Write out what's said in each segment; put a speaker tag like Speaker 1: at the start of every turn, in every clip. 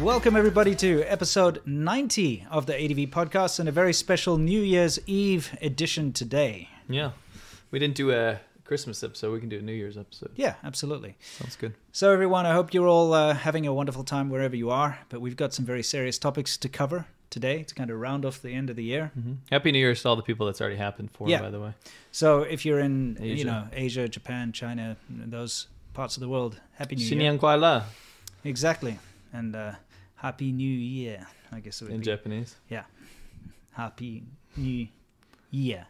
Speaker 1: Welcome, everybody, to episode 90 of the ADV podcast and a very special New Year's Eve edition today.
Speaker 2: Yeah. We didn't do a Christmas episode. We can do a New Year's episode.
Speaker 1: Yeah, absolutely.
Speaker 2: Sounds good.
Speaker 1: So, everyone, I hope you're all uh, having a wonderful time wherever you are, but we've got some very serious topics to cover today to kind of round off the end of the year.
Speaker 2: Happy New Year's to all the people that's already happened for,
Speaker 1: Mm-hmm. Yeah.
Speaker 2: by the way.
Speaker 1: So, if you're in, you
Speaker 2: Asia.
Speaker 1: know, Asia, Japan, China, those parts of the world, Happy New Year.
Speaker 2: Xinyan Kuai La
Speaker 1: Exactly. And uh, Happy New Year, I guess it would
Speaker 2: in
Speaker 1: be.
Speaker 2: Japanese.
Speaker 1: Happy New Year.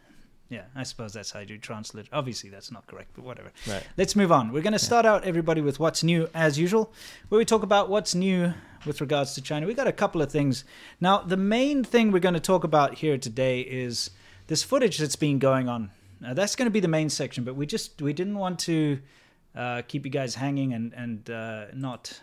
Speaker 1: Yeah, I suppose that's how you translate. Obviously, that's not correct, but whatever.
Speaker 2: Right.
Speaker 1: Let's move on. We're going to start out, everybody, with what's new as usual, where we talk about what's new with regards to China. we got a couple of things. Now, the main thing we're going to talk about here today is this footage that's been going on. Now, that's going to be the main section, but we just we didn't want to uh, keep you guys hanging and and uh, not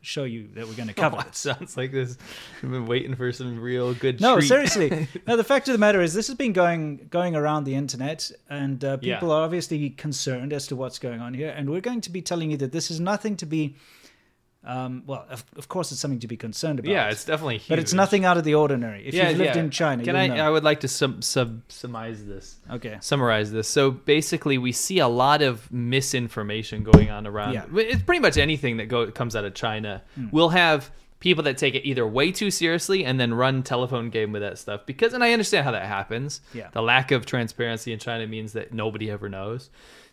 Speaker 1: show you that we're going to cover
Speaker 2: Oh,
Speaker 1: it.
Speaker 2: it sounds like this. I've been waiting for some real good
Speaker 1: No,
Speaker 2: treat.
Speaker 1: seriously. no, the fact of the matter is, this has been going going around the internet, and uh,
Speaker 2: Yeah.
Speaker 1: people are obviously concerned as to what's going on here. And we're going to be telling you that this is nothing to be. Um, well, of, of course, it's something to be concerned about.
Speaker 2: Yeah, it's definitely huge.
Speaker 1: but it's nothing out of the ordinary. If
Speaker 2: yeah,
Speaker 1: you've lived
Speaker 2: yeah.
Speaker 1: in China,
Speaker 2: Can
Speaker 1: you'll
Speaker 2: I uh, I
Speaker 1: know.
Speaker 2: would like to sub sub summarize this.
Speaker 1: okay.
Speaker 2: summarize this. So basically, we see a lot of misinformation going on around.
Speaker 1: Yeah. Hmm.
Speaker 2: It's pretty much anything that go, comes out of China. We'll have people that take it either way too seriously and then run telephone game with that stuff because and I understand how that happens.
Speaker 1: Yeah.
Speaker 2: The lack of transparency in China means that nobody ever knows.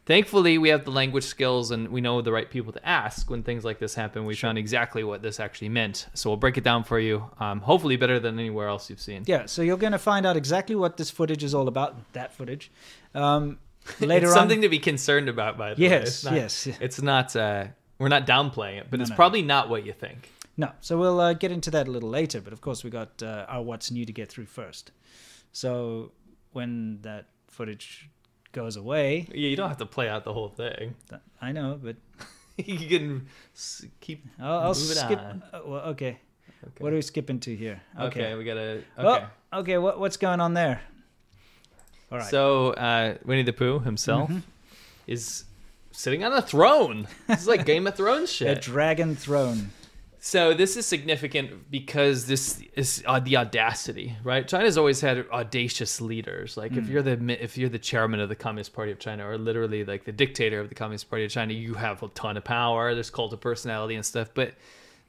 Speaker 2: Thankfully, we have the language skills and we know the right people to ask when things like this happen. We found exactly what this actually meant. So we'll break it down for you. Um, hopefully better than anywhere else you've seen.
Speaker 1: Yeah, so you're going to find out exactly what this footage is all about. That footage. Um, later
Speaker 2: it's
Speaker 1: on,
Speaker 2: something to be concerned about by the way.
Speaker 1: Yes,
Speaker 2: It's not,
Speaker 1: yes.
Speaker 2: It's not uh we're not downplaying it, but it's
Speaker 1: no.
Speaker 2: probably not what you think.
Speaker 1: No, so we'll uh, get into that a little later. But of course, we got uh, our what's new to get through first. So when that footage goes away,
Speaker 2: Yeah, you don't have to play out the whole thing.
Speaker 1: th- I know, but
Speaker 2: you can s- keep
Speaker 1: I'll, I'll
Speaker 2: Move it
Speaker 1: skip.
Speaker 2: on.
Speaker 1: uh, well, okay.
Speaker 2: Okay.
Speaker 1: what do we skip into here?
Speaker 2: Okay, we got to okay.
Speaker 1: Okay. Oh, okay. What, what's going on there? All right. Mm-hmm.
Speaker 2: So, uh Winnie the Pooh himself is sitting on a throne. This is like Game of Thrones
Speaker 1: the
Speaker 2: shit.
Speaker 1: dragon throne.
Speaker 2: So this is significant because this is uh, the audacity, right? China's always had audacious leaders. Like if you're the mi- if you're the chairman of the Communist Party of China, or literally like the dictator of the Communist Party of China, you have a ton of power. There's cult of personality and stuff, but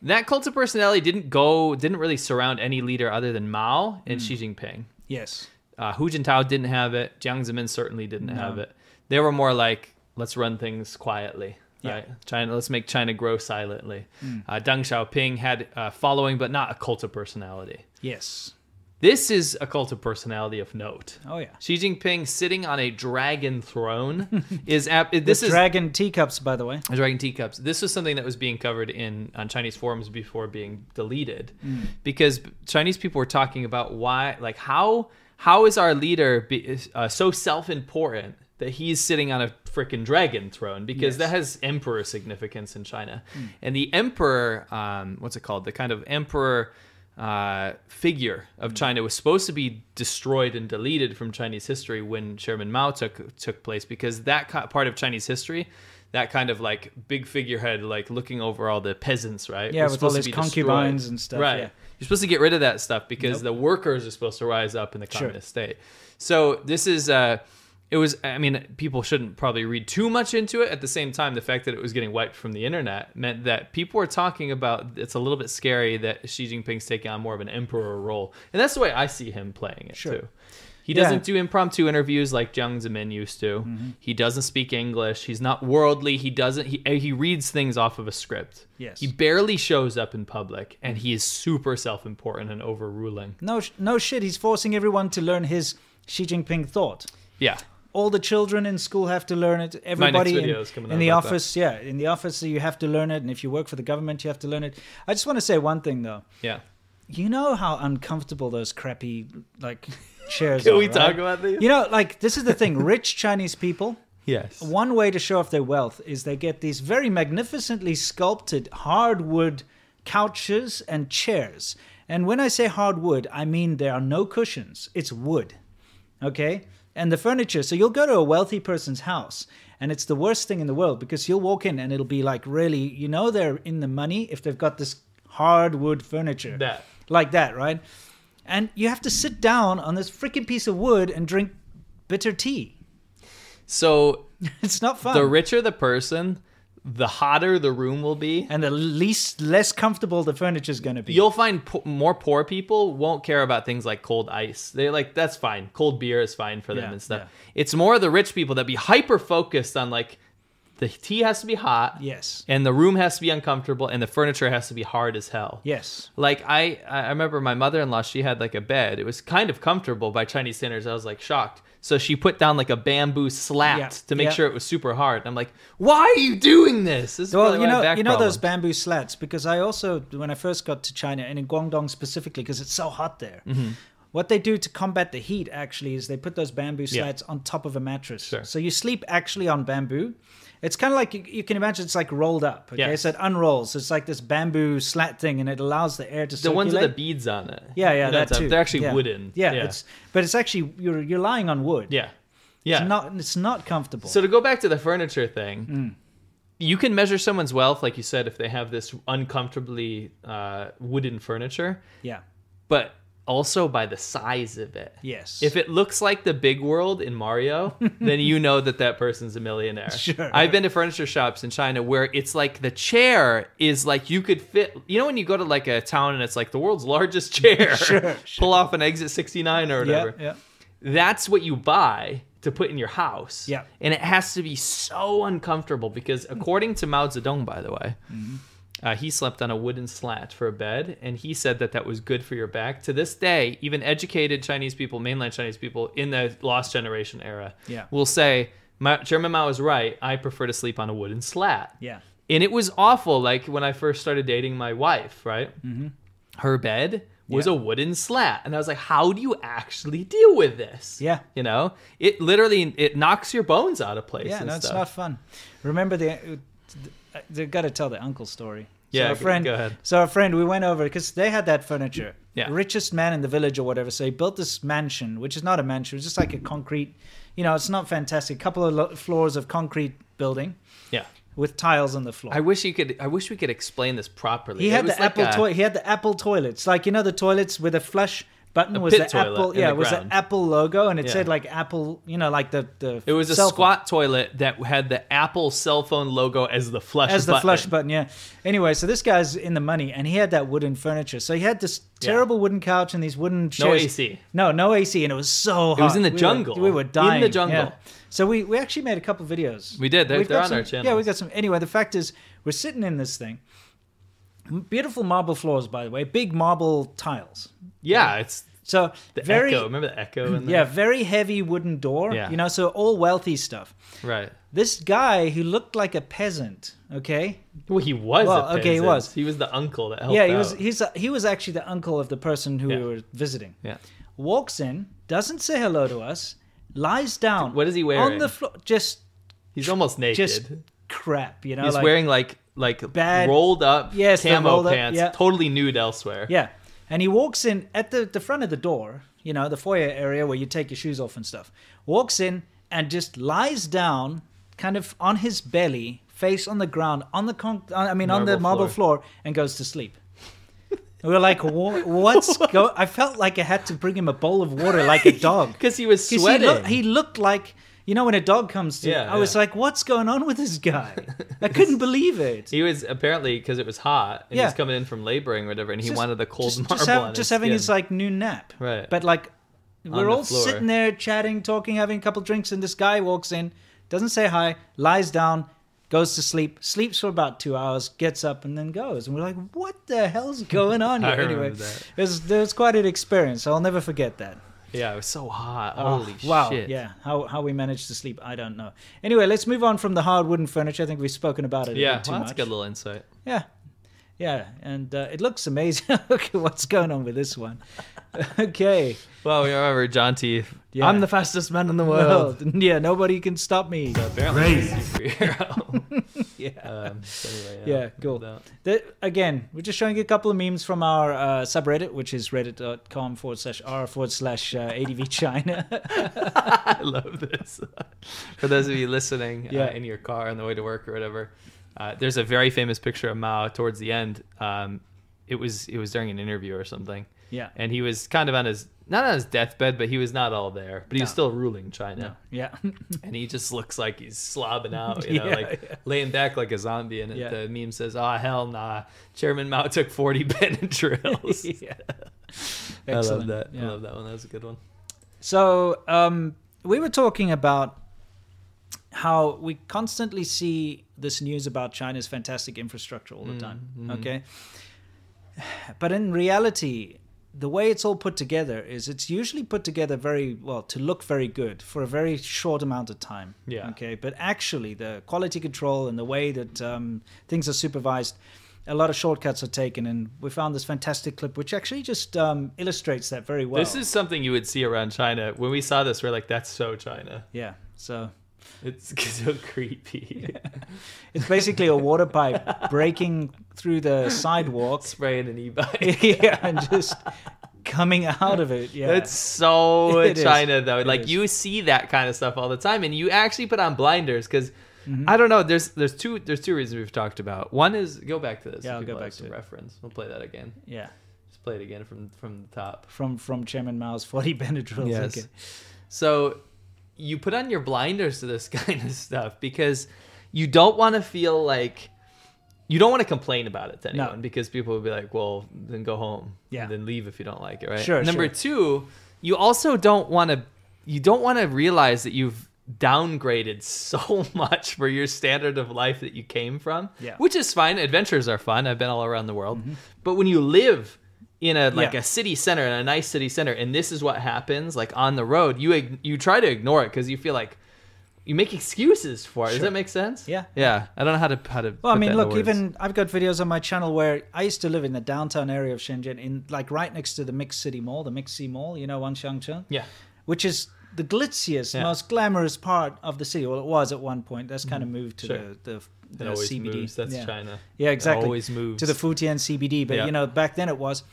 Speaker 2: that cult of personality didn't go didn't really surround any leader other than Mao and Xi Jinping.
Speaker 1: Yes.
Speaker 2: Uh, Hu Jintao didn't have it. Jiang Zemin certainly didn't have it. They were more like, let's run things quietly. Right? China, let's make China grow silently. Uh, Deng Xiaoping had a following, but not a cult of personality.
Speaker 1: Yes.
Speaker 2: This is a cult of personality of note.
Speaker 1: Oh yeah.
Speaker 2: Xi Jinping sitting on a dragon throne is ap- this is
Speaker 1: dragon teacups, by the way.
Speaker 2: Dragon teacups. This was something that was being covered in on Chinese forums before being deleted, because Chinese people were talking about why, like how how is our leader be, uh, so self important that he's sitting on a freaking dragon throne? Because that has emperor significance in China, and the emperor, um, what's it called? The kind of emperor uh, figure of
Speaker 1: Mm.
Speaker 2: China was supposed to be destroyed and deleted from Chinese history when Chairman Mao took took place because that ki- part of Chinese history, that kind of like big figurehead like looking over all the peasants, right?
Speaker 1: Yeah,
Speaker 2: was
Speaker 1: with all
Speaker 2: supposed
Speaker 1: his
Speaker 2: to be
Speaker 1: concubines and stuff,
Speaker 2: Right.
Speaker 1: yeah.
Speaker 2: You're supposed to get rid of that stuff because the workers are supposed to rise up in the communist state. So this is. Uh, it was i mean people shouldn't probably read too much into it at the same time the fact that it was getting wiped from the internet meant that people were talking about it's a little bit scary that xi jinping's taking on more of an emperor role and that's the way i see him playing it
Speaker 1: Sure.
Speaker 2: too he
Speaker 1: Yeah. Mm-hmm.
Speaker 2: doesn't do impromptu interviews like Jiang Zemin used to. He doesn't speak English. He's not worldly. He doesn't. He, he reads things off of a script.
Speaker 1: Yes.
Speaker 2: He barely shows up in public, and he is super self-important and overruling.
Speaker 1: No, sh- no shit. He's forcing everyone to learn his Xi Jinping thought.
Speaker 2: Yeah.
Speaker 1: all the children in school have to learn it.
Speaker 2: next
Speaker 1: Everybody in,
Speaker 2: video is coming
Speaker 1: in
Speaker 2: out
Speaker 1: the
Speaker 2: about that.
Speaker 1: office, yeah, in the office, you have to learn it, and if you work for the government, you have to learn it. I just want to say one thing though.
Speaker 2: Yeah.
Speaker 1: You know how uncomfortable those crappy like chairs
Speaker 2: Can
Speaker 1: are.
Speaker 2: we
Speaker 1: right?
Speaker 2: talk about these?
Speaker 1: You know, like this is the thing. Rich Chinese people.
Speaker 2: Yes.
Speaker 1: One way to show off their wealth is they get these very magnificently sculpted hardwood couches and chairs. And when I say hardwood, I mean there are no cushions, it's wood. Okay? And the furniture. So you'll go to a wealthy person's house, and it's the worst thing in the world because you'll walk in and it'll be like really, you know, they're in the money if they've got this hardwood furniture.
Speaker 2: That.
Speaker 1: Like that, right? And you have to sit down on this freaking piece of wood and drink bitter tea.
Speaker 2: So
Speaker 1: It's not fun.
Speaker 2: the richer the person, the hotter the room will be.
Speaker 1: and the least less comfortable the furniture's going to be.
Speaker 2: You'll find po- more poor people won't care about things like cold ice. They like that's fine. Cold beer is fine for them
Speaker 1: Yeah,
Speaker 2: and stuff. It's more the rich people that be hyper focused on like the tea has to be hot.
Speaker 1: yes.
Speaker 2: And the room has to be uncomfortable and the furniture has to be hard as hell.
Speaker 1: Yes.
Speaker 2: Like I, I remember my mother-in-law. She had like a bed. It was kind of comfortable by Chinese standards. I was like shocked. So she put down like a bamboo slat
Speaker 1: Yeah,
Speaker 2: to make
Speaker 1: yeah.
Speaker 2: sure it was super hard. I'm like, why are you doing this? This is
Speaker 1: Well,
Speaker 2: probably
Speaker 1: you
Speaker 2: why I have
Speaker 1: know,
Speaker 2: back
Speaker 1: you know those
Speaker 2: problems.
Speaker 1: bamboo slats because I also, when I first got to China and in Guangdong specifically, because it's so hot there,
Speaker 2: Mm-hmm.
Speaker 1: what they do to combat the heat actually is they put those bamboo slats on top of a mattress,
Speaker 2: Sure.
Speaker 1: so you sleep actually on bamboo. It's kind of like you, you can imagine it's like rolled up. Okay,
Speaker 2: Yes.
Speaker 1: so it unrolls. It's like this bamboo slat thing, and it allows the air to
Speaker 2: the
Speaker 1: circulate.
Speaker 2: ones with the beads on it.
Speaker 1: yeah, yeah,
Speaker 2: You know,
Speaker 1: that
Speaker 2: it's a-
Speaker 1: too.
Speaker 2: They're actually
Speaker 1: Yeah.
Speaker 2: wooden.
Speaker 1: Yeah,
Speaker 2: yeah,
Speaker 1: It's, but it's actually you're you're lying on wood.
Speaker 2: yeah. yeah.
Speaker 1: it's not Mm. it's not comfortable.
Speaker 2: So to go back to the furniture thing, you can measure someone's wealth, like you said, if they have this uncomfortably uh, wooden furniture,
Speaker 1: yeah,
Speaker 2: but also by the size of it.
Speaker 1: yes,
Speaker 2: If it looks like the big world in Mario, then you know that that person's a millionaire.
Speaker 1: Sure.
Speaker 2: I've been to furniture shops in China where it's like the chair is like you could fit. You know when you go to like a town and it's like the world's largest chair.
Speaker 1: Sure,
Speaker 2: Pull off an exit 69 or
Speaker 1: yeah,
Speaker 2: whatever.
Speaker 1: yeah.
Speaker 2: That's what you buy to put in your house.
Speaker 1: Yeah.
Speaker 2: And it has to be so uncomfortable because according to Mao Zedong, by the way,
Speaker 1: Mm-hmm.
Speaker 2: uh, he slept on a wooden slat for a bed, and he said that that was good for your back. To this day, even educated Chinese people, mainland Chinese people in the Lost Generation era,
Speaker 1: Yeah.
Speaker 2: will say, "Ma- Chairman Mao is right. I prefer to sleep on a wooden slat.
Speaker 1: yeah.
Speaker 2: And it was awful. Like when I first started dating my wife, right? Her bed was
Speaker 1: Mm-hmm. Yeah.
Speaker 2: a wooden slat. And I was like, how do you actually deal with this?
Speaker 1: Yeah.
Speaker 2: You know, it literally, it knocks your bones out of place.
Speaker 1: Yeah,
Speaker 2: and
Speaker 1: no, it's
Speaker 2: stuff.
Speaker 1: not fun. Remember the. uh, th- They've got to tell the uncle story.
Speaker 2: Yeah,
Speaker 1: so a
Speaker 2: g-
Speaker 1: friend,
Speaker 2: go ahead.
Speaker 1: So a friend, we went over because they had that furniture.
Speaker 2: Yeah.
Speaker 1: Richest man in the village or whatever. So he built this mansion, which is not a mansion. It's just like a concrete, you know, it's not fantastic. couple of lo- floors of concrete building
Speaker 2: Yeah.
Speaker 1: with tiles on the floor.
Speaker 2: I wish you could, I wish we could explain this properly.
Speaker 1: he
Speaker 2: It
Speaker 1: had
Speaker 2: was
Speaker 1: the
Speaker 2: like
Speaker 1: apple
Speaker 2: a-
Speaker 1: toilet. He had the apple toilets, like you know the toilets with a flush button
Speaker 2: A
Speaker 1: was
Speaker 2: pit
Speaker 1: the
Speaker 2: toilet
Speaker 1: apple.
Speaker 2: in
Speaker 1: Yeah,
Speaker 2: the
Speaker 1: it was the
Speaker 2: ground.
Speaker 1: apple logo, and it
Speaker 2: Yeah.
Speaker 1: said like apple. You know, like the the.
Speaker 2: It was a
Speaker 1: cell phone.
Speaker 2: squat toilet that had the Apple cell phone logo as the flush
Speaker 1: as the
Speaker 2: button.
Speaker 1: flush button yeah anyway so this guy's in the money and he had that wooden furniture so he had this terrible wooden couch and these wooden
Speaker 2: No
Speaker 1: chairs
Speaker 2: AC.
Speaker 1: no no ac and it was so hot
Speaker 2: was in the
Speaker 1: We were-
Speaker 2: jungle.
Speaker 1: we were
Speaker 2: In the
Speaker 1: dying
Speaker 2: jungle.
Speaker 1: yeah. so we we actually made a couple videos
Speaker 2: We did. They're-
Speaker 1: We've
Speaker 2: they're
Speaker 1: got
Speaker 2: on our
Speaker 1: some- yeah
Speaker 2: channels.
Speaker 1: we got some anyway the fact is we're sitting in this thing beautiful marble floors by the way big marble tiles
Speaker 2: Yeah. It's
Speaker 1: so
Speaker 2: the
Speaker 1: very
Speaker 2: echo. Remember the echo in
Speaker 1: yeah
Speaker 2: there?
Speaker 1: very heavy wooden door
Speaker 2: Yeah.
Speaker 1: you know so all wealthy stuff
Speaker 2: Right.
Speaker 1: this guy who looked like a peasant okay
Speaker 2: Well, he was.
Speaker 1: Well,
Speaker 2: a
Speaker 1: okay, he
Speaker 2: peasant.
Speaker 1: was.
Speaker 2: He was the uncle that helped.
Speaker 1: yeah, he was.
Speaker 2: out.
Speaker 1: He's he was actually the uncle of the person who
Speaker 2: Yeah.
Speaker 1: we were visiting.
Speaker 2: Yeah.
Speaker 1: Walks in, doesn't say hello to us, lies down.
Speaker 2: What is he
Speaker 1: On
Speaker 2: wearing?
Speaker 1: the floor, just
Speaker 2: He's almost naked.
Speaker 1: just crap. You know,
Speaker 2: he's
Speaker 1: like,
Speaker 2: wearing like like
Speaker 1: Bad-
Speaker 2: rolled up
Speaker 1: Yes, the
Speaker 2: camo
Speaker 1: rolled up-
Speaker 2: pants,
Speaker 1: yeah.
Speaker 2: totally nude elsewhere.
Speaker 1: yeah. And he walks in at the the front of the door. You know, the foyer area where you take your shoes off and stuff. Walks in and just lies down, kind of on his belly, face on the ground, on the con- on, I mean, on the
Speaker 2: Marble
Speaker 1: marble floor. and goes to sleep. We were like, "Wha- what's go? I felt like I had to bring him a bowl of water, like a dog.
Speaker 2: Because he was
Speaker 1: 'Cause he,
Speaker 2: sweating.
Speaker 1: loo- he looked like you know when a dog comes to.
Speaker 2: Yeah,
Speaker 1: I was
Speaker 2: yeah.
Speaker 1: like, what's going on with this guy? I couldn't believe it.
Speaker 2: He was apparently because it was hot and
Speaker 1: Yeah.
Speaker 2: he's coming in from laboring or whatever, and he
Speaker 1: Just-
Speaker 2: wanted the cold
Speaker 1: just,
Speaker 2: marble.
Speaker 1: just,
Speaker 2: on
Speaker 1: have,
Speaker 2: his
Speaker 1: just having
Speaker 2: skin.
Speaker 1: his like new nap.
Speaker 2: Right.
Speaker 1: But like, we're
Speaker 2: the
Speaker 1: all
Speaker 2: floor.
Speaker 1: sitting there chatting, talking, having a couple drinks, and this guy walks in, doesn't say hi, lies down. Goes to sleep, sleeps for about two hours, gets up, and then goes. And we're like, "What the hell's going on here?"
Speaker 2: I remember
Speaker 1: anyway,
Speaker 2: that.
Speaker 1: it was, it was quite an experience. I'll never forget that.
Speaker 2: yeah, it was so hot.
Speaker 1: Oh,
Speaker 2: Holy
Speaker 1: wow.
Speaker 2: shit!
Speaker 1: Yeah. How, how we managed to sleep, I don't know. Anyway, let's move on from the hard wooden furniture. I think we've spoken about it a
Speaker 2: yeah.
Speaker 1: bit too
Speaker 2: well, that's a
Speaker 1: much.
Speaker 2: good little insight.
Speaker 1: yeah. Yeah. And uh, it looks amazing. okay, what's going on with this one? okay.
Speaker 2: Well, we remember John T.
Speaker 1: Yeah.
Speaker 2: I'm the fastest man in the
Speaker 1: Well,
Speaker 2: world.
Speaker 1: yeah, nobody can stop me.
Speaker 2: Apparently, he's a superhero.
Speaker 1: Yeah.
Speaker 2: um, so anyway,
Speaker 1: Yeah, cool.
Speaker 2: that-
Speaker 1: The, again, we're just showing you a couple of memes from our uh, subreddit, which is reddit.com forward slash r forward slash uh, ADV China.
Speaker 2: I love this. For those of you listening
Speaker 1: Yeah.
Speaker 2: uh, in your car on the way to work or whatever, uh, there's a very famous picture of Mao towards the end. Um, it was it was during an interview or something.
Speaker 1: Yeah.
Speaker 2: And he was kind of on his not on his deathbed, but he was not all there. But he was still ruling China.
Speaker 1: Yeah.
Speaker 2: And he just looks like he's slobbing out, you know,
Speaker 1: Yeah,
Speaker 2: like
Speaker 1: yeah.
Speaker 2: laying back like a zombie. And
Speaker 1: Yeah.
Speaker 2: the meme says, "Ah, hell nah, Chairman Mao took forty Benadryls."
Speaker 1: yeah.
Speaker 2: I love
Speaker 1: Excellent.
Speaker 2: that. I
Speaker 1: Yeah.
Speaker 2: love that one. That was a good one.
Speaker 1: So um, we were talking about how we constantly see this news about China's fantastic infrastructure all the
Speaker 2: Mm,
Speaker 1: time.
Speaker 2: mm-hmm.
Speaker 1: Okay, but in reality, the way it's all put together is it's usually put together very well to look very good for a very short amount of time.
Speaker 2: Yeah.
Speaker 1: Okay, but actually, the quality control and the way that um, things are supervised. A lot of shortcuts are taken, and we found this fantastic clip, which actually just um, illustrates that very well.
Speaker 2: This is something you would see around China. When we saw this, we're like, "That's so China."
Speaker 1: yeah. So
Speaker 2: It's so creepy.
Speaker 1: It's basically a water pipe breaking through the sidewalk
Speaker 2: Spraying an e-bike.
Speaker 1: yeah, and just coming out of it. Yeah.
Speaker 2: It's so
Speaker 1: It is.
Speaker 2: China though.
Speaker 1: It
Speaker 2: like
Speaker 1: is.
Speaker 2: you see that kind of stuff all the time, and you actually put on blinders because
Speaker 1: Mm-hmm.
Speaker 2: I don't know. There's there's two there's two reasons we've talked about. One is go back to this.
Speaker 1: Yeah,
Speaker 2: if
Speaker 1: I'll
Speaker 2: people
Speaker 1: go
Speaker 2: have
Speaker 1: back to
Speaker 2: some
Speaker 1: it.
Speaker 2: reference. We'll play that again.
Speaker 1: yeah.
Speaker 2: Just play it again from from the top.
Speaker 1: From from Chairman Mao's 40 Benadryls.
Speaker 2: Yes. So you put on your blinders to this kind of stuff because you don't want to feel like you don't want to complain about it to
Speaker 1: No.
Speaker 2: anyone because people will be like, well, then go home.
Speaker 1: Yeah.
Speaker 2: Then leave if you don't like it, right?
Speaker 1: Sure,
Speaker 2: Number
Speaker 1: sure.
Speaker 2: two, you also don't want to you don't want to realize that you've downgraded so much for your standard of life that you came from.
Speaker 1: Yeah. Mm-hmm.
Speaker 2: Which is fine. Adventures are fun. I've been all around the world. But when you live in a like
Speaker 1: Yeah.
Speaker 2: a city center in a nice city center and this is what happens like on the road you ig- you try to ignore it because you feel like you make excuses for it does that make sense
Speaker 1: Yeah.
Speaker 2: yeah i don't know how to how to
Speaker 1: Well, I
Speaker 2: put
Speaker 1: mean,
Speaker 2: that into
Speaker 1: look,
Speaker 2: words.
Speaker 1: even I've got videos on my channel where I used to live in the downtown area of Shenzhen, in like right next to the Mixed City Mall, the Mixed City Mall, you know, Wanxiangcheng,
Speaker 2: yeah
Speaker 1: which is the glitziest,
Speaker 2: Yeah.
Speaker 1: most glamorous part of the city. Well, it was at one point. That's kind of moved to
Speaker 2: Mm-hmm. Sure.
Speaker 1: the, the, the
Speaker 2: it always
Speaker 1: CBD.
Speaker 2: moves that's
Speaker 1: yeah.
Speaker 2: china
Speaker 1: Yeah, exactly.
Speaker 2: it always moves
Speaker 1: to the Futian CBD, but
Speaker 2: Yeah.
Speaker 1: you know, back then it was.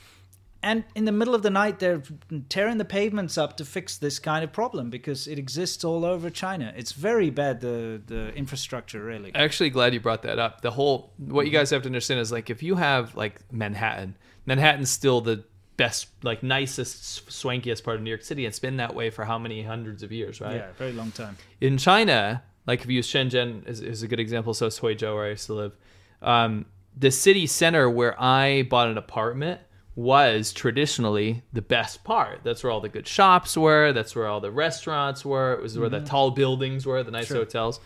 Speaker 1: And in the middle of the night, they're tearing the pavements up to fix this kind of problem because it exists all over China. It's very bad the the infrastructure, really.
Speaker 2: actually glad you brought that up. The whole what you guys have to understand is like if you have like Manhattan, Manhattan's still the best, like nicest, swankiest part of New York City. It's been that way for how many hundreds of years, right?
Speaker 1: Yeah, very long time.
Speaker 2: in China, like if you use Shenzhen is, is a good example, so is Huizhou where I used to live. Um, the city center where I bought an apartment was traditionally the best part. That's where all the good shops were. That's where all the restaurants were. It was where the tall buildings were, the nice hotels.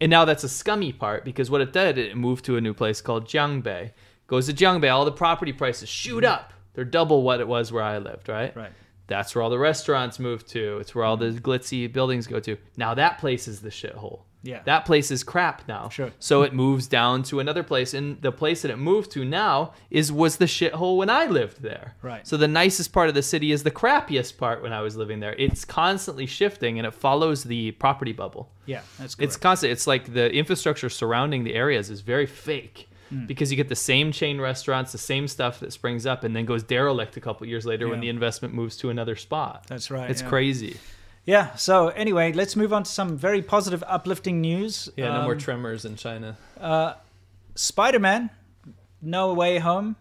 Speaker 2: And now that's a scummy part because what it did, it moved to a new place called Jiangbei. Goes to Jiangbei, all the property prices shoot up. They're double what it was where I lived, right?
Speaker 1: Right.
Speaker 2: That's where all the restaurants move to. It's where all the
Speaker 1: Mm-hmm.
Speaker 2: glitzy buildings go to. Now that place is the shithole.
Speaker 1: Yeah.
Speaker 2: That place is crap now.
Speaker 1: Sure.
Speaker 2: So it moves down to another place, and the place that it moved to now is was the shithole when I lived there.
Speaker 1: Right.
Speaker 2: So the nicest part of the city is the crappiest part when I was living there. It's constantly shifting, and it follows the property bubble.
Speaker 1: Yeah, that's correct.
Speaker 2: It's constant. It's like the infrastructure surrounding the areas is very fake
Speaker 1: Hmm.
Speaker 2: because you get the same chain restaurants, the same stuff that springs up and then goes derelict a couple years later when
Speaker 1: Yeah.
Speaker 2: the investment moves to another spot.
Speaker 1: That's right,
Speaker 2: It's
Speaker 1: yeah.
Speaker 2: crazy.
Speaker 1: yeah. So anyway, let's move on to some very positive, uplifting news.
Speaker 2: Yeah, no
Speaker 1: Um,
Speaker 2: more tremors in China.
Speaker 1: Spider-Man, No Way Home.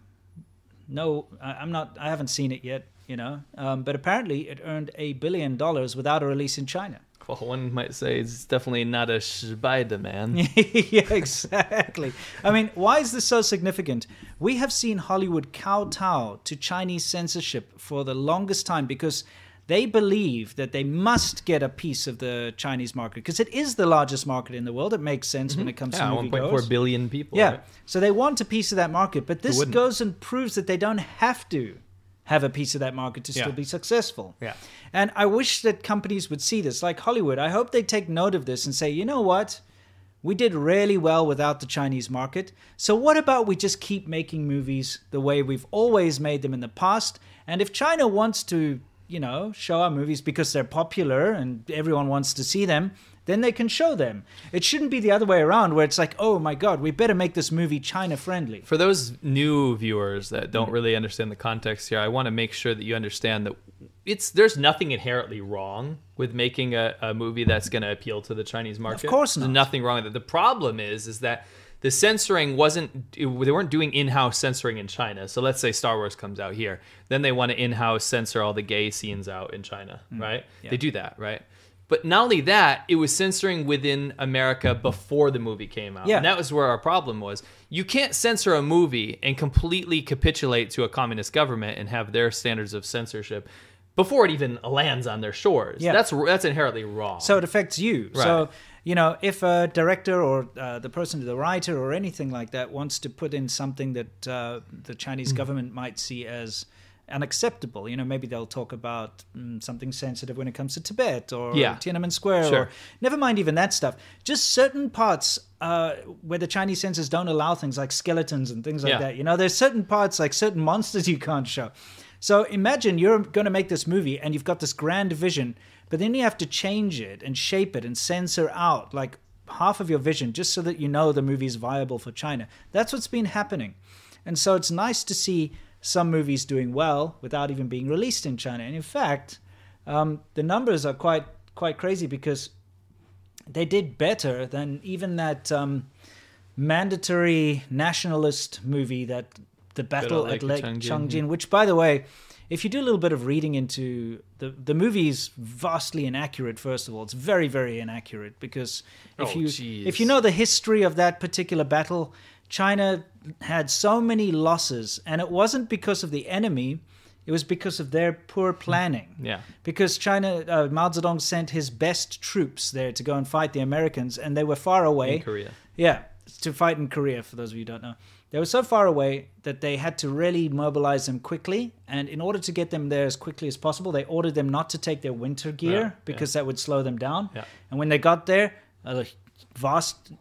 Speaker 1: No, I, I'm not. I haven't seen it yet. You know, um, but apparently it earned a billion dollars without a release in China.
Speaker 2: Well, one might say it's definitely not a Spider Man.
Speaker 1: yeah, exactly. I mean, why is this so significant? We have seen Hollywood kowtow to Chinese censorship for the longest time because they believe that they must get a piece of the Chinese market because it is the largest market in the world. It makes sense when it comes
Speaker 2: Mm-hmm. Yeah,
Speaker 1: to movie
Speaker 2: 1.4
Speaker 1: goers.
Speaker 2: billion people.
Speaker 1: Yeah,
Speaker 2: right?
Speaker 1: so they want a piece of that market, but this
Speaker 2: wouldn't?
Speaker 1: goes and proves that they don't have to have a piece of that market to
Speaker 2: Yeah.
Speaker 1: still be successful.
Speaker 2: Yeah.
Speaker 1: And I wish that companies would see this, like Hollywood. I hope they take note of this and say, you know what? We did really well without the Chinese market. So, what about we just keep making movies the way we've always made them in the past? And if China wants to, you know, show our movies because they're popular and everyone wants to see them, then they can show them. It shouldn't be the other way around where it's like, oh my God, we better make this movie China friendly.
Speaker 2: For those new viewers that
Speaker 1: Mm.
Speaker 2: don't really understand the context here, I want to make sure that you understand that it's there's nothing inherently wrong with making a, a movie that's going to appeal to the Chinese market.
Speaker 1: course
Speaker 2: There's
Speaker 1: not.
Speaker 2: nothing wrong with it. The problem is is that the censoring wasn't it- they weren't doing in-house censoring in China. So let's say Star Wars comes out here, then they want to in-house censor all the gay scenes out in China,
Speaker 1: Mm.
Speaker 2: right? They do that, right? But not only that, it was censoring within America before the movie came out.
Speaker 1: Yeah.
Speaker 2: And that was where our problem was. You can't censor a movie and completely capitulate to a communist government and have their standards of censorship before it even lands on their shores.
Speaker 1: Yeah.
Speaker 2: That's that's inherently wrong.
Speaker 1: so it affects you.
Speaker 2: Right.
Speaker 1: So you know, if a director or uh, the person, the writer or anything like that, wants to put in something that uh, the
Speaker 2: Hmm.
Speaker 1: Chinese government might see as unacceptable, you know, maybe they'll talk about mm, something sensitive when it comes to Tibet or
Speaker 2: Yeah.
Speaker 1: Tiananmen Square,
Speaker 2: Sure.
Speaker 1: or never mind even that stuff. Just certain parts. Uh, where the Chinese censors don't allow things like skeletons and things like
Speaker 2: Yeah.
Speaker 1: that. You know, there's certain parts like certain monsters you can't show. So imagine you're going to make this movie and you've got this grand vision, but then you have to change it and shape it and censor out like half of your vision just so that you know the movie's viable for China. That's what's been happening. And so it's nice to see some movies doing well without even being released in China. And in fact, um, the numbers are quite quite crazy because they did better than even that um, mandatory nationalist movie that the battle
Speaker 2: Lake
Speaker 1: at Lake
Speaker 2: Changjin,
Speaker 1: Changjin, which by the way, if you do a little bit of reading into the the movie's vastly inaccurate. First of all, it's very very inaccurate because if
Speaker 2: Oh,
Speaker 1: you
Speaker 2: jeez.
Speaker 1: if you know the history of that particular battle, China had so many losses, and it wasn't because of the enemy. It was because of their poor
Speaker 2: Hmm.
Speaker 1: planning
Speaker 2: yeah.
Speaker 1: because China, uh, Mao Zedong sent his best troops there to go and fight the Americans, and they were far away.
Speaker 2: In Korea.
Speaker 1: Yeah, to fight in Korea, for those of you who don't know. They were so far away that they had to really mobilize them quickly. And in order to get them there as quickly as possible, they ordered them not to take their winter gear
Speaker 2: Yeah,
Speaker 1: because that would slow them down.
Speaker 2: Yeah.
Speaker 1: And when they got there, a vast,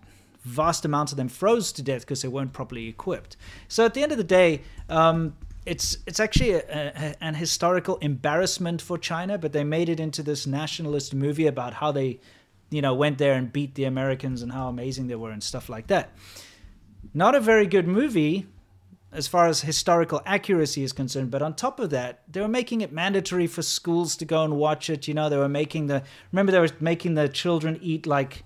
Speaker 1: vast amounts of them froze to death because they weren't properly equipped. So at the end of the day, um, it's it's actually a, a, an historical embarrassment for China, but they made it into this nationalist movie about how they, you know, went there and beat the Americans and how amazing they were and stuff like that. Not a very good movie as far as historical accuracy is concerned. But on top of that, they were making it mandatory for schools to go and watch it. You know, they were making the remember they were making the children eat like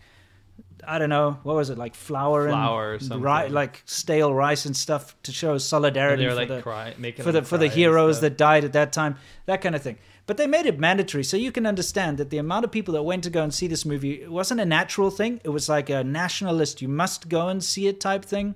Speaker 1: I don't know what was it like flour,
Speaker 2: Flour or
Speaker 1: and
Speaker 2: something.
Speaker 1: ri- like stale rice and stuff to show solidarity
Speaker 2: They're
Speaker 1: for
Speaker 2: like
Speaker 1: the
Speaker 2: cry, making
Speaker 1: for the
Speaker 2: them
Speaker 1: for the
Speaker 2: cry and
Speaker 1: heroes
Speaker 2: stuff.
Speaker 1: that died at that time, that kind of thing. But they made it mandatory, so you can understand that the amount of people that went to go and see this movie it wasn't a natural thing. It was like a nationalist, you must go and see it type thing.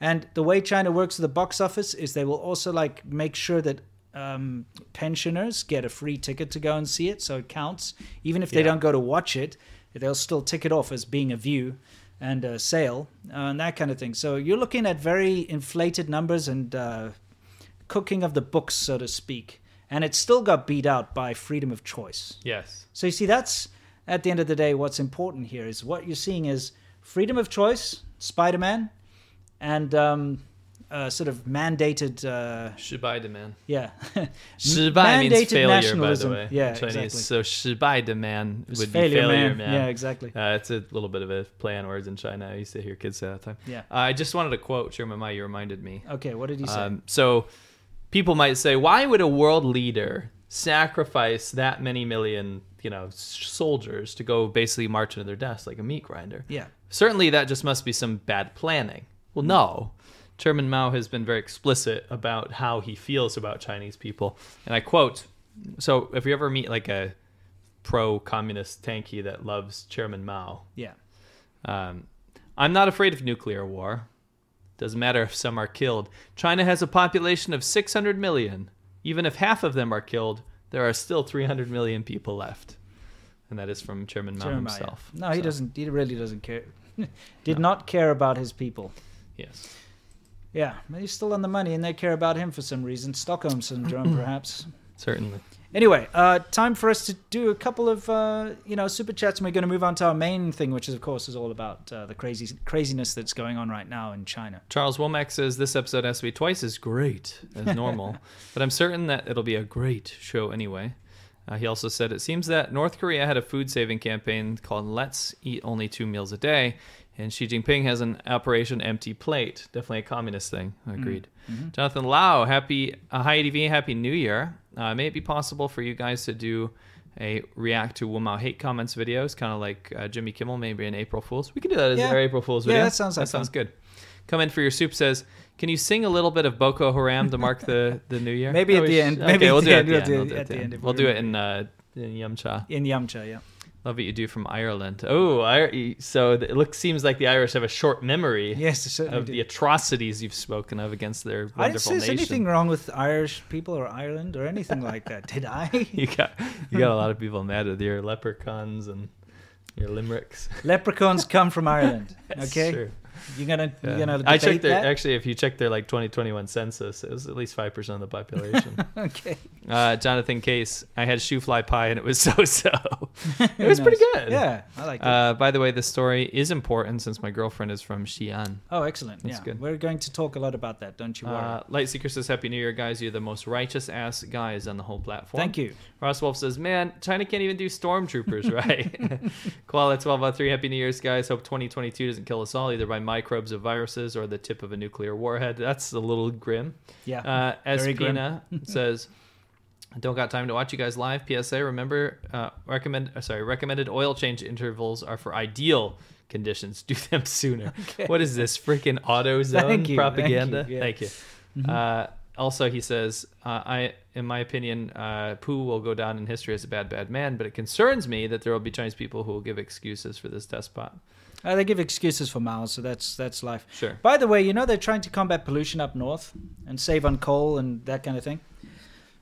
Speaker 1: And the way China works with the box office is they will also like make sure that um, pensioners get a free ticket to go and see it, so it counts, even if they
Speaker 2: Yeah.
Speaker 1: don't go to watch it, they'll still tick it off as being a view and a sale uh, and that kind of thing. So you're looking at very inflated numbers and uh, cooking of the books, so to speak. And it still got beat out by freedom of choice.
Speaker 2: Yes.
Speaker 1: So you see, that's at the end of the day what's important here is what you're seeing is freedom of choice, Spider Man, and um, uh, sort of mandated, uh,
Speaker 2: Shibai demand.
Speaker 1: yeah,
Speaker 2: Shibai means
Speaker 1: Mandated
Speaker 2: failure, by the
Speaker 1: nationalism.
Speaker 2: way.
Speaker 1: Yeah,
Speaker 2: in Chinese.
Speaker 1: exactly.
Speaker 2: So shibai demand would
Speaker 1: It's
Speaker 2: be failure, man.
Speaker 1: Yeah, exactly.
Speaker 2: Uh, it's a little bit of a play on words in China. I used to hear kids say that all the time.
Speaker 1: Yeah.
Speaker 2: Uh, I just wanted to quote Chairman Mai. You reminded me.
Speaker 1: Okay, what did he say?
Speaker 2: Um, so people might say, why would a world leader sacrifice that many million, you know, s- soldiers to go basically march into their deaths like a meat grinder?
Speaker 1: yeah.
Speaker 2: Certainly, that just must be some bad planning. Well, no. Chairman Mao has been very explicit about how he feels about Chinese people. And I quote So, if you ever meet like a pro communist tanky that loves Chairman Mao,
Speaker 1: Yeah.
Speaker 2: um, I'm not afraid of nuclear war. Doesn't matter if some are killed. China has a population of 600 million. Even if half of them are killed, there are still 300 million people left. And that is from Chairman Mao
Speaker 1: Jeremiah.
Speaker 2: himself.
Speaker 1: No, he
Speaker 2: So,
Speaker 1: doesn't. He really doesn't care. Did not care about his people.
Speaker 2: Yes.
Speaker 1: Yeah, but he's still on the money, and they care about him for some reason. Stockholm syndrome, perhaps.
Speaker 2: Certainly.
Speaker 1: Anyway, uh, time for us to do a couple of uh, you know super chats, and we're going to move on to our main thing, which is of course is all about uh, the crazy craziness that's going on right now in China.
Speaker 2: Charles Womack says this episode has to be twice as great as normal, but I'm certain that it'll be a great show anyway. Uh, he also said it seems that North Korea had a food saving campaign called Let's Eat Only Two Meals a Day, and Xi Jinping has an Operation Empty Plate. Definitely a communist thing. Agreed.
Speaker 1: Mm, mm-hmm.
Speaker 2: Jonathan Lau, happy, uh, hi ADV, happy new year. Uh, may it be possible for you guys to do a react to Womao hate comments videos, kind of like uh, Jimmy Kimmel, maybe an April Fool's. We can do that as
Speaker 1: Yeah.
Speaker 2: our April Fool's
Speaker 1: Yeah,
Speaker 2: video.
Speaker 1: that sounds like
Speaker 2: That sounds
Speaker 1: fun.
Speaker 2: good. come in for your soup says, "Can you sing a little bit of Boko Haram to mark the, the new year?"
Speaker 1: Maybe
Speaker 2: No,
Speaker 1: at
Speaker 2: we
Speaker 1: the
Speaker 2: sh-
Speaker 1: end.
Speaker 2: Okay,
Speaker 1: Maybe
Speaker 2: we'll
Speaker 1: at
Speaker 2: do
Speaker 1: the
Speaker 2: it
Speaker 1: end.
Speaker 2: at
Speaker 1: We'll
Speaker 2: the
Speaker 1: do it
Speaker 2: end. We'll
Speaker 1: at the end if
Speaker 2: We'll
Speaker 1: we
Speaker 2: do it in uh, in Yamcha.
Speaker 1: in Yamcha, yeah.
Speaker 2: Love what you do from Ireland. Oh, I, so the- it looks seems like the Irish have a short memory
Speaker 1: Yes, it certainly
Speaker 2: of
Speaker 1: did.
Speaker 2: the atrocities you've spoken of against their
Speaker 1: I didn't
Speaker 2: wonderful
Speaker 1: say there's
Speaker 2: nation.
Speaker 1: anything wrong with Irish people or Ireland or anything like that, did I?
Speaker 2: You got you got a lot of people mad at your leprechauns and your limericks.
Speaker 1: Leprechauns come from Ireland.
Speaker 2: That's
Speaker 1: okay,
Speaker 2: true.
Speaker 1: you're gonna
Speaker 2: Yeah.
Speaker 1: you're gonna
Speaker 2: I
Speaker 1: debate
Speaker 2: checked their
Speaker 1: that.
Speaker 2: actually if you check their like 2021 census, it was at least five percent of the population.
Speaker 1: okay,
Speaker 2: uh, Jonathan Case, I had shoe fly pie and it was so so. It was pretty
Speaker 1: Nice.
Speaker 2: good.
Speaker 1: Yeah, I like it.
Speaker 2: Uh, by the way, this story is important since my girlfriend is from Xi'an.
Speaker 1: oh, excellent.
Speaker 2: that's
Speaker 1: yeah,
Speaker 2: good.
Speaker 1: we're going to talk a lot about that. Don't you worry.
Speaker 2: Uh, Lightseeker says, Happy New Year, guys. You're the most righteous ass guys on the whole platform.
Speaker 1: Thank you.
Speaker 2: Ross Wolf says, Man, China can't even do stormtroopers, right? Koala1203, Happy New Year's, guys. Hope 2022 doesn't kill us all, either by microbes of viruses or the tip of a nuclear warhead. That's a little grim.
Speaker 1: Yeah,
Speaker 2: Uh,
Speaker 1: very grim.
Speaker 2: Espina says, don't got time to watch you guys live. PSA, remember, uh, recommend, uh, sorry, recommended oil change intervals are for ideal conditions. Do them sooner. What is this freaking auto zone
Speaker 1: Thank you,
Speaker 2: propaganda?
Speaker 1: thank you, yeah. Mm-hmm.
Speaker 2: Thank you. Uh, also, he says, uh, I, in my opinion, uh, Pooh will go down in history as a bad, bad man, but it concerns me that there will be Chinese people who will give excuses for this despot.
Speaker 1: Uh, they give excuses for miles, so that's that's life.
Speaker 2: Sure.
Speaker 1: By the way, you know they're trying to combat pollution up north and save on coal and that kind of thing.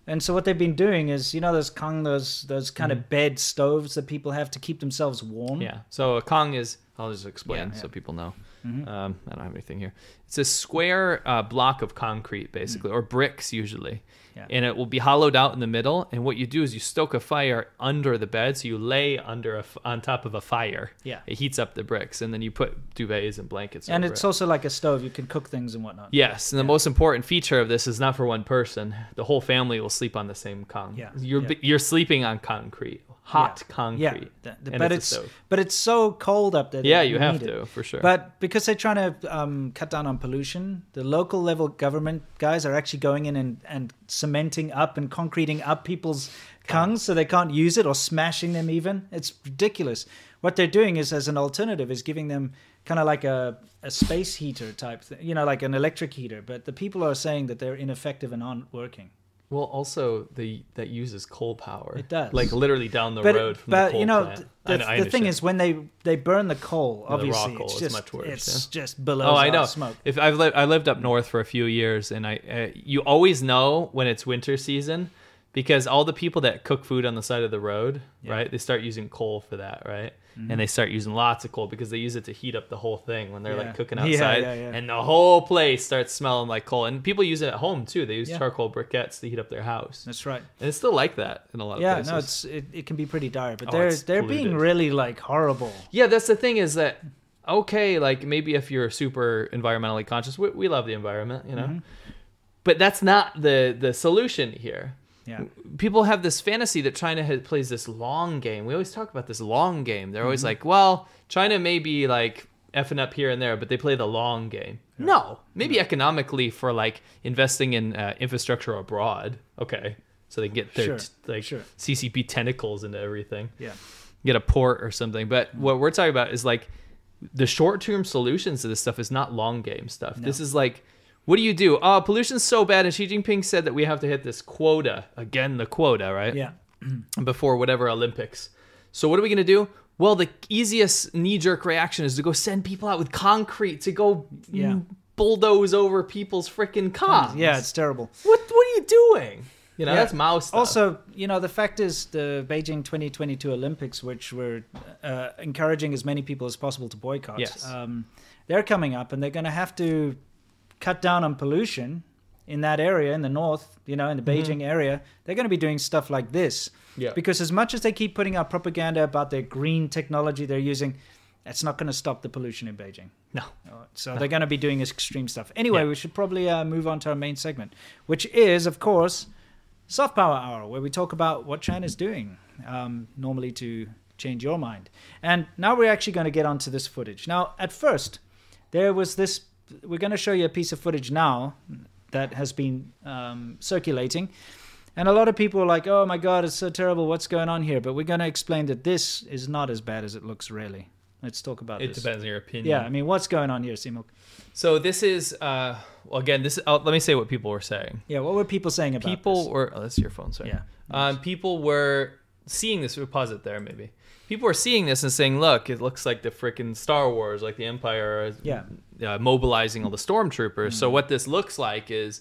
Speaker 1: And so what they've been doing is, you know, those Kong, those those kind of bed stoves that people have to keep themselves warm.
Speaker 2: Mm-hmm. Yeah. So a Kong is. I'll just explain
Speaker 1: Hmm? Yeah, Mm-hmm.
Speaker 2: so people know. Um, I don't have anything here. It's a square uh, block of concrete, basically, or bricks usually,
Speaker 1: Hmm. Yeah.
Speaker 2: and it will be hollowed out in the middle. And what you do is you stoke a fire under the bed, so you lay under a f- on top of a fire.
Speaker 1: Yeah.
Speaker 2: It heats up the bricks, and then you put duvets and blankets.
Speaker 1: And
Speaker 2: over
Speaker 1: it's
Speaker 2: it.
Speaker 1: also like a stove; you can cook things and whatnot.
Speaker 2: Yes, and the most important feature of this is not for one person. The whole family will sleep on the same Kong.
Speaker 1: Yeah,
Speaker 2: You're
Speaker 1: yeah.
Speaker 2: you're sleeping on concrete, hot concrete.
Speaker 1: Yeah, th- th-
Speaker 2: and
Speaker 1: but it's,
Speaker 2: it's a stove.
Speaker 1: but it's so cold up there. that
Speaker 2: Yeah, you have
Speaker 1: need it.
Speaker 2: to, for sure.
Speaker 1: But because they're trying to um, cut down on pollution, the local level government guys are actually going in and, and cementing up and concreting up people's kungs so they can't use it or smashing them even. It's ridiculous. What they're doing is, as an alternative, is giving them kind of like a, a space heater type thing, you know, like an electric heater. But the people are saying that they're ineffective and aren't working.
Speaker 2: Well, also the that uses coal power.
Speaker 1: It does.
Speaker 2: like literally down the
Speaker 1: but,
Speaker 2: road from
Speaker 1: but
Speaker 2: the coal
Speaker 1: you know,
Speaker 2: plant.
Speaker 1: th-
Speaker 2: I
Speaker 1: The,
Speaker 2: know, I
Speaker 1: the thing
Speaker 2: understand.
Speaker 1: is, when they they burn the coal,
Speaker 2: raw
Speaker 1: obviously
Speaker 2: coal
Speaker 1: it's
Speaker 2: is
Speaker 1: just
Speaker 2: much worse,
Speaker 1: it's just below
Speaker 2: oh, I know.
Speaker 1: smoke.
Speaker 2: If I've lived, I lived up north for a few years, and I uh, you always know when it's winter season because all the people that cook food on the side of the road, right? They start using coal for that, right?
Speaker 1: Mm-hmm.
Speaker 2: And they start using lots of coal because they use it to heat up the whole thing when they're
Speaker 1: Yeah.
Speaker 2: like cooking
Speaker 1: Yeah,
Speaker 2: outside,
Speaker 1: yeah, yeah.
Speaker 2: and the whole place starts smelling like coal. And people use it at home too. They use
Speaker 1: Yeah.
Speaker 2: charcoal briquettes to heat up their house,
Speaker 1: That's right.
Speaker 2: and it's still like that in a lot of
Speaker 1: Yeah,
Speaker 2: places.
Speaker 1: no, it's it, it can be pretty dire, but
Speaker 2: Oh,
Speaker 1: they're
Speaker 2: it's
Speaker 1: they're being
Speaker 2: polluted.
Speaker 1: really like horrible.
Speaker 2: Yeah, that's the thing is that okay, like maybe if you're super environmentally conscious, we, we love the environment, you know,
Speaker 1: Mm-hmm.
Speaker 2: but that's not the the solution here.
Speaker 1: Yeah,
Speaker 2: People have this fantasy that China has, plays this long game. We always talk about this long game. They're always
Speaker 1: Mm-hmm.
Speaker 2: like, well, China may be like effing up here and there, but they play the long game. No, maybe economically for like investing in uh, infrastructure abroad. Okay, so they can get their
Speaker 1: Sure,
Speaker 2: t- like
Speaker 1: sure.
Speaker 2: CCP tentacles into everything
Speaker 1: yeah,
Speaker 2: get a port or something. But what we're talking about is like the short term solutions to this stuff is not long game stuff. This is like, what do you do? Oh, pollution's so bad. And Xi Jinping said that we have to hit this quota again, the quota, right?
Speaker 1: yeah.
Speaker 2: Before whatever Olympics. So what are we going to do? Well, the easiest knee jerk reaction is to go send people out with concrete to go
Speaker 1: Yeah.
Speaker 2: bulldoze over people's freaking cons.
Speaker 1: Yeah, it's terrible.
Speaker 2: What, what are you doing? You know,
Speaker 1: Yeah.
Speaker 2: that's Mao stuff.
Speaker 1: Also, you know, the fact is the Beijing 2022 Olympics, which we're uh, encouraging as many people as possible to boycott,
Speaker 2: Yes.
Speaker 1: um, they're coming up and they're going to have to cut down on pollution in that area, in the north, you know, in the Beijing area. They're going to be doing stuff like this.
Speaker 2: Mm-hmm. Yeah.
Speaker 1: Because as much as they keep putting out propaganda about their green technology they're using, that's not going to stop the pollution in Beijing.
Speaker 2: no.
Speaker 1: Alright, So they're going to be doing this extreme stuff. Anyway,
Speaker 2: Yeah.
Speaker 1: we should probably uh, move on to our main segment, which is, of course, Soft Power Hour, where we talk about what China's doing um, normally to change your mind. And now we're actually going to get onto this footage. Now, at first, there was this. We're going to show you a piece of footage now that has been um, circulating. And a lot of people are like, oh my God, it's so terrible. What's going on here? But we're going to explain that this is not as bad as it looks, really. Let's talk about
Speaker 2: It
Speaker 1: this.
Speaker 2: depends on your opinion.
Speaker 1: Yeah, I mean, what's going on here, Simok?
Speaker 2: So this is uh, well, again. This uh, let me say what people were saying.
Speaker 1: Yeah, what were people saying about
Speaker 2: people
Speaker 1: this?
Speaker 2: were oh, that's your phone sorry
Speaker 1: Yeah.
Speaker 2: um, people were seeing this we'll pause it there maybe people were seeing this and saying look it looks like the frickin' star wars like the empire is,
Speaker 1: Yeah.
Speaker 2: uh, mobilizing all the stormtroopers so what this looks like is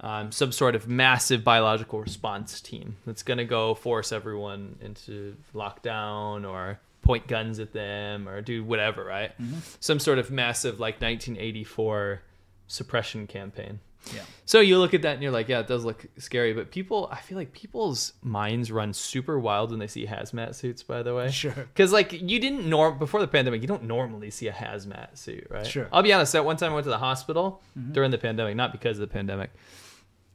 Speaker 2: um, some sort of massive biological response team that's going to go force everyone into lockdown or point guns at them or do whatever right some sort of massive like 1984 suppression campaign
Speaker 1: Yeah.
Speaker 2: so you look at that and you're like, yeah, it does look scary. But people, I feel like people's minds run super wild when they see hazmat suits. By the way,
Speaker 1: Sure.
Speaker 2: Because like you didn't norm before the pandemic, you don't normally see a hazmat suit, right?
Speaker 1: Sure. Mm-hmm.
Speaker 2: I'll be honest. That one time I went to the hospital during the pandemic, not because of the pandemic.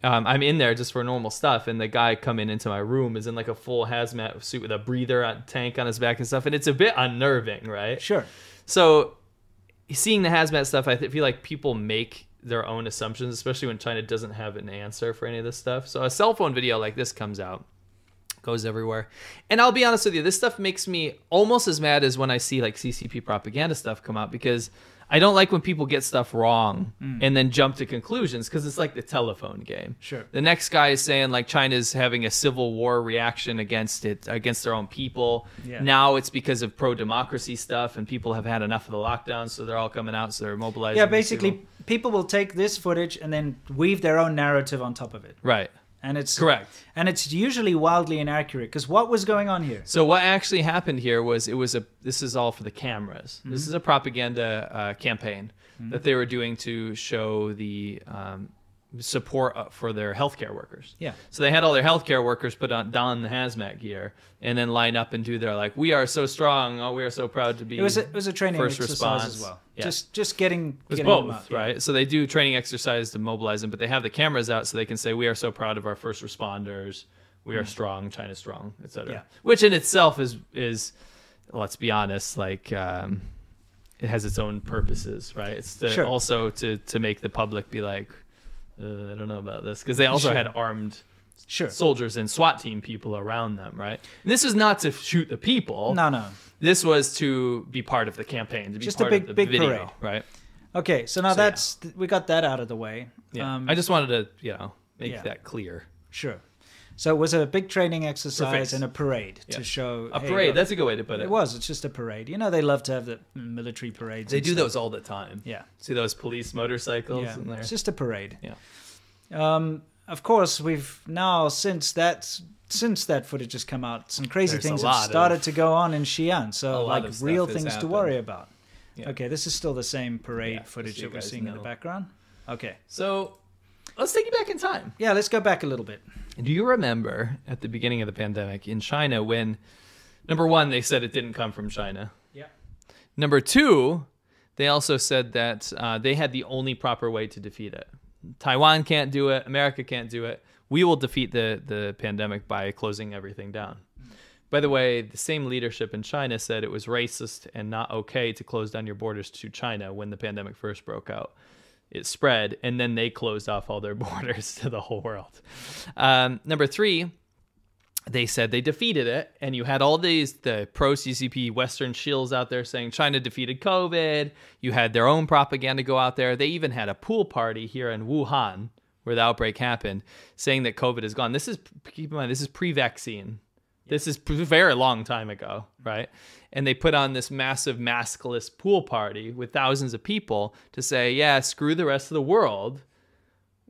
Speaker 2: Um, I'm in there just for normal stuff, and the guy coming into my room is in like a full hazmat suit with a breather on, tank on his back and stuff, and it's a bit unnerving, right?
Speaker 1: Sure.
Speaker 2: So, seeing the hazmat stuff, I th- feel like people make their own assumptions, especially when China doesn't have an answer for any of this stuff. So, a cell phone video like this comes out, goes everywhere. And I'll be honest with you, this stuff makes me almost as mad as when I see like CCP propaganda stuff come out because I don't like when people get stuff wrong and then jump to conclusions because it's like the telephone game.
Speaker 1: Sure.
Speaker 2: The next guy is saying like China's having a civil war reaction against it against their own people.
Speaker 1: Yeah.
Speaker 2: Now it's because of pro democracy stuff and people have had enough of the lockdown, so they're all coming out, so they're mobilizing.
Speaker 1: Yeah,
Speaker 2: the civil-
Speaker 1: basically, people will take this footage and then weave their own narrative on top of it,
Speaker 2: Right.
Speaker 1: and it's
Speaker 2: Correct.
Speaker 1: and it's usually wildly inaccurate. Because what was going on here?
Speaker 2: So what actually happened here was it was a this is all for the cameras.
Speaker 1: Mm-hmm.
Speaker 2: This is a propaganda uh, campaign that they were doing to show the um, support uh, for their healthcare workers.
Speaker 1: Yeah.
Speaker 2: So they had all their healthcare workers put on don the hazmat gear and then line up and do their like we are so strong, oh we are so proud to be.
Speaker 1: It was a, it was a training
Speaker 2: First
Speaker 1: exercise
Speaker 2: response.
Speaker 1: as well.
Speaker 2: Yeah.
Speaker 1: Just just getting
Speaker 2: It's
Speaker 1: getting them
Speaker 2: both,
Speaker 1: up. Yeah.
Speaker 2: right? So they do training exercise to mobilize them, but they have the cameras out so they can say, "We are so proud of our first responders. We are strong. China's strong, etc."
Speaker 1: Mm-hmm. Yeah.
Speaker 2: Which in itself is is, let's be honest, like um, it has its own purposes, right? It's to,
Speaker 1: Sure.
Speaker 2: also to to make the public be like, uh, I don't know about this, because they also
Speaker 1: Sure.
Speaker 2: had armed
Speaker 1: Sure.
Speaker 2: soldiers and SWAT team people around them, right? And this is not to shoot the people.
Speaker 1: No, no.
Speaker 2: This was to be part of the campaign, to be
Speaker 1: Just a
Speaker 2: part
Speaker 1: big-
Speaker 2: of the
Speaker 1: big
Speaker 2: video,
Speaker 1: parade.
Speaker 2: right?
Speaker 1: Okay, so now
Speaker 2: So,
Speaker 1: that's th- we got that out of the way.
Speaker 2: Yeah.
Speaker 1: Um,
Speaker 2: I just wanted to, you know, make
Speaker 1: Yeah.
Speaker 2: that clear.
Speaker 1: sure. So it was a big training exercise
Speaker 2: Perfect.
Speaker 1: and a parade
Speaker 2: Yeah.
Speaker 1: to show
Speaker 2: A
Speaker 1: hey,
Speaker 2: parade,
Speaker 1: look,
Speaker 2: that's a good way to put it.
Speaker 1: it was. It's just a parade. You know, they love to have the military parades.
Speaker 2: They
Speaker 1: and
Speaker 2: do
Speaker 1: stuff.
Speaker 2: those all the time.
Speaker 1: Yeah.
Speaker 2: See those police motorcycles
Speaker 1: Yeah.
Speaker 2: in there?
Speaker 1: It's just a parade.
Speaker 2: Yeah.
Speaker 1: Um, of course, we've now since that since that footage has come out, some crazy
Speaker 2: There's a
Speaker 1: things
Speaker 2: lot
Speaker 1: have started
Speaker 2: of-
Speaker 1: to go on in Xi'an.
Speaker 2: a
Speaker 1: So
Speaker 2: lot
Speaker 1: like
Speaker 2: of stuff
Speaker 1: real
Speaker 2: has
Speaker 1: things to
Speaker 2: happened.
Speaker 1: worry about.
Speaker 2: Yeah.
Speaker 1: Okay, this is still the same parade
Speaker 2: Yeah, just
Speaker 1: footage
Speaker 2: so
Speaker 1: that
Speaker 2: you
Speaker 1: we're
Speaker 2: guys
Speaker 1: seeing in the
Speaker 2: know.
Speaker 1: background. Okay.
Speaker 2: So let's take you back in time.
Speaker 1: Yeah, let's go back a little bit.
Speaker 2: Do you remember at the beginning of the pandemic in China when, number one, they said it didn't come from China?
Speaker 1: Yeah.
Speaker 2: Number two, they also said that uh, they had the only proper way to defeat it. Taiwan can't do it. America can't do it. We will defeat the, the pandemic by closing everything down. By the way, the same leadership in China said it was racist and not okay to close down your borders to China when the pandemic first broke out. It spread, and then they closed off all their borders to the whole world. Um, number three, they said they defeated it and you had all these the pro ccp western shills out there saying china defeated covid you had their own propaganda go out there they even had a pool party here in wuhan where the outbreak happened saying that covid is gone this is keep in mind this is pre-vaccine this is pre- very long time ago right and they put on this massive maskless pool party with thousands of people to say yeah screw the rest of the world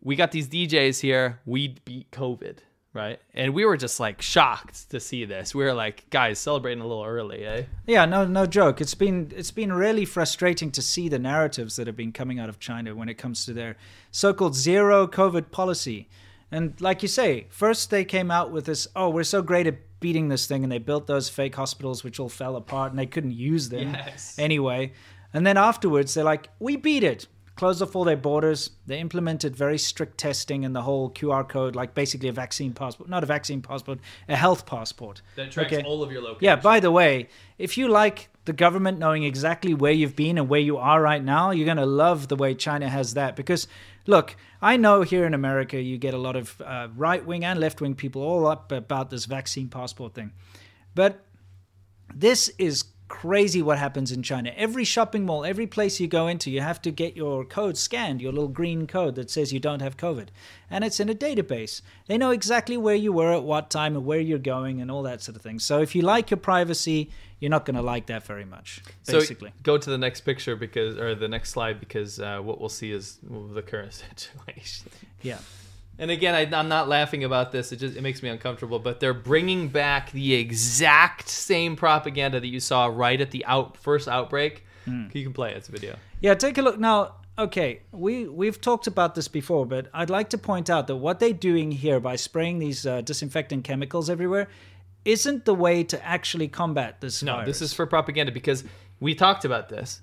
Speaker 2: we got these DJs here. We beat COVID, right? And we were just like shocked to see this. We were like, guys, celebrating a little early, eh?
Speaker 1: Yeah, no, no joke. It's been it's been really frustrating to see the narratives that have been coming out of China when it comes to their so-called zero COVID policy. And like you say, first they came out with this, oh, we're so great at beating this thing, and they built those fake hospitals which all fell apart and they couldn't use them
Speaker 2: Yes.
Speaker 1: anyway. And then afterwards they're like, we beat it. Closed off all their borders. They implemented very strict testing and the whole QR code, like basically a vaccine passport, not a vaccine passport, a health passport.
Speaker 2: That tracks
Speaker 1: Okay.
Speaker 2: all of your locations.
Speaker 1: Yeah, by the way, if you like the government knowing exactly where you've been and where you are right now, you're going to love the way China has that. Because, look, I know here in America you get a lot of uh, right wing and left wing people all up about this vaccine passport thing. But this is crazy what happens in China. Every shopping mall, every place you go into, you have to get your code scanned, your little green code that says you don't have COVID. And it's in a database. They know exactly where you were at what time and where you're going and all that sort of thing. So if you like your privacy, you're not going to like that very much, basically.
Speaker 2: So go to the next picture because, or the next slide, because uh, what we'll see is the current situation.
Speaker 1: yeah.
Speaker 2: And again, I, I'm not laughing about this. It just it makes me uncomfortable. But they're bringing back the exact same propaganda that you saw right at the out first outbreak.
Speaker 1: Hmm.
Speaker 2: You can play it. It's a video.
Speaker 1: Yeah, take a look now. Okay, we we've talked about this before, but I'd like to point out that what they're doing here by spraying these uh, disinfectant chemicals everywhere isn't the way to actually combat this
Speaker 2: No,
Speaker 1: virus.
Speaker 2: this is for propaganda because we talked about this.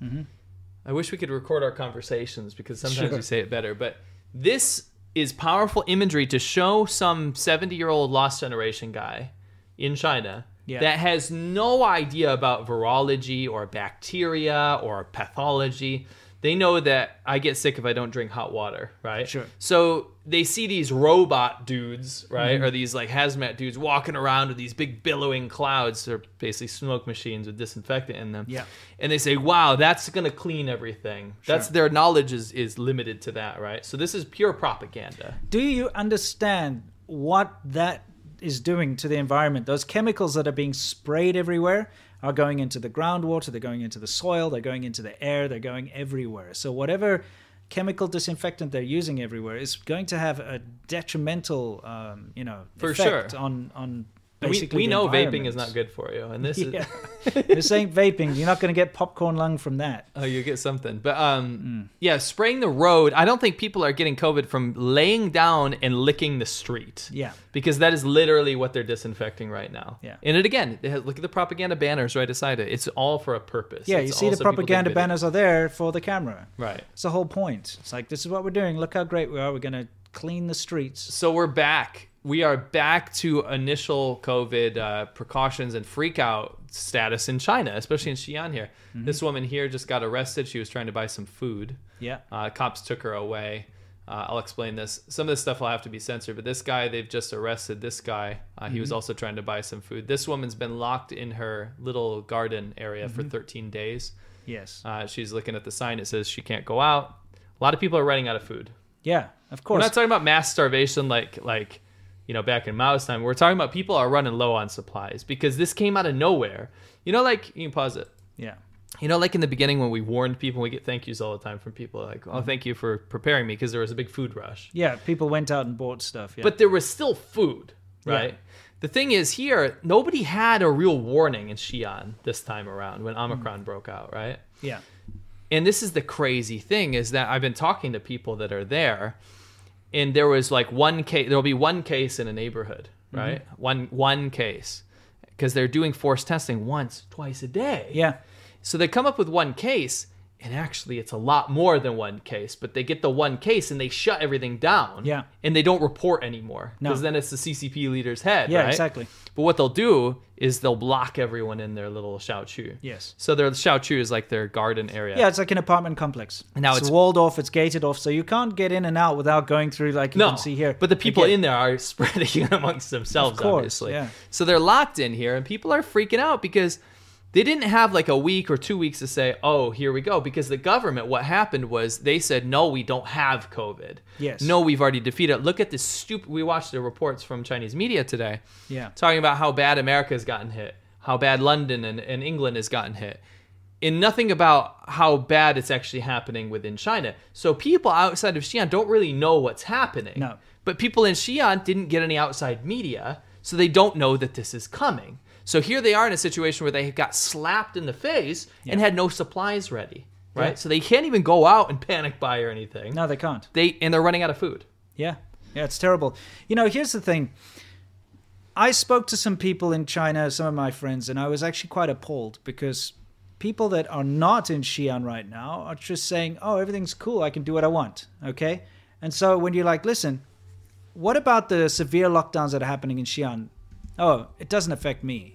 Speaker 2: I wish we could record our conversations because sometimes
Speaker 1: Mm-hmm. Sure.
Speaker 2: we say it better. But this is powerful imagery to show some 70 year old lost generation guy in China
Speaker 1: Yeah.
Speaker 2: that has no idea about virology or bacteria or pathology. They know that I get sick if I don't drink hot water, right?
Speaker 1: Sure.
Speaker 2: So they see these robot dudes, right?
Speaker 1: Mm-hmm.
Speaker 2: Or these like hazmat dudes walking around with these big billowing clouds. They're basically smoke machines with disinfectant in them.
Speaker 1: Yeah.
Speaker 2: And they say, wow, that's going to clean everything. That's
Speaker 1: Sure.
Speaker 2: their knowledge is, is limited to that, right? So this is pure propaganda.
Speaker 1: Do you understand what that is doing to the environment? Those chemicals that are being sprayed everywhere are going into the groundwater, they're going into the soil, they're going into the air, they're going everywhere. So whatever chemical disinfectant they're using everywhere is going to have a detrimental, um, you know,
Speaker 2: For
Speaker 1: effect
Speaker 2: sure.
Speaker 1: on on
Speaker 2: We,
Speaker 1: basically
Speaker 2: we
Speaker 1: the
Speaker 2: know vaping is
Speaker 1: environment.
Speaker 2: not good for you. And this
Speaker 1: Yeah.
Speaker 2: is,
Speaker 1: this ain't vaping. You're not going to get popcorn lung from that.
Speaker 2: Oh, you get something. But
Speaker 1: Hmm.
Speaker 2: um yeah, spraying the road, I don't think people are getting COVID from laying down and licking the street.
Speaker 1: Yeah.
Speaker 2: Because that is literally what they're disinfecting right now.
Speaker 1: Yeah.
Speaker 2: And it again, it has, look at the propaganda banners right beside it. It's all for a purpose.
Speaker 1: Yeah,
Speaker 2: It's
Speaker 1: you see
Speaker 2: all
Speaker 1: the
Speaker 2: so people take
Speaker 1: propaganda
Speaker 2: video.
Speaker 1: banners are there for the camera.
Speaker 2: Right.
Speaker 1: It's the whole point. It's like this is what we're doing. Look how great we are. We're gonna clean the streets.
Speaker 2: So we're back. We are back to initial COVID uh, precautions and freak out status in China, especially in Xi'an here.
Speaker 1: Mm-hmm.
Speaker 2: This woman here just got arrested. She was trying to buy some food.
Speaker 1: Yeah.
Speaker 2: Uh, cops took her away. Uh, I'll explain this. Some of this stuff will have to be censored, but this guy, they've just arrested this guy. Uh, He was also trying to buy some food. This woman's been locked in her little garden area for 13 days.
Speaker 1: Yes.
Speaker 2: Uh, she's looking at the sign. It says she can't go out. A lot of people are running out of food.
Speaker 1: yeah. Of
Speaker 2: We're
Speaker 1: course.
Speaker 2: not talking about mass starvation like, like, you know, back in Mao's time. We're talking about people are running low on supplies because this came out of nowhere. You know, like, you can pause it.
Speaker 1: yeah.
Speaker 2: You know, like in the beginning when we warned people, we get thank yous all the time from people like, "Oh, thank you for preparing me," because there was a big food rush.
Speaker 1: Mm-hmm. Yeah. People went out and bought stuff. Yeah.
Speaker 2: But there was still food, right?
Speaker 1: Yeah.
Speaker 2: The thing is, here nobody had a real warning in Xi'an this time around when
Speaker 1: Mm-hmm.
Speaker 2: Omicron broke out, right?
Speaker 1: yeah.
Speaker 2: and this is the crazy thing is that I've been talking to people that are there, and there was like one case. There'll be one case in a neighborhood,
Speaker 1: Mm-hmm.
Speaker 2: right? One one case, because they're doing forced testing once, twice a day.
Speaker 1: Yeah.
Speaker 2: So they come up with one case, and actually it's a lot more than one case, but they get the one case and they shut everything down.
Speaker 1: Yeah.
Speaker 2: And they don't report anymore.
Speaker 1: No.
Speaker 2: Because then it's the CCP leader's head.
Speaker 1: Yeah,
Speaker 2: right?
Speaker 1: exactly.
Speaker 2: But what they'll do is they'll block everyone in their little Shaochu.
Speaker 1: Yes.
Speaker 2: So their Shaochu is like their garden area.
Speaker 1: Yeah. It's like an apartment complex.
Speaker 2: Now
Speaker 1: it's,
Speaker 2: it's-
Speaker 1: walled off. It's gated off, so you can't get in and out without going through like you
Speaker 2: No,
Speaker 1: can see here.
Speaker 2: but the people
Speaker 1: Again,
Speaker 2: in there are spreading it amongst themselves,
Speaker 1: Of course,
Speaker 2: obviously.
Speaker 1: yeah.
Speaker 2: So they're locked in here, and people are freaking out because they didn't have like a week or two weeks to say, "Oh, here we go." Because the government, what happened was they said, "No, we don't have COVID.
Speaker 1: Yes.
Speaker 2: No, we've already defeated." it." Look at this stupid. We watched the reports from Chinese media today
Speaker 1: Yeah.
Speaker 2: talking about how bad America's gotten hit, how bad London and, and England has gotten hit, and nothing about how bad it's actually happening within China. So people outside of Xi'an don't really know what's happening.
Speaker 1: No.
Speaker 2: But people in Xi'an didn't get any outside media, so they don't know that this is coming. So here they are in a situation where they got slapped in the face and had no supplies ready, right?
Speaker 1: Yeah.
Speaker 2: So they can't even go out and panic buy or anything.
Speaker 1: No, they can't.
Speaker 2: They and they're running out of food.
Speaker 1: Yeah. Yeah, it's terrible. You know, here's the thing. I spoke to some people in China, some of my friends, and I was actually quite appalled because people that are not in Xi'an right now are just saying, oh, everything's cool. I can do what I want. Okay. And so when you're like, listen, what about the severe lockdowns that are happening in Xi'an? Oh, it doesn't affect me.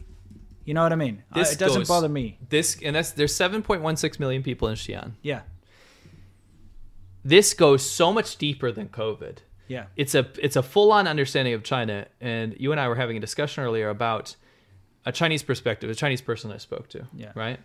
Speaker 1: You know what I mean? I-
Speaker 2: This
Speaker 1: it doesn't
Speaker 2: goes-
Speaker 1: bother me.
Speaker 2: This and that's there's 7.16 million people in Xi'an.
Speaker 1: Yeah.
Speaker 2: this goes so much deeper than COVID.
Speaker 1: Yeah.
Speaker 2: It's a it's a full on understanding of China. And you and I were having a discussion earlier about a Chinese perspective, a Chinese person I spoke to,
Speaker 1: Yeah.
Speaker 2: right?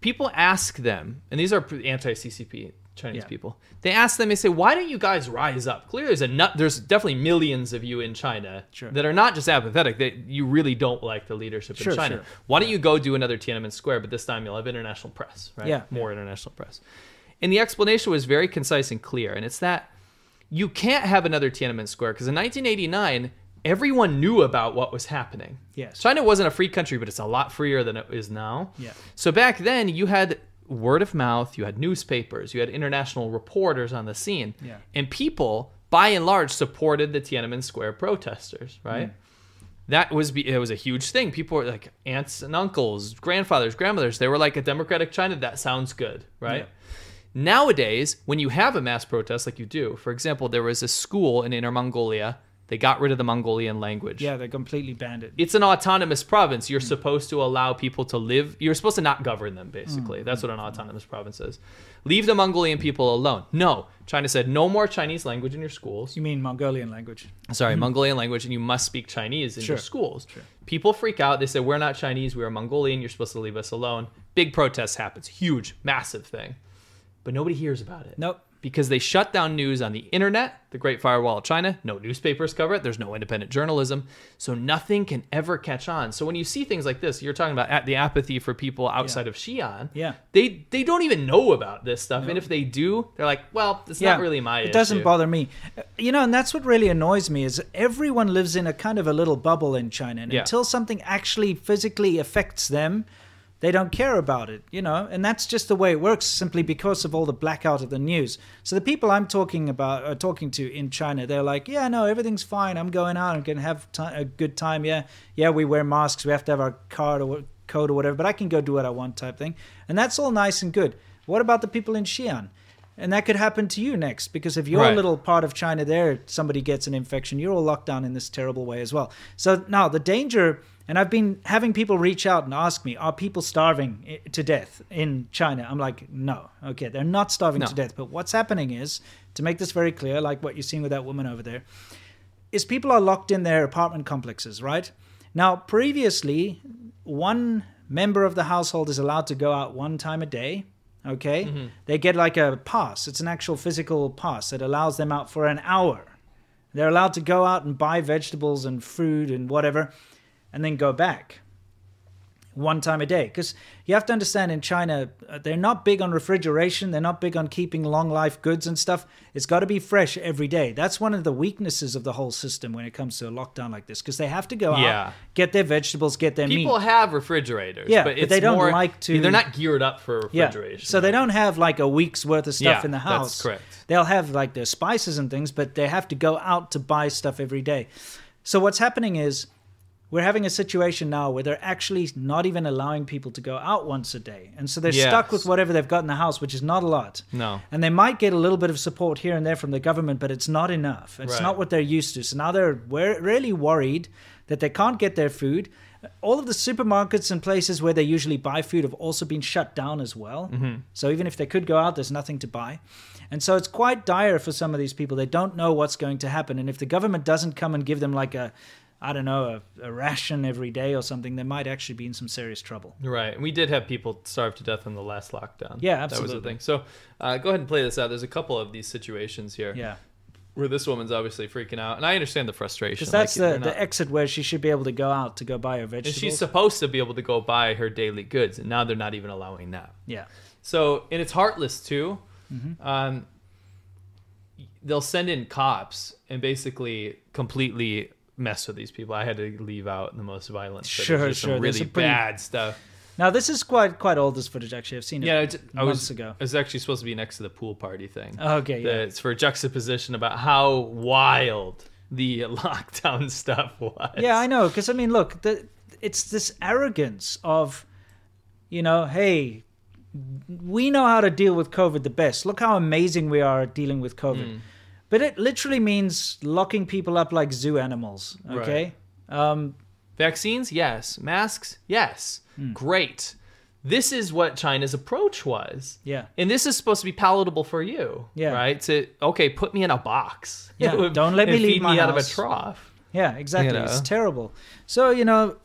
Speaker 2: People ask them, and these are anti CCP Chinese
Speaker 1: Yeah.
Speaker 2: people. They ask them, they say, "Why don't you guys rise up?" Clearly, there's a nut, there's definitely millions of you in China
Speaker 1: Sure.
Speaker 2: that are not just apathetic. That you really don't like the leadership
Speaker 1: Sure,
Speaker 2: in China.
Speaker 1: sure.
Speaker 2: Why don't you go do another Tiananmen Square, but this time you'll have international press, right?
Speaker 1: Yeah.
Speaker 2: More international press. And the explanation was very concise and clear, and it's that you can't have another Tiananmen Square because in 1989, everyone knew about what was happening.
Speaker 1: Yes.
Speaker 2: China wasn't a free country, but it's a lot freer than it is now.
Speaker 1: Yeah.
Speaker 2: So back then, you had word of mouth, you had newspapers, you had international reporters on the scene,
Speaker 1: Yeah.
Speaker 2: and people, by and large, supported the Tiananmen Square protesters,
Speaker 1: Mm.
Speaker 2: right? That was be- it was a huge thing. People were like aunts and uncles, grandfathers, grandmothers. They were like a democratic China. That sounds good, right?
Speaker 1: Yeah.
Speaker 2: Nowadays, when you have a mass protest like you do, for example, there was a school in Inner Mongolia. They got rid of the Mongolian language.
Speaker 1: Yeah, Mm. they're completely banned it.
Speaker 2: It's an autonomous province. You're supposed to allow people to live. You're supposed to not govern them,
Speaker 1: Mm.
Speaker 2: basically. That's what an autonomous province is. Leave the Mongolian people alone. No. China said no more Chinese language in your schools.
Speaker 1: You mean Mongolian language?
Speaker 2: Sorry, Mongolian language, and you must speak Chinese in
Speaker 1: Mm-hmm. Sure.
Speaker 2: your schools. People freak out. They say, We're not Chinese. We are Mongolian. You're supposed to leave us alone. Big protest happens. Huge, massive thing. But nobody hears about it
Speaker 1: Nope.
Speaker 2: because they shut down news on the internet, the Great Firewall of China. No newspapers cover it. There's no independent journalism. So nothing can ever catch on. So when you see things like this, you're talking about at- the apathy for people outside of Xi'an.
Speaker 1: Yeah.
Speaker 2: They they don't even know about this stuff. And if they do, they're like, well, it's not really my
Speaker 1: It
Speaker 2: issue.
Speaker 1: doesn't bother me. Uh, You know, and that's what really annoys me is everyone lives in a kind of a little bubble in China, and
Speaker 2: Yeah.
Speaker 1: until something actually physically affects them, they don't care about it. You know, and that's just the way it works, simply because of all the blackout of the news. So the people I'm talking about, uh, talking to in China, they're like, "Yeah, no, everything's fine. I'm going out. I'm gonna have ti a good time. Yeah, yeah, we wear masks. We have to have our card or what- code or whatever, but I can go do what I want." Type thing, and that's all nice and good. What about the people in Xi'an? And that could happen to you next because if your
Speaker 2: Right.
Speaker 1: little part of China there, somebody gets an infection, you're all locked down in this terrible way as well. So now the danger, and I've been having people reach out and ask me, are people starving i- to death in China? I'm like, no. Okay, they're not starving
Speaker 2: No.
Speaker 1: to death. But what's happening is, to make this very clear, like what you're seeing with that woman over there, is people are locked in their apartment complexes, right? Now, previously, one member of the household is allowed to go out one time a day. Okay, they get like a pass. It's an actual physical pass that allows them out for an hour. They're allowed to go out and buy vegetables and food and whatever, and then go back one time a day. Because you have to understand in China, uh, they're not big on refrigeration. They're not big on keeping long life goods and stuff. It's got to be fresh every day. That's one of the weaknesses of the whole system when it comes to a lockdown like this, because they have to go
Speaker 2: Yeah.
Speaker 1: out, get their vegetables, get their meat.
Speaker 2: People have refrigerators,
Speaker 1: Yeah,
Speaker 2: but,
Speaker 1: but
Speaker 2: it's
Speaker 1: they don't
Speaker 2: more-
Speaker 1: like to-
Speaker 2: They're not geared up for
Speaker 1: Yeah.
Speaker 2: refrigeration.
Speaker 1: So they don't have like a week's worth of stuff
Speaker 2: Yeah,
Speaker 1: in the
Speaker 2: that's
Speaker 1: house.
Speaker 2: correct.
Speaker 1: They'll have like their spices and things, but they have to go out to buy stuff every day. So what's happening is we're having a situation now where they're actually not even allowing people to go out once a day. And so they're stuck
Speaker 2: Yes.
Speaker 1: with whatever they've got in the house, which is not a lot.
Speaker 2: No.
Speaker 1: And they might get a little bit of support here and there from the government, but it's not enough. It's
Speaker 2: Right.
Speaker 1: not what they're used to. So now they're wor- really worried that they can't get their food. All of the supermarkets and places where they usually buy food have also been shut down as well.
Speaker 2: Mm-hmm.
Speaker 1: So even if they could go out, there's nothing to buy. And so it's quite dire for some of these people. They don't know what's going to happen. And if the government doesn't come and give them like a, I don't know, a, a ration every day or something, they might actually be in some serious trouble.
Speaker 2: Right. And we did have people starve to death in the last lockdown.
Speaker 1: Yeah,
Speaker 2: That was
Speaker 1: absolutely.
Speaker 2: the thing. So uh, go ahead and play this out. There's a couple of these situations here
Speaker 1: Yeah.
Speaker 2: where this woman's obviously freaking out. And I understand the frustration.
Speaker 1: Because that's
Speaker 2: Like,
Speaker 1: the,
Speaker 2: they're
Speaker 1: the
Speaker 2: not-
Speaker 1: exit where she should be able to go out to go buy her
Speaker 2: And
Speaker 1: vegetables.
Speaker 2: she's supposed to be able to go buy her daily goods. And now they're not even allowing that.
Speaker 1: yeah.
Speaker 2: So, and it's heartless too.
Speaker 1: Mm-hmm.
Speaker 2: Um, they'll send in cops and basically completely mess with these people. I had to leave out the most violent. footage.
Speaker 1: Sure,
Speaker 2: There's
Speaker 1: sure.
Speaker 2: Some
Speaker 1: There's
Speaker 2: really
Speaker 1: some pretty-
Speaker 2: bad stuff.
Speaker 1: Now this is quite quite old. This footage actually, I've seen it.
Speaker 2: Yeah, it's, I
Speaker 1: months
Speaker 2: was,
Speaker 1: ago.
Speaker 2: It was actually supposed to be next to the pool party thing.
Speaker 1: Okay, yeah.
Speaker 2: The- It's for juxtaposition about how wild the lockdown stuff was.
Speaker 1: yeah, I know. Because I mean, look, the, it's this arrogance of, you know, hey, we know how to deal with COVID the best. Look how amazing we are at dealing with COVID.
Speaker 2: Mm.
Speaker 1: But it literally means locking people up like zoo animals. Okay. Um,
Speaker 2: Vaccines, yes. Masks, yes.
Speaker 1: Hmm.
Speaker 2: Great. This is what China's approach was.
Speaker 1: Yeah.
Speaker 2: And this is supposed to be palatable for you.
Speaker 1: Yeah.
Speaker 2: Right? To okay, put me in a box.
Speaker 1: Yeah, don't let me
Speaker 2: and
Speaker 1: leave
Speaker 2: feed
Speaker 1: my
Speaker 2: me out of a
Speaker 1: house.
Speaker 2: trough.
Speaker 1: yeah, exactly.
Speaker 2: You know.
Speaker 1: It's terrible. So you know,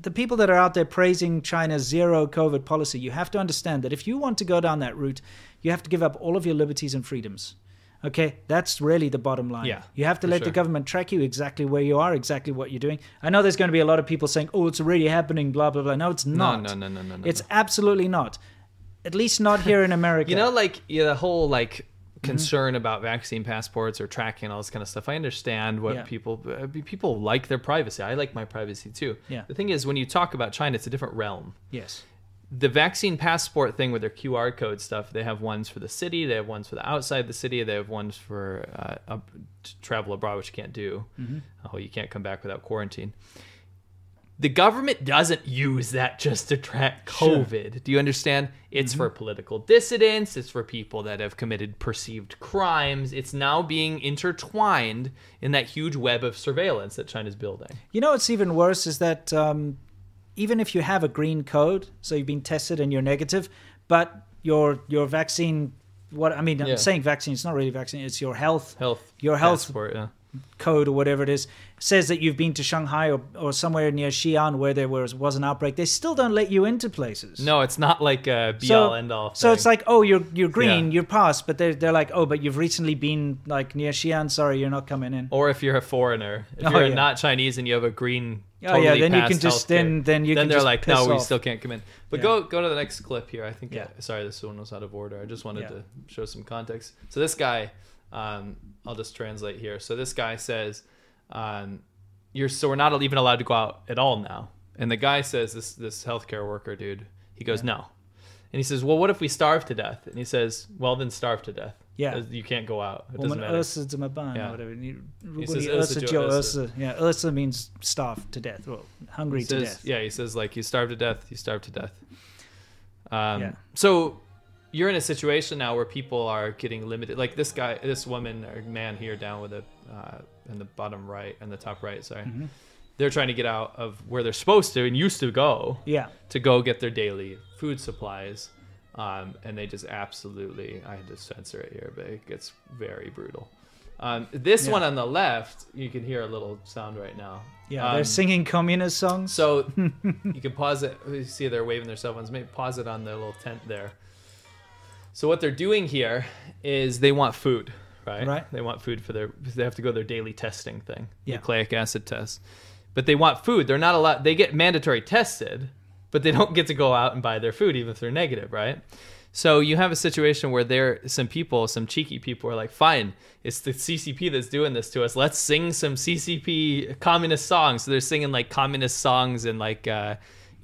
Speaker 1: the people that are out there praising China's zero COVID policy, you have to understand that if you want to go down that route, you have to give up all of your liberties and freedoms. Okay, that's really the bottom line.
Speaker 2: Yeah,
Speaker 1: you have to
Speaker 2: for
Speaker 1: let the
Speaker 2: sure.
Speaker 1: government track you exactly where you are, exactly what you're doing. I know there's going to be a lot of people saying, "Oh, it's already happening," blah blah blah. No, it's not.
Speaker 2: no, no, no, no, no,
Speaker 1: It's
Speaker 2: no.
Speaker 1: absolutely not. At least not here in America.
Speaker 2: You know, like yeah, the whole like
Speaker 1: Mm-hmm.
Speaker 2: concern about vaccine passports or tracking all this kind of stuff. I understand what
Speaker 1: Yeah.
Speaker 2: people uh, people like their privacy. I like my privacy too.
Speaker 1: Yeah.
Speaker 2: The thing is, when you talk about China, it's a different realm.
Speaker 1: Yes.
Speaker 2: the vaccine passport thing with their QR code stuff, they have ones for the city, they have ones for the outside the city, they have ones for uh, up, to travel abroad, which you can't do.
Speaker 1: Mm-hmm.
Speaker 2: Oh, you can't come back without quarantine. The government doesn't use that just to track
Speaker 1: Sure. Mm-hmm.
Speaker 2: COVID. Do you understand? It's for political dissidents, it's for people that have committed perceived crimes. It's now being intertwined in that huge web of surveillance that China's building.
Speaker 1: You know what's even worse is that um, even if you have a green code, so you've been tested and you're negative, but your your vaccine, what I mean,
Speaker 2: Yeah.
Speaker 1: I'm saying vaccine, it's not really vaccine, it's your health
Speaker 2: Health.
Speaker 1: Your health-
Speaker 2: passport, yeah.
Speaker 1: code or whatever it is, says that you've been to Shanghai or, or somewhere near Xi'an where there was, was an outbreak. They still don't let you into places.
Speaker 2: No, it's not like a be all end all.
Speaker 1: So it's like, oh, you're you're green,
Speaker 2: Yeah.
Speaker 1: you're passed, but they're they're like, oh, but you've recently been like near Xi'an. Sorry, you're not coming in.
Speaker 2: or if you're a foreigner, if
Speaker 1: Oh,
Speaker 2: you're
Speaker 1: yeah.
Speaker 2: not Chinese and you have a green,
Speaker 1: Oh, yeah,
Speaker 2: totally
Speaker 1: then you
Speaker 2: passed
Speaker 1: can just-
Speaker 2: healthcare,
Speaker 1: then- then you can
Speaker 2: they're
Speaker 1: just
Speaker 2: like,
Speaker 1: piss
Speaker 2: no, we
Speaker 1: off."
Speaker 2: still can't come in. But
Speaker 1: Yeah.
Speaker 2: go go to the next clip here. I think. uh,
Speaker 1: Yeah.
Speaker 2: sorry, this one was out of order. I just wanted
Speaker 1: Yeah.
Speaker 2: to show some context. So this guy, um, I'll just translate here. So this guy says, um, "You're so we're not even allowed to go out at all now." And the guy says, "This this healthcare worker dude." He goes, "No." And he says, "Well, what if we starve to death?" And he says, "well, then starve to death. Uh,
Speaker 1: Yeah. uh,
Speaker 2: you can't go out. It
Speaker 1: Woman
Speaker 2: doesn't matter."
Speaker 1: Ursa de Maban
Speaker 2: Yeah.
Speaker 1: or whatever. You-
Speaker 2: says
Speaker 1: Ruguli
Speaker 2: Ursa
Speaker 1: Ursa
Speaker 2: to
Speaker 1: Jo
Speaker 2: Ursa.
Speaker 1: Ursa. Yeah, Ursa means starved to death or hungry
Speaker 2: He
Speaker 1: to
Speaker 2: says-
Speaker 1: death.
Speaker 2: Yeah, he says like you starved to death. You starved to death. Um,
Speaker 1: Yeah.
Speaker 2: So you're in a situation now where people are getting limited. Like this guy, this woman or man here down with a uh, in the bottom right and the top right. Sorry,
Speaker 1: Mm-hmm.
Speaker 2: they're trying to get out of where they're supposed to and used to go
Speaker 1: Yeah.
Speaker 2: to go get their daily food supplies. Um, and they just absolutely, I had to censor it here, but it gets very brutal. Um, this
Speaker 1: Yeah.
Speaker 2: one on the left, you can hear a little sound right now.
Speaker 1: Yeah,
Speaker 2: Um,
Speaker 1: they're singing communist songs.
Speaker 2: so you can pause it. You see, they're waving their cell phones. Maybe pause it on their little tent there. So what they're doing here is they want food, right?
Speaker 1: Right.
Speaker 2: They want food for their. because They have to go their daily testing thing,
Speaker 1: Yeah.
Speaker 2: nucleic acid test. But they want food. They're not allowed. They get mandatory tested, but they don't get to go out and buy their food even if they're negative, right? So you have a situation where there some people, some cheeky people are like, "Fine, it's the CCP that's doing this to us. Let's sing some CCP communist songs." So they're singing like communist songs and like uh,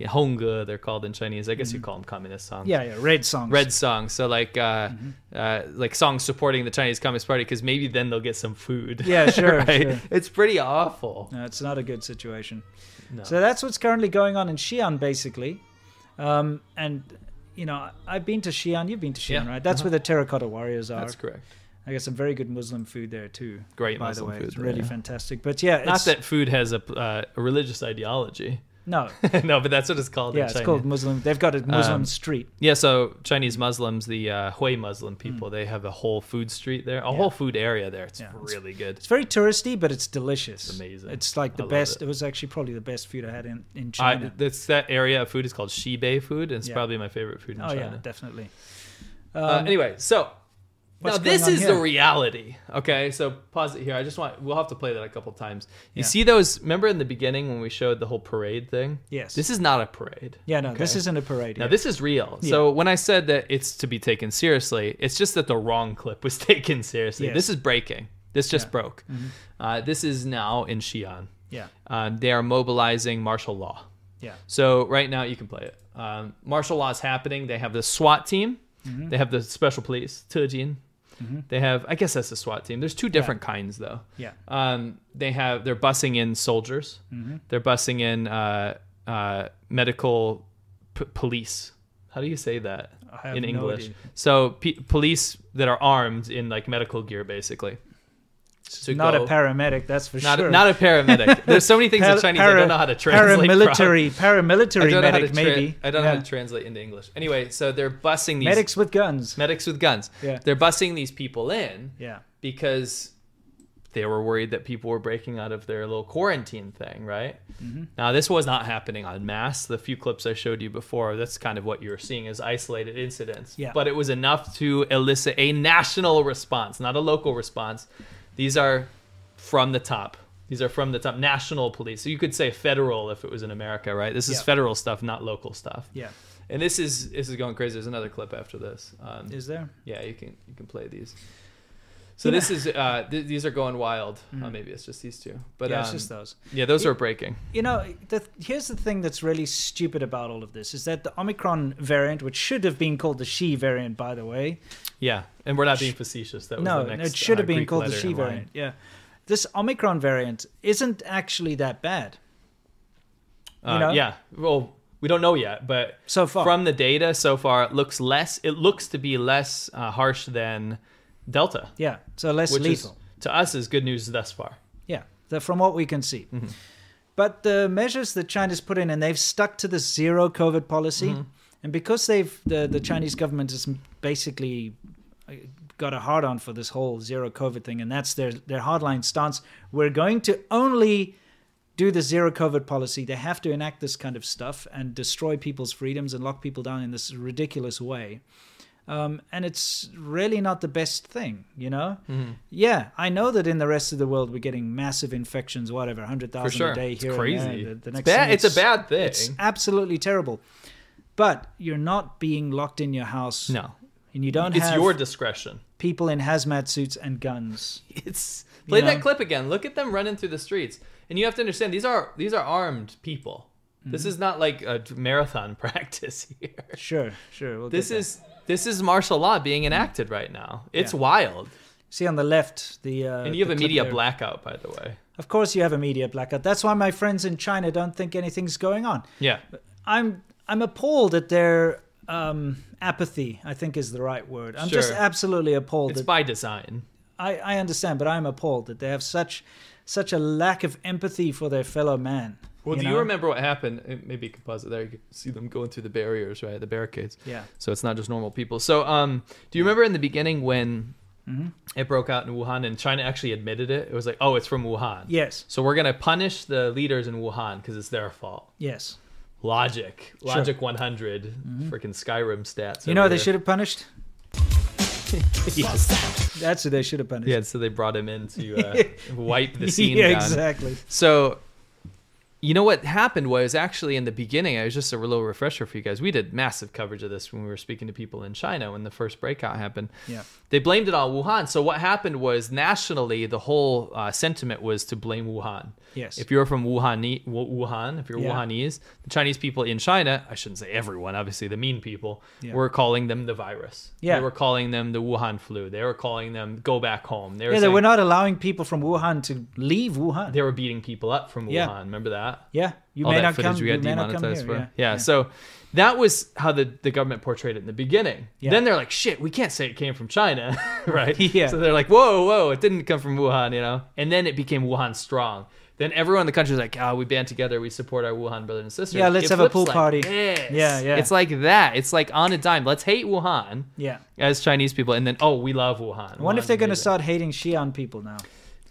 Speaker 2: honga they're called in Chinese. I guess you call them communist songs.
Speaker 1: Mm-hmm. yeah, Mm-hmm. yeah, red songs.
Speaker 2: Red songs. So like uh, uh, like songs supporting the Chinese Communist Party because maybe then they'll get some food.
Speaker 1: Yeah, sure,
Speaker 2: right?
Speaker 1: sure.
Speaker 2: It's pretty awful.
Speaker 1: No, it's not a good situation.
Speaker 2: No.
Speaker 1: So that's what's currently going on in Xi'an, basically. Um, and you know, I've been to Xi'an. You've been to Xi'an,
Speaker 2: Yeah. Uh-huh.
Speaker 1: right? That's where the terracotta warriors are.
Speaker 2: That's correct.
Speaker 1: I got some very good Muslim food there too.
Speaker 2: Great
Speaker 1: by
Speaker 2: Muslim
Speaker 1: the way,
Speaker 2: food
Speaker 1: it's
Speaker 2: there,
Speaker 1: really
Speaker 2: yeah.
Speaker 1: fantastic. But yeah,
Speaker 2: Not
Speaker 1: it's,
Speaker 2: that food has a, uh, a religious ideology.
Speaker 1: no,
Speaker 2: no, but that's what it's called.
Speaker 1: yeah,
Speaker 2: in
Speaker 1: it's
Speaker 2: China.
Speaker 1: called Muslim. They've got a Muslim
Speaker 2: Um,
Speaker 1: street.
Speaker 2: Yeah, so Chinese Muslims, the uh, Hui Muslim people, they have a whole food street there, a whole food area there. It's
Speaker 1: Hmm. Yeah, it's-
Speaker 2: really good.
Speaker 1: It's very touristy, but it's delicious.
Speaker 2: amazing.
Speaker 1: It's like the
Speaker 2: I love
Speaker 1: best.
Speaker 2: it.
Speaker 1: It. was actually probably the best food I had in in
Speaker 2: I,
Speaker 1: China.
Speaker 2: that's that area of food is called Shibei food, and it's
Speaker 1: Yeah.
Speaker 2: probably my favorite food in
Speaker 1: oh yeah,
Speaker 2: China.
Speaker 1: definitely.
Speaker 2: uh, anyway, so now
Speaker 1: what's
Speaker 2: this
Speaker 1: going on
Speaker 2: is the
Speaker 1: here?
Speaker 2: reality. Okay, so pause it here. I just want we'll have to play that a couple times. You
Speaker 1: Yeah.
Speaker 2: see those? Remember in the beginning when we showed the whole parade thing?
Speaker 1: Yes.
Speaker 2: This is not a parade.
Speaker 1: Yeah, no, this
Speaker 2: Okay.
Speaker 1: isn't a parade.
Speaker 2: Now
Speaker 1: yeah.
Speaker 2: this is real. So when I said that it's to be taken seriously, it's just that the wrong clip was taken seriously.
Speaker 1: Yes. Mm-hmm.
Speaker 2: This is breaking. This just broke. Uh, this is now in Xi'an.
Speaker 1: yeah,
Speaker 2: Uh, they are mobilizing martial law.
Speaker 1: yeah.
Speaker 2: So right now you can play it. Um, martial law is happening. They have the SWAT team.
Speaker 1: Mm-hmm.
Speaker 2: They have the special police, Tejin. They have, I guess that's the SWAT team. There's two different kinds though.
Speaker 1: Yeah.
Speaker 2: Um, they have they're bussing in soldiers.
Speaker 1: Mm-hmm.
Speaker 2: They're bussing in uh, uh, medical p- police. How do you say that
Speaker 1: I have
Speaker 2: in
Speaker 1: no
Speaker 2: English?
Speaker 1: idea.
Speaker 2: So pe police that are armed in like medical gear, basically. To
Speaker 1: Not
Speaker 2: go-
Speaker 1: a paramedic, that's for
Speaker 2: not,
Speaker 1: sure.
Speaker 2: not a paramedic. There's so many things in
Speaker 1: Para-
Speaker 2: Chinese I
Speaker 1: para-
Speaker 2: don't know how to translate. from.
Speaker 1: Paramilitary,
Speaker 2: I
Speaker 1: paramilitary
Speaker 2: don't know how
Speaker 1: medic,
Speaker 2: to tra-
Speaker 1: maybe.
Speaker 2: I don't know how
Speaker 1: Yeah.
Speaker 2: to translate into English. Anyway, so they're bussing these
Speaker 1: Medics with guns.
Speaker 2: medics with guns.
Speaker 1: Yeah.
Speaker 2: They're bussing these people in
Speaker 1: Yeah.
Speaker 2: because they were worried that people were breaking out of their little quarantine thing, right?
Speaker 1: Mm-hmm.
Speaker 2: Now, this was not happening en masse. The few clips I showed you before, that's kind of what you were seeing as isolated incidents.
Speaker 1: Yeah.
Speaker 2: But it was enough to elicit a national response, not a local response. These are from the top. These are from the top, national police. So you could say federal if it was in America, right? This is
Speaker 1: Yeah.
Speaker 2: federal stuff, not local stuff.
Speaker 1: Yeah.
Speaker 2: And this is this is going crazy. There's another clip after this. Um,
Speaker 1: Is there?
Speaker 2: yeah, you can you can play these. So
Speaker 1: You
Speaker 2: this is uh, th- these are going wild. Uh, maybe it's just these two, but
Speaker 1: yeah,
Speaker 2: um, yeah,
Speaker 1: it's just those.
Speaker 2: yeah those are breaking.
Speaker 1: You know, the, here's the thing that's really stupid about all of this is that the Omicron variant, which should have been called the she variant, by the way,
Speaker 2: Yeah, and we're not being facetious. That was
Speaker 1: no,
Speaker 2: the
Speaker 1: no,
Speaker 2: next,
Speaker 1: it should
Speaker 2: uh,
Speaker 1: have been
Speaker 2: Greek
Speaker 1: called the
Speaker 2: letter
Speaker 1: she
Speaker 2: in line.
Speaker 1: variant. Yeah, this Omicron variant isn't actually that bad
Speaker 2: Uh,
Speaker 1: You know?
Speaker 2: Yeah, well, we don't know yet, but
Speaker 1: so far.
Speaker 2: from the data so far, it looks less. It looks to be less uh, harsh than Delta,
Speaker 1: yeah, so less
Speaker 2: which
Speaker 1: lethal.
Speaker 2: is to us is good news thus far.
Speaker 1: Yeah, the, from what we can see.
Speaker 2: Mm-hmm.
Speaker 1: But the measures that China's put in, and they've stuck to the zero COVID policy,
Speaker 2: Mm-hmm.
Speaker 1: and because they've the, the Chinese government has basically uh, got a hard on for this whole zero COVID thing, and that's their their hardline stance. We're going to only do the zero COVID policy. They have to enact this kind of stuff and destroy people's freedoms and lock people down in this ridiculous way. Um, and it's really not the best thing, you know?
Speaker 2: Mm-hmm.
Speaker 1: Yeah, I know that in the rest of the world we're getting massive infections, whatever, 100,000
Speaker 2: For sure,
Speaker 1: a day
Speaker 2: it's
Speaker 1: here. and
Speaker 2: crazy.
Speaker 1: there. The- the
Speaker 2: it's,
Speaker 1: next
Speaker 2: bad.
Speaker 1: thing
Speaker 2: It's, a bad thing.
Speaker 1: It's absolutely terrible. But you're not being locked in your house.
Speaker 2: no,
Speaker 1: And you don't
Speaker 2: it's
Speaker 1: have
Speaker 2: your discretion.
Speaker 1: people in hazmat suits and guns.
Speaker 2: it's play
Speaker 1: You know?
Speaker 2: that clip again look at them running through the streets and you have to understand these are these are armed people this is not like a marathon practice here
Speaker 1: Sure, sure. we'll
Speaker 2: this
Speaker 1: get there.
Speaker 2: is this is martial law being enacted right now it's
Speaker 1: Yeah.
Speaker 2: wild
Speaker 1: See on the left, the. Uh,
Speaker 2: and you have
Speaker 1: the
Speaker 2: a
Speaker 1: clip
Speaker 2: media
Speaker 1: there.
Speaker 2: blackout by the way
Speaker 1: Of course, you have a media blackout. That's why my friends in China don't think anything's going on.
Speaker 2: yeah
Speaker 1: I'm I'm appalled at their um, apathy. I think is the right word. I'm just
Speaker 2: Sure.
Speaker 1: absolutely appalled.
Speaker 2: it's
Speaker 1: That,
Speaker 2: by design
Speaker 1: I I understand, but I'm appalled that they have such such a lack of empathy for their fellow man.
Speaker 2: well do
Speaker 1: know?
Speaker 2: you remember what happened Uh, maybe you can pause it there you can see them going through the barriers right the barricades
Speaker 1: Yeah.
Speaker 2: so it's not just normal people so um do you remember in the beginning when
Speaker 1: Mm-hmm.
Speaker 2: it broke out in wuhan and china actually admitted it it was like oh it's from wuhan
Speaker 1: Yes.
Speaker 2: So we're gonna punish the leaders in Wuhan because it's their fault.
Speaker 1: Yes.
Speaker 2: Logic, logic 100, freaking Skyrim stats.
Speaker 1: Mm-hmm. You know what they
Speaker 2: over there.
Speaker 1: should have punished.
Speaker 2: yes.
Speaker 1: That's who they should have punished.
Speaker 2: yeah. So they brought him in to uh, wipe the scene
Speaker 1: yeah,
Speaker 2: down.
Speaker 1: exactly.
Speaker 2: So, you know what happened was actually in the beginning, it was just a little refresher for you guys. We did massive coverage of this when we were speaking to people in China when the first breakout happened.
Speaker 1: Yeah.
Speaker 2: They blamed it on Wuhan. So, what happened was nationally, the whole uh, sentiment was to blame Wuhan.
Speaker 1: Yes.
Speaker 2: If you're from Wuhan, Wu- Wuhan, if you're
Speaker 1: Yeah.
Speaker 2: Wuhanese, the Chinese people in China, I shouldn't say everyone, obviously the mean people,
Speaker 1: Yeah.
Speaker 2: were calling them the virus.
Speaker 1: Yeah.
Speaker 2: They were calling them the Wuhan flu. They were calling them go back home. They were,
Speaker 1: yeah, they
Speaker 2: saying,
Speaker 1: were not allowing people from Wuhan to leave Wuhan.
Speaker 2: they were beating people up from Wuhan.
Speaker 1: Yeah.
Speaker 2: Remember that?
Speaker 1: yeah, you
Speaker 2: all
Speaker 1: may
Speaker 2: that
Speaker 1: not
Speaker 2: footage
Speaker 1: come.
Speaker 2: we
Speaker 1: You
Speaker 2: got
Speaker 1: may not come here.
Speaker 2: demonetized for.
Speaker 1: Yeah,
Speaker 2: So that was how the, the government portrayed it in the beginning.
Speaker 1: Yeah.
Speaker 2: Then they're like, shit, we can't say it came from China, right?
Speaker 1: Yeah.
Speaker 2: So they're like, whoa, whoa, it didn't come from Wuhan, you know? And then it became Wuhan strong. Then everyone in the country was like, ah, we band together, we support our Wuhan brothers and sisters.
Speaker 1: Yeah, let's
Speaker 2: It
Speaker 1: have a
Speaker 2: flips
Speaker 1: pool
Speaker 2: like
Speaker 1: party.
Speaker 2: this.
Speaker 1: Yeah, yeah.
Speaker 2: It's like that. It's like on a dime. Let's hate Wuhan
Speaker 1: yeah.
Speaker 2: as Chinese people, and then oh, we love Wuhan.
Speaker 1: I wonder if
Speaker 2: Wuhan's
Speaker 1: they're going to
Speaker 2: amazing.
Speaker 1: start hating Xi'an people now.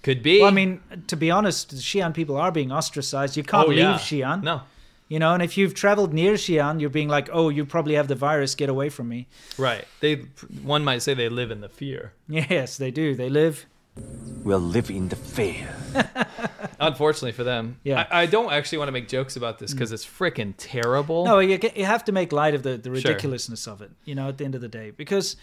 Speaker 2: Could be.
Speaker 1: Well, I mean, to be honest, Xi'an people are being ostracized. You can't
Speaker 2: Oh,
Speaker 1: leave
Speaker 2: yeah.
Speaker 1: Xi'an.
Speaker 2: No,
Speaker 1: You know, and if you've traveled near Xi'an, you're being like, oh, you probably have the virus, get away from me.
Speaker 2: right. They one might say they live in the fear.
Speaker 1: Yes, they do. They live.
Speaker 3: will live in the fear.
Speaker 2: Unfortunately for them.
Speaker 1: Yeah. Mm.
Speaker 2: I, I don't actually want to make jokes about this because it's freaking terrible.
Speaker 1: No, you, ca- you have to make light of the, the
Speaker 2: Sure.
Speaker 1: ridiculousness of it, you know, at the end of the day, because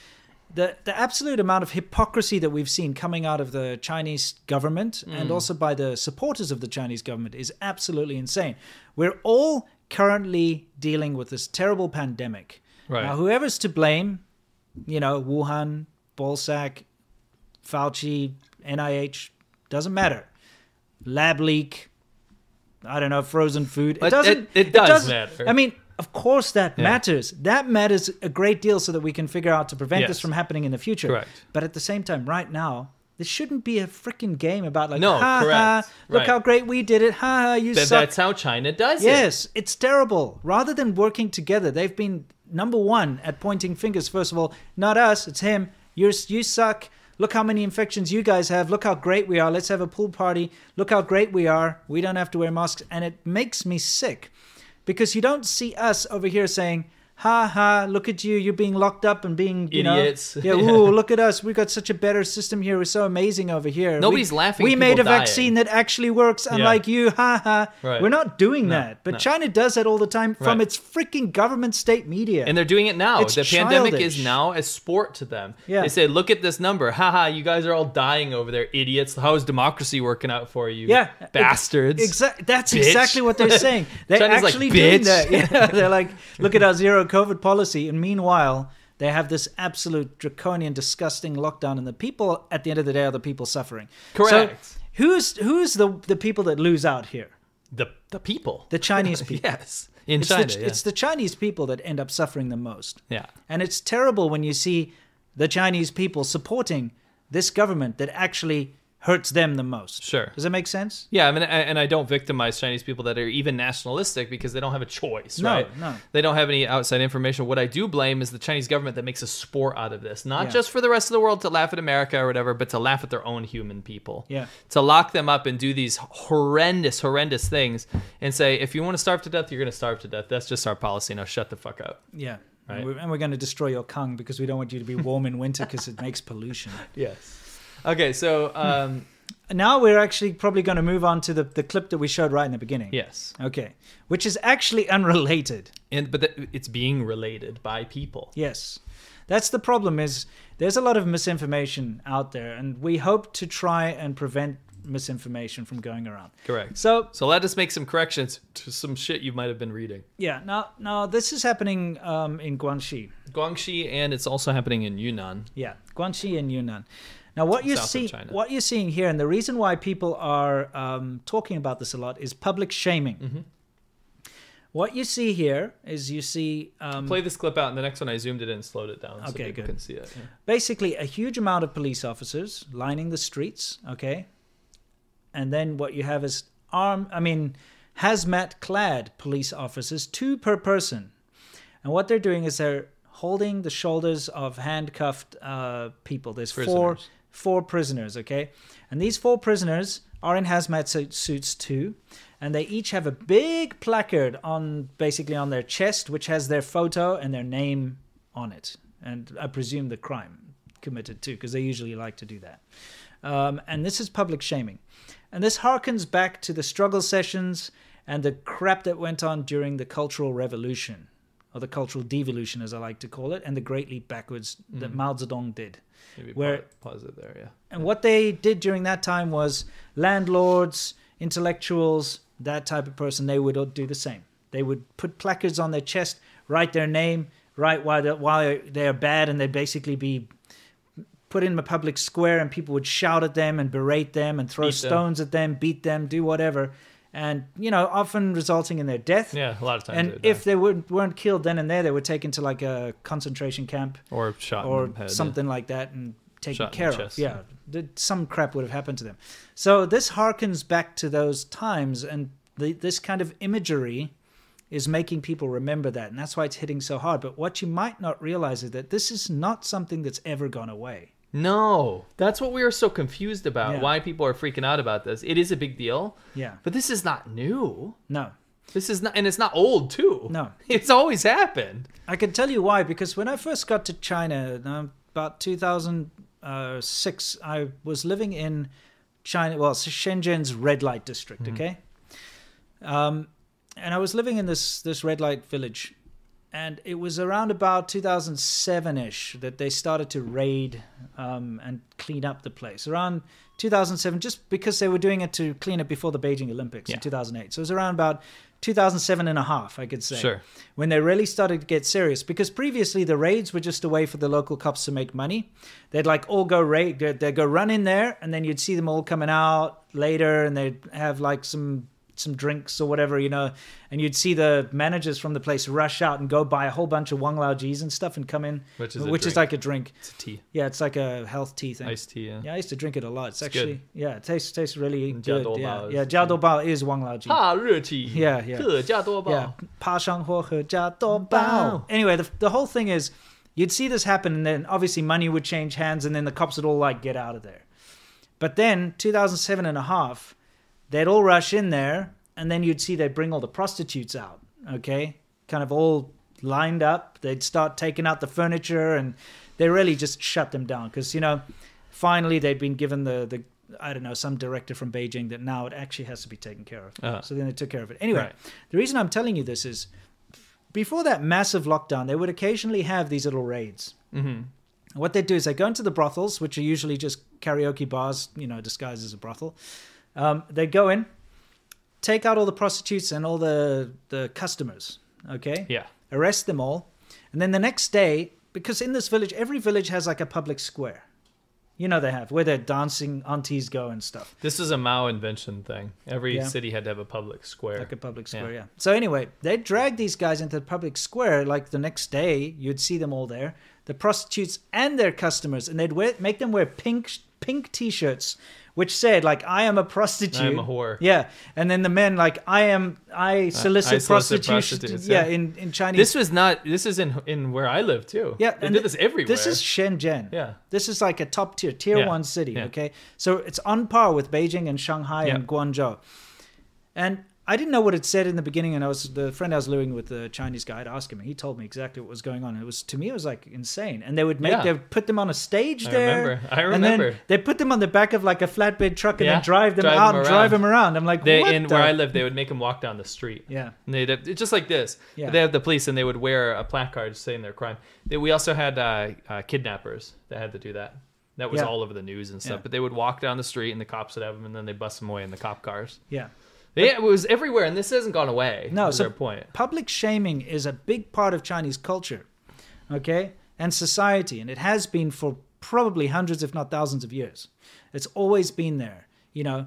Speaker 1: the, the absolute amount of hypocrisy that we've seen coming out of the Chinese government
Speaker 2: Mm.
Speaker 1: and also by the supporters of the Chinese government is absolutely insane. We're all currently dealing with this terrible pandemic.
Speaker 2: Right.
Speaker 1: Now, whoever's to blame, you know, Wuhan, Ballsack, Fauci, NIH, doesn't matter. Lab leak, I don't know, frozen food. It
Speaker 2: But
Speaker 1: doesn't.
Speaker 2: it- it does
Speaker 1: doesn't-
Speaker 2: matter.
Speaker 1: I mean, of course that matters. That matters a great deal, so that we can figure out to prevent this
Speaker 2: Yes.
Speaker 1: from happening in the future.
Speaker 2: Correct.
Speaker 1: But at the same time, right now. This shouldn't be a freaking game about like,
Speaker 2: No,
Speaker 1: ha ha,
Speaker 2: correct.
Speaker 1: look
Speaker 2: Right.
Speaker 1: how great we did it, ha ha, you
Speaker 2: Th-
Speaker 1: suck.
Speaker 2: that's how China does it.
Speaker 1: Yes, it's terrible. Rather than working together, they've been number one at pointing fingers. First of all, not us, it's him. You're, you suck. Look how many infections you guys have. Look how great we are. Let's have a pool party. Look how great we are. We don't have to wear masks. And it makes me sick because you don't see us over here saying, ha ha, look at you. You're being locked up and being, you
Speaker 2: Idiots.
Speaker 1: know. Yeah, ooh, look at us. We've got such a better system here. We're so amazing over here.
Speaker 2: Nobody's
Speaker 1: we,
Speaker 2: laughing at
Speaker 1: We made a
Speaker 2: people dying.
Speaker 1: vaccine that actually works, unlike you. Ha ha.
Speaker 2: Right.
Speaker 1: We're not doing that. But
Speaker 2: no.
Speaker 1: China does that all the time from
Speaker 2: Right.
Speaker 1: its freaking government state media.
Speaker 2: And they're doing it now.
Speaker 1: It's
Speaker 2: the pandemic
Speaker 1: childish.
Speaker 2: is now a sport to them.
Speaker 1: Yeah.
Speaker 2: They say, look at this number. Haha, you guys are all dying over there, idiots. How is democracy working out for you?
Speaker 1: Yeah, ex-
Speaker 2: Bastards.
Speaker 1: Exactly. That's
Speaker 2: Bitch.
Speaker 1: exactly what they're saying. They're
Speaker 2: China's like,
Speaker 1: actually doing
Speaker 2: "Bitch."
Speaker 1: that. Yeah, they're like, look at our zero COVID policy, and meanwhile, they have this absolute draconian, disgusting lockdown, and the people at the end of the day are the people suffering. So
Speaker 2: Correct.
Speaker 1: who's who's the the people that lose out here?
Speaker 2: The, the people.
Speaker 1: The Chinese people.
Speaker 2: yes. In
Speaker 1: It's,
Speaker 2: China.
Speaker 1: the,
Speaker 2: yeah.
Speaker 1: it's the Chinese people that end up suffering the most.
Speaker 2: Yeah.
Speaker 1: And it's terrible when you see the Chinese people supporting this government that actually hurts them the most.
Speaker 2: Sure.
Speaker 1: Does that make sense?
Speaker 2: Yeah, I mean, I- and I don't victimize Chinese people that are even nationalistic because they don't have a choice,
Speaker 1: No,
Speaker 2: right?
Speaker 1: no.
Speaker 2: They don't have any outside information. What I do blame is the Chinese government that makes a sport out of this, not
Speaker 1: Yeah.
Speaker 2: just for the rest of the world to laugh at America or whatever, but to laugh at their own human people.
Speaker 1: Yeah.
Speaker 2: To lock them up and do these horrendous, horrendous things and say, if you want to starve to death, you're going to starve to death. That's just our policy. Now shut the fuck up.
Speaker 1: Yeah.
Speaker 2: Right?
Speaker 1: And, we're, and we're going to destroy your Kung because we don't want you to be warm in winter because it makes pollution.
Speaker 2: Yes. Okay, so, um,
Speaker 1: Now we're actually probably going to move on to the, the clip that we showed right in the beginning.
Speaker 2: yes.
Speaker 1: Okay. Which is actually unrelated.
Speaker 2: And, but that it's being related by people.
Speaker 1: Yes. That's the problem is there's a lot of misinformation out there and we hope to try and prevent misinformation from going around.
Speaker 2: Correct.
Speaker 1: So
Speaker 2: So let us make some corrections to some shit you might have been reading.
Speaker 1: yeah, now now this is happening um, in Guangxi.
Speaker 2: Guangxi, and it's also happening in Yunnan.
Speaker 1: Yeah, Guangxi and Yunnan. Now, what you're
Speaker 2: South of
Speaker 1: seeing,
Speaker 2: China.
Speaker 1: what you're seeing here, and the reason why people are um, talking about this a lot is public shaming.
Speaker 2: Mm-hmm.
Speaker 1: What you see here is you see um,
Speaker 2: Play this clip out, and the next one I zoomed it in, slowed it down, so
Speaker 1: Okay,
Speaker 2: people
Speaker 1: good.
Speaker 2: can see it. Yeah.
Speaker 1: basically a huge amount of police officers lining the streets. Okay, and then what you have is arm. I mean, hazmat-clad police officers, two per person, and what they're doing is they're holding the shoulders of handcuffed uh, people. There's four
Speaker 2: Prisoners.
Speaker 1: four prisoners, okay? And these four prisoners are in hazmat su- suits too, and they each have a big placard on basically on their chest, which has their photo and their name on it, and I presume the crime committed too, because they usually like to do that. Um, and this is public shaming, and this harkens back to the struggle sessions and the crap that went on during the Cultural Revolution. Or the cultural devolution, as I like to call it, and the great leap backwards that Mao Zedong did.
Speaker 2: Maybe
Speaker 1: Where-
Speaker 2: pa- pause it there. Yeah.
Speaker 1: And what they did during that time was landlords, intellectuals, that type of person, they would all do the same. They would put placards on their chest, write their name, write why they're, why they're bad, and they'd basically be put in a public square, and people would shout at them and berate them and throw
Speaker 2: Beat them.
Speaker 1: stones at them, beat them, do whatever. And, you know, often resulting in their death.
Speaker 2: Yeah. A lot of times.
Speaker 1: And
Speaker 2: they're
Speaker 1: if they weren't, weren't killed then and there, they were taken to like a concentration camp
Speaker 2: down. or shot in
Speaker 1: or
Speaker 2: the head, yeah.
Speaker 1: something like that and taken
Speaker 2: Mm, Shot in the
Speaker 1: care of.
Speaker 2: chest.
Speaker 1: Yeah, Th- some crap would have happened to them. So this harkens back to those times, and the, this kind of imagery is making people remember that, and that's why it's hitting so hard. But what you might not realize is that this is not something that's ever gone away.
Speaker 2: No, that's what we are so confused about.
Speaker 1: Yeah.
Speaker 2: Why people are freaking out about this? It is a big deal.
Speaker 1: Yeah.
Speaker 2: But this is not new.
Speaker 1: No,
Speaker 2: This is not, and it's not old too.
Speaker 1: No.
Speaker 2: It's always happened.
Speaker 1: I can tell you why because when I first got to China, uh, about 2006, I was living in China, well, Shenzhen's red light district,
Speaker 2: Mm-hmm.
Speaker 1: okay? Um, and I was living in this this red light village, and it was around about 2007 ish that they started to raid um, and clean up the place. Around 2007, just because they were doing it to clean it before the Beijing Olympics
Speaker 2: Yeah.
Speaker 1: in 2008. So it was around about 2007 and a half, I could say
Speaker 2: Sure.
Speaker 1: when they really started to get serious because previously the raids were just a way for the local cops to make money they'd like all go raid they'd, they'd go run in there and then you'd see them all coming out later and they'd have like some some drinks or whatever you know and you'd see the managers from the place rush out and go buy a whole bunch of wang lao jis and stuff and come in
Speaker 2: Which is a drink.
Speaker 1: like a drink
Speaker 2: It's a tea,
Speaker 1: yeah it's like a health tea thing
Speaker 2: iced tea. Yeah.
Speaker 1: yeah, I used to drink it a lot. It's,
Speaker 2: It's
Speaker 1: actually yeah, it tastes tastes really
Speaker 2: And
Speaker 1: good.
Speaker 2: Jiao Dou
Speaker 1: Yeah,
Speaker 2: Bao is-
Speaker 1: yeah, Jiao Dou Bao is Wang Lao Ji.
Speaker 2: Ha, 热气.
Speaker 1: Yeah, yeah.
Speaker 2: 特价多宝.
Speaker 1: Yeah. 爬上火和家多包. Anyway, the, the whole thing is You'd see this happen, and then obviously money would change hands, and then the cops would all like get out of there. But then 2007 and a half, they'd all rush in there, and then you'd see they'd bring all the prostitutes out, okay? Kind of all lined up. They'd start taking out the furniture, and they really just shut them down because, you know, finally they'd been given the, the, I don't know, some director from Beijing that now it actually has to be taken care of.
Speaker 2: Uh-huh.
Speaker 1: So then they took care of it. Anyway,
Speaker 2: Right.
Speaker 1: the reason I'm telling you this is before that massive lockdown, they would occasionally have these little raids. Mm-hmm. What they do is they go into the brothels, which are usually just karaoke bars, you know, disguised as a brothel. Um, they go in, take out all the prostitutes and all the the customers. Okay.
Speaker 2: Yeah.
Speaker 1: Arrest them all, and then the next day, because in this village, every village has like a public square. You know they have where their dancing aunties go and stuff.
Speaker 2: This is a Mao invention thing. Every
Speaker 1: Yeah.
Speaker 2: city had to have a public square.
Speaker 1: Like a public
Speaker 2: Yeah.
Speaker 1: square, yeah. So anyway, they dragged these guys into the public square. Like the next day, you'd see them all there, the prostitutes and their customers, and they'd wear, make them wear pink pink t-shirts, which said like "I am a prostitute,
Speaker 2: I am a whore.
Speaker 1: Yeah, and then the men like "I am I solicit
Speaker 2: I solicit
Speaker 1: prostitution."
Speaker 2: prostitutes,
Speaker 1: yeah.
Speaker 2: yeah.
Speaker 1: in in Chinese.
Speaker 2: This was not. This is in in where I live too.
Speaker 1: yeah,
Speaker 2: they
Speaker 1: and
Speaker 2: did
Speaker 1: th-
Speaker 2: this everywhere.
Speaker 1: This is Shenzhen.
Speaker 2: Yeah.
Speaker 1: this is like a top tier, tier
Speaker 2: Yeah,
Speaker 1: one city.
Speaker 2: yeah.
Speaker 1: Okay, so it's on par with Beijing and Shanghai
Speaker 2: Yeah.
Speaker 1: and Guangzhou. And I didn't know what it said in the beginning. And I was the friend I was living with, the Chinese guy, I'd ask him, and he told me exactly what was going on. It was to me, it was like insane. And they would make,
Speaker 2: Yeah.
Speaker 1: they would put them on a stage
Speaker 2: I
Speaker 1: there.
Speaker 2: remember. I
Speaker 1: And
Speaker 2: remember.
Speaker 1: then they put them on the back of like a flatbed truck and
Speaker 2: Yeah,
Speaker 1: then drive them
Speaker 2: drive
Speaker 1: out
Speaker 2: them
Speaker 1: and drive
Speaker 2: around.
Speaker 1: them around. I'm like,
Speaker 2: They
Speaker 1: what
Speaker 2: in
Speaker 1: the-
Speaker 2: where I live, they would make them walk down the street.
Speaker 1: Yeah.
Speaker 2: And they'd have, it's just like this.
Speaker 1: Yeah.
Speaker 2: They have the police, and they would wear a placard saying their crime. They, we also had uh, uh, kidnappers that had to do that. That was
Speaker 1: Yeah.
Speaker 2: all over the news and stuff.
Speaker 1: Yeah.
Speaker 2: But they would walk down the street, and the cops would have them, and then they bust them away in the cop cars.
Speaker 1: Yeah.
Speaker 2: They, it was everywhere, and this hasn't gone away.
Speaker 1: No,
Speaker 2: is
Speaker 1: so
Speaker 2: their point.
Speaker 1: public shaming is a big part of Chinese culture, okay, and society, and it has been for probably hundreds, if not thousands, of years. It's always been there. You know,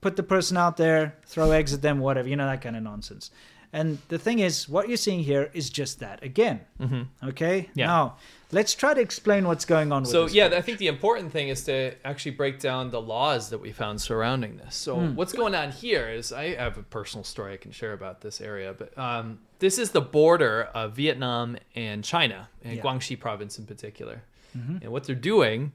Speaker 1: put the person out there, throw eggs at them, whatever. You know that kind of nonsense. And the thing is, what you're seeing here is just that again. Mm-hmm. Okay.
Speaker 2: Yeah.
Speaker 1: Now let's try to explain what's going on. With
Speaker 2: So
Speaker 1: this.
Speaker 2: yeah, I think the important thing is to actually break down the laws that we found surrounding this. So
Speaker 1: Hmm.
Speaker 2: what's going on here is I have a personal story I can share about this area, but um, this is the border of Vietnam and China, and
Speaker 1: Yeah. Mm-hmm.
Speaker 2: Guangxi province in particular. And what they're doing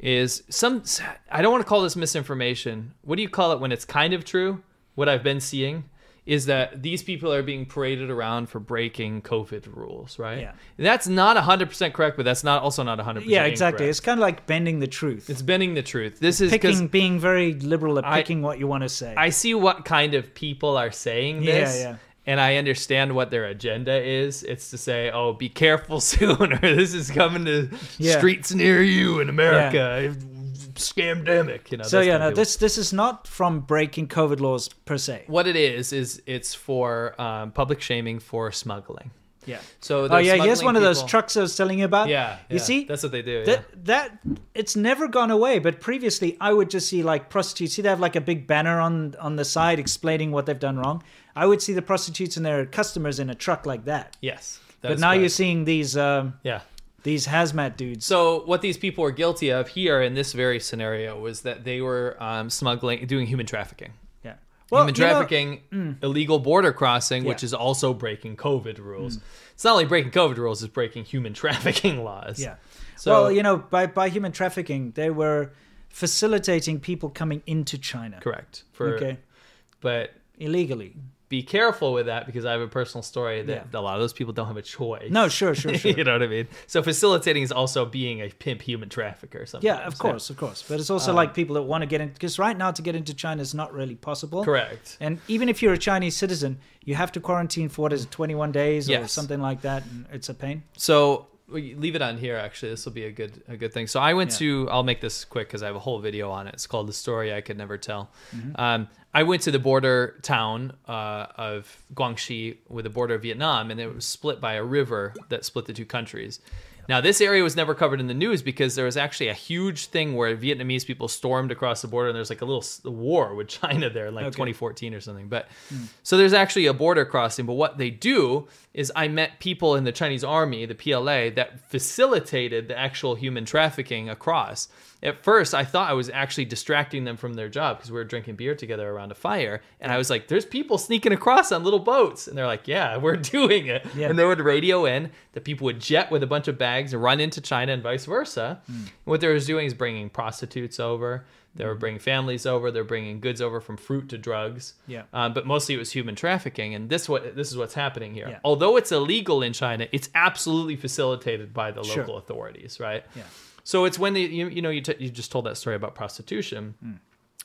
Speaker 2: is some I don't want to call this misinformation. What do you call it when it's kind of true? What I've been seeing is that these people are being paraded around for breaking COVID rules, right?
Speaker 1: Yeah.
Speaker 2: That's not 100% correct, but that's not also not 100%
Speaker 1: yeah, exactly.
Speaker 2: incorrect.
Speaker 1: It's kind of like bending the truth.
Speaker 2: It's bending the truth. This is because
Speaker 1: picking, being very liberal at
Speaker 2: I-
Speaker 1: picking what you want to say.
Speaker 2: I see what kind of people are saying
Speaker 1: Yeah,
Speaker 2: this.
Speaker 1: yeah.
Speaker 2: And I understand what their agenda is. It's to say, "Oh, be careful soon, or this is coming to
Speaker 1: Yeah.
Speaker 2: streets near you in America." Scamdemic, you know.
Speaker 1: So
Speaker 2: those
Speaker 1: yeah,
Speaker 2: kind
Speaker 1: no,
Speaker 2: of people.
Speaker 1: this this is not from breaking COVID laws per se.
Speaker 2: What it is is it's for um, public shaming for smuggling.
Speaker 1: Yeah.
Speaker 2: So
Speaker 1: Oh
Speaker 2: they're
Speaker 1: yeah, here's
Speaker 2: smuggling
Speaker 1: one of those
Speaker 2: people-
Speaker 1: trucks I was telling you about.
Speaker 2: Yeah,
Speaker 1: You
Speaker 2: yeah,
Speaker 1: see,
Speaker 2: that's what they do. yeah.
Speaker 1: that that it's never gone away. But previously, I would just see like prostitutes. See, they have like a big banner on on the side explaining what they've done wrong. I would see the prostitutes and their customers in a truck like that.
Speaker 2: Yes, that
Speaker 1: But
Speaker 2: is
Speaker 1: now you're
Speaker 2: correct.
Speaker 1: seeing these um,
Speaker 2: yeah.
Speaker 1: these hazmat dudes.
Speaker 2: So what these people were guilty of here in this very scenario was that they were um, smuggling, doing human trafficking.
Speaker 1: Yeah. you
Speaker 2: human
Speaker 1: know- mm.
Speaker 2: trafficking, illegal border crossing, which
Speaker 1: Yeah. Mm.
Speaker 2: is also breaking COVID rules. It's not only breaking COVID rules; it's breaking human trafficking laws.
Speaker 1: Yeah.
Speaker 2: So
Speaker 1: well, you know, by by human trafficking, they were facilitating people coming into China.
Speaker 2: correct. For,
Speaker 1: Okay.
Speaker 2: But
Speaker 1: Illegally.
Speaker 2: be careful with that because I have a personal story that
Speaker 1: Yeah.
Speaker 2: a lot of those people don't have a choice.
Speaker 1: No, sure, sure, sure.
Speaker 2: you know what I mean. So facilitating is also being a pimp human trafficker. Something.
Speaker 1: Yeah, of course, of course. But it's also
Speaker 2: Uh,
Speaker 1: like people that want to get in because right now to get into China is not really possible.
Speaker 2: Correct.
Speaker 1: And even if you're a Chinese citizen, you have to quarantine for what is it, 21 days or
Speaker 2: Yes.
Speaker 1: something like that, and it's a pain.
Speaker 2: So we leave it on here. Actually, this will be a good a good thing. So I went to. I'll make this quick because I have a whole video on it. It's called "The Story I Could Never Tell." Um, I went to the border town uh, of Guangxi with the border of Vietnam, and it was split by a river that split the two countries. Now, this area was never covered in the news because there was actually a huge thing where Vietnamese people stormed across the border, and there's like a little s- war with China there, like 2014 or something. But so there's actually a border crossing. But what they do is, I met people in the Chinese army, the PLA, that facilitated the actual human trafficking across, At first, I thought I was actually distracting them from their job because we were drinking beer together around a fire, and I was like, "There's people sneaking across on little boats," and they're like, "Yeah, we're doing it."
Speaker 1: Yeah.
Speaker 2: And they would radio in. The people would jet with a bunch of bags and run into China and vice versa.
Speaker 1: Hmm.
Speaker 2: And what they were doing is bringing prostitutes over. They were bringing families over. They're bringing goods over from fruit to drugs.
Speaker 1: Yeah.
Speaker 2: Um, but mostly it was human trafficking, and this what this is what's happening here.
Speaker 1: Yeah.
Speaker 2: Although it's illegal in China, it's absolutely facilitated by the
Speaker 1: Sure.
Speaker 2: local authorities, right?
Speaker 1: Yeah.
Speaker 2: So it's when they you, you know you, t- you just told that story about prostitution.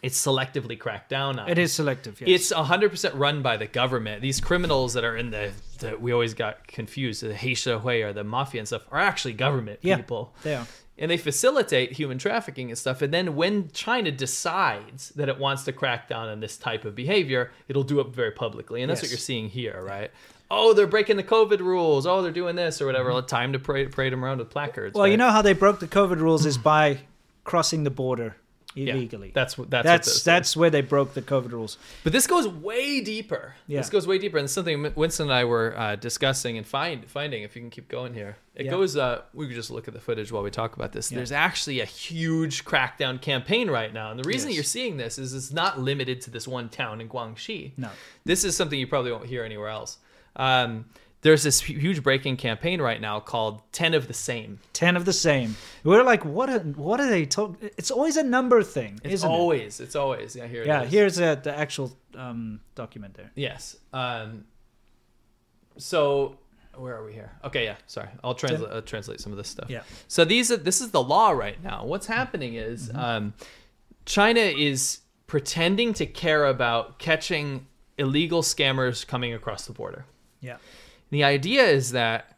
Speaker 2: It's selectively cracked down on.
Speaker 1: Hmm. It is selective. Yes.
Speaker 2: It's 100% run by the government. These criminals that are in the, the we always got confused, the Heisha Hui or the mafia and stuff, are actually government
Speaker 1: Yeah,
Speaker 2: people.
Speaker 1: they are.
Speaker 2: And they facilitate human trafficking and stuff. And then when China decides that it wants to crack down on this type of behavior, it'll do it very publicly. And that's
Speaker 1: Yes.
Speaker 2: what you're seeing here, right? Oh, they're breaking the COVID rules. Oh, they're doing this or whatever. Time to parade, parade them around with placards.
Speaker 1: Mm-hmm. well, you
Speaker 2: right?
Speaker 1: know how they broke the COVID rules is by crossing the border illegally.
Speaker 2: That's what- that's what
Speaker 1: that's
Speaker 2: this is.
Speaker 1: that's where they broke the COVID rules.
Speaker 2: But this goes way deeper.
Speaker 1: Yeah.
Speaker 2: This goes way deeper, and it's something Winston and I were uh, discussing and find finding. If you can keep going here, it
Speaker 1: Yeah.
Speaker 2: goes. Uh, we could just look at the footage while we talk about this. There's actually a huge crackdown campaign right now, and the reason
Speaker 1: Yes.
Speaker 2: you're seeing this is it's not limited to this one town in Guangxi.
Speaker 1: No.
Speaker 2: this is something you probably won't hear anywhere else. Um, there's this hu- huge breaking campaign right now called Ten of the Same.
Speaker 1: Ten of the same. We're like, what? Are, what are they talking? It's always a number thing,
Speaker 2: It's
Speaker 1: isn't it?
Speaker 2: always, it's always. Yeah, here. it
Speaker 1: Yeah.
Speaker 2: is.
Speaker 1: Here's uh the actual um, document there.
Speaker 2: Yes. Um, so where are we here? Okay, yeah. Sorry, I'll translate uh, translate some of this stuff.
Speaker 1: Yeah. Mm-hmm.
Speaker 2: So these are this is the law right now. What's happening is um, China is pretending to care about catching illegal scammers coming across the border.
Speaker 1: Yeah.
Speaker 2: The idea is that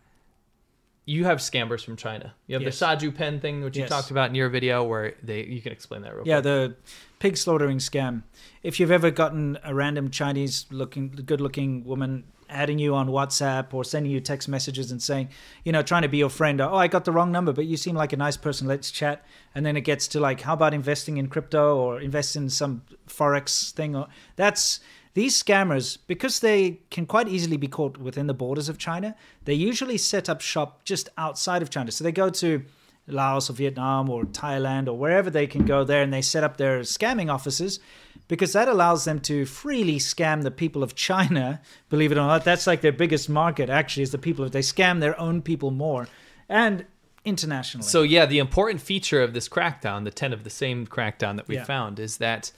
Speaker 2: you have scammers from China. You have
Speaker 1: Yes.
Speaker 2: the Shaju Pen thing, which you
Speaker 1: Yes.
Speaker 2: talked about in your video, where they you can explain that real
Speaker 1: Yeah,
Speaker 2: quick.
Speaker 1: the pig slaughtering scam. If you've ever gotten a random Chinese looking, good looking woman adding you on WhatsApp or sending you text messages and saying, you know, trying to be your friend, or, oh, I got the wrong number, but you seem like a nice person, let's chat. And then it gets to like, how about investing in crypto or invest in some Forex thing? Or That's these scammers, because they can quite easily be caught within the borders of China, they usually set up shop just outside of China. So they go to, Laos or Vietnam or Thailand or wherever they can go there and they set up their scamming offices because that allows them to freely scam the people of China. Believe it or not, that's like their biggest market actually is the people. They scam their own people more and internationally.
Speaker 2: So yeah, the important feature of this crackdown, the ten of the same crackdown that we
Speaker 1: Yeah.
Speaker 2: found, is that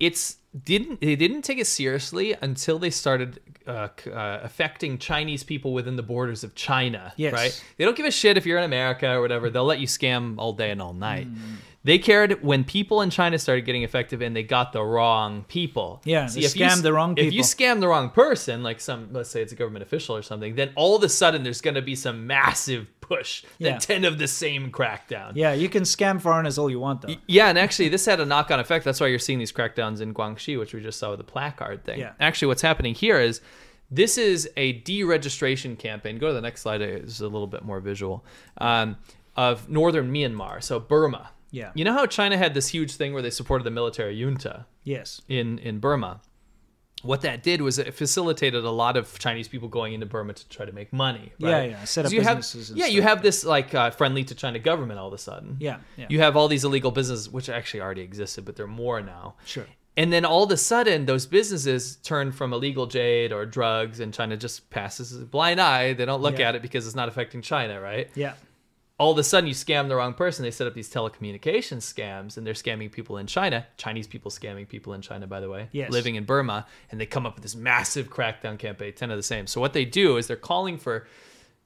Speaker 2: it's didn't they didn't take it seriously until they started uh, c- uh, affecting Chinese people within the borders of China.
Speaker 1: Yes.
Speaker 2: Right. They don't give a shit if you're in America or whatever. They'll let you scam all day and all night.
Speaker 1: Mm.
Speaker 2: They cared when people in China started getting effective and they got the wrong people.
Speaker 1: Yeah, they
Speaker 2: if you s-
Speaker 1: scammed the wrong
Speaker 2: If you
Speaker 1: people.
Speaker 2: scam the wrong person, like some, let's say it's a government official or something, then all of a sudden there's going to be some massive push. that
Speaker 1: Yeah.
Speaker 2: 10 of the same crackdown.
Speaker 1: yeah, you can scam foreigners all you want though.
Speaker 2: Yeah, and actually, this had a knock on effect. That's why you're seeing these crackdowns in Guangxi, which we just saw with the placard thing.
Speaker 1: Yeah.
Speaker 2: Actually, what's happening here is this is a deregistration campaign. Go to the next slide, it's a little bit more visual um, of northern Myanmar, so Burma.
Speaker 1: Yeah.
Speaker 2: You know how China had this huge thing where they supported the military junta?
Speaker 1: Yes.
Speaker 2: in in Burma. What that did was it facilitated a lot of Chinese people going into Burma to try to make money.
Speaker 1: Yeah,
Speaker 2: Right?
Speaker 1: yeah, set up
Speaker 2: So you
Speaker 1: businesses
Speaker 2: Have,
Speaker 1: and
Speaker 2: yeah, you have this like uh, friendly to China government all of a sudden.
Speaker 1: Yeah, yeah.
Speaker 2: You have all these illegal businesses, which actually already existed, but there are more now.
Speaker 1: Sure.
Speaker 2: And then all of a sudden, those businesses turn from illegal jade or drugs, and China just passes a blind eye. They don't look
Speaker 1: Yeah.
Speaker 2: at it because it's not affecting China, right?
Speaker 1: Yeah.
Speaker 2: all of a sudden you scam the wrong person. They set up these telecommunications scams and they're scamming people in China, Chinese people scamming people in China, by the way,
Speaker 1: Yes.
Speaker 2: living in Burma. And they come up with this massive crackdown campaign, 10 of the same. So what they do is they're calling for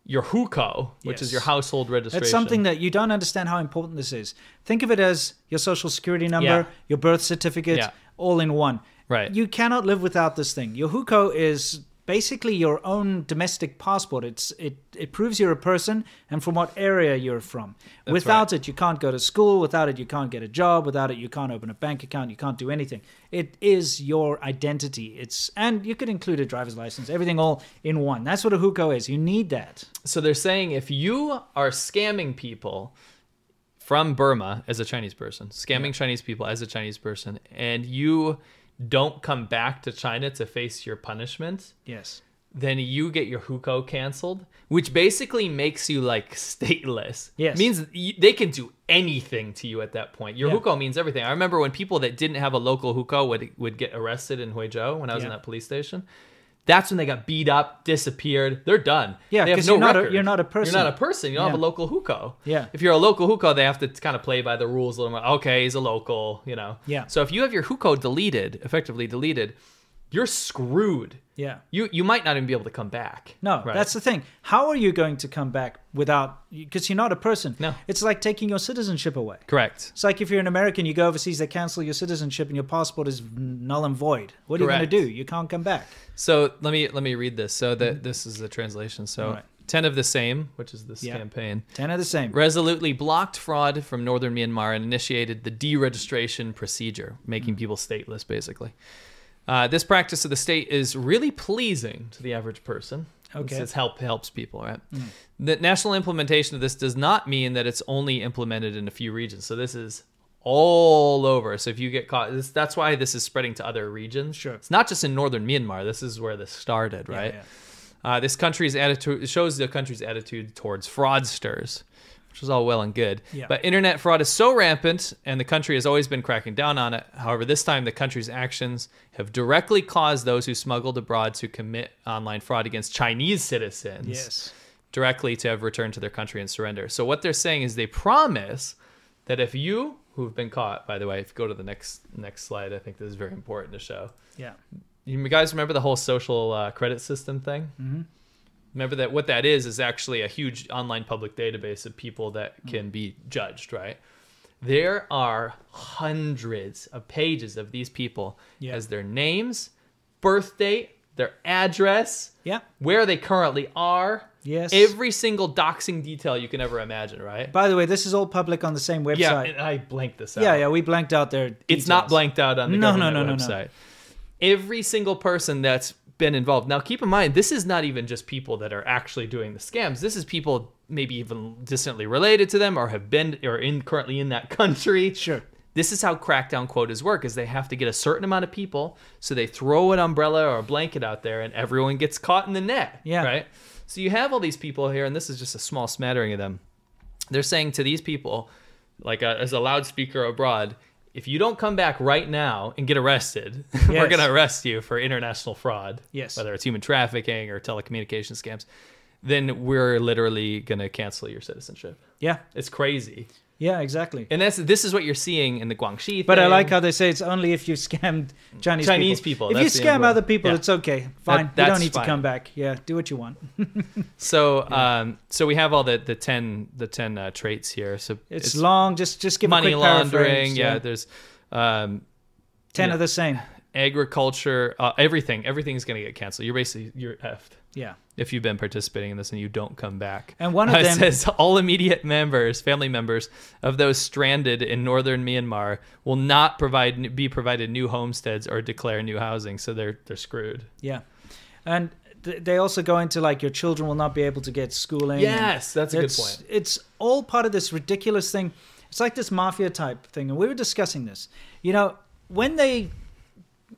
Speaker 2: your hukou,
Speaker 1: Yes.
Speaker 2: which is your household registration.
Speaker 1: That's something that you don't understand how important this is. Think of it as your social security number,
Speaker 2: Yeah.
Speaker 1: your birth certificate,
Speaker 2: Yeah.
Speaker 1: all in one.
Speaker 2: Right.
Speaker 1: You cannot live without this thing. Your hukou is basically your own domestic passport. It's it it proves you're a person and from what area you're from. without it, you can't go to school. Without it, you can't get a job. Without it, you can't open a bank account. You can't do anything. It is your identity. It's and you could include a driver's license, everything all in one. That's what a hukou is. You need that.
Speaker 2: so they're saying if you are scamming people from Burma as a Chinese person, scamming Chinese people as a Chinese person, and you don't come back to China to face your punishment,
Speaker 1: Yes.
Speaker 2: then you get your hukou canceled, which basically makes you like stateless.
Speaker 1: Yes.
Speaker 2: means y- they can do anything to you at that point. Your
Speaker 1: Yeah.
Speaker 2: hukou means everything. I remember when people that didn't have a local hukou would would get arrested in Huizhou when I was in
Speaker 1: Yeah.
Speaker 2: that police station. That's when they got beat up, disappeared. They're done.
Speaker 1: Yeah,
Speaker 2: They have
Speaker 1: 'cause
Speaker 2: no
Speaker 1: you're not a-
Speaker 2: record.
Speaker 1: you're not a person.
Speaker 2: You're not a person. You don't have
Speaker 1: Yeah.
Speaker 2: a local hukou.
Speaker 1: Yeah.
Speaker 2: If you're a local hukou, they have to kind of play by the rules a little more. Okay, he's a local. You know.
Speaker 1: Yeah.
Speaker 2: So if you have your hukou deleted, effectively deleted, you're screwed.
Speaker 1: Yeah.
Speaker 2: You you might not even be able to come back.
Speaker 1: No,
Speaker 2: Right.
Speaker 1: that's the thing. How are you going to come back without? Because you're not a person.
Speaker 2: No.
Speaker 1: It's like taking your citizenship away.
Speaker 2: correct.
Speaker 1: It's like if you're an American, you go overseas, they cancel your citizenship, and your passport is null and void. What are you going
Speaker 2: Correct.
Speaker 1: to do? You can't come back.
Speaker 2: So let me let me read this. So that this is the translation. So
Speaker 1: Alright.
Speaker 2: ten of the same, which is this
Speaker 1: Yeah.
Speaker 2: campaign,
Speaker 1: Ten are the same.
Speaker 2: resolutely blocked fraud from northern Myanmar and initiated the deregistration procedure,
Speaker 1: Hmm.
Speaker 2: making people stateless basically. Uh, this practice of the state is really pleasing to the average person.
Speaker 1: Okay. Hmm.
Speaker 2: It's, it's help helps people, right? The national implementation of this does not mean that it's only implemented in a few regions. So this is all over. So if you get caught, this, that's why this is spreading to other regions.
Speaker 1: Sure.
Speaker 2: It's not just in northern Myanmar. This is where this started, right?
Speaker 1: yeah.
Speaker 2: Uh, this country's attitude it shows the country's attitude towards fraudsters, which is all well and good.
Speaker 1: Yeah.
Speaker 2: But internet fraud is so rampant, and the country has always been cracking down on it. However, this time the country's actions have directly caused those who smuggled abroad to commit online fraud against Chinese citizens
Speaker 1: Yes.
Speaker 2: directly to have returned to their country and surrender. So what they're saying is they promise that if you who've been caught, by the way, if you go to the next next slide, I think this is very important to show.
Speaker 1: Yeah.
Speaker 2: You guys remember the whole social uh, credit system thing? Mm-hmm. Remember that what that is is actually a huge online public database of people that
Speaker 1: Mm-hmm.
Speaker 2: can be judged, right? There are hundreds of pages of these people
Speaker 1: Yeah.
Speaker 2: as their names, birth date, their address,
Speaker 1: Yeah.
Speaker 2: where they currently are.
Speaker 1: Yes.
Speaker 2: Every single doxing detail you can ever imagine, right?
Speaker 1: By the way, this is all public on the same website.
Speaker 2: yeah, and I blanked this out.
Speaker 1: yeah, yeah. We blanked out their.
Speaker 2: It's not
Speaker 1: details.
Speaker 2: blanked out on the
Speaker 1: No,
Speaker 2: government
Speaker 1: no, no, no, no.
Speaker 2: website. Every single person that's been involved. Now, keep in mind, this is not even just people that are actually doing the scams. This is people maybe even distantly related to them or have been or in currently in that country.
Speaker 1: Sure.
Speaker 2: This is how crackdown quotas work: is they have to get a certain amount of people, so they throw an umbrella or a blanket out there, and everyone gets caught in the net.
Speaker 1: Yeah.
Speaker 2: Right. So you have all these people here, and this is just a small smattering of them they're saying to these people, like a, as a loudspeaker abroad, if you don't come back right now and get arrested, we're
Speaker 1: Yes.
Speaker 2: going to arrest you for international fraud.
Speaker 1: Yes.
Speaker 2: Whether it's human trafficking or telecommunication scams, then we're literally going to cancel your citizenship.
Speaker 1: Yeah.
Speaker 2: It's crazy.
Speaker 1: Yeah. Exactly.
Speaker 2: And that's this is what you're seeing in the Guangxi.
Speaker 1: But I
Speaker 2: thing.
Speaker 1: like how they say it's only if you scammed Chinese
Speaker 2: Chinese
Speaker 1: people.
Speaker 2: people,
Speaker 1: If you
Speaker 2: that's the end
Speaker 1: scam
Speaker 2: word.
Speaker 1: other people,
Speaker 2: Yeah.
Speaker 1: it's okay. Fine. you don't
Speaker 2: that's
Speaker 1: need
Speaker 2: fine.
Speaker 1: to come back. Yeah. Do what you want.
Speaker 2: so um so we have all the the 10 the 10 uh, traits here. So
Speaker 1: It's, long. Just just give a
Speaker 2: money
Speaker 1: quick
Speaker 2: laundering,
Speaker 1: paraphrase,
Speaker 2: yeah, there's um
Speaker 1: Ten
Speaker 2: yeah.
Speaker 1: are the same.
Speaker 2: agriculture, uh, everything, everything's going to get canceled. You're basically you're effed
Speaker 1: Yeah.
Speaker 2: if you've been participating in this and you don't come back.
Speaker 1: And one of
Speaker 2: It
Speaker 1: them-
Speaker 2: says all immediate members, family members of those stranded in northern Myanmar will not provide be provided new homesteads or declare new housing, so they're they're screwed.
Speaker 1: Yeah. And th- they also go into like your children will not be able to get schooling. and
Speaker 2: Yes, that's a good
Speaker 1: it's-
Speaker 2: point.
Speaker 1: It's all part of this ridiculous thing. It's like this mafia type thing. And we were discussing this. You know, when they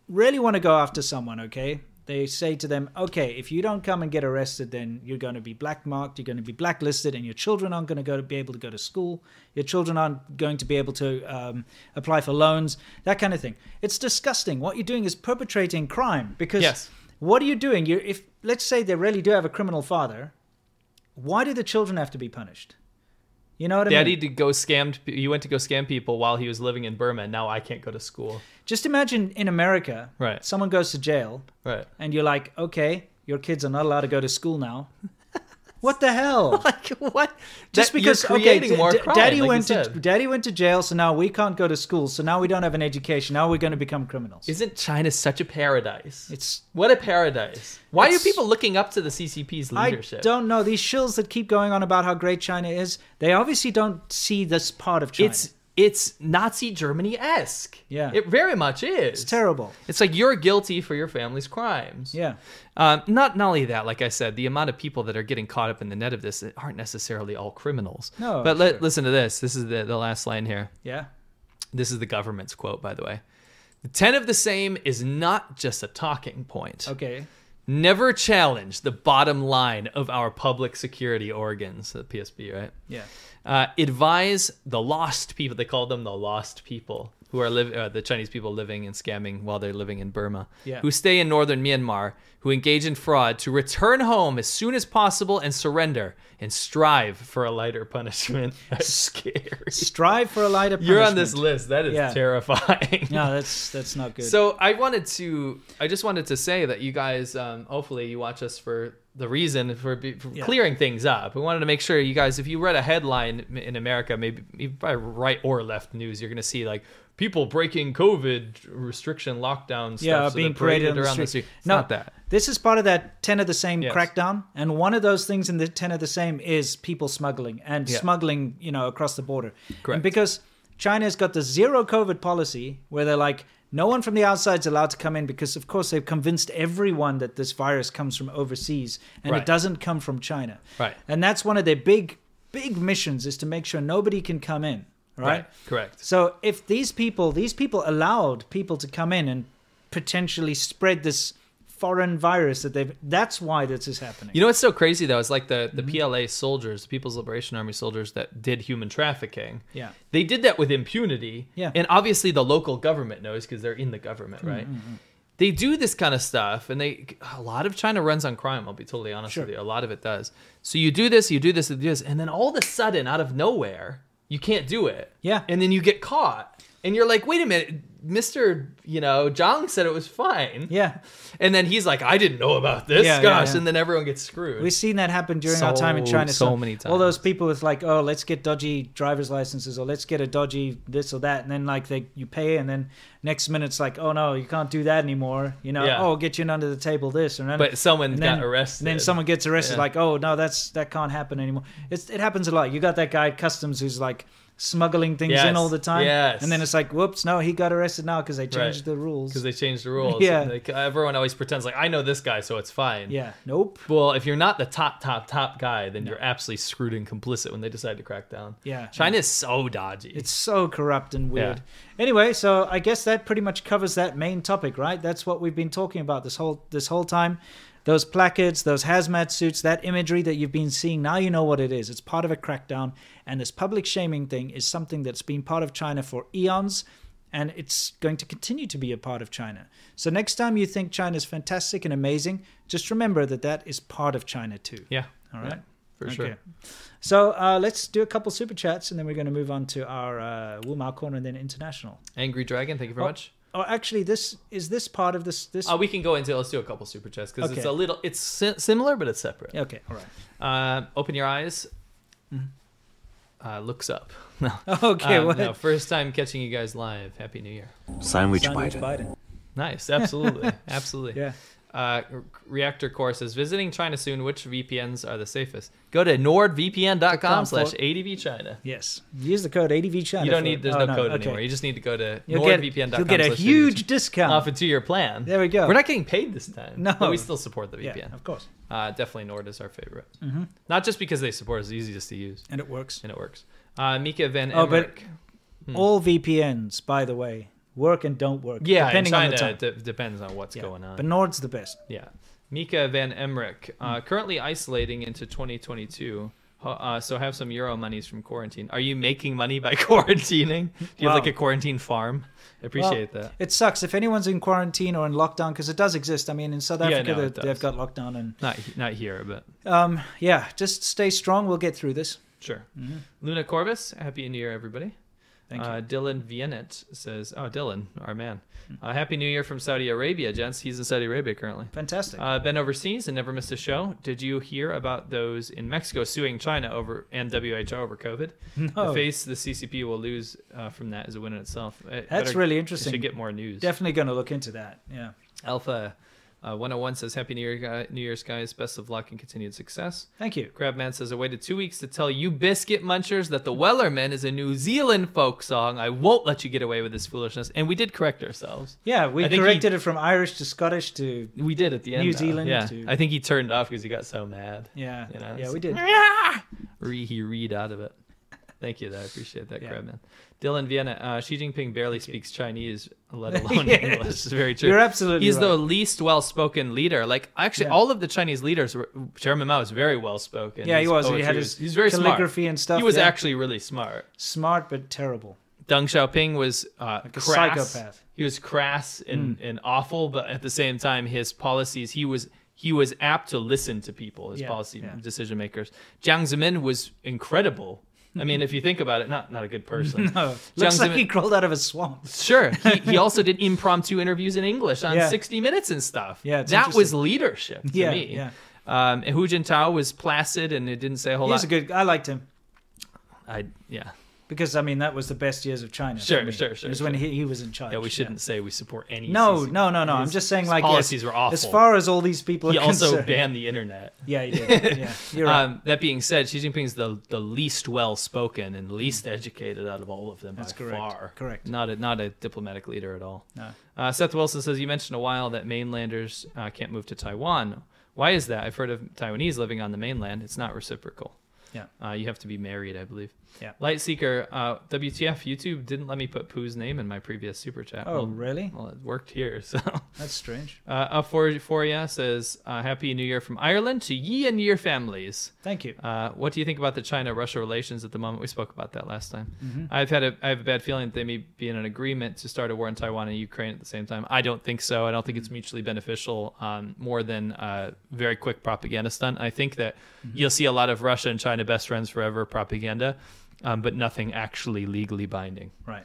Speaker 1: really want to go after someone, okay, they say to them, okay, if you don't come and get arrested, then you're going to be black marked, you're going to be blacklisted, and your children aren't going to go to be able to go to school. Your children aren't going to be able to um, apply for loans, that kind of thing. It's disgusting. What you're doing is perpetrating crime because
Speaker 2: Yes.
Speaker 1: what are you doing? You if let's say they really do have a criminal father, why do the children have to be punished? You know what I mean?
Speaker 2: Daddy did go scammed. You went to go scam people while he was living in Burma. and Now I can't go to school.
Speaker 1: Just imagine in America,
Speaker 2: Right.
Speaker 1: someone goes to jail
Speaker 2: Right.
Speaker 1: and you're like, okay, your kids are not allowed to go to school now. what the hell?
Speaker 2: Like what?
Speaker 1: Just
Speaker 2: That-
Speaker 1: because
Speaker 2: you're
Speaker 1: okay,
Speaker 2: creating
Speaker 1: d-
Speaker 2: more
Speaker 1: d-
Speaker 2: crime,
Speaker 1: daddy
Speaker 2: like you
Speaker 1: went to
Speaker 2: said.
Speaker 1: daddy went to jail, so now we can't go to school. So now we don't have an education. Now we're going to become criminals.
Speaker 2: Isn't China such a paradise?
Speaker 1: It's-
Speaker 2: what a paradise. Why
Speaker 1: It's-
Speaker 2: are people looking up to the CCP's
Speaker 1: I
Speaker 2: leadership?
Speaker 1: don't know these shills that keep going on about how great China is. They obviously don't see this part of China.
Speaker 2: It's it's Nazi Germany esque.
Speaker 1: Yeah.
Speaker 2: it very much is.
Speaker 1: it's terrible.
Speaker 2: It's like you're guilty for your family's crimes.
Speaker 1: Yeah.
Speaker 2: Um, not not only that, like I said, the amount of people that are getting caught up in the net of this aren't necessarily all criminals.
Speaker 1: No,
Speaker 2: But let,
Speaker 1: sure.
Speaker 2: listen to this. This is the, the last line here.
Speaker 1: Yeah.
Speaker 2: This is the government's quote, by the way. The ten of the same is not just a talking point.
Speaker 1: Okay.
Speaker 2: never challenge the bottom line of our public security organs, the PSB, right?
Speaker 1: Yeah.
Speaker 2: Uh, advise the lost people, they call them the lost people, who are live, uh, the Chinese people living and scamming while they're living in Burma,
Speaker 1: Yeah.
Speaker 2: who stay in northern Myanmar, who engage in fraud, to return home as soon as possible and surrender and strive for a lighter punishment. That's scary.
Speaker 1: Strive for a lighter.
Speaker 2: You're on this
Speaker 1: punishment.
Speaker 2: list. That is
Speaker 1: Yeah.
Speaker 2: terrifying.
Speaker 1: No, that's that's not good.
Speaker 2: So I wanted to, I just wanted to say that you guys, um, hopefully, you watch us for the reason for, be- for clearing things up. We wanted to make sure you guys, if you read a headline m- in America, maybe even by right or left news, you're going to see like people breaking COVID restriction lockdown. Stuff,
Speaker 1: yeah,
Speaker 2: so
Speaker 1: being
Speaker 2: they're paraded
Speaker 1: paraded on the
Speaker 2: around
Speaker 1: street.
Speaker 2: the street. It's
Speaker 1: No,
Speaker 2: not that.
Speaker 1: This is part of that ten of the same
Speaker 2: Yes.
Speaker 1: crackdown, and one of those things in the ten of the same is people smuggling and
Speaker 2: Yeah.
Speaker 1: smuggling, you know, across the border.
Speaker 2: Correct.
Speaker 1: And because China's got the zero COVID policy, where they're like, no one from the outside's allowed to come in, because of course they've convinced everyone that this virus comes from overseas and
Speaker 2: Right.
Speaker 1: it doesn't come from China.
Speaker 2: Right.
Speaker 1: And that's one of their big, big missions is to make sure nobody can come in. right.
Speaker 2: Correct.
Speaker 1: So if these people, these people allowed people to come in and potentially spread this foreign virus that they've, that's why this is happening. Mm-hmm.
Speaker 2: You know what's so crazy though is like the the PLA soldiers, the People's Liberation Army soldiers that did human trafficking.
Speaker 1: Yeah.
Speaker 2: They did that with impunity.
Speaker 1: Yeah. Mm-hmm,
Speaker 2: And obviously the local government knows because they're in the government, right? They do this kind of stuff, and they a lot of China runs on crime. I'll be totally honest
Speaker 1: Sure.
Speaker 2: with you. A lot of it does. So you do this, you do this, you do this, and then all of a sudden, out of nowhere, you can't do it.
Speaker 1: Yeah.
Speaker 2: And then you get caught, and you're like, "Wait a minute, Mister, you know, Zhang said it was fine."
Speaker 1: yeah.
Speaker 2: And then he's like, "I didn't know about this."
Speaker 1: Yeah, yeah,
Speaker 2: Gosh.
Speaker 1: yeah.
Speaker 2: And then everyone gets screwed.
Speaker 1: We've seen that happen during our time in
Speaker 2: So-
Speaker 1: China.
Speaker 2: so many
Speaker 1: All those
Speaker 2: times.
Speaker 1: people with like, oh, let's get dodgy driver's licenses or let's get a dodgy this or that. And then like they, you pay and then next minute it's like, oh no, you can't do that anymore. You know,
Speaker 2: Yeah.
Speaker 1: oh, get you an under the table this. And then,
Speaker 2: But someone
Speaker 1: and
Speaker 2: got
Speaker 1: then-
Speaker 2: arrested.
Speaker 1: and then someone gets arrested
Speaker 2: Yeah.
Speaker 1: like, oh, no, that's that can't happen anymore. It's, it happens a lot. You got that guy at customs who's like smuggling things in
Speaker 2: Yes,
Speaker 1: all the time.
Speaker 2: yes.
Speaker 1: And then it's like, whoops, no, he got arrested now because they changed
Speaker 2: Right.
Speaker 1: the rules.
Speaker 2: because they changed the rules.
Speaker 1: Yeah.
Speaker 2: And they- everyone always pretends like I know this guy, so it's fine.
Speaker 1: yeah, nope.
Speaker 2: Well, if you're not the top, top, top guy, then you're absolutely screwed and complicit when they decide to crack down.
Speaker 1: Yeah.
Speaker 2: China is so dodgy.
Speaker 1: It's so corrupt and weird.
Speaker 2: Yeah.
Speaker 1: Anyway, so I guess that pretty much covers that main topic, right? That's what we've been talking about this whole this whole time. Those placards, those hazmat suits, that imagery that you've been seeing, now you know what it is. It's part of a crackdown and this public shaming thing is something that's been part of China for eons and it's going to continue to be a part of China. So next time you think China's fantastic and amazing, just remember that that is part of China too.
Speaker 2: yeah.
Speaker 1: All right.
Speaker 2: Yeah, for sure.
Speaker 1: So uh, let's do a couple super chats and then we're going to move on to our uh, Wu Mao corner and then international.
Speaker 2: Angry Dragon, thank you very much.
Speaker 1: Oh, actually, this is this part of this. This
Speaker 2: Uh, we can go into let's do a couple super chats because it's
Speaker 1: Okay.
Speaker 2: a little it's si- similar but it's separate.
Speaker 1: okay, all right.
Speaker 2: Uh, open your eyes. Uh, looks up. No.
Speaker 1: Mm-hmm. Okay,
Speaker 2: Um,
Speaker 1: what?
Speaker 2: no, first time catching you guys live. Happy New Year.
Speaker 3: Sandwich, Biden.
Speaker 2: Nice. Absolutely. absolutely.
Speaker 1: Yeah,
Speaker 2: Uh, Reactor Core says, visiting China soon, which VPNs are the safest? Go to nordvpn.com slash advchina.
Speaker 1: yes. Use the code ADV China.
Speaker 2: You don't
Speaker 1: for it.
Speaker 2: need, there's
Speaker 1: Oh,
Speaker 2: no, code
Speaker 1: okay.
Speaker 2: anymore. You just need to go to
Speaker 1: You'll get-
Speaker 2: nordvpn.com
Speaker 1: You'll get a
Speaker 2: slash
Speaker 1: huge
Speaker 2: ADVChina.
Speaker 1: discount.
Speaker 2: off a two-year plan.
Speaker 1: There we go.
Speaker 2: We're not getting paid this time.
Speaker 1: No.
Speaker 2: But we still support the
Speaker 1: yeah, Mm-hmm.
Speaker 2: VPN.
Speaker 1: of course,
Speaker 2: Uh, definitely Nord is our favorite. Not just because they support us, it's easiest to use.
Speaker 1: and it works.
Speaker 2: And it works. Uh, Mika Van
Speaker 1: Oh, but-
Speaker 2: Emmerich. Mm-hmm.
Speaker 1: All VPNs, by the way, work and don't work.
Speaker 2: yeah,
Speaker 1: depending
Speaker 2: in China,
Speaker 1: on the time.
Speaker 2: it de- depends on what's
Speaker 1: Yeah.
Speaker 2: going on.
Speaker 1: But Nord's the best.
Speaker 2: Yeah. Mika Van Emmerich, uh,
Speaker 1: Hmm.
Speaker 2: currently isolating into 2022. Ho- Uh, so have some euro monies from quarantine. Are you making money by quarantining? Do you
Speaker 1: Wow.
Speaker 2: have like a quarantine farm? I appreciate
Speaker 1: Well,
Speaker 2: that.
Speaker 1: It sucks if anyone's in quarantine or in lockdown because it does exist. I mean, in South
Speaker 2: Yeah,
Speaker 1: Africa,
Speaker 2: no,
Speaker 1: they-
Speaker 2: it does.
Speaker 1: they've got lockdown and
Speaker 2: Not not here, but
Speaker 1: Um, yeah, just stay strong. We'll get through this.
Speaker 2: sure. Luna Corvus, happy new year, everybody.
Speaker 1: Mm-hmm. Thank you. Hmm.
Speaker 2: Uh, Dylan Viennet says, "Oh, Dylan, our man. Uh, happy New Year from Saudi Arabia, gents. He's in Saudi Arabia currently.
Speaker 1: Fantastic.
Speaker 2: Uh, been overseas and never missed a show. Did you hear about those in Mexico suing China over and WHO over COVID?
Speaker 1: No.
Speaker 2: The face the CCP will lose uh, from that is a win in itself. It
Speaker 1: That's really interesting.
Speaker 2: Should get more news.
Speaker 1: Definitely going to look into that. Yeah.
Speaker 2: Alpha uh, 101 says Happy New Year, guy- New Year's guys. Best of luck and continued success.
Speaker 1: Thank you.
Speaker 2: Crabman says I waited two weeks to tell you biscuit munchers that the Wellerman is a New Zealand folk song. I won't let you get away with this foolishness. And we did correct ourselves.
Speaker 1: Yeah, we
Speaker 2: I think
Speaker 1: corrected
Speaker 2: he-
Speaker 1: it from Irish to Scottish to
Speaker 2: We did at the end.
Speaker 1: New
Speaker 2: though.
Speaker 1: Zealand
Speaker 2: Yeah.
Speaker 1: to-
Speaker 2: I think he turned off because he got so mad.
Speaker 1: yeah.
Speaker 2: You know,
Speaker 1: yeah,
Speaker 2: it's-
Speaker 1: we did.
Speaker 2: re he read out of it. Thank you. though. I appreciate that,
Speaker 1: Yeah.
Speaker 2: Crab Man. Dylan Vienna. Uh, Xi Jinping barely speaks Chinese, let alone
Speaker 1: Yes.
Speaker 2: English. It's very true.
Speaker 1: You're absolutely
Speaker 2: He's the
Speaker 1: right.
Speaker 2: least well-spoken leader. Like actually,
Speaker 1: Yeah.
Speaker 2: all of the Chinese leaders. Were, Chairman Mao is very well-spoken.
Speaker 1: Yeah, he
Speaker 2: His
Speaker 1: was. He had
Speaker 2: poetry
Speaker 1: his
Speaker 2: was- he's very
Speaker 1: calligraphy
Speaker 2: smart.
Speaker 1: and stuff,
Speaker 2: He was
Speaker 1: yeah.
Speaker 2: actually really smart.
Speaker 1: Smart but terrible.
Speaker 2: Deng Xiaoping was uh,
Speaker 1: a
Speaker 2: crass.
Speaker 1: psychopath. Hmm.
Speaker 2: He was crass and, and awful, but at the same time, his policies he was he was apt to listen to people, his
Speaker 1: Yeah,
Speaker 2: policy
Speaker 1: yeah.
Speaker 2: decision makers. Jiang Zemin was incredible. I mean, if you think about it, not not a good person.
Speaker 1: No,
Speaker 2: Oh, Jiang
Speaker 1: looks like
Speaker 2: Zemin-
Speaker 1: he crawled out of a swamp.
Speaker 2: sure. He, he also did impromptu interviews in English on
Speaker 1: Yeah.
Speaker 2: 60 Minutes and stuff.
Speaker 1: Yeah, it's
Speaker 2: that was
Speaker 1: interesting.
Speaker 2: leadership to
Speaker 1: Yeah,
Speaker 2: me.
Speaker 1: yeah.
Speaker 2: Um, and Hu Jintao was placid and it didn't say a whole
Speaker 1: He's
Speaker 2: lot.
Speaker 1: a good. I liked him
Speaker 2: I yeah.
Speaker 1: because I mean that was the best years of China. for
Speaker 2: Sure,
Speaker 1: me.
Speaker 2: sure, sure,
Speaker 1: It was when
Speaker 2: sure.
Speaker 1: he, he was in charge.
Speaker 2: Yeah, we shouldn't say we support any.
Speaker 1: No,
Speaker 2: CCP.
Speaker 1: no, no, no. I'm
Speaker 2: His-
Speaker 1: just saying,
Speaker 2: his
Speaker 1: like
Speaker 2: policies
Speaker 1: as,
Speaker 2: were awful.
Speaker 1: As far as all these people
Speaker 2: he
Speaker 1: are
Speaker 2: also
Speaker 1: concerned,
Speaker 2: banned the internet.
Speaker 1: yeah, he did. Yeah, you're right.
Speaker 2: Um, that being said, Xi Jinping's the the least well spoken and least educated out of all of them
Speaker 1: That's
Speaker 2: by
Speaker 1: correct.
Speaker 2: far.
Speaker 1: Correct.
Speaker 2: Not a not a diplomatic leader at all.
Speaker 1: No.
Speaker 2: Uh, Seth Wilson says you mentioned a while that mainlanders uh, can't move to Taiwan. Why is that? I've heard of Taiwanese living on the mainland. It's not reciprocal.
Speaker 1: Yeah.
Speaker 2: Uh, you have to be married, I believe.
Speaker 1: Yeah.
Speaker 2: Lightseeker, uh, WTF? YouTube didn't let me put Pooh's name in my previous super chat.
Speaker 1: Oh,
Speaker 2: Well-
Speaker 1: really?
Speaker 2: Well, it worked here, so.
Speaker 1: That's strange.
Speaker 2: Uh, Aphoria says, uh, Happy New Year from Ireland to ye and your families.
Speaker 1: Thank you.
Speaker 2: Uh, what do you think about the China-Russia relations at the moment? We spoke about that last time. I've had a I have a bad feeling that they may be in an agreement to start a war in Taiwan and Ukraine at the same time. I don't think so. I don't think it's mutually beneficial um, more than uh, very quick propaganda stunt. I think that you'll see a lot of Russia and China best friends forever propaganda, um, but nothing actually legally binding.
Speaker 1: Right.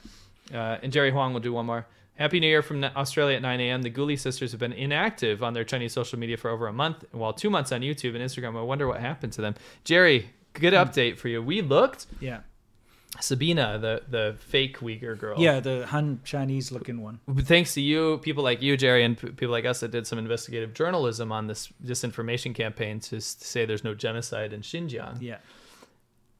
Speaker 2: Uh, and Jerry Huang will do one more. Happy New Year from Australia at 9 a.m. The Gooley sisters have been inactive on their Chinese social media for over a month, while two months on YouTube and Instagram. I wonder what happened to them. Jerry, good
Speaker 1: Hmm.
Speaker 2: update for you. We looked.
Speaker 1: Yeah.
Speaker 2: Sabina, the, the fake Uyghur girl.
Speaker 1: Yeah, the Han Chinese looking one.
Speaker 2: Thanks to you, people like you, Jerry, and p- people like us that did some investigative journalism on this disinformation campaign to s- say there's no genocide in Xinjiang.
Speaker 1: Yeah.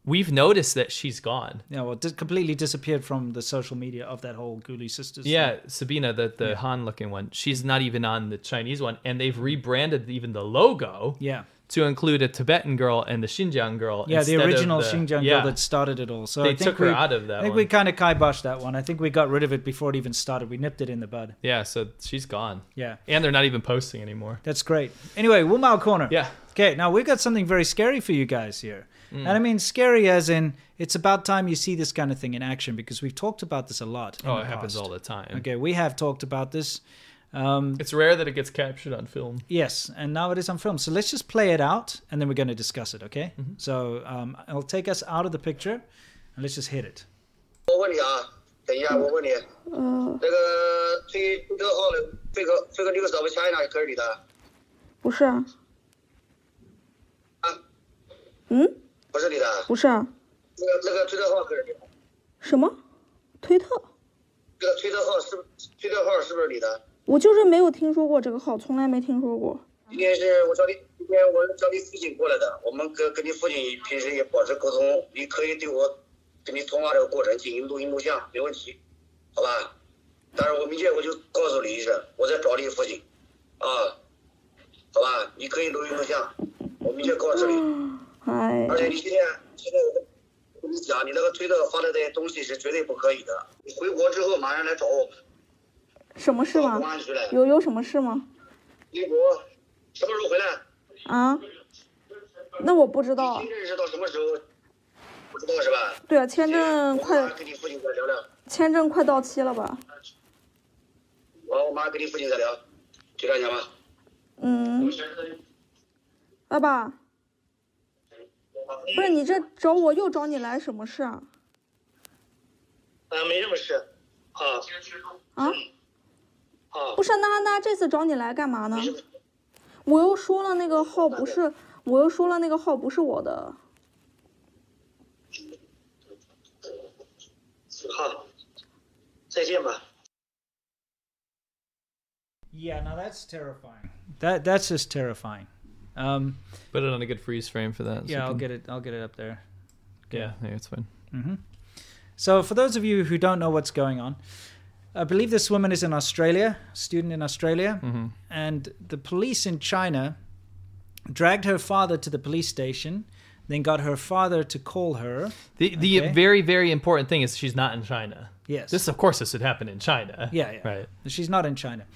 Speaker 2: We've noticed that she's gone.
Speaker 1: Yeah, well, dis- completely disappeared from the social media of that whole Ghoulie Sisters. thing.
Speaker 2: Yeah, Sabina, the, the Han looking one, she's not even on the Chinese one,
Speaker 1: Mm-hmm.
Speaker 2: and they've rebranded even the logo
Speaker 1: Yeah.
Speaker 2: to include a Tibetan girl and the Xinjiang girl.
Speaker 1: Yeah,
Speaker 2: instead
Speaker 1: the
Speaker 2: of
Speaker 1: original
Speaker 2: the-
Speaker 1: Xinjiang
Speaker 2: yeah.
Speaker 1: girl that started it all. So
Speaker 2: They
Speaker 1: I think
Speaker 2: took her
Speaker 1: we,
Speaker 2: out of that
Speaker 1: I think
Speaker 2: one.
Speaker 1: we kind of kiboshed that one. I think we got rid of it before it even started. We nipped it in the bud.
Speaker 2: Yeah, so she's gone.
Speaker 1: Yeah.
Speaker 2: And they're not even posting anymore.
Speaker 1: That's great. Anyway, Wumao Corner.
Speaker 2: Yeah. Mm.
Speaker 1: Okay, now we've got something very scary for you guys here. And I mean scary as in it's about time you see this kind of thing in action because we've talked about this a lot. in
Speaker 2: Oh,
Speaker 1: the
Speaker 2: it happens
Speaker 1: past.
Speaker 2: all the time.
Speaker 1: Okay, we have talked about this. Um,
Speaker 2: It's rare that it gets captured on film.
Speaker 1: Yes, and now it is on film. So let's just play it out, and then we're going to discuss it. Okay? So um, it'll take us out of the picture, and let's just hit it.
Speaker 4: 我问你啊，等一下，我问你，嗯，那个最最好的最个最个 news of China 可是你的
Speaker 5: 不是啊，
Speaker 4: 啊？
Speaker 5: 嗯，
Speaker 4: 不是你的，
Speaker 5: 不是啊，
Speaker 4: 那个那个推特号可是你的，
Speaker 5: 什么？推特？
Speaker 4: 这个推特号是不推特号是不是你的？
Speaker 5: 我就是没有听说过这个号，从来没听说过。
Speaker 4: 今天是我找你，今天我是找你父亲过来的，我们跟跟你父亲平时也保持沟通，你可以对我跟你通话这个过程进行录音录像，没问题，好吧？但是我明天我就告诉你一声，我在找你父亲，啊，好吧？你可以录音录像，我明天告诉你。
Speaker 5: 哎
Speaker 4: 而，且你今天现在我跟你讲，你那个推特发的这些东西是绝对不可以的。你回国之后马上来找我们，
Speaker 5: 什么事
Speaker 4: 到
Speaker 5: 吗
Speaker 4: 公？安局来。
Speaker 5: 有有什么事吗？
Speaker 4: 回国什么时候回来？
Speaker 5: 啊？那我不知道啊
Speaker 4: 你。认识到什么时候？不知道是吧？
Speaker 5: 对啊，签证
Speaker 4: 我马上
Speaker 5: 快
Speaker 4: 跟你父亲再聊聊。
Speaker 5: 签证快到期了吧？
Speaker 4: 我我马上跟你父亲再聊，就这样行吗？
Speaker 5: 嗯，爸爸，不是你这找我又找你来什么事啊？
Speaker 4: 啊，没什么事。啊
Speaker 5: 啊？
Speaker 4: 啊
Speaker 5: 不，是，那那这次找你来干嘛呢
Speaker 4: 没？什么事。
Speaker 5: 我又说了那个号不是，我又说了那个号不是我的。
Speaker 4: 好，再见吧。
Speaker 1: Yeah, now that's terrifying. That that's just terrifying. Um,
Speaker 2: Put it on a good freeze frame for that. so
Speaker 1: yeah,
Speaker 2: you
Speaker 1: I'll
Speaker 2: can-
Speaker 1: get it. I'll get it up there.
Speaker 2: Yeah, yeah, it's fine.
Speaker 1: So, for those of you who don't know what's going on, I believe this woman is in Australia, student in Australia, and the police in China dragged her father to the police station. then got her father to call her.
Speaker 2: The, the
Speaker 1: Okay.
Speaker 2: very, very important thing is she's not in China.
Speaker 1: Yes.
Speaker 2: This, of course, this would happen in China.
Speaker 1: Yeah, yeah.
Speaker 2: Right.
Speaker 1: She's not in China.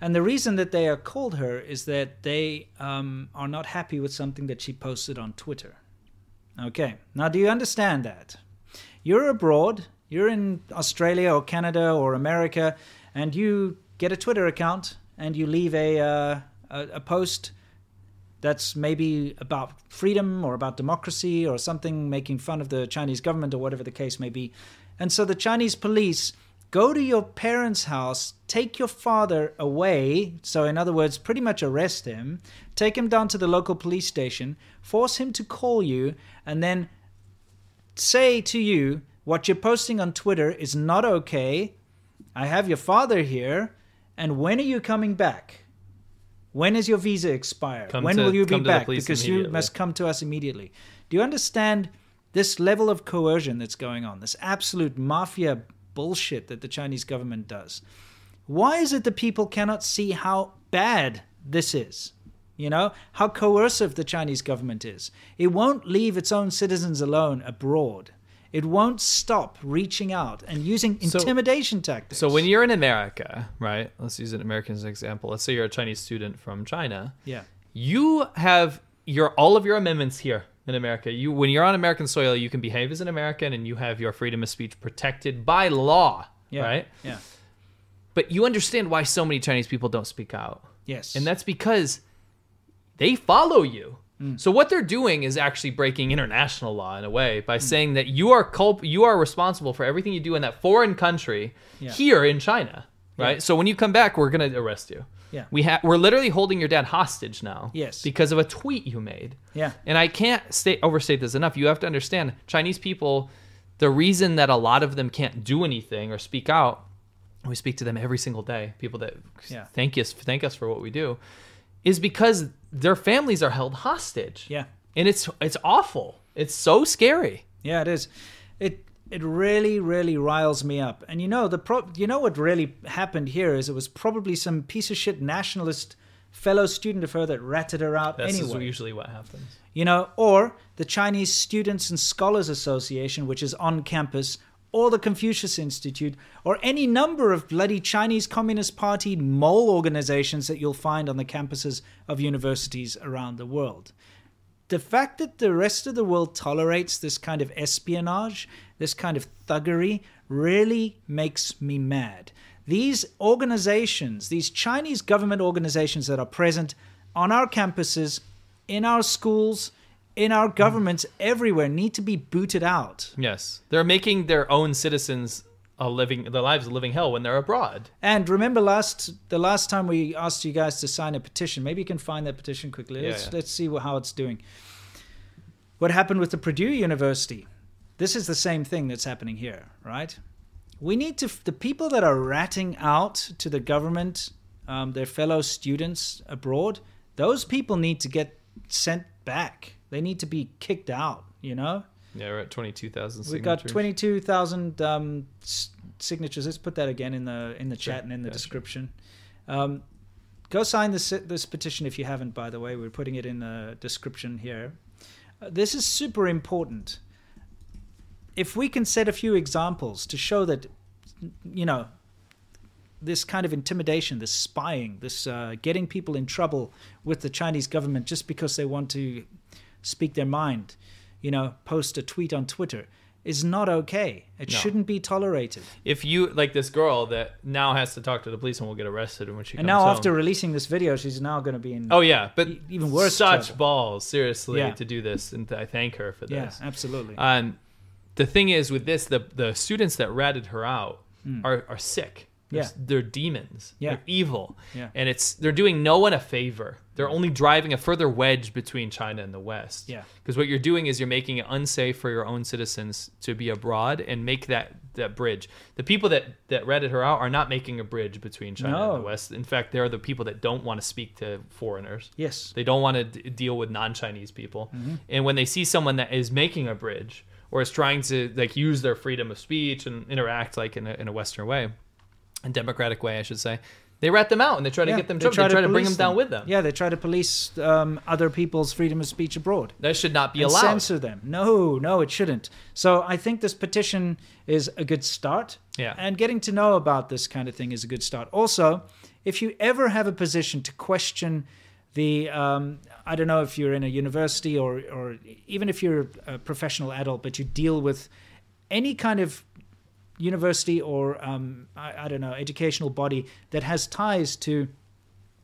Speaker 1: And the reason that they are called her is that they um, are not happy with something that she posted on Twitter. Okay. Now, do you understand that? You're abroad, you're in Australia or Canada or America, and you get a Twitter account and you leave a, uh, a, a post that's maybe about freedom or about democracy or something making fun of the Chinese government or whatever the case may be. And so the Chinese police go to your parents' house, take your father away. So, in other words, pretty much arrest him, take him down to the local police station, force him to call you, and then say to you, what you're posting on Twitter is not okay. I have your father here. And when are you coming back? When is your visa expired?
Speaker 2: Come
Speaker 1: when
Speaker 2: to-
Speaker 1: will you be
Speaker 2: come to the
Speaker 1: back?
Speaker 2: police
Speaker 1: Because you
Speaker 2: immediately.
Speaker 1: must come to us immediately. Do you understand this level of coercion that's going on? This absolute mafia bullshit that the Chinese government does. Why is it that people cannot see how bad this is? You know, how coercive the Chinese government is. It won't leave its own citizens alone abroad. It won't stop reaching out and using
Speaker 2: So-
Speaker 1: intimidation tactics.
Speaker 2: So when you're in America, right? Let's use an American as an example. Let's say you're a Chinese student from China.
Speaker 1: yeah,
Speaker 2: You have your all of your amendments here in America. You when you're on American soil, you can behave as an American and you have your freedom of speech protected by law,
Speaker 1: yeah,
Speaker 2: right?
Speaker 1: yeah,
Speaker 2: But you understand why so many Chinese people don't speak out.
Speaker 1: yes,
Speaker 2: And that's because they follow you. So what they're doing is actually breaking international law in a way by saying that you are culp- you are responsible for everything you do in that foreign country here in China, right? So when you come back, we're going to arrest you.
Speaker 1: Yeah.
Speaker 2: We ha- we're literally holding your dad hostage now.
Speaker 1: Yes.
Speaker 2: Because of a tweet you made.
Speaker 1: Yeah.
Speaker 2: And I can't state overstate this enough. You have to understand Chinese people the reason that a lot of them can't do anything or speak out we speak to them every single day people that
Speaker 1: Yeah.
Speaker 2: thank us thank us for what we do is because their families are held hostage
Speaker 1: Yeah.
Speaker 2: and it's it's awful it's so scary
Speaker 1: Yeah, it is. It it really really riles me up. And you know the pro- you know what really happened here is it was probably some piece of shit nationalist fellow student of her that ratted her out
Speaker 2: that's
Speaker 1: anyway.
Speaker 2: usually what happens
Speaker 1: you know, or the Chinese Students and Scholars Association, which is on campus, or the Confucius Institute, or any number of bloody Chinese Communist Party mole organizations that you'll find on the campuses of universities around the world. The fact that the rest of the world tolerates this kind of espionage, this kind of thuggery, really makes me mad. These organizations, these Chinese government organizations that are present on our campuses, in our schools, in our governments everywhere need to be booted out.
Speaker 2: yes they're making their own citizens a living their lives a living hell when they're abroad
Speaker 1: And remember last the last time we asked you guys to sign a petition. Maybe you can find that petition quickly.
Speaker 2: Yeah,
Speaker 1: let's
Speaker 2: yeah.
Speaker 1: let's see wha- how it's doing. What happened with the Purdue University? This is the same thing that's happening here, right? We need to the people that are ratting out to the government, um, their fellow students abroad. Those people need to get sent back. They need to be kicked out. You know,
Speaker 2: yeah we're at 22000
Speaker 1: We've got twenty-two thousand um, s- signatures. Let's put that again in the in the
Speaker 2: Sure.
Speaker 1: chat and in the
Speaker 2: Yeah, sure.
Speaker 1: description. Um, go sign this this petition if you haven't. By the way, we're putting it in the description here. Uh, this is super important. If we can set a few examples to show that, you know, this kind of intimidation, this spying, this uh, getting people in trouble with the Chinese government just because they want to speak their mind, you know, post a tweet on Twitter, is not okay. It
Speaker 2: No.
Speaker 1: shouldn't be tolerated.
Speaker 2: if you like this girl that now has to talk to the police and will get arrested when she
Speaker 1: And
Speaker 2: comes
Speaker 1: now,
Speaker 2: home.
Speaker 1: after releasing this video, she's now going to be in.
Speaker 2: oh yeah but
Speaker 1: E- even worse
Speaker 2: such
Speaker 1: trouble.
Speaker 2: balls seriously
Speaker 1: Yeah.
Speaker 2: to do this and i thank her for
Speaker 1: yeah,
Speaker 2: this
Speaker 1: absolutely.
Speaker 2: Um, the thing is with this, the the students that ratted her out are are sick. They're,
Speaker 1: Hmm. Yeah.
Speaker 2: they're demons.
Speaker 1: Yeah.
Speaker 2: They're evil.
Speaker 1: Yeah.
Speaker 2: And it's they're doing no one a favor. They're only driving a further wedge between China and the West.
Speaker 1: Yeah.
Speaker 2: Because what you're doing is you're making it unsafe for your own citizens to be abroad and make that that bridge. The people that that ratted her out are not making a bridge between China and
Speaker 1: No.
Speaker 2: the West. In fact, they're the people that don't want to speak to foreigners.
Speaker 1: yes.
Speaker 2: They don't want to d- deal with non-Chinese people.
Speaker 1: Mm-hmm.
Speaker 2: And when they see someone that is making a bridge or is trying to like use their freedom of speech and interact like in a, in a Western way, a democratic way, I should say, They rat them out and they try to
Speaker 1: Yeah,
Speaker 2: get them trouble. They try, to, bring
Speaker 1: police
Speaker 2: them down with them.
Speaker 1: Yeah, they try to police um, other people's freedom of speech abroad.
Speaker 2: That should not be
Speaker 1: and
Speaker 2: allowed.
Speaker 1: censor them. No, no, it shouldn't. So I think this petition is a good start.
Speaker 2: Yeah.
Speaker 1: And getting to know about this kind of thing is a good start. Also, if you ever have a position to question the, um, I don't know if you're in a university or, or even if you're a professional adult, but you deal with any kind of university or um, I, I don't know educational body that has ties to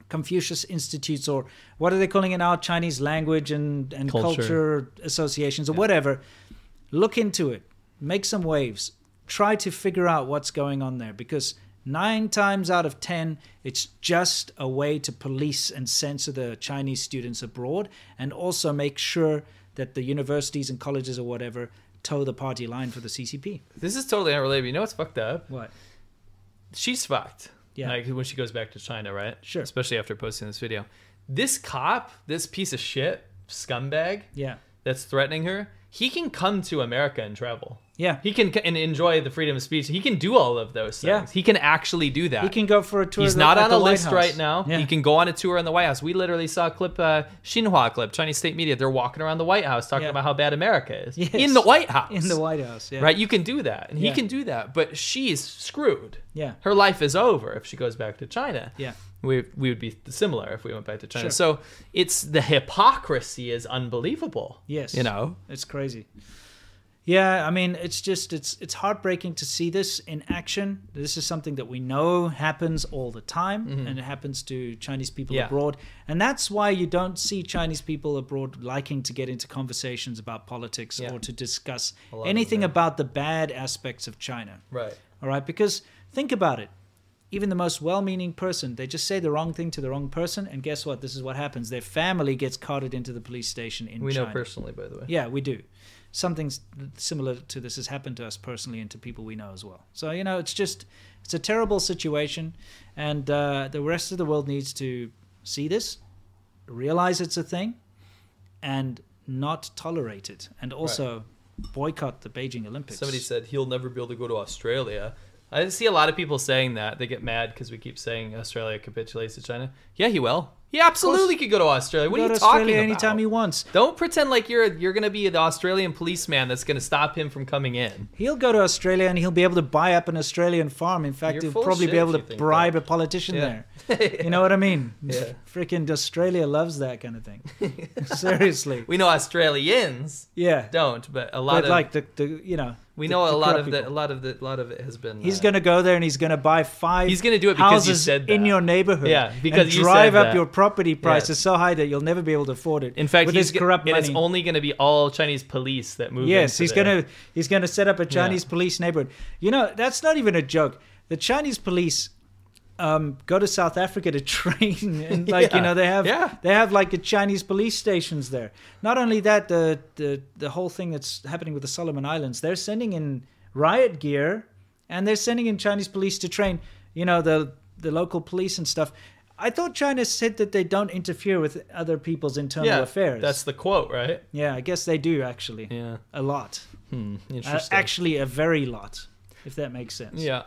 Speaker 1: Confucius institutes or what are they calling it now Chinese language and and culture,
Speaker 2: Culture.
Speaker 1: associations or whatever look into it make some waves try to figure out what's going on there because 9 times out of 10 it's just a way to police and censor the Chinese students abroad and also make sure that the universities and colleges or whatever toe the party line for the CCP
Speaker 2: This is totally unrelated. but You know what's fucked up?
Speaker 1: what
Speaker 2: she's fucked.
Speaker 1: Yeah.
Speaker 2: Like when she goes back to China, right?
Speaker 1: Sure.
Speaker 2: Especially after posting this video. This cop, this piece of shit, scumbag
Speaker 1: yeah
Speaker 2: that's threatening her, he can come to America and travel.
Speaker 1: Yeah.
Speaker 2: He can c- and enjoy the freedom of speech. He can do all of those things.
Speaker 1: Yeah.
Speaker 2: He can actually do that.
Speaker 1: He can go for a tour.
Speaker 2: He's
Speaker 1: of the-
Speaker 2: not
Speaker 1: at
Speaker 2: on
Speaker 1: the
Speaker 2: a
Speaker 1: White
Speaker 2: list
Speaker 1: House.
Speaker 2: right now.
Speaker 1: Yeah.
Speaker 2: He can go on a tour in the White House. We literally saw a clip, uh, Xinhua clip, Chinese state media. They're walking around the White House talking
Speaker 1: Yeah.
Speaker 2: about how bad America is
Speaker 1: Yes.
Speaker 2: in the White House.
Speaker 1: in the White House. Yeah.
Speaker 2: Right? You can do that. And
Speaker 1: Yeah.
Speaker 2: he can do that. But she's screwed.
Speaker 1: Yeah.
Speaker 2: Her life is over if she goes back to China.
Speaker 1: Yeah.
Speaker 2: We, we would be similar if we went back to China.
Speaker 1: Sure.
Speaker 2: So it's the hypocrisy is unbelievable.
Speaker 1: Yes.
Speaker 2: You know?
Speaker 1: It's crazy. Yeah, I mean, it's just it's it's heartbreaking to see this in action. This is something that we know happens all the time, and it happens to Chinese people
Speaker 2: Mm-hmm. Yeah.
Speaker 1: abroad, and that's why you don't see Chinese people abroad liking to get into conversations about politics
Speaker 2: Yeah.
Speaker 1: or to discuss
Speaker 2: lot of them
Speaker 1: anything
Speaker 2: don't.
Speaker 1: about the bad aspects of China.
Speaker 2: Right.
Speaker 1: All right, because think about it. Even the most well-meaning person, they just say the wrong thing to the wrong person, and guess what? This is what happens. Their family gets carted into the police station in
Speaker 2: We
Speaker 1: China.
Speaker 2: know personally, by the way.
Speaker 1: Yeah, we do. Something s- similar to this has happened to us personally and to people we know as well. So you know, it's just it's a terrible situation, and uh, the rest of the world needs to see this, realize it's a thing, and not tolerate it, and also boycott the Beijing Olympics.
Speaker 2: Somebody said he'll never be able to go to Australia. I see a lot of people saying that. They get mad because we keep saying Australia capitulates to China. Yeah, he will. He absolutely could go to Australia. What
Speaker 1: Go
Speaker 2: are
Speaker 1: to
Speaker 2: you
Speaker 1: Australia
Speaker 2: talking about?
Speaker 1: anytime he wants.
Speaker 2: Don't pretend like you're you're gonna be the Australian policeman that's gonna stop him from coming in.
Speaker 1: He'll go to Australia and he'll be able to buy up an Australian farm. In fact,
Speaker 2: You're
Speaker 1: he'll
Speaker 2: full of
Speaker 1: probably be
Speaker 2: shit if
Speaker 1: able
Speaker 2: you
Speaker 1: to
Speaker 2: think
Speaker 1: bribe
Speaker 2: that.
Speaker 1: a politician
Speaker 2: Yeah.
Speaker 1: there. You know what I mean?
Speaker 2: Yeah.
Speaker 1: Freaking Australia loves that kind of thing. Seriously.
Speaker 2: We know Australians
Speaker 1: Yeah.
Speaker 2: don't, but a lot
Speaker 1: But
Speaker 2: of
Speaker 1: like the, the you know
Speaker 2: we
Speaker 1: the-
Speaker 2: know
Speaker 1: the
Speaker 2: a lot
Speaker 1: corrupt
Speaker 2: of the a
Speaker 1: people.
Speaker 2: lot of the a lot of it has been.
Speaker 1: He's
Speaker 2: uh,
Speaker 1: gonna go there and he's gonna buy five.
Speaker 2: He's gonna do it because you
Speaker 1: houses
Speaker 2: said
Speaker 1: in
Speaker 2: that.
Speaker 1: your neighborhood.
Speaker 2: Yeah,
Speaker 1: and
Speaker 2: because you
Speaker 1: drive
Speaker 2: said
Speaker 1: up
Speaker 2: that.
Speaker 1: your property prices
Speaker 2: Yes.
Speaker 1: so high that you'll never be able to afford it.
Speaker 2: In fact,
Speaker 1: with
Speaker 2: he's
Speaker 1: his
Speaker 2: g-
Speaker 1: corrupt
Speaker 2: and
Speaker 1: money.
Speaker 2: it's only going to be all Chinese police that move.
Speaker 1: Yes,
Speaker 2: into
Speaker 1: he's
Speaker 2: there.
Speaker 1: gonna he's gonna set up a Chinese police neighborhood. You know, that's not even a joke. The Chinese police um, go to South Africa to train, and like you
Speaker 2: Yeah,
Speaker 1: know they have
Speaker 2: yeah.
Speaker 1: they have like the Chinese police stations there. Not only that, the the the whole thing that's happening with the Solomon Islands, they're sending in riot gear, and they're sending in Chinese police to train. You know the the local police and stuff. I thought China said that they don't interfere with other people's internal
Speaker 2: yeah,
Speaker 1: affairs.
Speaker 2: That's the quote, right?
Speaker 1: yeah, I guess they do actually.
Speaker 2: Yeah,
Speaker 1: A lot. Uh,
Speaker 2: interesting.
Speaker 1: actually a very lot if that makes sense
Speaker 2: yeah.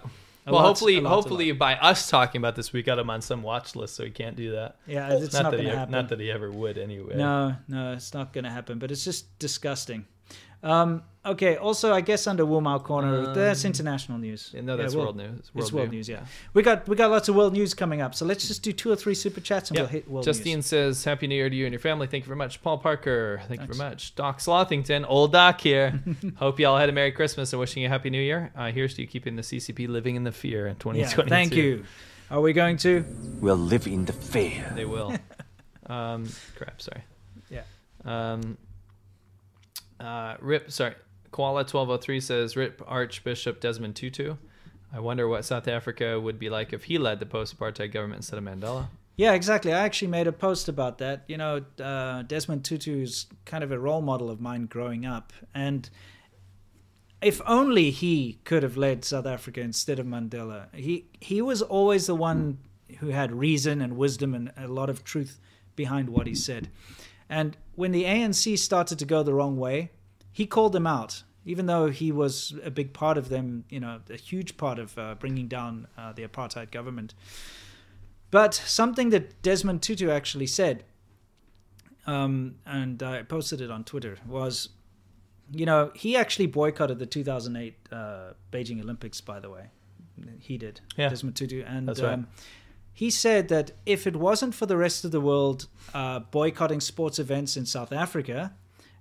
Speaker 1: A
Speaker 2: well,
Speaker 1: lot,
Speaker 2: hopefully,
Speaker 1: a lot, a
Speaker 2: hopefully by us talking about this, we got him on some watch list, so he can't do that.
Speaker 1: yeah it's not,
Speaker 2: that
Speaker 1: gonna
Speaker 2: he,
Speaker 1: happen
Speaker 2: Not that he ever would, anyway.
Speaker 1: no no it's not gonna happen but it's just disgusting um okay also i guess under Wumao corner that's international news
Speaker 2: Um, No, that's
Speaker 1: we'll-
Speaker 2: world news.
Speaker 1: it's world news yeah. we got we got lots of world news coming up so let's just do two or three super chats and
Speaker 2: Yeah.
Speaker 1: we'll hit world
Speaker 2: Justine
Speaker 1: news
Speaker 2: says, Happy New Year to you and your family. Thank you very much. Paul Parker, thank you very much. Doc Slothington, old Doc here. Hope y'all had a Merry Christmas and wishing you a Happy New Year. Uh, here's to you keeping the CCP living in the fear in
Speaker 1: yeah,
Speaker 2: 2022.
Speaker 1: thank you are we going to
Speaker 3: will live in the fear.
Speaker 2: They will. um, crap, sorry.
Speaker 1: Yeah.
Speaker 2: Um, uh, Rip, sorry. Koala1203 says, Rip Archbishop Desmond Tutu. I wonder what South Africa would be like if he led the post apartheid government instead of Mandela.
Speaker 1: Yeah, exactly. I actually made a post about that. You know, uh, Desmond Tutu is kind of a role model of mine growing up, and if only he could have led South Africa instead of Mandela. He he was always the one who had reason and wisdom and a lot of truth behind what he said. And when the ANC started to go the wrong way, he called them out, even though he was a big part of them. You know, a huge part of uh, bringing down uh, the apartheid government But something that Desmond Tutu actually said, um, and I posted it on Twitter, was you know, he actually boycotted the 2008 uh, Beijing Olympics, by the way. He did.
Speaker 2: Yeah.
Speaker 1: Desmond Tutu. And
Speaker 2: That's right.
Speaker 1: um, he said that if it wasn't for the rest of the world uh, boycotting sports events in South Africa,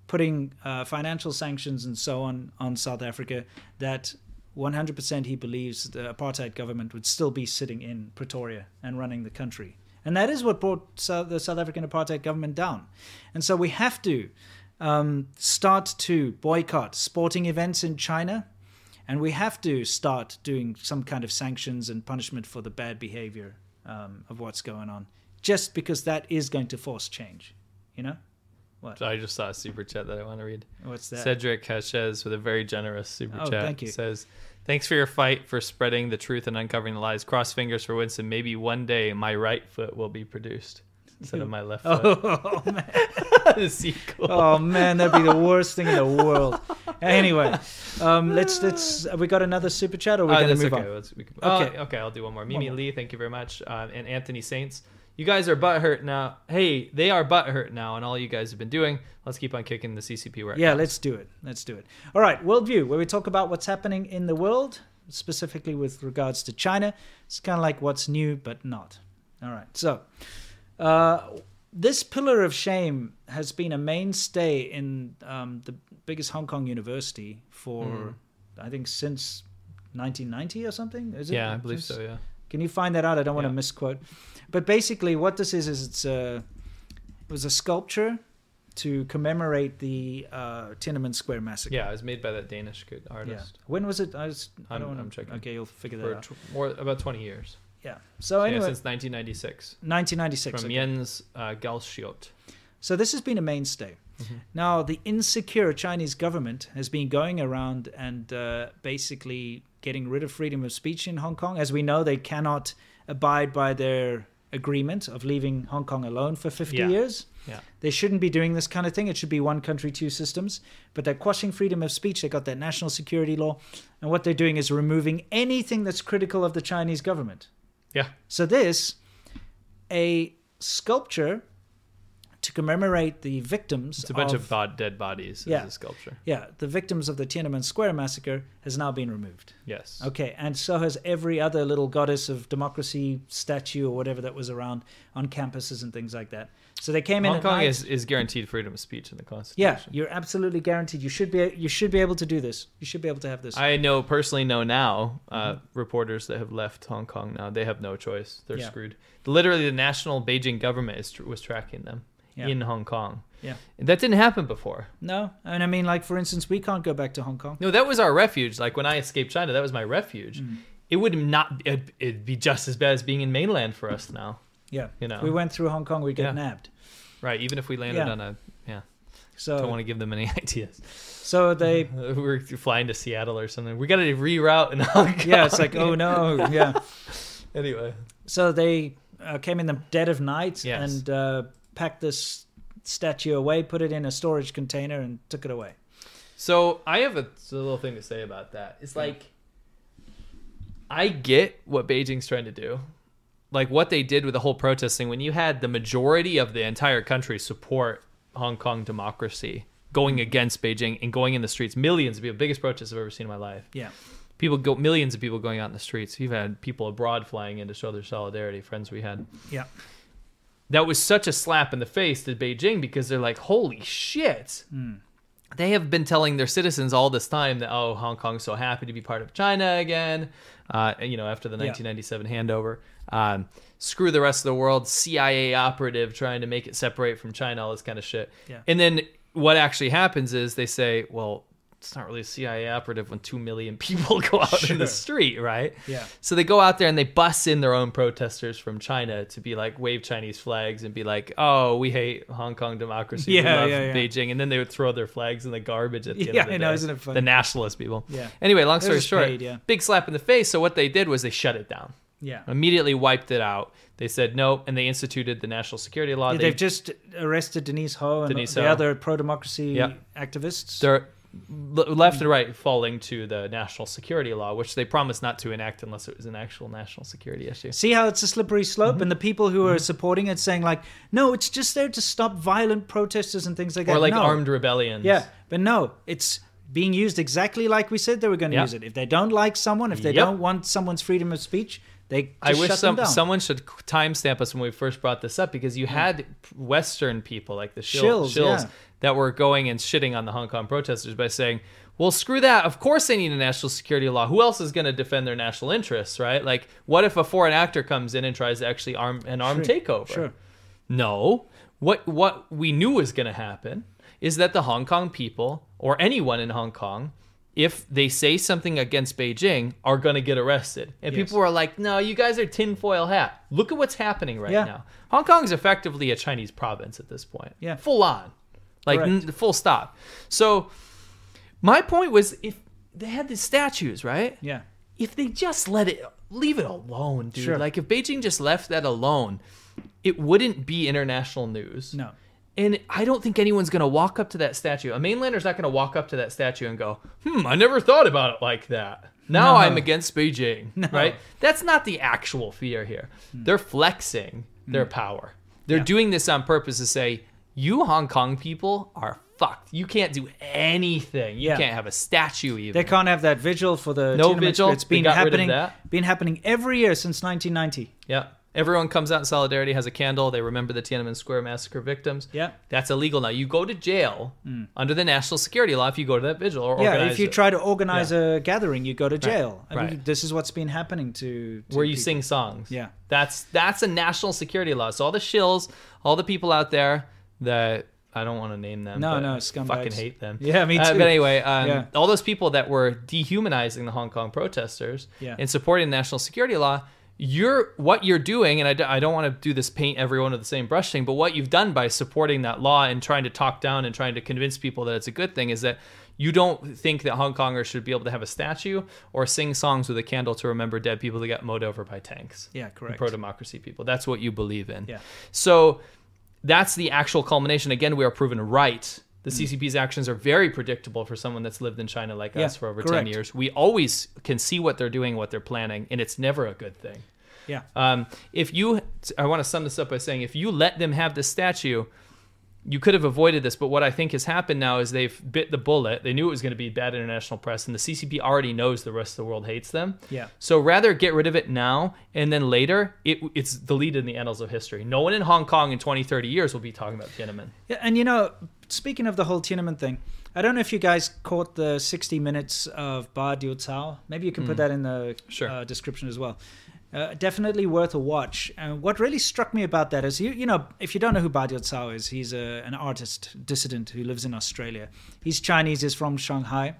Speaker 1: putting uh, financial sanctions and so on on South Africa, that 100% he believes the apartheid government would still be sitting in Pretoria and running the country. And that is what brought Sou- the South African apartheid government down. And so we have to um, start to boycott sporting events in China. And we have to start doing some kind of sanctions and punishment for the bad behavior um, of what's going on, just because that is going to force change. You know?
Speaker 2: So I just saw a super chat that I want to read.
Speaker 1: What's Oh, that?
Speaker 2: Cedric Hachez with a very generous super
Speaker 1: Oh,
Speaker 2: chat.
Speaker 1: thank you.
Speaker 2: Says, thanks for your fight for spreading the truth and uncovering the lies. Cross fingers for Winston. Maybe one day my right foot will be produced instead of my left foot.
Speaker 1: Oh, man.
Speaker 2: The sequel.
Speaker 1: Oh man, that'd be the worst thing in the world. Anyway, um, let's let's. Have we got another super chat, or we're
Speaker 2: Uh,
Speaker 1: gonna
Speaker 2: that's
Speaker 1: move
Speaker 2: okay.
Speaker 1: on.
Speaker 2: Let's, we can,
Speaker 1: Okay.
Speaker 2: okay. okay, I'll do one more. Mimi Lee, thank you very much. Um, and Anthony Saints, you guys are butthurt now. Hey, they are butthurt now, and all you guys have been doing. Let's keep on kicking the CCP right.
Speaker 1: Yeah, let's do it. Let's do it. All right, worldview, where we talk about what's happening in the world, specifically with regards to China. It's kind of like what's new, but not. All right, so uh, this pillar of shame has been a mainstay in um, the biggest Hong Kong university for,
Speaker 2: Mm.
Speaker 1: I think, since 1990 or something. Is it?
Speaker 2: Yeah, I believe so.
Speaker 1: Since-
Speaker 2: Yeah.
Speaker 1: Can you find that out? I don't want to
Speaker 2: Yeah.
Speaker 1: misquote. But basically, what this is is it's a it was a sculpture to commemorate the uh, Tiananmen Square massacre.
Speaker 2: Yeah, it was made by that Danish good
Speaker 1: Yeah.
Speaker 2: artist.
Speaker 1: When was it? I was. I
Speaker 2: I'm-
Speaker 1: don't wanna-
Speaker 2: I'm checking.
Speaker 1: Okay, you'll figure that Oh,
Speaker 2: For
Speaker 1: out.
Speaker 2: tw- more about 20 years.
Speaker 1: Yeah. So
Speaker 2: Yeah,
Speaker 1: anyway,
Speaker 2: since 1996 from
Speaker 1: 1996. okay.
Speaker 2: Jens uh, Galschiot.
Speaker 1: So this has been a mainstay.
Speaker 2: Mm-hmm.
Speaker 1: Now, the insecure Chinese government has been going around and uh, basically getting rid of freedom of speech in Hong Kong. As we know, they cannot abide by their agreement of leaving Hong Kong alone for 50
Speaker 2: Yeah.
Speaker 1: years.
Speaker 2: Yeah.
Speaker 1: They shouldn't be doing this kind of thing. It should be one country, two systems. But they're quashing freedom of speech. They got that national security law. And what they're doing is removing anything that's critical of the Chinese government.
Speaker 2: Yeah.
Speaker 1: So this, a sculpture to commemorate the victims.
Speaker 2: It's a bunch of, bod- dead bodies
Speaker 1: Yeah.
Speaker 2: as a sculpture.
Speaker 1: yeah, the victims of the Tiananmen Square massacre has now been removed.
Speaker 2: Yes.
Speaker 1: Okay, and so has every other little goddess of democracy statue or whatever that was around on campuses and things like that. So they came in.
Speaker 2: Hong
Speaker 1: at
Speaker 2: Kong
Speaker 1: night-
Speaker 2: is, is guaranteed freedom of speech in the
Speaker 1: Yeah,
Speaker 2: Constitution.
Speaker 1: you're absolutely guaranteed. You should be. You should be able to do this. You should be able to have this.
Speaker 2: I know personally know now uh, reporters that have left Hong Kong now they have no choice they're
Speaker 1: Mm-hmm. Yeah.
Speaker 2: screwed literally the national Beijing government is was tracking them
Speaker 1: Yeah.
Speaker 2: in Hong Kong
Speaker 1: yeah.
Speaker 2: and that didn't happen before
Speaker 1: No, and I mean, like for instance, we can't go back to Hong Kong.
Speaker 2: no that was our refuge like when I escaped China that was my refuge
Speaker 1: Mm-hmm.
Speaker 2: it would not it'd, it'd be just as bad as being in mainland for us now
Speaker 1: Yeah,
Speaker 2: You know.
Speaker 1: we went through Hong Kong, we get
Speaker 2: Yeah.
Speaker 1: nabbed.
Speaker 2: right even if we landed
Speaker 1: Yeah.
Speaker 2: on a yeah
Speaker 1: So
Speaker 2: don't want to give them any ideas
Speaker 1: so they
Speaker 2: Uh, we're flying to Seattle or something we got to reroute in Hong Kong
Speaker 1: yeah, it's like, oh no, yeah.
Speaker 2: anyway
Speaker 1: So they uh, came in the dead of night
Speaker 2: Yes.
Speaker 1: and uh, packed this statue away, put it in a storage container, and took it away.
Speaker 2: So I have a little thing to say about that. It's like I get what Beijing's trying to do. Like what they did with the whole protesting when you had the majority of the entire country support Hong Kong democracy going against Beijing and going in the streets. Millions of people, biggest protest I've ever seen in my life.
Speaker 1: Yeah,
Speaker 2: People go millions of people going out in the streets. We've had people abroad flying in to show their solidarity, friends we had
Speaker 1: yeah,
Speaker 2: that was such a slap in the face to Beijing because they're like, holy shit.
Speaker 1: Hmm.
Speaker 2: They have been telling their citizens all this time that, oh, Hong Kong's so happy to be part of China again, uh, you know, after the 1997 handover. Um, screw the rest of the world, CIA operative trying to make it separate from China, all this kind of shit.
Speaker 1: Yeah.
Speaker 2: And then what actually happens is they say, well, it's not really a CIA operative when 2 million people go out in the
Speaker 1: Sure.
Speaker 2: street, right?
Speaker 1: Yeah.
Speaker 2: So they go out there and they bus in their own protesters from China to be like wave Chinese flags and be like, "Oh, we hate Hong Kong democracy.
Speaker 1: Yeah,
Speaker 2: we love
Speaker 1: yeah, yeah.
Speaker 2: Beijing." And then they would throw their flags in the garbage at the end
Speaker 1: Yeah,
Speaker 2: of the
Speaker 1: I know,
Speaker 2: day.
Speaker 1: isn't it funny?
Speaker 2: The nationalist people.
Speaker 1: Yeah.
Speaker 2: Anyway, long
Speaker 1: They're
Speaker 2: story
Speaker 1: just
Speaker 2: short,
Speaker 1: paid, yeah.
Speaker 2: big slap in the face. So what they did was they shut it down.
Speaker 1: yeah.
Speaker 2: Immediately wiped it out. They said no, and they instituted the national security law.
Speaker 1: They've just arrested Denise Ho and
Speaker 2: Denise
Speaker 1: the
Speaker 2: Ho.
Speaker 1: other pro democracy
Speaker 2: Yeah.
Speaker 1: activists.
Speaker 2: they're l- left and right falling to the national security law, which they promised not to enact unless it was an actual national security issue.
Speaker 1: See how it's a slippery slope,
Speaker 2: Mm-hmm.
Speaker 1: and the people who are supporting it saying like, "No, it's just there to stop violent protesters and things like that."
Speaker 2: Or like
Speaker 1: No.
Speaker 2: armed rebellions.
Speaker 1: Yeah, but no, it's being used exactly like we said they were going to
Speaker 2: Yeah.
Speaker 1: use it. If they don't like someone, if they
Speaker 2: Yep.
Speaker 1: don't want someone's freedom of speech, they just
Speaker 2: I wish
Speaker 1: shut
Speaker 2: some,
Speaker 1: them down.
Speaker 2: someone should timestamp us when we first brought this up because you had Western people like the shill,
Speaker 1: Shills,
Speaker 2: shills
Speaker 1: yeah.
Speaker 2: that were going and shitting on the Hong Kong protesters by saying, "Well, screw that. Of course they need a national security law. Who else is going to defend their national interests, right? Like, what if a foreign actor comes in and tries to actually arm an armed takeover?
Speaker 1: sure.
Speaker 2: No. What what we knew was going to happen is that the Hong Kong people or anyone in Hong Kong if they say something against Beijing, are going to get arrested. And people are like, no, you guys are tinfoil hat. Look at what's happening right
Speaker 1: Yeah.
Speaker 2: now. Hong Kong's effectively a Chinese province at this point.
Speaker 1: Yeah.
Speaker 2: Full on. Like,
Speaker 1: Correct.
Speaker 2: n- full stop. So, my point was if they had these statues, right?
Speaker 1: Yeah,
Speaker 2: if they just let it leave it alone, dude.
Speaker 1: Sure.
Speaker 2: Like if Beijing just left that alone, it wouldn't be international news.
Speaker 1: no,
Speaker 2: And I don't think anyone's gonna walk up to that statue. A mainlander's not gonna walk up to that statue and go, "Hmm, I never thought about it like that." Now
Speaker 1: No.
Speaker 2: I'm against Beijing, right? That's not the actual fear here.
Speaker 1: Hmm.
Speaker 2: They're flexing their power. They're doing this on purpose to say, "You Hong Kong people are fucked. You can't do anything. You
Speaker 1: Yeah.
Speaker 2: can't have a statue even."
Speaker 1: they can't have that vigil for the
Speaker 2: No
Speaker 1: Tiananmen
Speaker 2: vigil.
Speaker 1: Square. It's
Speaker 2: They
Speaker 1: been
Speaker 2: got rid of
Speaker 1: happening,
Speaker 2: that.
Speaker 1: been happening every year since 1990.
Speaker 2: Yeah. Everyone comes out in solidarity, has a candle. They remember the Tiananmen Square massacre victims.
Speaker 1: Yeah. Hmm.
Speaker 2: That's illegal now. You go to jail under the national security law if you go to that vigil or
Speaker 1: Yeah,
Speaker 2: organize
Speaker 1: if you
Speaker 2: it,
Speaker 1: try to organize a gathering, you go to jail. I mean,
Speaker 2: Right.
Speaker 1: this is what's been happening to, to
Speaker 2: where you
Speaker 1: people.
Speaker 2: sing songs.
Speaker 1: Yeah.
Speaker 2: That's that's a national security law. So all the shills, all the people out there that I don't want to name them.
Speaker 1: No,
Speaker 2: but
Speaker 1: no,
Speaker 2: I
Speaker 1: scumbags.
Speaker 2: Fucking hate them.
Speaker 1: Yeah, me
Speaker 2: Uh,
Speaker 1: too.
Speaker 2: but anyway, um,
Speaker 1: Yeah.
Speaker 2: all those people that were dehumanizing the Hong Kong protesters
Speaker 1: Yeah.
Speaker 2: and supporting the national security law, you're what you're doing, and I, d- I don't want to do this paint everyone with the same brush thing, but what you've done by supporting that law and trying to talk down and trying to convince people that it's a good thing is that you don't think that Hong Kongers should be able to have a statue or sing songs with a candle to remember dead people that got mowed over by tanks
Speaker 1: Yeah, correct.
Speaker 2: pro democracy people. That's what you believe in.
Speaker 1: Yeah.
Speaker 2: So that's the actual culmination. Again, we are proven right. The
Speaker 1: Hmm.
Speaker 2: CCP's actions are very predictable for someone that's lived in China like
Speaker 1: Yeah,
Speaker 2: us for over
Speaker 1: correct.
Speaker 2: 10 years. We always can see what they're doing, what they're planning, and it's never a good thing.
Speaker 1: Yeah,
Speaker 2: Um, if you, I want to sum this up by saying, if you let them have the statue, you could have avoided this. But what I think has happened now is they've bit the bullet. They knew it was going to be bad international press, and the CCP already knows the rest of the world hates them.
Speaker 1: Yeah.
Speaker 2: So rather get rid of it now, and then later it, it's deleted in the annals of history. No one in Hong Kong in 20, 30 years will be talking about Tiananmen.
Speaker 1: Yeah, and you know, speaking of the whole Tiananmen thing, I don't know if you guys caught the 60 minutes of Ba Diu Cao. Maybe you can put that in the
Speaker 2: Sure.
Speaker 1: uh, description as well. Uh, definitely worth a watch. And what really struck me about that is, you you know, if you don't know who Ba Diu Cao is, he's a, an artist dissident who lives in Australia. He's Chinese. He's from Shanghai,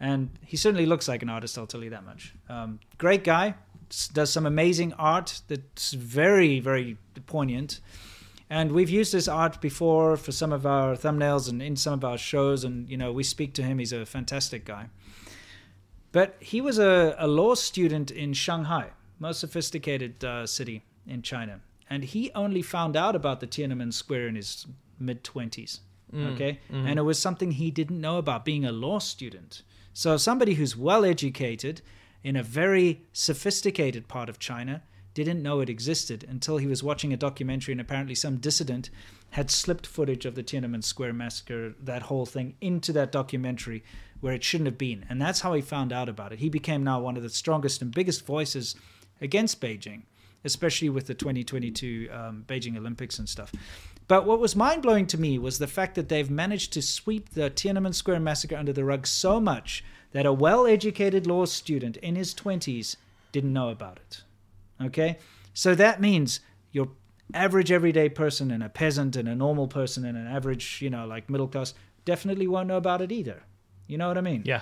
Speaker 1: and he certainly looks like an artist. I'll tell you that much. Um, great guy, s- does some amazing art that's very very poignant. And we've used this art before for some of our thumbnails and in some of our shows. And, you know, we speak to him. He's a fantastic guy. But he was a, a law student in Shanghai, most sophisticated uh, city in China. And he only found out about the Tiananmen Square in his mid 20s. Okay. And it was something he didn't know about being a law student. So somebody who's well educated in a very sophisticated part of China didn't know it existed until he was watching a documentary and apparently some dissident had slipped footage of the Tiananmen Square massacre, that whole thing, into that documentary where it shouldn't have been. And that's how he found out about it. He became now one of the strongest and biggest voices against Beijing, especially with the 2022 um, Beijing Olympics and stuff. But what was mind blowing to me was the fact that they've managed to sweep the Tiananmen Square massacre under the rug so much that a well educated law student in his 20s didn't know about it. Okay? So that means your average everyday person and a peasant and a normal person and an average, you know, like middle class definitely won't know about it either. You know what I mean?
Speaker 2: Yeah.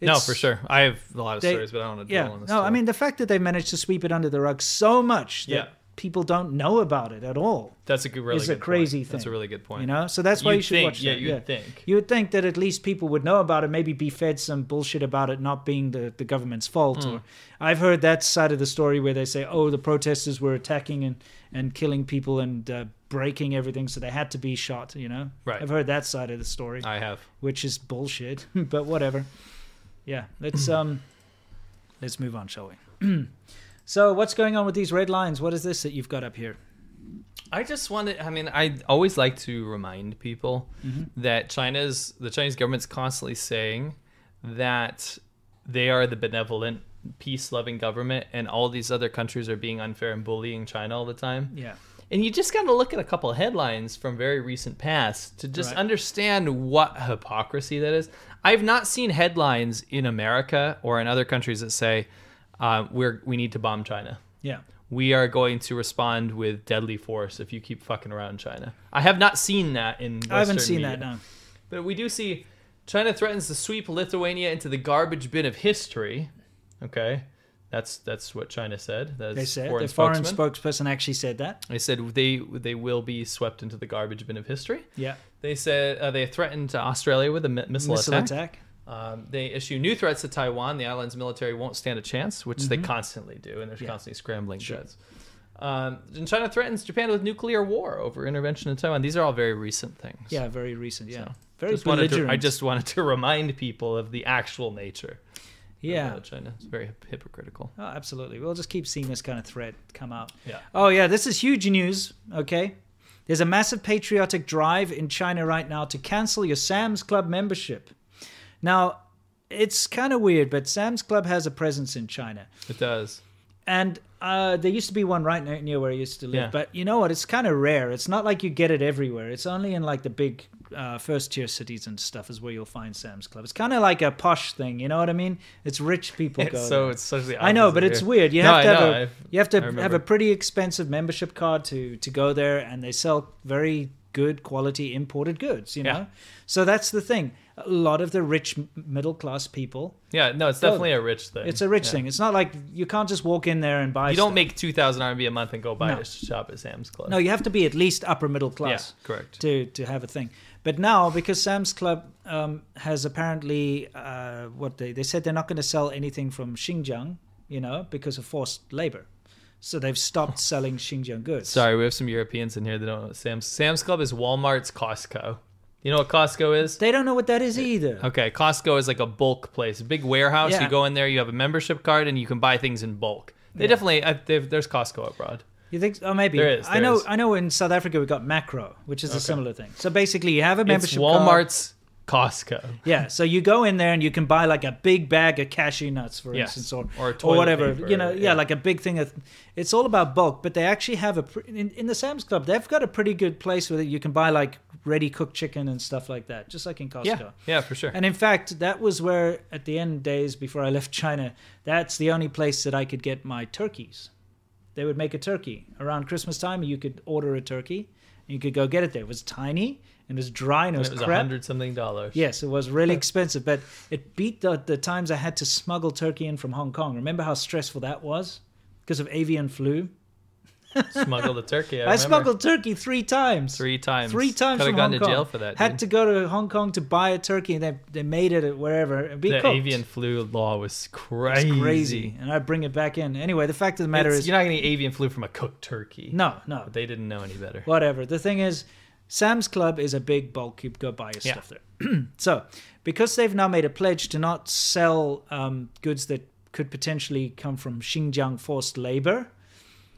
Speaker 2: no,
Speaker 1: It's-
Speaker 2: for sure. I have a lot of
Speaker 1: they-
Speaker 2: stories, but I don't want to
Speaker 1: Yeah.
Speaker 2: dwell on this.
Speaker 1: No, I
Speaker 2: story.
Speaker 1: mean the fact that they managed to sweep it under the rug so much that
Speaker 2: Yeah.
Speaker 1: people don't know about it at all.
Speaker 2: that's a good, really
Speaker 1: is
Speaker 2: good
Speaker 1: a crazy
Speaker 2: point.
Speaker 1: thing.
Speaker 2: That's a really good point.
Speaker 1: You know, so that's why
Speaker 2: You'd
Speaker 1: you should
Speaker 2: think-
Speaker 1: watch
Speaker 2: yeah,
Speaker 1: that.
Speaker 2: you'd think.
Speaker 1: You would think that at least people would know about it, maybe be fed some bullshit about it not being the, the government's fault.
Speaker 2: Hmm.
Speaker 1: Or I've heard that side of the story where they say, oh, the protesters were attacking and, and killing people and uh, breaking everything, so they had to be shot. You know,
Speaker 2: Right.
Speaker 1: I've heard that side of the story,
Speaker 2: I have.
Speaker 1: which is bullshit, but whatever. Yeah, let's um, let's move on, shall we? so, what's going on with these red lines? What is this that you've got up here?
Speaker 2: I just wanted. I mean, I always like to remind people
Speaker 1: Mm-hmm.
Speaker 2: that China's the Chinese government's constantly saying that they are the benevolent, peace-loving government, and all these other countries are being unfair and bullying China all the time.
Speaker 1: Yeah,
Speaker 2: And you just got to look at a couple of headlines from very recent past to just
Speaker 1: Right.
Speaker 2: understand what hypocrisy that is. I've not seen headlines in America or in other countries that say uh, we're we need to bomb China.
Speaker 1: yeah.
Speaker 2: We are going to respond with deadly force if you keep fucking around China. I have not seen that in. Western
Speaker 1: I haven't seen that.
Speaker 2: media.
Speaker 1: No.
Speaker 2: But we do see China threatens to sweep Lithuania into the garbage bin of history. Okay, that's that's what China said. That's
Speaker 1: They said
Speaker 2: foreign
Speaker 1: the foreign
Speaker 2: spokesman.
Speaker 1: spokesperson actually said that.
Speaker 2: They said they they will be swept into the garbage bin of history.
Speaker 1: Yeah,
Speaker 2: They said uh, they threatened Australia with a mi- missile,
Speaker 1: missile
Speaker 2: attack.
Speaker 1: attack.
Speaker 2: Um, they issue new threats to Taiwan. The island's military won't stand a chance, which
Speaker 1: Mm-hmm.
Speaker 2: they constantly do, and they're constantly scrambling jets. Um, and China threatens Japan with nuclear war over intervention in Taiwan. These are all very recent things.
Speaker 1: Yeah, very recent. Yeah,
Speaker 2: So,
Speaker 1: very
Speaker 2: Just wanted to,
Speaker 1: belligerent.
Speaker 2: I just wanted to remind people of the actual nature.
Speaker 1: yeah.
Speaker 2: of uh, China. It's very hip- hypocritical.
Speaker 1: Oh, absolutely. We'll just keep seeing this kind of thread come out.
Speaker 2: Yeah.
Speaker 1: Oh, yeah. This is huge news. Okay. There's a massive patriotic drive in China right now to cancel your Sam's Club membership. Now, it's kind of weird, but Sam's Club has a presence in China.
Speaker 2: It does.
Speaker 1: And uh, there used to be one right ne- near where I used to live.
Speaker 2: Yeah.
Speaker 1: But you know what? It's kind of rare. It's not like you get it everywhere. It's only in like the big uh, first tier cities and stuff is where you'll find Sam's Club. It's kind of like a posh thing. You know what I mean? It's rich people go.
Speaker 2: It's so
Speaker 1: there.
Speaker 2: it's such the
Speaker 1: I know,
Speaker 2: opposite
Speaker 1: but it's
Speaker 2: here.
Speaker 1: weird. You
Speaker 2: No,
Speaker 1: have to
Speaker 2: I
Speaker 1: have
Speaker 2: know.
Speaker 1: a
Speaker 2: I've-
Speaker 1: you have
Speaker 2: I
Speaker 1: to have
Speaker 2: remember.
Speaker 1: a pretty expensive membership card to to go there, and they sell very good quality imported goods. You
Speaker 2: Yeah.
Speaker 1: know, so that's the thing. A lot of the rich m- middle class people.
Speaker 2: Yeah, no, it's
Speaker 1: Go
Speaker 2: definitely a rich thing.
Speaker 1: It's a rich
Speaker 2: Yeah.
Speaker 1: thing. It's not like you can't just walk in there and buy.
Speaker 2: You don't
Speaker 1: stuff.
Speaker 2: make two thousand RMB a month and go buy
Speaker 1: No.
Speaker 2: a shop at Sam's Club.
Speaker 1: No, you have to be at least upper middle
Speaker 2: yeah,
Speaker 1: class.
Speaker 2: correct.
Speaker 1: to to have a thing. But now, because Sam's Club um, has apparently uh, what they they said they're not going to sell anything from Xinjiang, you know, because of forced labor. So they've stopped selling Xinjiang goods.
Speaker 2: Sorry, we have some Europeans in here that don't know what Sam's Sam's Club is Walmart's Costco. You know what Costco is?
Speaker 1: They don't know what that is either.
Speaker 2: Okay, Costco is like a bulk place, a big warehouse.
Speaker 1: Yeah.
Speaker 2: You go in there, you have a membership card, and you can buy things in bulk. They definitely I, they've, there's Costco abroad.
Speaker 1: You think? Oh, maybe.
Speaker 2: There is,
Speaker 1: I
Speaker 2: there
Speaker 1: know.
Speaker 2: is.
Speaker 1: I know. In South Africa, we got Macro, which is a similar thing. So basically, you have a membership.
Speaker 2: it's
Speaker 1: card.
Speaker 2: Walmart's Costco.
Speaker 1: Yeah. So you go in there and you can buy like a big bag of cashew nuts, for
Speaker 2: Yes,
Speaker 1: instance, or
Speaker 2: or
Speaker 1: or,
Speaker 2: toilet
Speaker 1: whatever.
Speaker 2: paper,
Speaker 1: you know, yeah,
Speaker 2: yeah.
Speaker 1: like a big thing. Of, it's all about bulk, but they actually have a pr- in, in the Sam's Club. They've got a pretty good place where you can buy like ready cooked chicken and stuff like that, just like in Costco.
Speaker 2: Yeah, yeah, for sure.
Speaker 1: And in fact, that was where, at the end days before I left China, that's the only place that I could get my turkeys. They would make a turkey around Christmas time. You could order a turkey, and you could go get it there. It was tiny and it was dry and it
Speaker 2: And
Speaker 1: was,
Speaker 2: it was a
Speaker 1: crap.
Speaker 2: hundred something dollars.
Speaker 1: Yes, it was really expensive, but it beat the, the times I had to smuggle turkey in from Hong Kong. Remember how stressful that was because of avian flu?
Speaker 2: smuggle the turkey. I,
Speaker 1: I,
Speaker 2: remember.
Speaker 1: smuggled turkey three times.
Speaker 2: three times.
Speaker 1: Three times
Speaker 2: Could
Speaker 1: from
Speaker 2: have gone
Speaker 1: Hong
Speaker 2: to
Speaker 1: Kong.
Speaker 2: jail for that.
Speaker 1: Had
Speaker 2: dude.
Speaker 1: to go to Hong Kong to buy a turkey, and they, they made it at wherever. And be
Speaker 2: the
Speaker 1: cooked.
Speaker 2: avian flu law was
Speaker 1: It's
Speaker 2: crazy.
Speaker 1: crazy. and I bring it back in. Anyway, the fact of the matter
Speaker 2: It's-
Speaker 1: is,
Speaker 2: you're not getting avian flu from a cooked turkey.
Speaker 1: no, no,
Speaker 2: They didn't know any better.
Speaker 1: whatever. The thing is, Sam's Club is a big bulk. You go buy your
Speaker 2: Yeah.
Speaker 1: stuff there. so, because they've now made a pledge to not sell um, goods that could potentially come from Xinjiang forced labor,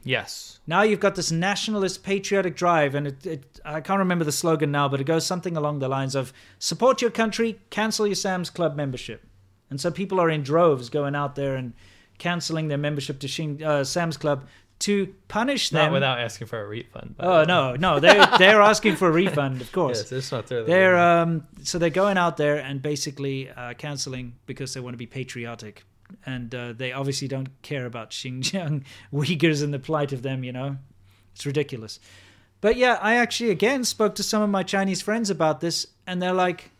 Speaker 2: Yes.
Speaker 1: now you've got this nationalist patriotic drive, and it, it, I can't remember the slogan now, but it goes something along the lines of support your country, cancel your Sam's Club membership. And so people are in droves going out there and canceling their membership to Xing, uh, Sam's Club to punish
Speaker 2: Not
Speaker 1: them.
Speaker 2: without asking for a refund. by the
Speaker 1: Oh
Speaker 2: way.
Speaker 1: no, no, they they're asking for a refund, of course.
Speaker 2: Yes, it's not there.
Speaker 1: They're um, so they're going out there and basically uh, canceling because they want to be patriotic, and uh, they obviously don't care about Xinjiang Uyghurs and the plight of them. You know, it's ridiculous. But yeah, I actually again spoke to some of my Chinese friends about this, and they're like,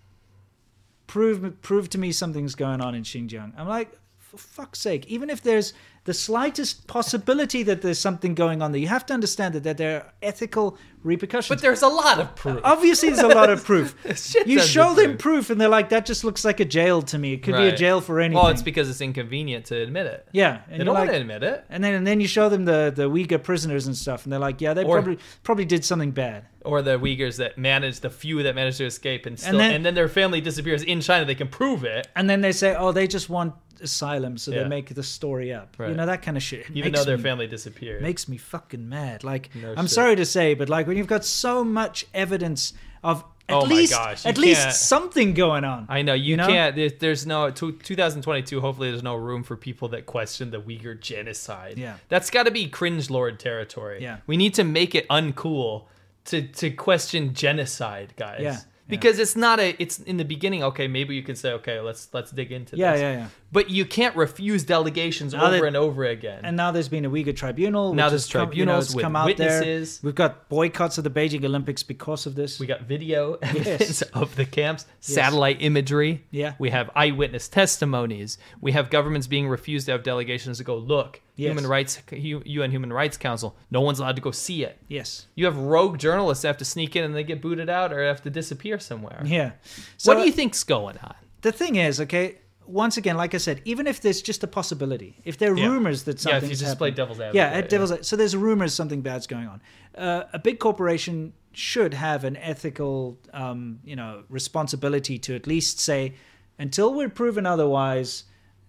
Speaker 1: "Prove prove to me something's going on in Xinjiang." I'm like, for fuck's sake, even if there's the slightest possibility that there's something going on there, you have to understand that, that there are ethical repercussions.
Speaker 2: But there's a lot of proof.
Speaker 1: Obviously, there's a lot of proof.
Speaker 2: Shit
Speaker 1: you
Speaker 2: tons of
Speaker 1: show them
Speaker 2: proof.
Speaker 1: proof, and they're like, "That just looks like a jail to me. It could be a
Speaker 2: Right.
Speaker 1: jail for anything."
Speaker 2: Well, it's because it's inconvenient to admit it.
Speaker 1: yeah,
Speaker 2: They
Speaker 1: and
Speaker 2: don't
Speaker 1: you're
Speaker 2: want
Speaker 1: like-
Speaker 2: to admit it.
Speaker 1: And then and then you show them the the Uyghur prisoners and stuff, and they're like, "Yeah, they
Speaker 2: Or-
Speaker 1: probably probably did something bad."
Speaker 2: Or the Uyghurs that managed, the few that managed to escape and still, and
Speaker 1: then-
Speaker 2: then, their family disappears in China. They can prove it.
Speaker 1: And then they say, "Oh, they just want asylum," so
Speaker 2: Yeah.
Speaker 1: they make the story up. You
Speaker 2: Right.
Speaker 1: know that kind of shit. It
Speaker 2: Even
Speaker 1: makes
Speaker 2: though their
Speaker 1: me-
Speaker 2: family disappeared.
Speaker 1: makes me fucking mad. Like,
Speaker 2: No
Speaker 1: I'm
Speaker 2: shit.
Speaker 1: sorry to say, but like when you've got so much evidence of at
Speaker 2: Oh my
Speaker 1: least
Speaker 2: gosh, you
Speaker 1: at least
Speaker 2: can't-
Speaker 1: something going on.
Speaker 2: I know you,
Speaker 1: know?
Speaker 2: can't. There, there's no two- 2022. Hopefully, there's no room for people that question the Uyghur genocide.
Speaker 1: Yeah.
Speaker 2: that's got to be cringe lord territory.
Speaker 1: Yeah.
Speaker 2: we need to make it uncool to to question genocide, guys.
Speaker 1: Yeah, yeah.
Speaker 2: because it's not a. It's in the beginning. Okay, maybe you can say, okay, let's let's dig into
Speaker 1: Yeah,
Speaker 2: this.
Speaker 1: yeah, yeah.
Speaker 2: But you can't refuse delegations
Speaker 1: Now
Speaker 2: over
Speaker 1: that-
Speaker 2: and over again.
Speaker 1: And now there's been a Uyghur tribunal.
Speaker 2: Now
Speaker 1: which
Speaker 2: there's
Speaker 1: has come- you know,
Speaker 2: tribunals
Speaker 1: it's
Speaker 2: with
Speaker 1: come out
Speaker 2: witnesses.
Speaker 1: There. We've got boycotts of the Beijing Olympics because of this.
Speaker 2: we got video evidence of the camps, satellite imagery.
Speaker 1: Yeah.
Speaker 2: We have eyewitness testimonies. We have governments being refused to have delegations to go look.
Speaker 1: Yes.
Speaker 2: Human rights, U- UN Human Rights Council. No one's allowed to go see it.
Speaker 1: yes.
Speaker 2: You have rogue journalists that have to sneak in and they get booted out or have to disappear somewhere.
Speaker 1: Yeah. So
Speaker 2: what do you think's going on?
Speaker 1: the thing is, okay, once again, like I said, even if there's just a possibility, if there are
Speaker 2: Yeah.
Speaker 1: rumors that
Speaker 2: Yeah, if you
Speaker 1: something's
Speaker 2: just play
Speaker 1: happened,
Speaker 2: devil's advocate,
Speaker 1: yeah,
Speaker 2: yeah.
Speaker 1: at devil's so there's rumors something bad's going on. Uh, a big corporation should have an ethical, um, you know, responsibility to at least say, until we're proven otherwise,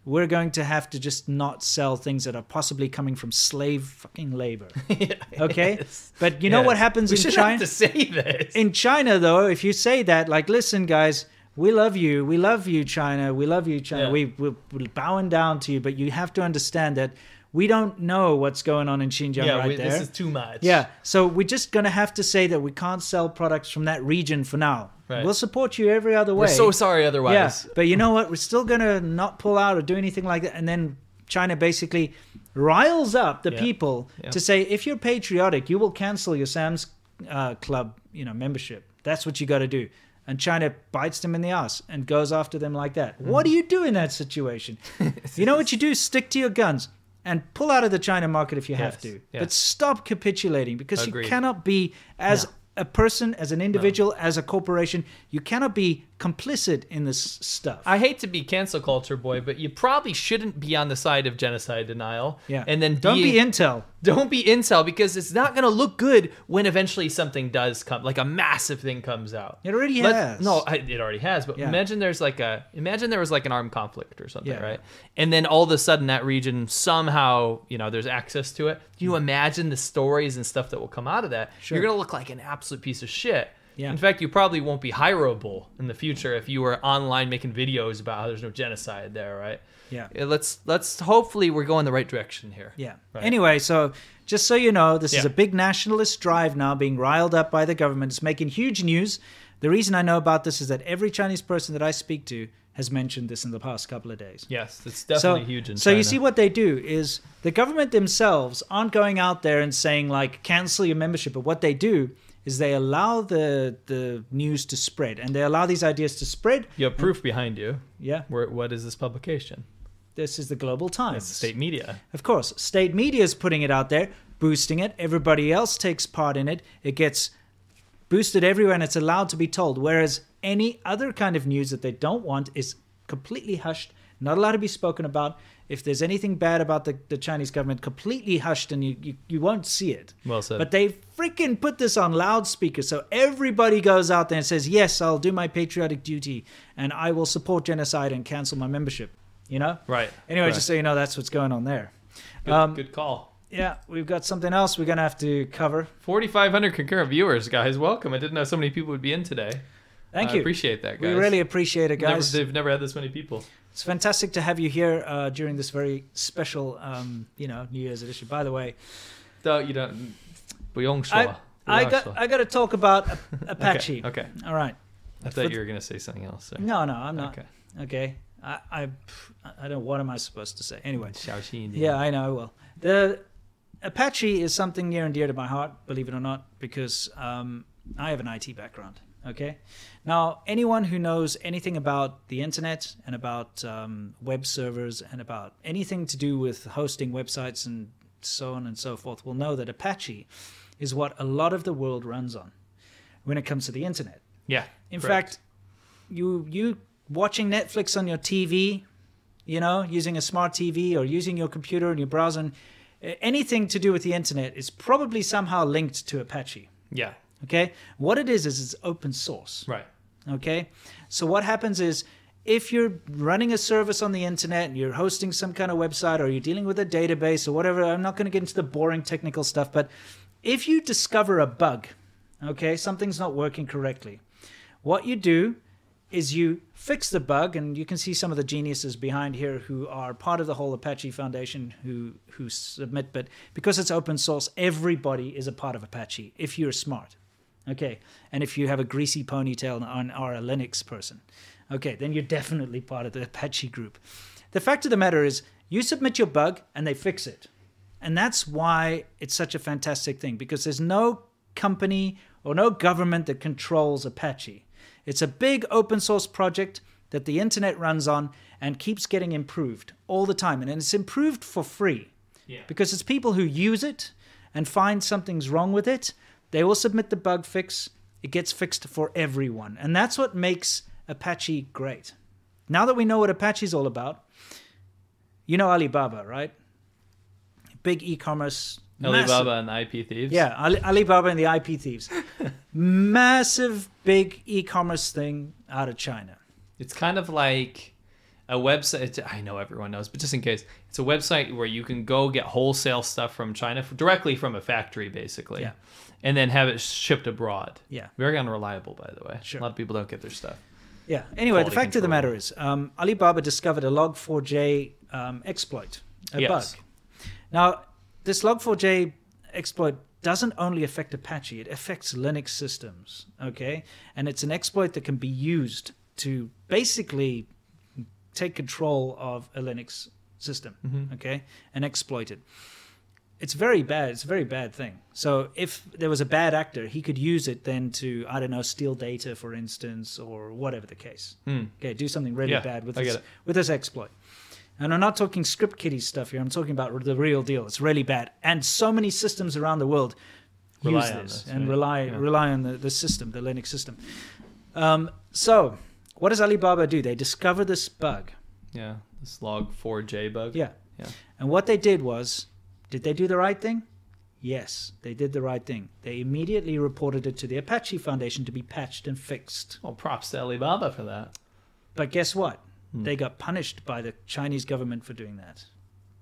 Speaker 1: we're going to have to just not sell things that are possibly coming from slave fucking labor. Okay, but you know what
Speaker 2: Yes.
Speaker 1: happens
Speaker 2: we
Speaker 1: in
Speaker 2: shouldn't
Speaker 1: China?
Speaker 2: have to say this.
Speaker 1: in China though, if you say that, like, listen, guys, we love you, we love you, China, we love you, China,
Speaker 2: Yeah.
Speaker 1: we, we're, we're bowing down to you, but you have to understand that we don't know what's going on in Xinjiang
Speaker 2: yeah,
Speaker 1: right
Speaker 2: we,
Speaker 1: there.
Speaker 2: this is too much.
Speaker 1: yeah, so we're just gonna have to say that we can't sell products from that region for now.
Speaker 2: Right.
Speaker 1: We'll support you every other way.
Speaker 2: We're so sorry otherwise.
Speaker 1: Yeah, but you know what? We're still gonna not pull out or do anything like that. And then China basically riles up the
Speaker 2: Yeah.
Speaker 1: people
Speaker 2: Yeah.
Speaker 1: to say, if you're patriotic, you will cancel your Sam's uh, Club, you know, membership. That's what you got to do. And China bites them in the ass and goes after them like
Speaker 2: Mm.
Speaker 1: that. What do you do in that situation? you know what you do? Stick to your guns and pull out of the China market if you have
Speaker 2: Yes,
Speaker 1: to.
Speaker 2: yeah.
Speaker 1: But stop capitulating because
Speaker 2: Agreed.
Speaker 1: you cannot be as a person, as an individual, as a corporation, you cannot be complicit in this stuff.
Speaker 2: I hate to be cancel culture boy, but you probably shouldn't be on the side of genocide denial.
Speaker 1: yeah.
Speaker 2: And then
Speaker 1: don't be
Speaker 2: being-
Speaker 1: Intel.
Speaker 2: don't be intel because it's not going to look good when eventually something does come like a massive thing comes out
Speaker 1: It already has.
Speaker 2: no I, it already has but
Speaker 1: Yeah.
Speaker 2: imagine there's like a imagine there was like an armed conflict or something
Speaker 1: Yeah.
Speaker 2: right and then all of a sudden that region somehow you know there's access to it you imagine the stories and stuff that will come out of that
Speaker 1: Mm. Sure.
Speaker 2: you're going to look like an absolute piece of shit
Speaker 1: Yeah.
Speaker 2: In fact, you probably won't be hireable in the future if you were online making videos about how there's no genocide there, right?
Speaker 1: Yeah.
Speaker 2: Let's let's hopefully we're going the right direction here.
Speaker 1: Yeah.
Speaker 2: Right.
Speaker 1: Anyway, so just so you know, this is
Speaker 2: Yeah.
Speaker 1: a big nationalist drive now being riled up by the government. It's making huge news. The reason I know about this is that every Chinese person that I speak to has mentioned this in the past couple of days.
Speaker 2: Yes, it's definitely huge in
Speaker 1: so
Speaker 2: China.
Speaker 1: you see what they do is the government themselves aren't going out there and saying like cancel your membership but what they do is they allow the the news to spread and they allow these ideas to spread
Speaker 2: you have proof behind you.
Speaker 1: yeah
Speaker 2: Where, what is this publication?
Speaker 1: this is the global times
Speaker 2: It's state media.
Speaker 1: Of course, state media is putting it out there, boosting it. Everybody else takes part in it. It gets boosted everywhere and it's allowed to be told. Whereas any other kind of news that they don't want is completely hushed, not allowed to be spoken about. If there's anything bad about the, the Chinese government, completely hushed and you, you, you won't see it.
Speaker 2: Well said.
Speaker 1: But they freaking put this on loudspeaker so everybody goes out there and says, Yes, I'll do my patriotic duty and I will support genocide and cancel my membership. You know?
Speaker 2: Right.
Speaker 1: Anyway,
Speaker 2: Right.
Speaker 1: just so you know, that's what's going on there.
Speaker 2: Good, good call.
Speaker 1: Yeah, we've got something else we're gonna have to cover.
Speaker 2: 4,500 concurrent viewers, guys. Welcome. I didn't know so many people would be in today.
Speaker 1: Thank
Speaker 2: I
Speaker 1: you.
Speaker 2: appreciate that,
Speaker 1: we
Speaker 2: guys.
Speaker 1: really appreciate it,
Speaker 2: Never-
Speaker 1: guys.
Speaker 2: they've never had this many people.
Speaker 1: it's fantastic to have you here uh, during this very special, um, you know, New Year's edition. By the way,
Speaker 2: Though you don't. Buyong
Speaker 1: I, I got I got to talk about A- Apache.
Speaker 2: Okay. okay.
Speaker 1: All right.
Speaker 2: I thought you were going to say something else. Sorry.
Speaker 1: No, no, I'm not.
Speaker 2: Okay.
Speaker 1: Okay. I, I, I don't. What am I supposed to say? Anyway.
Speaker 2: Xiaoxin.
Speaker 1: Yeah, I know. I will. The Apache is something near and dear to my heart, believe it or not, because um, I have an IT background. Okay. Now, anyone who knows anything about the internet and about um, web servers and about anything to do with hosting websites and so on and so forth will know that Apache is what a lot of the world runs on when it comes to the internet.
Speaker 2: Yeah.
Speaker 1: In
Speaker 2: correct.
Speaker 1: fact, you you watching Netflix on your TV, you know, using a smart TV or using your computer and your browser, and, uh, anything to do with the internet is probably somehow linked to Apache.
Speaker 2: Yeah.
Speaker 1: Okay, what it is is it's open source.
Speaker 2: Right.
Speaker 1: Okay. So what happens is if you're running a service on the internet and you're hosting some kind of website or you're dealing with a database or whatever, I'm not going to get into the boring technical stuff, but if you discover a bug, okay, something's not working correctly, what you do is you fix the bug and you can see some of the geniuses behind here who are part of the whole Apache Foundation who who submit but because it's open source everybody is a part of Apache if you're smart Okay. And if you have a greasy ponytail and are- and are a Linux person, okay, then you're definitely part of the Apache group. The fact of the matter is, you submit your bug and they fix it. And that's why it's such a fantastic thing because there's no company or no government that controls Apache. It's a big open source project that the internet runs on and keeps getting improved all the time. And it's improved for free
Speaker 2: Yeah.
Speaker 1: because it's people who use it and find something's wrong with it. They will submit the bug fix. It gets fixed for everyone. And that's what makes Apache great. Now that we know what Apache's all about, you know Alibaba, right? Big e commerce.
Speaker 2: Alibaba and IP thieves.
Speaker 1: Yeah, Ali- Alibaba and the IP thieves. massive, big e commerce thing out of China.
Speaker 2: It's kind of like a website. I know everyone knows, but just in case, it's a website where you can go get wholesale stuff from China f directly from a factory, basically,
Speaker 1: Yeah.
Speaker 2: and then have it shipped abroad.
Speaker 1: Yeah.
Speaker 2: very unreliable, by the way.
Speaker 1: Sure.
Speaker 2: A lot of people don't get their stuff.
Speaker 1: Yeah. Anyway, the
Speaker 2: Quality
Speaker 1: fact of the
Speaker 2: control.
Speaker 1: matter is, um, Alibaba discovered a log4j um, exploit, a
Speaker 2: Yes.
Speaker 1: bug. Now, this log4j exploit doesn't only affect Apache; it affects Linux systems. Okay, and it's an exploit that can be used to basically take control of a Linux system.
Speaker 2: Mm-hmm.
Speaker 1: Okay, and exploit it. It's very bad. It's a very bad thing. So if there was a bad actor, he could use it then to I don't know steal data, for instance, or whatever the case. Okay, do something really
Speaker 2: Hmm. Yeah,
Speaker 1: bad with
Speaker 2: I get
Speaker 1: this,
Speaker 2: it.
Speaker 1: with this exploit. And I'm not talking script kiddie stuff here. I'm talking about the real deal. It's really bad. And so many systems around the world
Speaker 2: Rely
Speaker 1: use
Speaker 2: on
Speaker 1: this,
Speaker 2: this,
Speaker 1: and
Speaker 2: right?
Speaker 1: rely
Speaker 2: Yeah.
Speaker 1: rely on the, the system, the Linux system. Um, so, what does Alibaba do? They discover this bug.
Speaker 2: Yeah, this log four J bug.
Speaker 1: Yeah.
Speaker 2: Yeah.
Speaker 1: And what they did was, did they do the right thing? Yes, they did the right thing. They immediately reported it to the Apache Foundation to be patched and fixed.
Speaker 2: Well, props to Alibaba for that.
Speaker 1: But guess what?
Speaker 2: Hmm.
Speaker 1: They got punished by the Chinese government for doing that.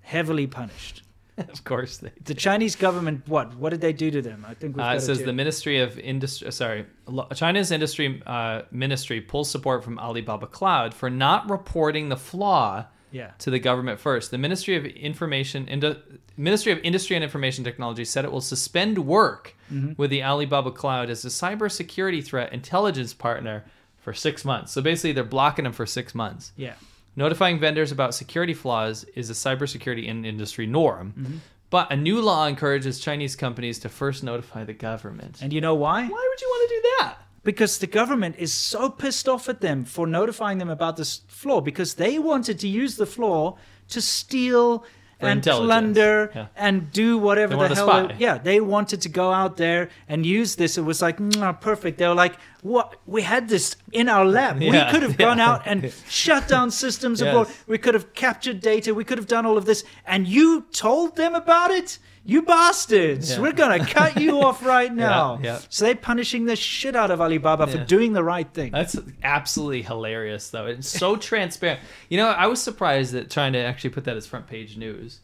Speaker 1: Heavily punished.
Speaker 2: of course they.
Speaker 1: The Chinese government, what? What did they do to them? I think we've
Speaker 2: Uh,
Speaker 1: got
Speaker 2: it says
Speaker 1: to-
Speaker 2: the Ministry of Industry, sorry, Lo- China's Industry uh, Ministry pulls support from Alibaba Cloud for not reporting the flaw
Speaker 1: Yeah.
Speaker 2: to the government first. The Ministry of Information Indu- Ministry of Industry and Information Technology said it will suspend work
Speaker 1: Mm-hmm.
Speaker 2: with the Alibaba Cloud as a cybersecurity threat intelligence partner for six months. So basically, they're blocking them for six months.
Speaker 1: Yeah.
Speaker 2: Notifying vendors about security flaws is a cybersecurity in- industry norm.
Speaker 1: Mm-hmm.
Speaker 2: But a new law encourages Chinese companies to first notify the government.
Speaker 1: And you know why?
Speaker 2: why would you want to do that?
Speaker 1: Because the government is so pissed off at them for notifying them about this flaw because they wanted to use the flaw to steal and
Speaker 2: intelligence.
Speaker 1: plunder
Speaker 2: Yeah.
Speaker 1: and do whatever the
Speaker 2: They wanted to
Speaker 1: hell.
Speaker 2: spy.
Speaker 1: they- yeah, they wanted to go out there and use this. It was like "Mwah, perfect. They were like, "What? We had this in our lab. we
Speaker 2: Yeah,
Speaker 1: could have
Speaker 2: yeah.
Speaker 1: gone out and shut down systems
Speaker 2: Yes.
Speaker 1: abroad. We could have captured data. We could have done all of this. And you told them about it." You bastards!
Speaker 2: Yeah.
Speaker 1: We're gonna cut you off right now.
Speaker 2: yeah.
Speaker 1: So they're punishing the shit out of Alibaba for
Speaker 2: Yeah.
Speaker 1: doing the right thing.
Speaker 2: That's absolutely hilarious, though. It's so transparent. You know, I was surprised that trying to actually put that as front page news.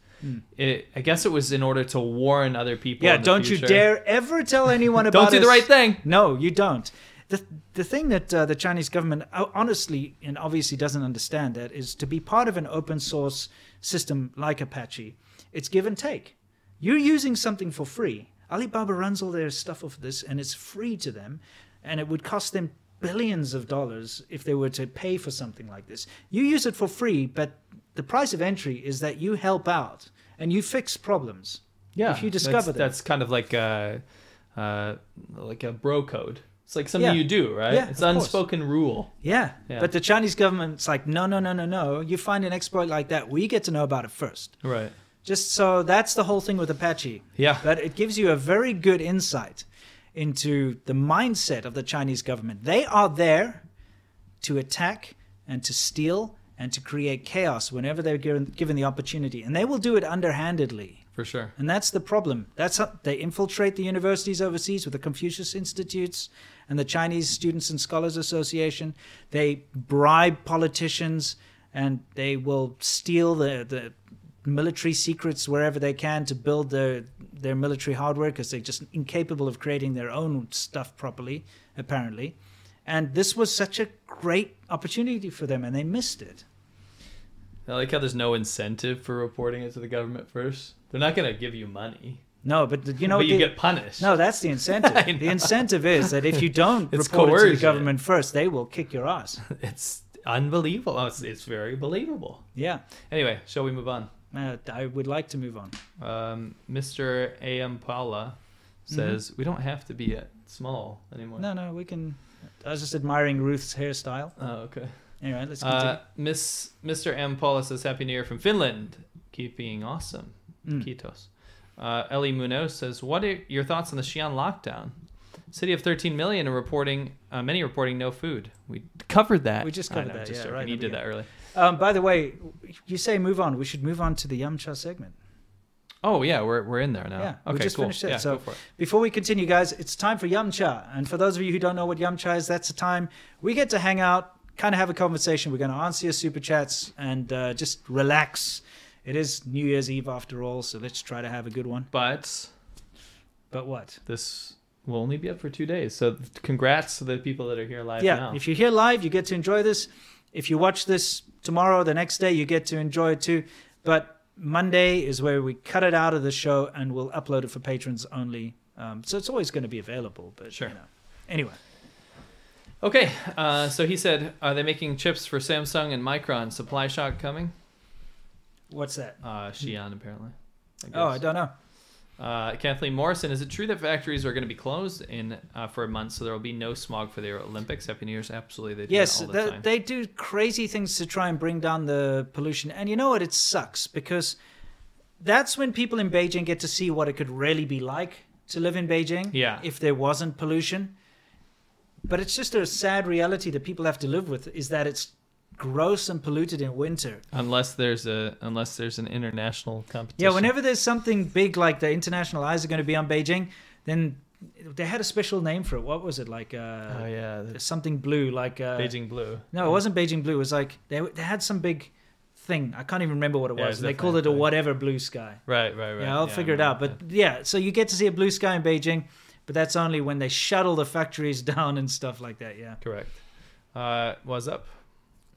Speaker 2: It, I guess it was in order to warn other people.
Speaker 1: Hmm. yeah,
Speaker 2: in the
Speaker 1: don't you
Speaker 2: future.
Speaker 1: dare ever tell anyone about
Speaker 2: Don't do the
Speaker 1: us.
Speaker 2: right thing.
Speaker 1: No, you don't. The, the thing that uh, the Chinese government uh, honestly and obviously doesn't understand that is to be part of an open source system like Apache, it's give and take. You're using something for free. Alibaba runs all their stuff off this and it's free to them, and it would cost them billions of dollars if they were to pay for something like this. You use it for free, but the price of entry is that you help out and you fix problems.
Speaker 2: Yeah,
Speaker 1: if you
Speaker 2: that's-
Speaker 1: discover them.
Speaker 2: that's, kind of like a, uh, like a bro code. It's like something
Speaker 1: Yeah.
Speaker 2: you do, right?
Speaker 1: Yeah,
Speaker 2: it's
Speaker 1: of course.
Speaker 2: unspoken rule.
Speaker 1: Yeah.
Speaker 2: Yeah.
Speaker 1: But the Chinese government's like, no, no, no, no, no. You find an exploit like that, we get to know about it first.
Speaker 2: Right.
Speaker 1: Just so that's the whole thing with Apache.
Speaker 2: Yeah.
Speaker 1: But it gives you a very good insight into the mindset of the Chinese government. They are there to attack and to steal and to create chaos whenever they're given, given the opportunity. And they will do it underhandedly.
Speaker 2: For sure.
Speaker 1: And that's the problem. That's how they infiltrate the universities overseas with the Confucius Institutes and the Chinese Students and Scholars Association. They bribe politicians and they will steal the, the military secrets wherever they can to build their, their military hardware because they're just incapable of creating their own stuff properly, apparently. And this was such a great opportunity for them and they missed it.
Speaker 2: I like how there's no incentive for reporting it to the government first. They're not going to give you money,
Speaker 1: No, but you know
Speaker 2: but
Speaker 1: what
Speaker 2: you
Speaker 1: they-
Speaker 2: get punished.
Speaker 1: No, that's the incentive.
Speaker 2: I know.
Speaker 1: the incentive is that if you don't
Speaker 2: It's
Speaker 1: report it to the
Speaker 2: coercion.
Speaker 1: government first, they will kick your ass.
Speaker 2: It's unbelievable. Oh, It's, it's very believable.
Speaker 1: Yeah,
Speaker 2: Anyway, shall we move on?
Speaker 1: uh, I would like to move on.
Speaker 2: Um, Mr. A.M. Paula says, We don't have to be at small anymore.
Speaker 1: Mm-hmm. No, no, we can. I was just admiring Ruth's hairstyle.
Speaker 2: Oh, okay.
Speaker 1: Anyway, let's continue.
Speaker 2: Uh, Miss Mr. M. Paula says Happy New Year from Finland. Keep being awesome,
Speaker 1: Mm.
Speaker 2: Kitos. Uh, Ellie Munoz says, "What are your thoughts on the Xi'an lockdown? City of 13 million and reporting uh, many reporting no food. We covered that.
Speaker 1: We just
Speaker 2: I
Speaker 1: covered
Speaker 2: know,
Speaker 1: that,
Speaker 2: Just
Speaker 1: yeah,
Speaker 2: joking.
Speaker 1: right in
Speaker 2: you
Speaker 1: the
Speaker 2: did that early.
Speaker 1: um, by the way, you say move on. We should move on to the Yamcha segment.
Speaker 2: Oh yeah, we're, we're in there now.
Speaker 1: Yeah,
Speaker 2: okay,
Speaker 1: we just
Speaker 2: cool.
Speaker 1: finished it.
Speaker 2: Yeah,
Speaker 1: so
Speaker 2: go for it.
Speaker 1: before we continue, guys, it's time for Yamcha. And for those of you who don't know what Yamcha is, that's the time we get to hang out, kind of have a conversation. We're going to answer your super chats and uh, just relax. It is New Year's Eve after all, so let's try to have a good one.
Speaker 2: But
Speaker 1: But what?
Speaker 2: this will only be up for two days. So congrats to the people that are here live
Speaker 1: yeah,
Speaker 2: now.
Speaker 1: if you're here live, you get to enjoy this. If you watch this tomorrow, the next day, you get to enjoy it too. But Monday is where we cut it out of the show and we'll upload it for patrons only. Um, so it's always going to be available. But
Speaker 2: Sure.
Speaker 1: You know. Anyway.
Speaker 2: Okay, uh, so he said, are they making chips for Samsung and Micron? Supply shock coming?
Speaker 1: What's that?
Speaker 2: Uh, Xi'an, apparently.
Speaker 1: Oh, I
Speaker 2: guess.
Speaker 1: don't know.
Speaker 2: Uh, Kathleen Morrison, is it true that factories are going to be closed in uh, for a month, so there will be no smog for the Olympics? Happy New Year's, absolutely. They do
Speaker 1: Yes,
Speaker 2: that all the
Speaker 1: they,
Speaker 2: time.
Speaker 1: they do crazy things to try and bring down the pollution. And you know what? It sucks because that's when people in Beijing get to see what it could really be like to live in Beijing
Speaker 2: Yeah.
Speaker 1: if there wasn't pollution. But it's just a sad reality that people have to live with is that it's gross and polluted in winter.
Speaker 2: unless there's a unless there's an international competition.
Speaker 1: Yeah, whenever there's something big like the international eyes are going to be on Beijing, then they had a special name for it. What was it like? Uh,
Speaker 2: Oh yeah, the
Speaker 1: Something blue, like uh,
Speaker 2: Beijing Blue.
Speaker 1: No, it wasn't Beijing Blue. It was like they they had some big thing. I can't even remember what it
Speaker 2: Yeah,
Speaker 1: was.
Speaker 2: it's
Speaker 1: and they
Speaker 2: definitely
Speaker 1: called it
Speaker 2: a
Speaker 1: a
Speaker 2: thing.
Speaker 1: whatever blue sky.
Speaker 2: Right, right, right.
Speaker 1: yeah, I'll
Speaker 2: I
Speaker 1: figure it out.
Speaker 2: remember
Speaker 1: But yeah, so you get to see a blue sky in Beijing, but that's only when they shuttle the factories down and stuff like that. Yeah.
Speaker 2: that. correct. Uh, what's up?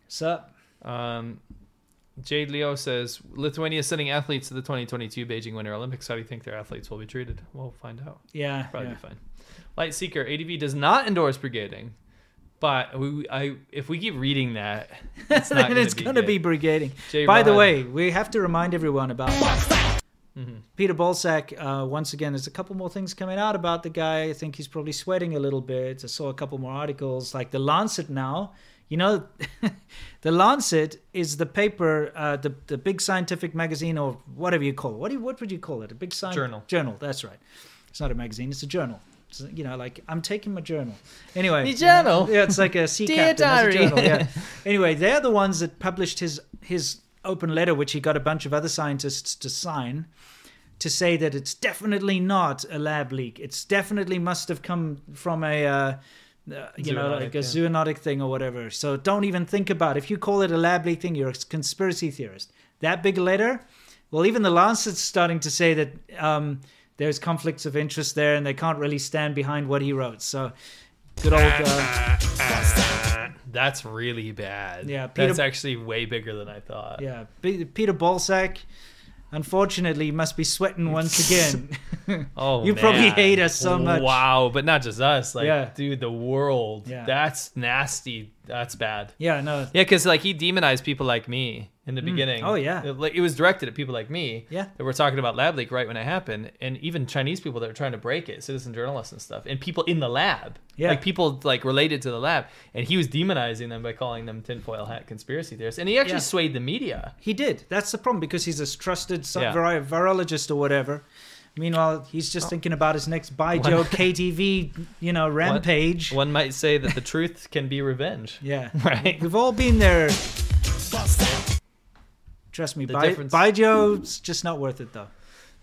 Speaker 1: So
Speaker 2: Um, Jade Leo says Lithuania is sending athletes to the 2022 Beijing Winter Olympics. How do you think their athletes will be treated? We'll find out.
Speaker 1: yeah,
Speaker 2: Probably
Speaker 1: yeah.
Speaker 2: be fine. Light Seeker ADV does not endorse brigading, but we, I if we keep reading that, it's not
Speaker 1: Then
Speaker 2: gonna
Speaker 1: it's
Speaker 2: be
Speaker 1: going to
Speaker 2: good.
Speaker 1: be brigading.
Speaker 2: Jay
Speaker 1: By the
Speaker 2: Rod.
Speaker 1: way, we have to remind everyone about
Speaker 2: Mm-hmm.
Speaker 1: Peter Bolsack. Uh, once again, there's a couple more things coming out about the guy. I think he's probably sweating a little bit. I saw a couple more articles, like the Lancet now. You know, the Lancet is the paper, uh, the the big scientific magazine or whatever you call it. What do you, what would you call it? A big science
Speaker 2: Journal.
Speaker 1: Journal. That's right. It's not a magazine. It's a journal. It's, you know, like I'm taking my journal. Anyway,
Speaker 2: The journal?
Speaker 1: Yeah, it's like a sea
Speaker 2: Dear
Speaker 1: captain. That's a
Speaker 2: diary.
Speaker 1: journal, yeah. Anyway, they're the ones that published his his open letter, which he got a bunch of other scientists to sign, to say that it's definitely not a lab leak. It's definitely must have come from a. Uh, uh, you know,
Speaker 2: Zoonotic,
Speaker 1: like a
Speaker 2: yeah.
Speaker 1: zoonotic thing or whatever. So don't even think about it. If you call it a lab leak thing, you're a conspiracy theorist. That big letter, well, even the Lancet's starting to say that um, there's conflicts of interest there and they can't really stand behind what he wrote. So good old. Uh,
Speaker 2: That's really bad.
Speaker 1: Yeah,
Speaker 2: that's
Speaker 1: Peter-
Speaker 2: actually way bigger than I thought.
Speaker 1: Yeah, P- Peter Balsack, unfortunately, must be sweating once again.
Speaker 2: Oh,
Speaker 1: You probably
Speaker 2: man.
Speaker 1: hate us so much.
Speaker 2: Wow, but not just us. Like,
Speaker 1: Yeah.
Speaker 2: dude, the world.
Speaker 1: Yeah.
Speaker 2: That's nasty. That's bad.
Speaker 1: yeah, no,
Speaker 2: Yeah, because like he demonized people like me in the beginning.
Speaker 1: Oh, yeah.
Speaker 2: It, like, it was directed at people like me.
Speaker 1: Yeah.
Speaker 2: That were talking about lab leak right when it happened, and even Chinese people that were trying to break it, citizen journalists and stuff, and people in the lab.
Speaker 1: Yeah.
Speaker 2: Like people like related to the lab, and he was demonizing them by calling them tinfoil hat conspiracy theorists, and he actually
Speaker 1: Yeah.
Speaker 2: swayed the media.
Speaker 1: He did. That's the problem because he's a trusted sub-
Speaker 2: Yeah. Oh.
Speaker 1: viri- virologist or whatever. Meanwhile, he's just thinking about his next Baijiu KTV, you know, rampage.
Speaker 2: One might say that the truth can be revenge.
Speaker 1: Yeah.
Speaker 2: Right.
Speaker 1: We've all been there. Trust me,
Speaker 2: The
Speaker 1: Bai-
Speaker 2: difference-
Speaker 1: Baijiu's just not worth it though.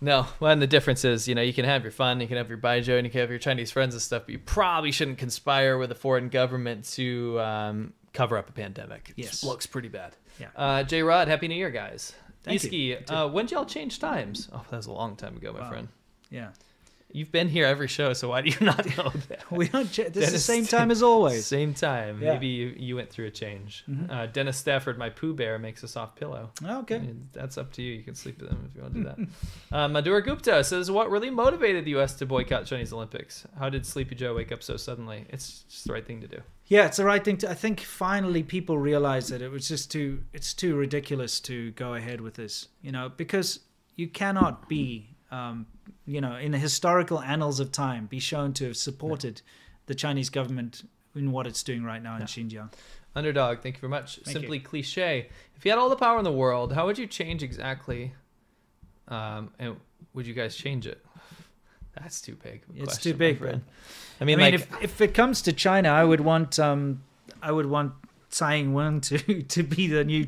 Speaker 2: No, well, and the difference is, you know, you can have your fun, you can have your baijiu, and you can have your Chinese friends and stuff, but you probably shouldn't conspire with a foreign government to um, cover up a pandemic. It
Speaker 1: Yes.
Speaker 2: looks pretty bad.
Speaker 1: Yeah.
Speaker 2: Uh, J Rod, happy New Year, guys.
Speaker 1: Thank you.
Speaker 2: Iski, Uh, when did y'all change times? Oh, that was a long time ago, my friend.
Speaker 1: Yeah.
Speaker 2: You've been here every show, so why do you not know that?
Speaker 1: We don't. Ch- this is the
Speaker 2: Dennis-
Speaker 1: same time as always.
Speaker 2: Same time.
Speaker 1: Yeah. Mm-hmm.
Speaker 2: Maybe you, you went through a change. Uh, Dennis Stafford, my poo bear, makes a soft pillow. I
Speaker 1: Okay.
Speaker 2: mean, that's up to you. You can sleep with them if you want to do that. uh, Madhur Gupta says, "What really motivated the U.S. to boycott Chinese Olympics? How did Sleepy Joe wake up so suddenly? It's just the right thing to do."
Speaker 1: Yeah, it's the right thing to. I think finally people realize that it was just too. It's too ridiculous to go ahead with this, you know, because you cannot be, um, you know, in the historical annals of time, be shown to have supported the Chinese government in what it's doing right now in Xinjiang.
Speaker 2: Underdog, thank you very much.
Speaker 1: Thank
Speaker 2: Simply cliche. If you had all the power in the world, how would you change exactly? Um, and would you guys change it? That's too big. of a
Speaker 1: It's
Speaker 2: question,
Speaker 1: too
Speaker 2: my
Speaker 1: big,
Speaker 2: friend. I
Speaker 1: I
Speaker 2: mean,
Speaker 1: mean,
Speaker 2: like,
Speaker 1: if, if it comes to China, I would want, um, I would want Tsai Ing-wen to to be the new,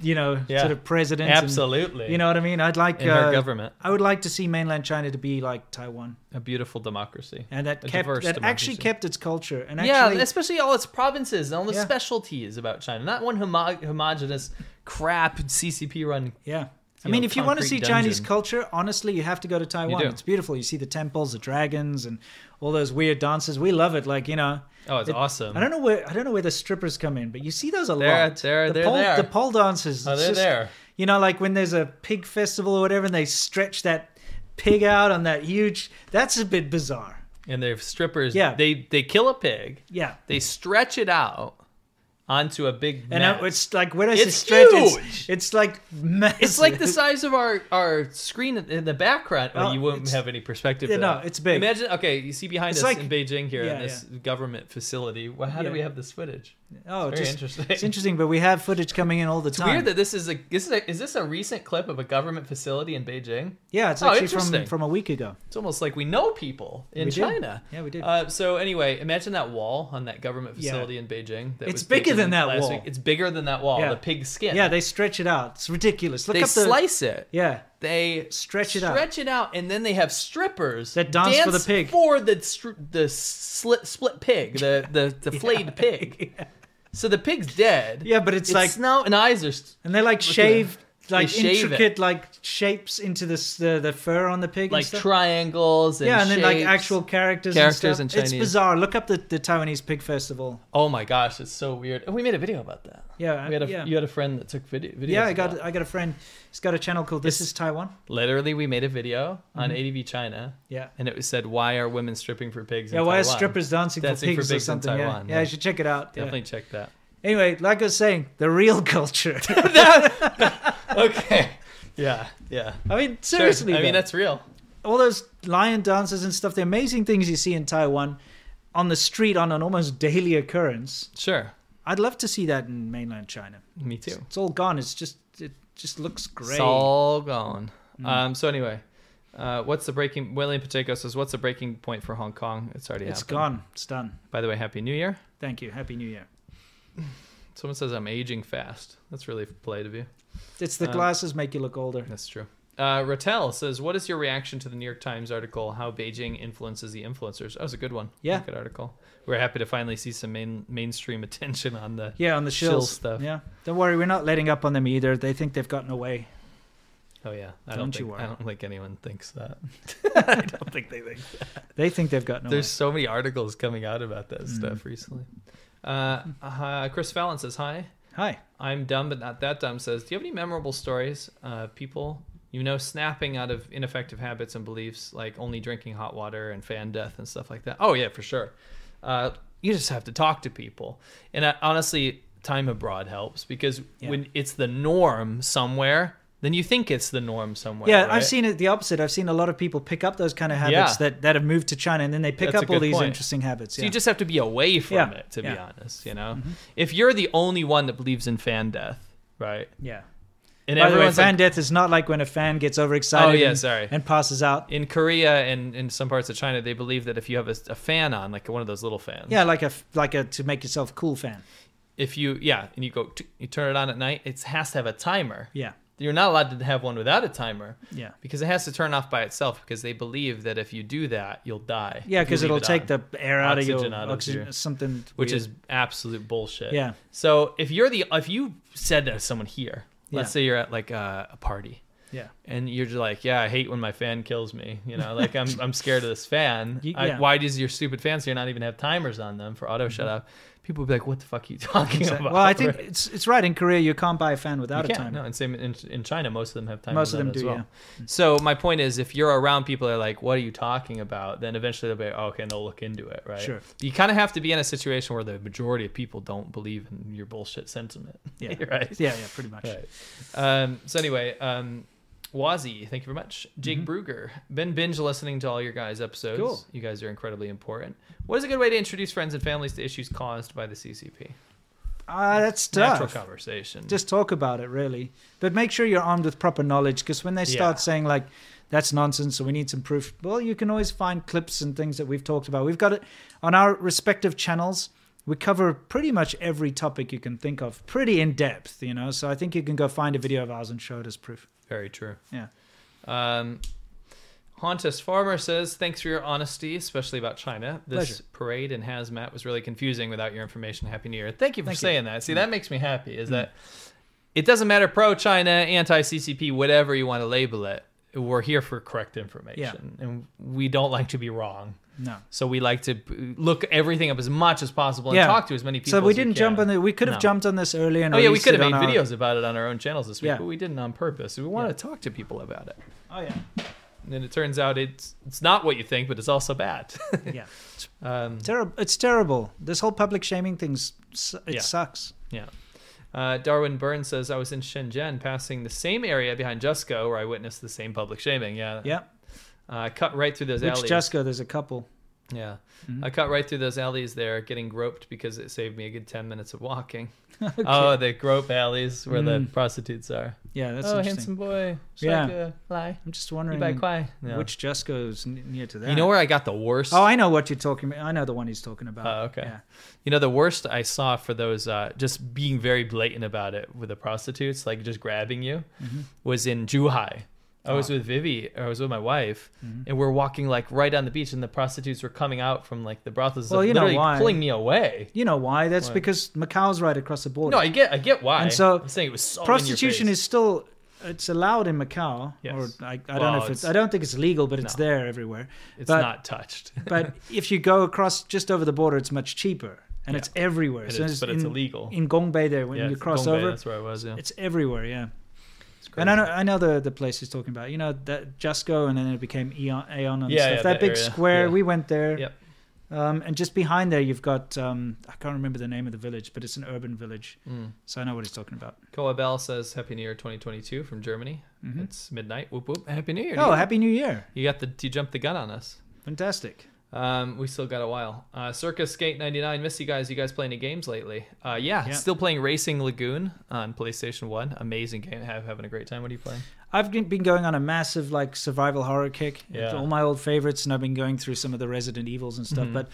Speaker 1: you know,
Speaker 2: Yeah.
Speaker 1: sort of president. and-
Speaker 2: absolutely.
Speaker 1: you know what I mean? I'd like
Speaker 2: in our
Speaker 1: uh,
Speaker 2: government,
Speaker 1: I would like to see mainland China to be like Taiwan.
Speaker 2: a beautiful democracy.
Speaker 1: and that
Speaker 2: A
Speaker 1: kept that
Speaker 2: diverse
Speaker 1: actually
Speaker 2: democracy.
Speaker 1: kept its culture and
Speaker 2: yeah,
Speaker 1: actually
Speaker 2: especially all its provinces and all the
Speaker 1: Yeah.
Speaker 2: specialties about China. Not one homo- homogenous crap CCP run.
Speaker 1: yeah I
Speaker 2: you
Speaker 1: mean,
Speaker 2: know,
Speaker 1: if you want to see
Speaker 2: concrete
Speaker 1: Chinese
Speaker 2: dungeon.
Speaker 1: culture, honestly, you have to go to Taiwan.
Speaker 2: do.
Speaker 1: It's beautiful. You see the temples, the dragons, and all those weird dances. We love it. Like you know,
Speaker 2: Oh, it's
Speaker 1: It-
Speaker 2: awesome.
Speaker 1: I don't know where I don't know where the strippers come in, but you see those a
Speaker 2: They're-
Speaker 1: lot.
Speaker 2: they're-
Speaker 1: the
Speaker 2: they're
Speaker 1: pole,
Speaker 2: there.
Speaker 1: The pole dances.
Speaker 2: Oh,
Speaker 1: it's
Speaker 2: they're
Speaker 1: just-
Speaker 2: there.
Speaker 1: You know, like when there's a pig festival or whatever, and they stretch that pig out on that huge. That's a bit bizarre.
Speaker 2: And they're strippers.
Speaker 1: Yeah.
Speaker 2: They they kill a pig.
Speaker 1: Yeah.
Speaker 2: They stretch it out onto a big
Speaker 1: And
Speaker 2: net.
Speaker 1: I- it's like when I say
Speaker 2: It's
Speaker 1: stretch, it's,
Speaker 2: huge!
Speaker 1: it's like massive.
Speaker 2: It's like the size of our, our screen in the background. Oh,
Speaker 1: Oh,
Speaker 2: you wouldn't
Speaker 1: it's-
Speaker 2: have any perspective.
Speaker 1: Yeah,
Speaker 2: to
Speaker 1: no,
Speaker 2: that.
Speaker 1: it's big.
Speaker 2: Imagine, okay, you see behind
Speaker 1: It's
Speaker 2: us
Speaker 1: like-
Speaker 2: in Beijing here in
Speaker 1: yeah,
Speaker 2: this government facility. Well, how do
Speaker 1: Yeah.
Speaker 2: we have this footage?
Speaker 1: Oh,
Speaker 2: It's very
Speaker 1: just,
Speaker 2: interesting.
Speaker 1: It's interesting, but we have footage coming in all the
Speaker 2: It's
Speaker 1: time.
Speaker 2: weird that this is a this is a, is this a recent clip of a government facility in Beijing?
Speaker 1: yeah, it's
Speaker 2: Oh,
Speaker 1: actually from
Speaker 2: interesting.
Speaker 1: from a week ago.
Speaker 2: It's almost like we know people in
Speaker 1: We do.
Speaker 2: China.
Speaker 1: Yeah, we do.
Speaker 2: Uh, so anyway, imagine that wall on that government
Speaker 1: Yeah.
Speaker 2: facility in Beijing. That
Speaker 1: It's
Speaker 2: was
Speaker 1: bigger
Speaker 2: taken
Speaker 1: than that
Speaker 2: last
Speaker 1: wall.
Speaker 2: It's bigger than that wall.
Speaker 1: Yeah.
Speaker 2: The pig skin.
Speaker 1: Yeah, they stretch it out. It's ridiculous. Look
Speaker 2: they
Speaker 1: up the
Speaker 2: slice it.
Speaker 1: Yeah,
Speaker 2: They
Speaker 1: Stretch it out.
Speaker 2: Stretch it out, and then they have strippers
Speaker 1: That dance for the pig.
Speaker 2: for the str- the slit, split pig, the the, the flayed pig. So the pig's dead.
Speaker 1: yeah, but it's,
Speaker 2: It's
Speaker 1: like
Speaker 2: now and eyes are. st-
Speaker 1: and they like shave like
Speaker 2: shave it.
Speaker 1: intricate like shapes into this the the fur on the pig.
Speaker 2: Like
Speaker 1: and stuff.
Speaker 2: triangles and
Speaker 1: yeah, and then like
Speaker 2: shapes.
Speaker 1: actual characters.
Speaker 2: Characters
Speaker 1: and
Speaker 2: and
Speaker 1: stuff. It's
Speaker 2: Chinese.
Speaker 1: bizarre. Look up the the Taiwanese pig festival.
Speaker 2: Oh my gosh, it's so weird. And we made a video about that.
Speaker 1: Yeah,
Speaker 2: we had a,
Speaker 1: yeah.
Speaker 2: you had a friend that took video. Videos
Speaker 1: Yeah, I
Speaker 2: of
Speaker 1: got
Speaker 2: that.
Speaker 1: I got a friend. He's got a channel called This Is Taiwan.
Speaker 2: Literally, we made a video on ADV China.
Speaker 1: Yeah.
Speaker 2: and it was said, "Why are women stripping for pigs?"
Speaker 1: Yeah,
Speaker 2: in
Speaker 1: why are
Speaker 2: Taiwan?"
Speaker 1: strippers dancing,
Speaker 2: Dancing
Speaker 1: for
Speaker 2: for
Speaker 1: pigs or
Speaker 2: pigs in
Speaker 1: something? Yeah.
Speaker 2: Taiwan,
Speaker 1: yeah,
Speaker 2: yeah.
Speaker 1: you should check it out.
Speaker 2: Definitely
Speaker 1: Yeah.
Speaker 2: check that.
Speaker 1: Anyway, like I was saying, the real culture.
Speaker 2: Okay. yeah, yeah.
Speaker 1: I mean,
Speaker 2: Sure.
Speaker 1: seriously.
Speaker 2: I mean,
Speaker 1: though.
Speaker 2: that's real.
Speaker 1: all those lion dances and stuff, the amazing things you see in Taiwan on the street on an almost daily occurrence.
Speaker 2: Sure.
Speaker 1: I'd love to see that in mainland China.
Speaker 2: Me too.
Speaker 1: It's all gone. It's just it just looks great. Mm.
Speaker 2: It's all gone. Um. So anyway, uh, what's the breaking? William Pacheco says, "What's the breaking point for Hong Kong?" It's already
Speaker 1: It's
Speaker 2: happened.
Speaker 1: gone. It's done.
Speaker 2: By the way, Happy New Year.
Speaker 1: Thank you. Happy New Year.
Speaker 2: Someone says I'm aging fast. That's really polite of you.
Speaker 1: It's
Speaker 2: Uh,
Speaker 1: the glasses make you look older.
Speaker 2: That's true. Uh, Rattel says, "What is your reaction to the New York Times article? How Beijing influences the influencers?" That was a good one.
Speaker 1: Yeah.
Speaker 2: good article. We're happy to finally see some main mainstream attention on the.
Speaker 1: Yeah, on the
Speaker 2: Shill
Speaker 1: shills.
Speaker 2: stuff.
Speaker 1: Yeah. Don't worry, we're not letting up on them either. They think they've gotten away.
Speaker 2: Oh yeah, I
Speaker 1: Don't
Speaker 2: don't,
Speaker 1: you
Speaker 2: think,
Speaker 1: worry.
Speaker 2: I don't think anyone thinks that.
Speaker 1: I don't think they think. They think they've gotten away.
Speaker 2: There's so many articles coming out about
Speaker 1: Hmm.
Speaker 2: that stuff recently. Uh, uh, Chris Fallon says, "Hi,
Speaker 1: Hi.
Speaker 2: I'm dumb but not that dumb." Says, "Do you have any memorable stories? Uh, people you know snapping out of ineffective habits and beliefs, like only drinking hot water and fan death and stuff like that?" Oh yeah, for sure. Uh, you just have to talk to people, and I, honestly, time abroad helps because
Speaker 1: Yeah.
Speaker 2: when it's the norm somewhere, then you think it's the norm somewhere.
Speaker 1: Yeah,
Speaker 2: right?
Speaker 1: I've seen it the opposite. I've seen a lot of people pick up those kind of habits
Speaker 2: Yeah.
Speaker 1: that, that have moved to China and then they pick
Speaker 2: That's a
Speaker 1: up all
Speaker 2: good
Speaker 1: these
Speaker 2: point.
Speaker 1: interesting habits.
Speaker 2: So
Speaker 1: yeah.
Speaker 2: you just have to be away from
Speaker 1: Yeah,
Speaker 2: it, to be
Speaker 1: yeah. Mm-hmm.
Speaker 2: honest. You know, if you're the only one that believes in fan death, right?
Speaker 1: yeah.
Speaker 2: And
Speaker 1: By the way,
Speaker 2: everyone's
Speaker 1: fan
Speaker 2: like-
Speaker 1: death is not like when a fan gets overexcited
Speaker 2: Oh, yeah,
Speaker 1: and,
Speaker 2: sorry.
Speaker 1: and passes out.
Speaker 2: in Korea and in some parts of China, they believe that if you have a, a fan on, like one of those little fans,
Speaker 1: Yeah, like a f- like a to make yourself cool fan.
Speaker 2: if you yeah, and you go t- you turn it on at night, it has to have a timer.
Speaker 1: Yeah.
Speaker 2: You're not allowed to have one without a timer.
Speaker 1: Yeah.
Speaker 2: Because it has to turn off by itself because they believe that if you do that, you'll die.
Speaker 1: Yeah,
Speaker 2: if you
Speaker 1: because
Speaker 2: leave
Speaker 1: it'll
Speaker 2: it
Speaker 1: take
Speaker 2: on,
Speaker 1: the air out of your
Speaker 2: Oxygen out of
Speaker 1: oxygen,
Speaker 2: your-
Speaker 1: something
Speaker 2: which
Speaker 1: weird.
Speaker 2: is absolute bullshit.
Speaker 1: Yeah.
Speaker 2: So if you're the if you said to someone here,
Speaker 1: Yeah.
Speaker 2: let's say you're at like a, a party
Speaker 1: yeah.
Speaker 2: and you're just like, yeah, I hate when my fan kills me. You know, like I'm I'm scared of this fan.
Speaker 1: You-
Speaker 2: I-
Speaker 1: yeah.
Speaker 2: why does your stupid fan so you're not even have timers on them for auto shut off? People would be like, what the fuck are you talking
Speaker 1: Exactly.
Speaker 2: about?
Speaker 1: Well, I think it's it's right. In Korea, you can't buy a fan without
Speaker 2: You
Speaker 1: a
Speaker 2: can't.
Speaker 1: timer.
Speaker 2: No, and same in, in China, most of them have
Speaker 1: Most
Speaker 2: timers.
Speaker 1: of
Speaker 2: on
Speaker 1: them
Speaker 2: as
Speaker 1: do,
Speaker 2: well.
Speaker 1: yeah. Mm.
Speaker 2: So my point is, if you're around people that are like, "What are you talking about?" Then eventually they'll be, oh, "Okay," and they'll look into it, right?
Speaker 1: Sure.
Speaker 2: You kind of have to be in a situation where the majority of people don't believe in your bullshit sentiment.
Speaker 1: Yeah.
Speaker 2: right.
Speaker 1: Yeah, yeah, pretty much.
Speaker 2: Right. Um, so anyway, um, Wazi, thank you very much. Jake Bruger, been binge listening to all your guys' episodes.
Speaker 1: Mm-hmm. Cool.
Speaker 2: You guys are incredibly important. What is a good way to introduce friends and families to issues caused by the CCP?
Speaker 1: Ah, that's
Speaker 2: Natural
Speaker 1: tough.
Speaker 2: conversation.
Speaker 1: Just talk about it, really. But make sure you're armed with proper knowledge, because when they start
Speaker 2: Yeah.
Speaker 1: saying like, "That's nonsense," so we need some proof. Well, you can always find clips and things that we've talked about. We've got it on our respective channels. We cover pretty much every topic you can think of, pretty in depth, you know. So I think you can go find a video of ours and show it as proof.
Speaker 2: very true.
Speaker 1: Yeah.
Speaker 2: Um, Hontus Farmer says, "Thanks for your honesty, especially about China. This
Speaker 1: Pleasure.
Speaker 2: parade and hazmat was really confusing without your information. Happy New Year. Thank you for
Speaker 1: Thank you. Mm.
Speaker 2: saying that. See, that makes me happy. Is that it doesn't matter pro China, anti CCP, whatever you want to label it. We're here for correct information, and we don't like to be wrong.
Speaker 1: No.
Speaker 2: So we like to b- look everything up as much as possible and
Speaker 1: Yeah.
Speaker 2: talk to as many people.
Speaker 1: So we
Speaker 2: as
Speaker 1: didn't jump
Speaker 2: can.
Speaker 1: on the. We could have
Speaker 2: No.
Speaker 1: jumped on this earlier. And
Speaker 2: Oh yeah, we
Speaker 1: released
Speaker 2: could have
Speaker 1: it
Speaker 2: made
Speaker 1: on our-
Speaker 2: videos about it on our own channels this week,
Speaker 1: Yeah.
Speaker 2: but we didn't on purpose. We want
Speaker 1: Yeah.
Speaker 2: to talk to people about it.
Speaker 1: Oh yeah.
Speaker 2: And then it turns out it's it's not what you think, but it's also bad.
Speaker 1: Yeah.
Speaker 2: um,
Speaker 1: Terrible. It's terrible. This whole public shaming thing, it
Speaker 2: Yeah.
Speaker 1: sucks.
Speaker 2: yeah. Uh, Darwin Burns says I was in Shenzhen, passing the same area behind Jusco, where I witnessed the same public shaming. Yeah.
Speaker 1: Yeah.
Speaker 2: Uh, cut right through those
Speaker 1: Which
Speaker 2: alleys.
Speaker 1: Jusco, Mm-hmm. there's a couple.
Speaker 2: yeah. I cut right through those alleys there, getting groped because it saved me a good ten minutes of walking. Oh, the grope alleys where the prostitutes are.
Speaker 1: Yeah, that's
Speaker 2: oh,
Speaker 1: Mm. interesting.
Speaker 2: handsome boy.
Speaker 1: Yeah.
Speaker 2: Like fly.
Speaker 1: I'm just
Speaker 2: You
Speaker 1: wondering
Speaker 2: buy kwai. Yeah.
Speaker 1: which Jusco's n- near to that.
Speaker 2: You know where I got the worst?
Speaker 1: Oh, I know what you're talking about. I know the one he's talking about.
Speaker 2: Oh, okay.
Speaker 1: Yeah.
Speaker 2: You know, the worst I saw for those uh, just being very blatant about it with the prostitutes, like just grabbing you,
Speaker 1: Mm-hmm.
Speaker 2: was in Zhuhai. I was
Speaker 1: Ah.
Speaker 2: with Vivi, or I was with my wife,
Speaker 1: Mm-hmm.
Speaker 2: and we're walking like right on the beach, and the prostitutes were coming out from like the brothels,
Speaker 1: Well,
Speaker 2: like,
Speaker 1: you know
Speaker 2: literally
Speaker 1: why.
Speaker 2: pulling me away.
Speaker 1: You know why? That's because Macau's right across the border.
Speaker 2: No, I get, I get why.
Speaker 1: And so
Speaker 2: I'm saying it was so in your
Speaker 1: Prostitution
Speaker 2: face.
Speaker 1: is still it's allowed in Macau,
Speaker 2: Yes.
Speaker 1: or I, I
Speaker 2: Well,
Speaker 1: don't know if it's,
Speaker 2: it's-
Speaker 1: I don't think it's legal, but it's
Speaker 2: No.
Speaker 1: there everywhere.
Speaker 2: it's
Speaker 1: but,
Speaker 2: not touched.
Speaker 1: but if you go across just over the border, it's much cheaper, and it's everywhere.
Speaker 2: It
Speaker 1: so
Speaker 2: is, but it's
Speaker 1: in-
Speaker 2: illegal.
Speaker 1: in Gongbei there when
Speaker 2: Yeah,
Speaker 1: you
Speaker 2: it's
Speaker 1: cross
Speaker 2: Gongbei,
Speaker 1: over.
Speaker 2: That's where I was. Yeah,
Speaker 1: It's everywhere, yeah.
Speaker 2: It's
Speaker 1: And I know,
Speaker 2: crazy.
Speaker 1: I know the the place he's talking about. You know that Jusco, and then it became Aeon, Aeon and
Speaker 2: Yeah,
Speaker 1: stuff. that
Speaker 2: yeah, that
Speaker 1: big
Speaker 2: area.
Speaker 1: square.
Speaker 2: Yeah.
Speaker 1: We went there.
Speaker 2: Yep.
Speaker 1: Um, and just behind there, you've got um, I can't remember the name of the village, but it's an urban village.
Speaker 2: Mm.
Speaker 1: So I know what he's talking about.
Speaker 2: Koa Bell says Happy New Year 2022 from Germany. It's midnight. Whoop whoop. Happy New Year.
Speaker 1: Mm-hmm. Oh,
Speaker 2: dude.
Speaker 1: happy New Year!
Speaker 2: You got the you jumped the gun on us.
Speaker 1: Fantastic.
Speaker 2: Um, we still got a while. Uh, Circus Skate 99, miss you guys. You guys play any games lately? Uh, yeah,
Speaker 1: Yeah.
Speaker 2: still playing Racing Lagoon on PlayStation One. Amazing game. Have having a great time. What are you playing?
Speaker 1: I've g- been going on a massive like survival horror kick.
Speaker 2: Yeah. Mm-hmm.
Speaker 1: All my old favorites, and I've been going through some of the Resident Evils and stuff. But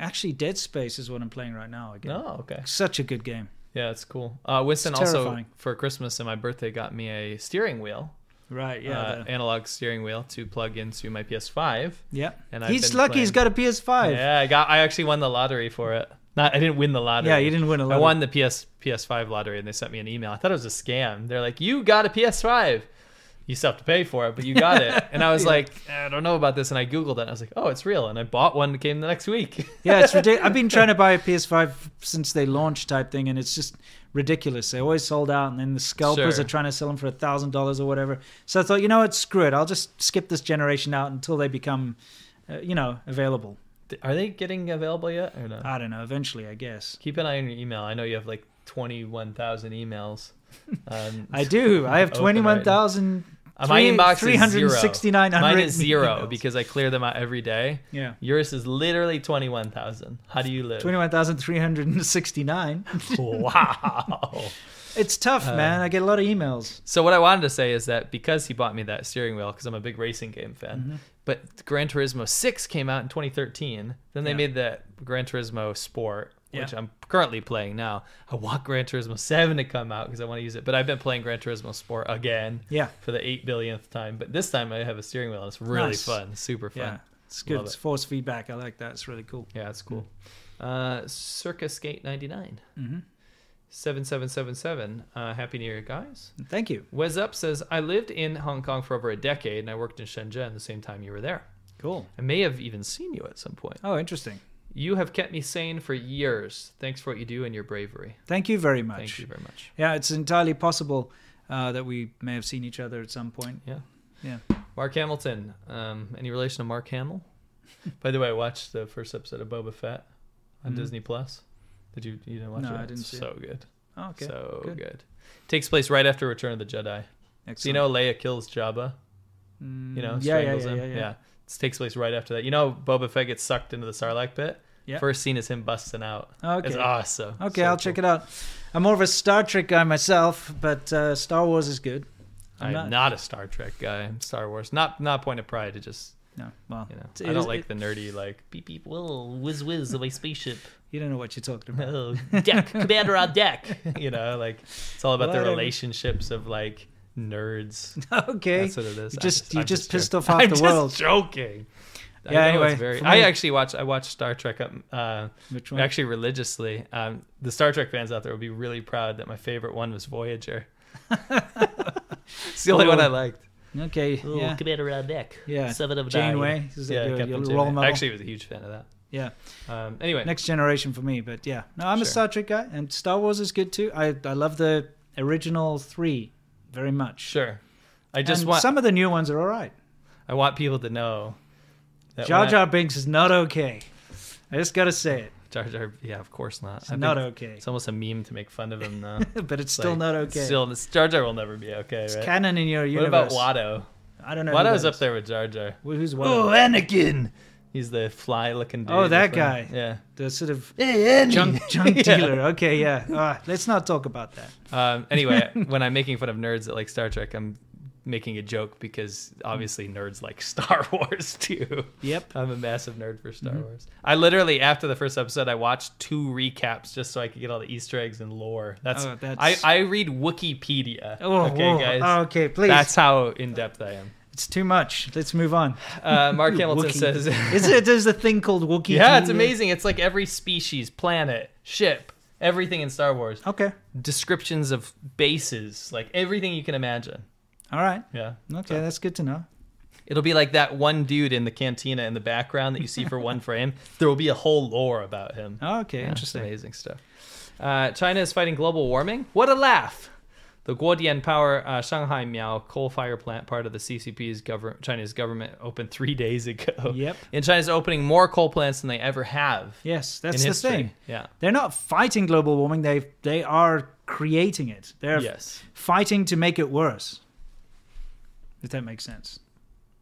Speaker 1: actually, Dead Space is what I'm playing right now again.
Speaker 2: Oh, okay.
Speaker 1: Such a good game.
Speaker 2: Yeah, it's cool. Uh, Winston
Speaker 1: It's
Speaker 2: also
Speaker 1: terrifying.
Speaker 2: for Christmas and my birthday got me a steering wheel,
Speaker 1: Right? Yeah.
Speaker 2: uh,
Speaker 1: the-
Speaker 2: analog steering wheel to plug into my PS5.
Speaker 1: yeah.
Speaker 2: and I've
Speaker 1: he's
Speaker 2: been
Speaker 1: lucky. He's
Speaker 2: playing-
Speaker 1: got a PS5.
Speaker 2: Yeah, I got. I actually won the lottery for it. Not, I didn't win the lottery.
Speaker 1: Yeah, you didn't win a
Speaker 2: I
Speaker 1: lottery.
Speaker 2: won the PS PS5 lottery, and they sent me an email. I thought it was a scam. They're like, "You got a PS5. You still have to pay for it, but you got it." And I was like, "I don't know about this." And I googled it. And I was like, "Oh, it's real." And I bought one that came the next week.
Speaker 1: yeah, it's ridiculous. I've been trying to buy a PS5 since they launched type thing, and it's just ridiculous. They always sold out, and then the scalpers
Speaker 2: Sure.
Speaker 1: are trying to sell them for a thousand dollars or whatever. So I thought, you know what, screw it. I'll just skip this generation out until they become, uh, you know, available.
Speaker 2: Are they getting available yet or not?
Speaker 1: Uh, I don't know. Eventually, I guess.
Speaker 2: Keep an eye on your email. I know you have like 21,000 emails. Um,
Speaker 1: I do. I have
Speaker 2: Open it.
Speaker 1: 21,000.
Speaker 2: Uh, My inbox is zero.
Speaker 1: 369
Speaker 2: Mine is
Speaker 1: unwritten
Speaker 2: zero
Speaker 1: emails.
Speaker 2: because I clear them out every day.
Speaker 1: Yeah.
Speaker 2: Yours is literally 21,000. How do you live?
Speaker 1: 21,369.
Speaker 2: wow.
Speaker 1: It's tough,
Speaker 2: Uh,
Speaker 1: man. I get a lot of emails.
Speaker 2: So what I wanted to say is that because he bought me that steering wheel, because I'm a big racing game fan,
Speaker 1: Mm-hmm.
Speaker 2: but Gran Turismo 6 came out in 2013. Then they made that Gran Turismo Sport, which
Speaker 1: Yeah.
Speaker 2: I'm currently playing now. I want Gran Turismo 7 to come out because I want to use it, but I've been playing Gran Turismo Sport again.
Speaker 1: Yeah.
Speaker 2: For the eight billionth time, but this time I have a steering wheel. And it's really
Speaker 1: Nice.
Speaker 2: fun, super fun.
Speaker 1: Yeah. It's good.
Speaker 2: Love
Speaker 1: It's
Speaker 2: it.
Speaker 1: force feedback. I like that. It's really cool.
Speaker 2: Yeah, it's cool.
Speaker 1: Hmm.
Speaker 2: Uh, Circus Skate 99. Mm-hmm. 7777. Uh, Happy New Year, guys.
Speaker 1: Thank you.
Speaker 2: Wes Up says, I lived in Hong Kong for over a decade and I worked in Shenzhen the same time you were there.
Speaker 1: Cool.
Speaker 2: I may have even seen you at some point.
Speaker 1: Oh, interesting.
Speaker 2: You have kept me sane for years. Thanks for what you do and your bravery.
Speaker 1: Thank you very much.
Speaker 2: Thank you very much.
Speaker 1: Yeah, it's entirely possible uh, that we may have seen each other at some point.
Speaker 2: Yeah.
Speaker 1: Yeah.
Speaker 2: Mark Hamilton. Um, any relation to Mark Hamill? By the way, I watched the first episode of Boba Fett on Disney Plus. Did you you didn't watch
Speaker 1: Mm-hmm. No,
Speaker 2: it?
Speaker 1: I didn't
Speaker 2: It's
Speaker 1: see it.
Speaker 2: so good.
Speaker 1: Oh, okay.
Speaker 2: So
Speaker 1: Good.
Speaker 2: good. Takes place right after Return of the Jedi. So you
Speaker 1: Excellent.
Speaker 2: know Leia kills Jabba. You know,
Speaker 1: Mm, yeah, yeah,
Speaker 2: strangles
Speaker 1: yeah,
Speaker 2: him.
Speaker 1: yeah,
Speaker 2: Yeah,
Speaker 1: yeah.
Speaker 2: This takes place right after that. You know, Boba Fett gets sucked into the Sarlacc pit.
Speaker 1: Yeah.
Speaker 2: First scene is him busting out.
Speaker 1: Okay.
Speaker 2: It's awesome.
Speaker 1: okay, I'll check it out. I'm more of a Star Trek guy myself, but uh, Star Wars is good.
Speaker 2: I'm not, a Star Trek guy. I'm Star Wars. Not not point of pride. It just
Speaker 1: No, well,
Speaker 2: you know,
Speaker 1: it's-
Speaker 2: I
Speaker 1: it
Speaker 2: don't
Speaker 1: is-
Speaker 2: like
Speaker 1: it-
Speaker 2: the nerdy like beep beep whoa whiz whiz of my spaceship.
Speaker 1: You don't know what you're talking about.
Speaker 2: Oh, deck commander on deck. You know, like it's all about
Speaker 1: Whatever.
Speaker 2: the relationships of like nerds.
Speaker 1: okay.
Speaker 2: That's what it is.
Speaker 1: You
Speaker 2: I'm
Speaker 1: just, you
Speaker 2: I'm
Speaker 1: just, pissed
Speaker 2: joking.
Speaker 1: off half
Speaker 2: I'm
Speaker 1: the
Speaker 2: just
Speaker 1: world.
Speaker 2: Joking. I
Speaker 1: Yeah,
Speaker 2: know it's
Speaker 1: anyway,
Speaker 2: very-
Speaker 1: for
Speaker 2: I
Speaker 1: me-
Speaker 2: actually watch. I watch Star Trek. Um, uh,
Speaker 1: Which one?
Speaker 2: Actually, religiously. Um, the Star Trek fans out there will be really proud that my favorite one was Voyager. it's the only one I liked.
Speaker 1: Okay. yeah.
Speaker 2: Commander on deck.
Speaker 1: Yeah,
Speaker 2: Seven of
Speaker 1: Janeway.
Speaker 2: nine.
Speaker 1: This is
Speaker 2: yeah,
Speaker 1: your-
Speaker 2: Captain
Speaker 1: your
Speaker 2: Janeway.
Speaker 1: role model.
Speaker 2: I actually was a huge fan of
Speaker 1: Yeah.
Speaker 2: that. Um, anyway,
Speaker 1: Next generation for me, but yeah. No, I'm a
Speaker 2: Sure.
Speaker 1: Star Trek guy, and Star Wars is good too. I, I love the original three very much.
Speaker 2: sure. I just
Speaker 1: And
Speaker 2: want.
Speaker 1: some of the new ones are all right.
Speaker 2: I want people to know. That
Speaker 1: Jar
Speaker 2: when I-
Speaker 1: Jar Binks is not okay. I just gotta say it.
Speaker 2: Jar Jar. Yeah, of course not.
Speaker 1: It's
Speaker 2: I
Speaker 1: not
Speaker 2: think
Speaker 1: okay.
Speaker 2: It's almost a meme to make fun of him now.
Speaker 1: but it's
Speaker 2: It's
Speaker 1: still
Speaker 2: like,
Speaker 1: not okay.
Speaker 2: Still, Jar Jar will never be okay,
Speaker 1: it's
Speaker 2: right?
Speaker 1: canon in your
Speaker 2: what
Speaker 1: universe.
Speaker 2: about Watto?
Speaker 1: I don't know. who
Speaker 2: Watto's
Speaker 1: that
Speaker 2: up
Speaker 1: is.
Speaker 2: there with Jar Jar.
Speaker 1: Wh- Who's
Speaker 2: Oh,
Speaker 1: Watto?
Speaker 2: Anakin! He's the fly-looking dude.
Speaker 1: Oh, that
Speaker 2: with
Speaker 1: guy.
Speaker 2: the- Yeah.
Speaker 1: The sort of
Speaker 2: Hey,
Speaker 1: junk junk
Speaker 2: Yeah.
Speaker 1: dealer. Okay, yeah. All right, let's not talk about that.
Speaker 2: Um, anyway, when I'm making fun of nerds that like Star Trek, I'm making a joke because obviously nerds like Star Wars too.
Speaker 1: Yep. Mm-hmm.
Speaker 2: I'm a massive nerd for Star Wars. I literally after the first episode, I watched two recaps just so I could get all the Easter eggs and lore. That's,
Speaker 1: Oh, that's-
Speaker 2: I I read Wikipedia.
Speaker 1: Oh,
Speaker 2: okay,
Speaker 1: whoa.
Speaker 2: guys.
Speaker 1: Oh, okay, please.
Speaker 2: That's how in depth I am.
Speaker 1: It's too much. Let's move on.
Speaker 2: Uh, Mark Hamilton
Speaker 1: Wookiee.
Speaker 2: says,
Speaker 1: is it, there's a thing called Wookiee.
Speaker 2: "Yeah, it's
Speaker 1: Jr.?
Speaker 2: amazing. It's like every species, planet, ship, everything in Star Wars.
Speaker 1: Okay.
Speaker 2: Descriptions of bases, like everything you can imagine.
Speaker 1: All right.
Speaker 2: Yeah,
Speaker 1: Okay, that's good to know.
Speaker 2: It'll be like that one dude in the cantina in the background that you see for one frame. There will be a whole lore about him.
Speaker 1: Okay,
Speaker 2: Yeah, it's
Speaker 1: Oh, interesting.
Speaker 2: Amazing stuff. Uh, China is fighting global warming. What a laugh! The Guodian Power uh, Shanghai Miao coal fire plant, part of the CCP's government, China's government, opened three days ago.
Speaker 1: Yep.
Speaker 2: And China's opening more coal plants than they ever have.
Speaker 1: Yes,
Speaker 2: in
Speaker 1: that's the
Speaker 2: history.
Speaker 1: thing.
Speaker 2: Yeah.
Speaker 1: They're not fighting global warming. They they are creating it. They're
Speaker 2: Yes.
Speaker 1: fighting to make it worse. If that makes sense.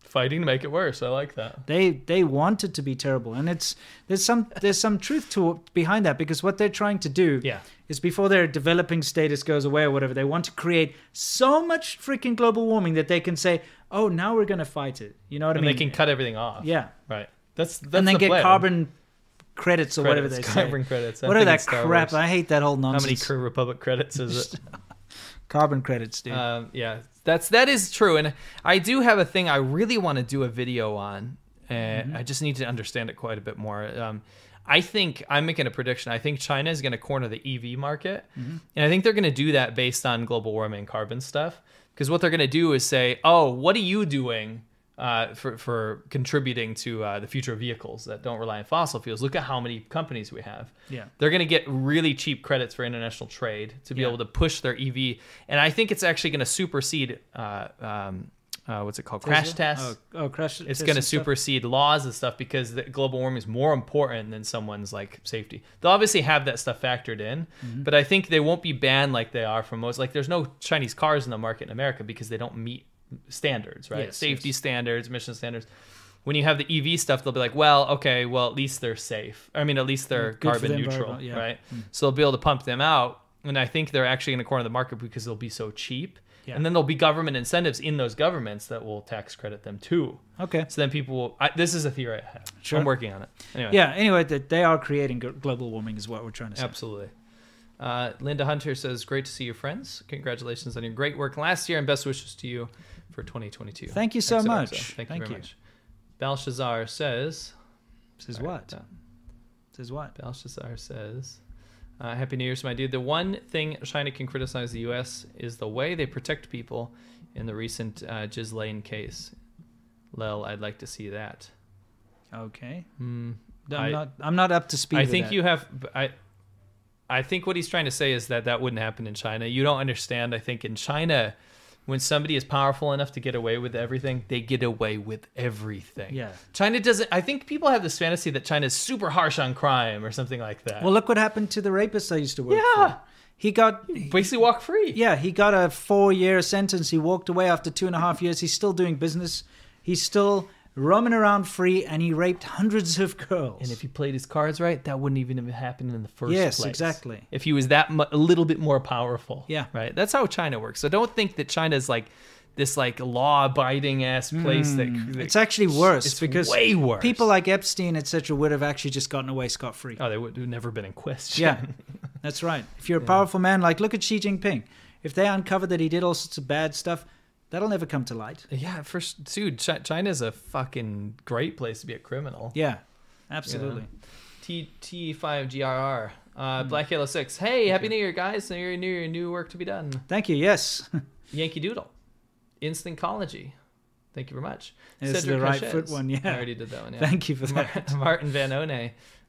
Speaker 2: Fighting to make it worse. I like that.
Speaker 1: They they want it to be terrible, and it's there's some there's some truth to behind that because what they're trying to do
Speaker 2: Yeah.
Speaker 1: is before their developing status goes away or whatever, they want to create so much freaking global warming that they can say, oh, now we're going to fight it. You know what
Speaker 2: And
Speaker 1: I mean?
Speaker 2: they can cut everything off.
Speaker 1: Yeah,
Speaker 2: Right. That's, that's
Speaker 1: and then
Speaker 2: the
Speaker 1: get
Speaker 2: plan.
Speaker 1: carbon credits or whatever they
Speaker 2: Credits,
Speaker 1: say.
Speaker 2: carbon credits. I'm
Speaker 1: What are
Speaker 2: thinking
Speaker 1: that
Speaker 2: Star
Speaker 1: crap?
Speaker 2: Wars.
Speaker 1: I hate that whole
Speaker 2: How
Speaker 1: nonsense.
Speaker 2: many Crew Republic credits is it?
Speaker 1: carbon credits, dude?
Speaker 2: Um, yeah, that's that is true, and I do have a thing I really want to do a video on. Uh, I just need to understand it quite a bit more. Um, I think I'm making a prediction. I think China is going to corner the EV market, and I think they're going to do that based on global warming, and carbon stuff. Because what they're going to do is say, "Oh, what are you doing?" Uh, for, for contributing to uh, the future of vehicles that don't rely on fossil fuels. Look at how many companies we have.
Speaker 1: Yeah.
Speaker 2: They're going to get really cheap credits for international trade to E be
Speaker 1: Yeah.
Speaker 2: able to push their EV. And I think it's actually going to supersede uh, um, uh, what's it called? Crash
Speaker 1: Tesla?
Speaker 2: test.
Speaker 1: Oh, oh, crash.
Speaker 2: it's
Speaker 1: test
Speaker 2: going to
Speaker 1: and stuff.
Speaker 2: supersede laws and stuff because the global warming is more important than someone's like safety. They'll obviously have that stuff factored in,
Speaker 1: Mm-hmm.
Speaker 2: but I think they won't be banned like they are from most. Like there's no Chinese cars in the market in America because they don't meet standards, right?
Speaker 1: Yes,
Speaker 2: Safety standards, emission standards. When you have the EV stuff, they'll be like, well, okay, well at least they're safe. I mean, at least they're
Speaker 1: good for
Speaker 2: carbon
Speaker 1: the
Speaker 2: neutral,
Speaker 1: environment, yeah. Mm.
Speaker 2: right? So they'll be able to pump them out. And I think they're actually in the corner of the market because they'll be so cheap.
Speaker 1: Yeah.
Speaker 2: And then there'll be government incentives in those governments that will tax credit them too.
Speaker 1: Okay.
Speaker 2: So then people will. I, this is a theory I have.
Speaker 1: Sure.
Speaker 2: I'm working on it. Anyway.
Speaker 1: Yeah. Anyway, that they are creating gl- global warming is what we're trying to say.
Speaker 2: Absolutely. Uh, Linda Hunter says, "Great to see you, friends. Congratulations on your great work last year, and best wishes to you for 2022."
Speaker 1: Thank you so
Speaker 2: XOXO.
Speaker 1: much.
Speaker 2: Thank,
Speaker 1: Thank
Speaker 2: you very
Speaker 1: you.
Speaker 2: much. Belshazzar says,
Speaker 1: Says what?
Speaker 2: uh,
Speaker 1: Says what?
Speaker 2: Belshazzar says, uh, Happy New Year's, my dude. The one thing China can criticize the U.S. is the way they protect people in the recent uh, Ghislaine case. Lel, I'd like to see that.
Speaker 1: Okay.
Speaker 2: Hmm.
Speaker 1: I'm
Speaker 2: I-
Speaker 1: not. I'm not up to speed.
Speaker 2: I
Speaker 1: with
Speaker 2: think
Speaker 1: that.
Speaker 2: you have. I, I think what he's trying to say is that that wouldn't happen in China. You don't understand. I think in China, when somebody is powerful enough to get away with everything, they get away with everything.
Speaker 1: Yeah.
Speaker 2: China doesn't. I think people have this fantasy that China's super harsh on crime or something like that.
Speaker 1: Well, look what happened to the rapist I used to work
Speaker 2: Yeah.
Speaker 1: for. He got.
Speaker 2: basically walk free.
Speaker 1: Yeah, he got a four-year sentence. He walked away after two and a half years. He's still doing business. He's still roaming around free, and he raped hundreds of girls.
Speaker 2: And if he played his cards right, that wouldn't even have happened in the first
Speaker 1: Yes,
Speaker 2: place.
Speaker 1: exactly.
Speaker 2: If he was that mu- a little bit more powerful.
Speaker 1: Yeah.
Speaker 2: Right. That's how China works. So don't think that China's like this like law-abiding ass place that, that
Speaker 1: it's actually worse
Speaker 2: it's
Speaker 1: because
Speaker 2: way worse.
Speaker 1: people like Epstein, etc., would have actually just gotten away scot-free.
Speaker 2: oh they would have never been in question.
Speaker 1: Yeah, that's right. If you're a powerful man, like look at Xi Jinping. If they uncover that he did all sorts of bad stuff, that'll never come to light.
Speaker 2: Yeah. First, dude, Chi- China's a fucking great place to be a criminal.
Speaker 1: Yeah, absolutely.
Speaker 2: T T five G R R. Uh,
Speaker 1: Hmm.
Speaker 2: Black Halo Six. Hey, Happy New Year, guys! New Year, New Year, new work to be done.
Speaker 1: Thank you. Yes,
Speaker 2: Yankee Doodle, Instantology. Thank you very much.
Speaker 1: It's the right foot one, yeah.
Speaker 2: I already did that one. Yeah.
Speaker 1: Thank you for
Speaker 2: Mar-
Speaker 1: that.
Speaker 2: Martin Van One.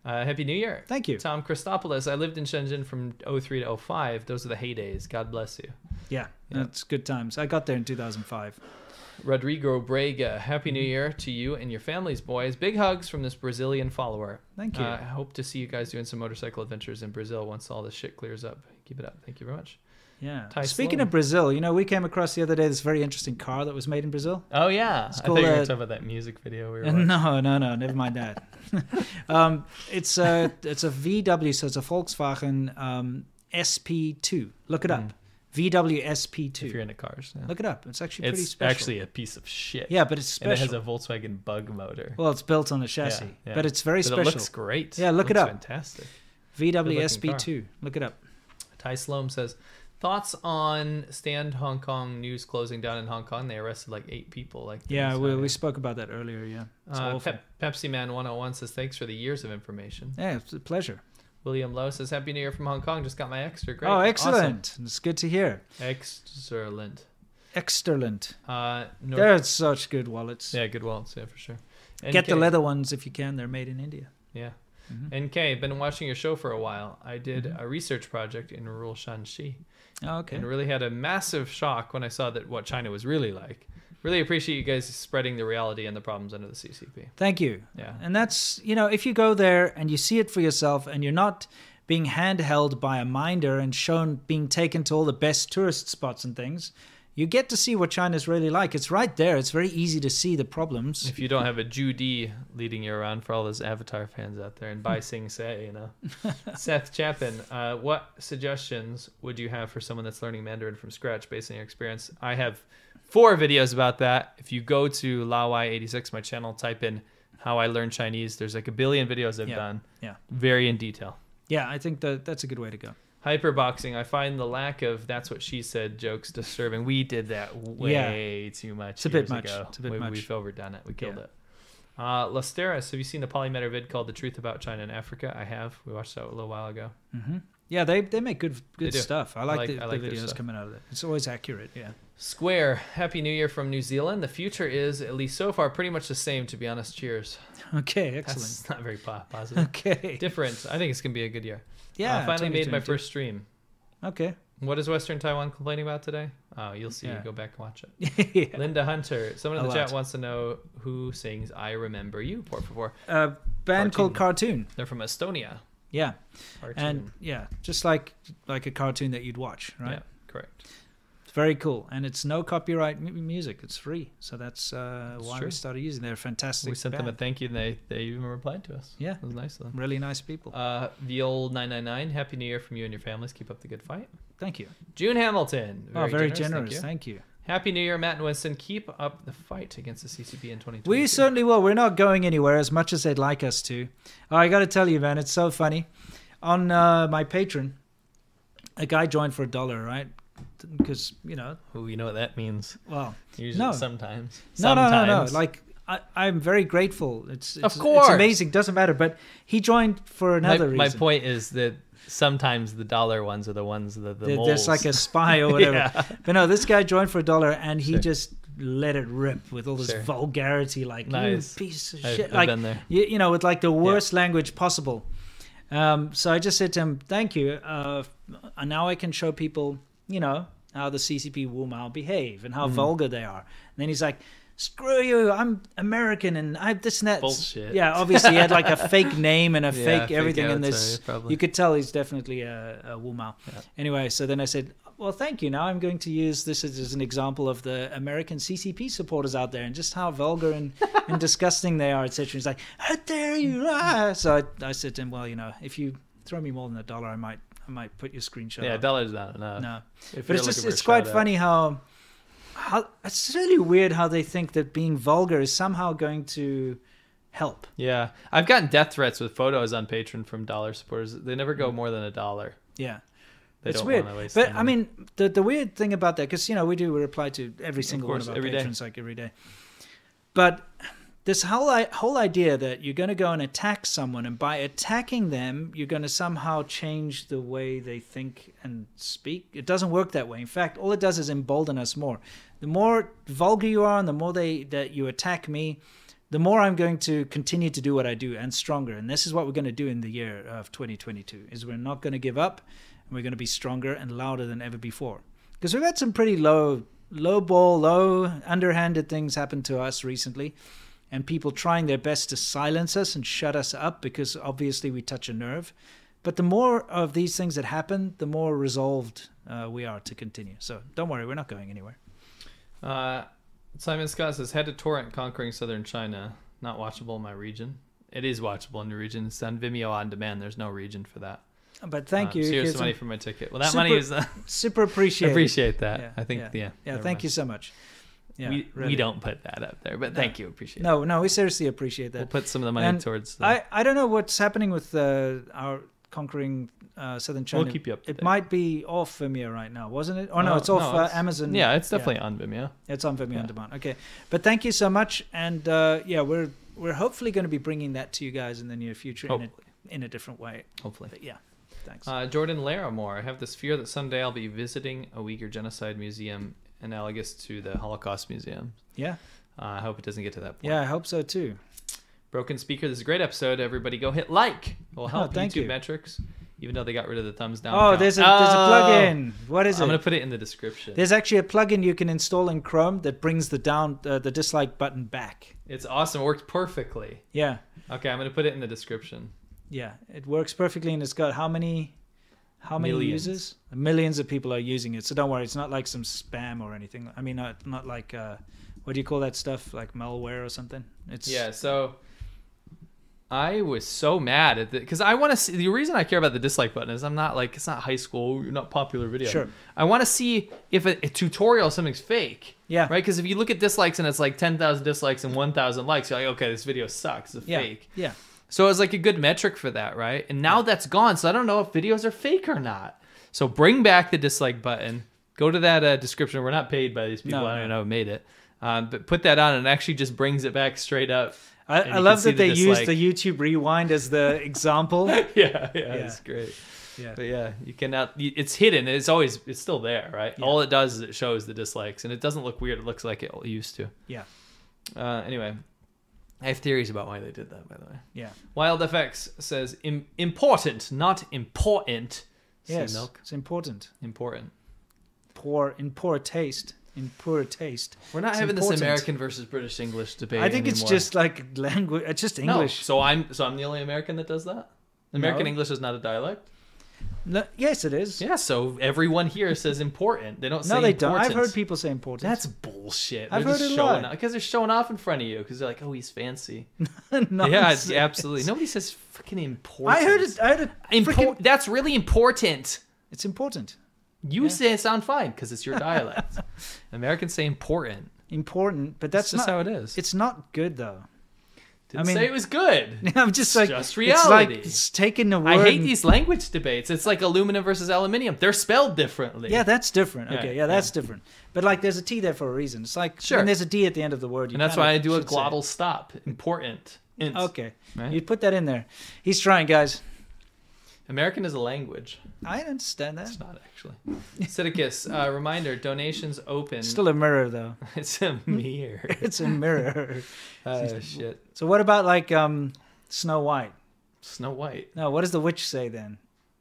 Speaker 2: Uh, Happy New Year.
Speaker 1: Thank you.
Speaker 2: Tom Christopoulos. I lived in Shenzhen from 03 to 05. Those are the heydays. God bless you.
Speaker 1: yeah, that's good times. I got there in 2005.
Speaker 2: Rodrigo Braga. Happy New Year to you and your families, boys. Big hugs from this Brazilian follower.
Speaker 1: Thank you.
Speaker 2: Uh, I hope to see you guys doing some motorcycle adventures in Brazil once all this shit clears up. Keep it up. Thank you very much.
Speaker 1: Yeah.
Speaker 2: Ty
Speaker 1: Speaking
Speaker 2: Sloan.
Speaker 1: of Brazil, you know, we came across the other day this very interesting car that was made in Brazil.
Speaker 2: Oh, yeah. I
Speaker 1: called,
Speaker 2: thought you were
Speaker 1: uh,
Speaker 2: talking about that music video we were watching.
Speaker 1: No, no, no. Never mind that. um, it's a it's a VW, so it's a Volkswagen um, SP2. Look it up. VW
Speaker 2: Hmm. If you're
Speaker 1: SP2.
Speaker 2: into cars. yeah.
Speaker 1: Look it up. It's actually pretty
Speaker 2: It's
Speaker 1: special.
Speaker 2: actually a piece of shit.
Speaker 1: yeah, but it's
Speaker 2: and it has
Speaker 1: special.
Speaker 2: a Volkswagen Bug motor.
Speaker 1: well, it's built on a chassis,
Speaker 2: yeah.
Speaker 1: but it's very
Speaker 2: But
Speaker 1: special.
Speaker 2: It looks great.
Speaker 1: Yeah, look it
Speaker 2: Looks
Speaker 1: up.
Speaker 2: Fantastic.
Speaker 1: VW
Speaker 2: good-looking
Speaker 1: SP2. Look it up.
Speaker 2: Ty Sloan says, thoughts on Stand Hong Kong news closing down in Hong Kong? They arrested like eight people. Like
Speaker 1: Yeah,
Speaker 2: this
Speaker 1: we,
Speaker 2: Friday.
Speaker 1: we spoke about that earlier. Yeah, it's
Speaker 2: Uh,
Speaker 1: awful.
Speaker 2: Pep- Pepsi Man 101 says, thanks for the years of information.
Speaker 1: yeah, it's a pleasure.
Speaker 2: William Lowe says, happy new year from Hong Kong. Just got my extra. Great.
Speaker 1: Oh,
Speaker 2: Awesome.
Speaker 1: excellent! It's good to hear.
Speaker 2: Excellent.
Speaker 1: Excellent.
Speaker 2: Uh, North-
Speaker 1: They're such good wallets.
Speaker 2: yeah, good wallets. Yeah, for sure.
Speaker 1: Get the
Speaker 2: NK.
Speaker 1: leather Mm-hmm. ones if you can. They're made in India.
Speaker 2: Yeah. NK, been watching your show for a while. I did
Speaker 1: Mm-hmm.
Speaker 2: a research project in rural Shanxi
Speaker 1: Oh, okay.
Speaker 2: and really had a massive shock when I saw that what China was really like. Really appreciate you guys spreading the reality and the problems under the CCP.
Speaker 1: Thank you.
Speaker 2: Yeah.
Speaker 1: And that's, you know, if you go there and you see it for yourself and you're not being handheld by a minder and shown being taken to all the best tourist spots and things, you get to see what China's really like. It's right there. It's very easy to see the problems.
Speaker 2: If you don't have a Judy leading you around for all those Avatar fans out there and buy Sing Se, you know. Seth Chapin, uh, what suggestions would you have for someone that's learning Mandarin from scratch based on your experience? I have four videos about that. If you go to Lawai86, my channel, type in how I learn Chinese. There's like a billion videos I've
Speaker 1: Yeah.
Speaker 2: done,
Speaker 1: Yeah.
Speaker 2: very in detail.
Speaker 1: Yeah, I think that that's a good way to go.
Speaker 2: Hyperboxing, I find the lack of that's what she said jokes disturbing. We did that way too much.
Speaker 1: It's a bit
Speaker 2: years
Speaker 1: much.
Speaker 2: Ago.
Speaker 1: It's a bit
Speaker 2: we,
Speaker 1: much.
Speaker 2: We've overdone it. We killed
Speaker 1: Yeah.
Speaker 2: it. Uh, Lasteris, have you seen the Polymeter vid called The Truth About China and Africa? I have. We watched that a little while ago.
Speaker 1: Yeah, they, they make good good
Speaker 2: do.
Speaker 1: stuff. I
Speaker 2: I
Speaker 1: like,
Speaker 2: like-
Speaker 1: the,
Speaker 2: I like
Speaker 1: the
Speaker 2: their
Speaker 1: videos
Speaker 2: stuff.
Speaker 1: coming out of it. It's always accurate. Yeah.
Speaker 2: Square, Happy New Year from New Zealand. The future is, at least so far, pretty much the same, to be honest. Cheers.
Speaker 1: Okay,
Speaker 2: That's
Speaker 1: excellent.
Speaker 2: not very po- positive.
Speaker 1: Okay.
Speaker 2: Different. I think it's going to be a good year.
Speaker 1: Yeah,
Speaker 2: Uh, finally made my
Speaker 1: 2022.
Speaker 2: first stream.
Speaker 1: Okay.
Speaker 2: What is Western Taiwan complaining about today? Oh, you'll see.
Speaker 1: Yeah.
Speaker 2: Go back and watch it.
Speaker 1: yeah.
Speaker 2: Linda Hunter. Someone in
Speaker 1: A
Speaker 2: the chat
Speaker 1: lot.
Speaker 2: wants to know who sings "I Remember You." Por favor.
Speaker 1: A Uh, band called Cartoon.
Speaker 2: They're from Estonia.
Speaker 1: Yeah.
Speaker 2: Cartoon.
Speaker 1: And yeah, just like like a cartoon that you'd watch, right?
Speaker 2: Yeah, correct.
Speaker 1: It's very cool, and it's no copyright mu- music. It's free, so that's uh, why
Speaker 2: true.
Speaker 1: we started using. it. They're a fantastic.
Speaker 2: we sent them a
Speaker 1: band.
Speaker 2: thank you, and they they even replied to us.
Speaker 1: Yeah.
Speaker 2: it was nice of them.
Speaker 1: really nice people.
Speaker 2: Uh, the old 999. Happy New Year from you and your families. Keep up the good fight.
Speaker 1: Thank you.
Speaker 2: June Hamilton.
Speaker 1: oh, very generous.
Speaker 2: thank
Speaker 1: Thank you.
Speaker 2: you. Happy New Year, Matt and Winston. Keep up the fight against the CCP in 2020.
Speaker 1: We certainly will. We're not going anywhere as much as they'd like us to. Oh, I got to tell you, man, it's so funny. On uh, my Patreon, a guy joined for a dollar, right? Because you know,
Speaker 2: Who you know what that means?
Speaker 1: well,
Speaker 2: Usually,
Speaker 1: No.
Speaker 2: sometimes.
Speaker 1: No, no, no, no.
Speaker 2: Sometimes.
Speaker 1: Like I, I'm very grateful. It's, it's
Speaker 2: course.
Speaker 1: it's amazing. Doesn't matter. But he joined for
Speaker 2: my,
Speaker 1: another reason.
Speaker 2: my point is that sometimes the dollar ones are the ones that the
Speaker 1: There-
Speaker 2: moles.
Speaker 1: there's like a spy or whatever. But no, this guy joined for a dollar and he just let it rip with all this
Speaker 2: Sure.
Speaker 1: vulgarity, like
Speaker 2: Nice.
Speaker 1: you piece of
Speaker 2: I've-
Speaker 1: shit,
Speaker 2: I've
Speaker 1: like
Speaker 2: been there.
Speaker 1: You, you know, with like the worst language possible. Um, so I just said to him, "Thank you. Uh, and now I can show people, you know, how the CCP Wu Mao behave and
Speaker 2: Mm-hmm.
Speaker 1: how vulgar they are." And then he's like. Screw you! I'm American and I have this and that.
Speaker 2: Bullshit.
Speaker 1: Yeah, obviously he had like a fake name and a
Speaker 2: Yeah,
Speaker 1: fake
Speaker 2: fake
Speaker 1: everything in
Speaker 2: avatar,
Speaker 1: this.
Speaker 2: probably.
Speaker 1: You could tell he's definitely a, a Wu Mao. Anyway, so then I said, well, thank you. Now I'm going to use this as, as an example of the American CCP supporters out there and just how vulgar and, and disgusting they are, etc. He's like, how dare you? Ah! So I, I said to him, well, you know, if you throw me more than a dollar, I might I might put your screenshot.
Speaker 2: yeah,
Speaker 1: up."
Speaker 2: dollar's not enough.
Speaker 1: No,
Speaker 2: If
Speaker 1: but
Speaker 2: you're
Speaker 1: it's just
Speaker 2: looking for
Speaker 1: it's
Speaker 2: a
Speaker 1: quite
Speaker 2: shout-out.
Speaker 1: funny how how it's really weird how they think that being vulgar is somehow going to help.
Speaker 2: Yeah, I've gotten death threats with photos on Patreon from dollar supporters. They never go more than a dollar.
Speaker 1: Yeah.
Speaker 2: They
Speaker 1: it's
Speaker 2: don't
Speaker 1: weird,
Speaker 2: wanna waste
Speaker 1: but
Speaker 2: their
Speaker 1: I mean, the the weird thing about that, because you know we do we reply to every single
Speaker 2: course,
Speaker 1: one of our
Speaker 2: every day.
Speaker 1: patrons like every day, but this whole I- whole idea that you're going to go and attack someone, and by attacking them, you're going to somehow change the way they think and speak. It doesn't work that way. In fact, all it does is embolden us more. The more vulgar you are, and the more they that you attack me. The more I'm going to continue to do what I do and stronger. And this is what we're going to do in the year of 2022 is we're not going to give up and we're going to be stronger and louder than ever before. Because we've had some pretty low, low ball, low underhanded things happen to us recently, and people trying their best to silence us and shut us up because obviously we touch a nerve. But the more of these things that happen, the more resolved uh, we are to continue. So don't worry, we're not going anywhere.
Speaker 2: Uh, Simon Scott says, "Head to torrent conquering southern China. Not watchable in my region. It is watchable in the region. It's on Vimeo on demand. There's no region for that.
Speaker 1: But thank
Speaker 2: Uh,
Speaker 1: you.
Speaker 2: So here's
Speaker 1: Here's
Speaker 2: some money
Speaker 1: some-
Speaker 2: for my ticket. Well, that
Speaker 1: Super-
Speaker 2: money is. I
Speaker 1: super appreciate.
Speaker 2: appreciate that.
Speaker 1: Yeah,
Speaker 2: I think. Yeah.
Speaker 1: yeah.
Speaker 2: never
Speaker 1: thank
Speaker 2: mind.
Speaker 1: you so much. Yeah,
Speaker 2: we, we
Speaker 1: really.
Speaker 2: don't put that up there, but thank you. Appreciate it.
Speaker 1: No, no, we seriously appreciate that.
Speaker 2: We'll put some of the money
Speaker 1: And
Speaker 2: towards. The,
Speaker 1: I, I don't know what's happening with uh, our conquering uh, southern China.
Speaker 2: keep you up to
Speaker 1: It
Speaker 2: date.
Speaker 1: might be off Vimeo right now, wasn't it? Oh no,
Speaker 2: Uh,
Speaker 1: it's off
Speaker 2: no,
Speaker 1: uh, Amazon.
Speaker 2: Yeah, it's definitely on Vimeo.
Speaker 1: it's on Vimeo
Speaker 2: yeah.
Speaker 1: on demand. Okay, but thank you so much, and uh, yeah, we're we're hopefully going to be bringing that to you guys in the near future in a,
Speaker 2: Hopefully.
Speaker 1: in a different way.
Speaker 2: Hopefully.
Speaker 1: But yeah, thanks.
Speaker 2: Uh, Jordan Larimore, I have this fear that someday I'll be visiting a Uyghur genocide museum analogous to the Holocaust Museum.
Speaker 1: yeah,
Speaker 2: Uh, I hope it doesn't get to that point.
Speaker 1: yeah, I hope so too.
Speaker 2: Broken Speaker, this is a great episode. Everybody go hit like. It will help
Speaker 1: Oh, thank
Speaker 2: YouTube
Speaker 1: you.
Speaker 2: metrics, even though they got rid of the thumbs down.
Speaker 1: Oh,
Speaker 2: count.
Speaker 1: there's a there's a
Speaker 2: Oh!
Speaker 1: plugin. What is it?
Speaker 2: I'm going to put it in the description.
Speaker 1: There's actually a plugin you can install in Chrome that brings the down uh, the dislike button back.
Speaker 2: It's awesome. It worked perfectly.
Speaker 1: Yeah,
Speaker 2: Okay, I'm going to put it in the description.
Speaker 1: yeah, it works perfectly, and it's got how many, how many
Speaker 2: Millions.
Speaker 1: users? Millions of people are using it. So don't worry, it's not like some spam or anything. I mean, not not like uh, what do you call that stuff? Like malware or something? It's
Speaker 2: Yeah, so I was so mad at the because I want to see the reason I care about the dislike button is I'm not like it's not high school, you're not popular video.
Speaker 1: Sure.
Speaker 2: I want to see if a, a tutorial something's fake.
Speaker 1: Yeah.
Speaker 2: Right? Because if you look at dislikes and it's like 10,000 dislikes and 1,000 likes, you're like, okay, this video sucks. It's
Speaker 1: yeah,
Speaker 2: fake.
Speaker 1: yeah.
Speaker 2: So it was like a good metric for that, right? And now that's gone, so I don't know if videos are fake or not. So bring back the dislike button. Go to that uh, description. We're not paid by these people.
Speaker 1: No,
Speaker 2: I don't
Speaker 1: no.
Speaker 2: know who made it, um, but put that on, and it actually just brings it back straight up.
Speaker 1: I,
Speaker 2: And
Speaker 1: I
Speaker 2: you
Speaker 1: love
Speaker 2: can see
Speaker 1: that they use
Speaker 2: dislike.
Speaker 1: the YouTube Rewind as the example.
Speaker 2: yeah, yeah, it's great.
Speaker 1: Yeah.
Speaker 2: But yeah, you cannot. you- It's hidden. It's always. It's still there, right? All it does is it shows the dislikes, and it doesn't look weird. It looks like it used to.
Speaker 1: Yeah,
Speaker 2: Uh, anyway, I have theories about why they did that. By the way,
Speaker 1: yeah.
Speaker 2: Wild FX says Im- important, not important.
Speaker 1: Yes,
Speaker 2: milk.
Speaker 1: it's important.
Speaker 2: Important.
Speaker 1: Poor in poor taste. In poor taste.
Speaker 2: We're not
Speaker 1: It's
Speaker 2: having this
Speaker 1: important.
Speaker 2: American versus British English debate.
Speaker 1: I think it's
Speaker 2: anymore.
Speaker 1: just like language. It's just
Speaker 2: No.
Speaker 1: English.
Speaker 2: So I'm so I'm the only American that does that. American
Speaker 1: No.
Speaker 2: English is not a dialect.
Speaker 1: No, yes, it is.
Speaker 2: Yeah. So everyone here says important. They don't say
Speaker 1: no, they don't. I've
Speaker 2: important.
Speaker 1: heard people say important.
Speaker 2: That's bullshit.
Speaker 1: I've
Speaker 2: they're just
Speaker 1: heard it a
Speaker 2: showing
Speaker 1: lot.
Speaker 2: off because they're showing off in front of you because they're like, oh, he's fancy. yeah,
Speaker 1: Nonsense.
Speaker 2: it's absolutely. Nobody says fucking important.
Speaker 1: I heard it. I heard it.
Speaker 2: Impor-
Speaker 1: freaking-
Speaker 2: That's really important.
Speaker 1: it's important.
Speaker 2: You say it sound fine because it's your dialect. Americans say important.
Speaker 1: Important, but that's
Speaker 2: It's just
Speaker 1: not,
Speaker 2: how it is.
Speaker 1: It's not good though.
Speaker 2: Didn't
Speaker 1: mean-
Speaker 2: say it was good.
Speaker 1: I'm just like
Speaker 2: just
Speaker 1: It's like
Speaker 2: reality.
Speaker 1: it's taking the word.
Speaker 2: I hate
Speaker 1: and-
Speaker 2: these language debates. It's like aluminum versus aluminium. They're spelled differently.
Speaker 1: Yeah, that's different.
Speaker 2: Yeah,
Speaker 1: okay, yeah, that's different. But like, there's a T there for a reason. It's like
Speaker 2: Sure.
Speaker 1: when there's a D at the end of the word. You
Speaker 2: and that's
Speaker 1: kind
Speaker 2: why
Speaker 1: of
Speaker 2: I do a
Speaker 1: should say
Speaker 2: glottal stop. Important.
Speaker 1: it.
Speaker 2: Int.
Speaker 1: Okay,
Speaker 2: Right.
Speaker 1: you put that in there. He's trying, guys.
Speaker 2: American is a language.
Speaker 1: I understand that.
Speaker 2: It's not actually. Sidicus, uh, reminder: donations open.
Speaker 1: Still a mirror though.
Speaker 2: it's a mirror.
Speaker 1: It's a mirror.
Speaker 2: Oh shit.
Speaker 1: so what about like um Snow White?
Speaker 2: Snow White.
Speaker 1: No, what does the witch say then?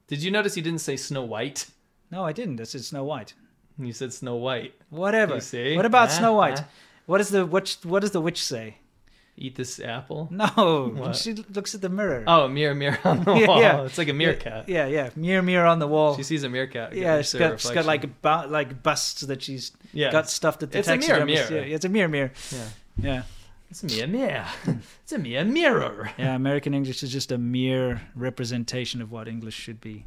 Speaker 2: Did you notice you didn't say Snow White?
Speaker 1: No, I didn't. I said Snow White.
Speaker 2: You said Snow White.
Speaker 1: Whatever.
Speaker 2: You see?
Speaker 1: What about
Speaker 2: Ah,
Speaker 1: Snow White?
Speaker 2: ah.
Speaker 1: What does the witch? What does the witch say?
Speaker 2: Eat this apple.
Speaker 1: No,
Speaker 2: What?
Speaker 1: she looks at the mirror.
Speaker 2: Oh, mirror, mirror on the wall.
Speaker 1: Yeah, yeah.
Speaker 2: It's like a meerkat.
Speaker 1: Yeah, yeah. Mirror, mirror on the wall.
Speaker 2: She sees a meerkat.
Speaker 1: Oh. yeah,
Speaker 2: against
Speaker 1: she's
Speaker 2: her
Speaker 1: got, she's got like
Speaker 2: reflection.
Speaker 1: bu- like busts that she's
Speaker 2: Yeah.
Speaker 1: got stuffed at the
Speaker 2: It's a mirror,
Speaker 1: taxidermist.
Speaker 2: mirror.
Speaker 1: Yeah, it's a mirror, mirror.
Speaker 2: Yeah.
Speaker 1: Yeah,
Speaker 2: It's a mirror, mirror. It's a mirror, mirror.
Speaker 1: yeah. American English is just a mere representation of what English should be.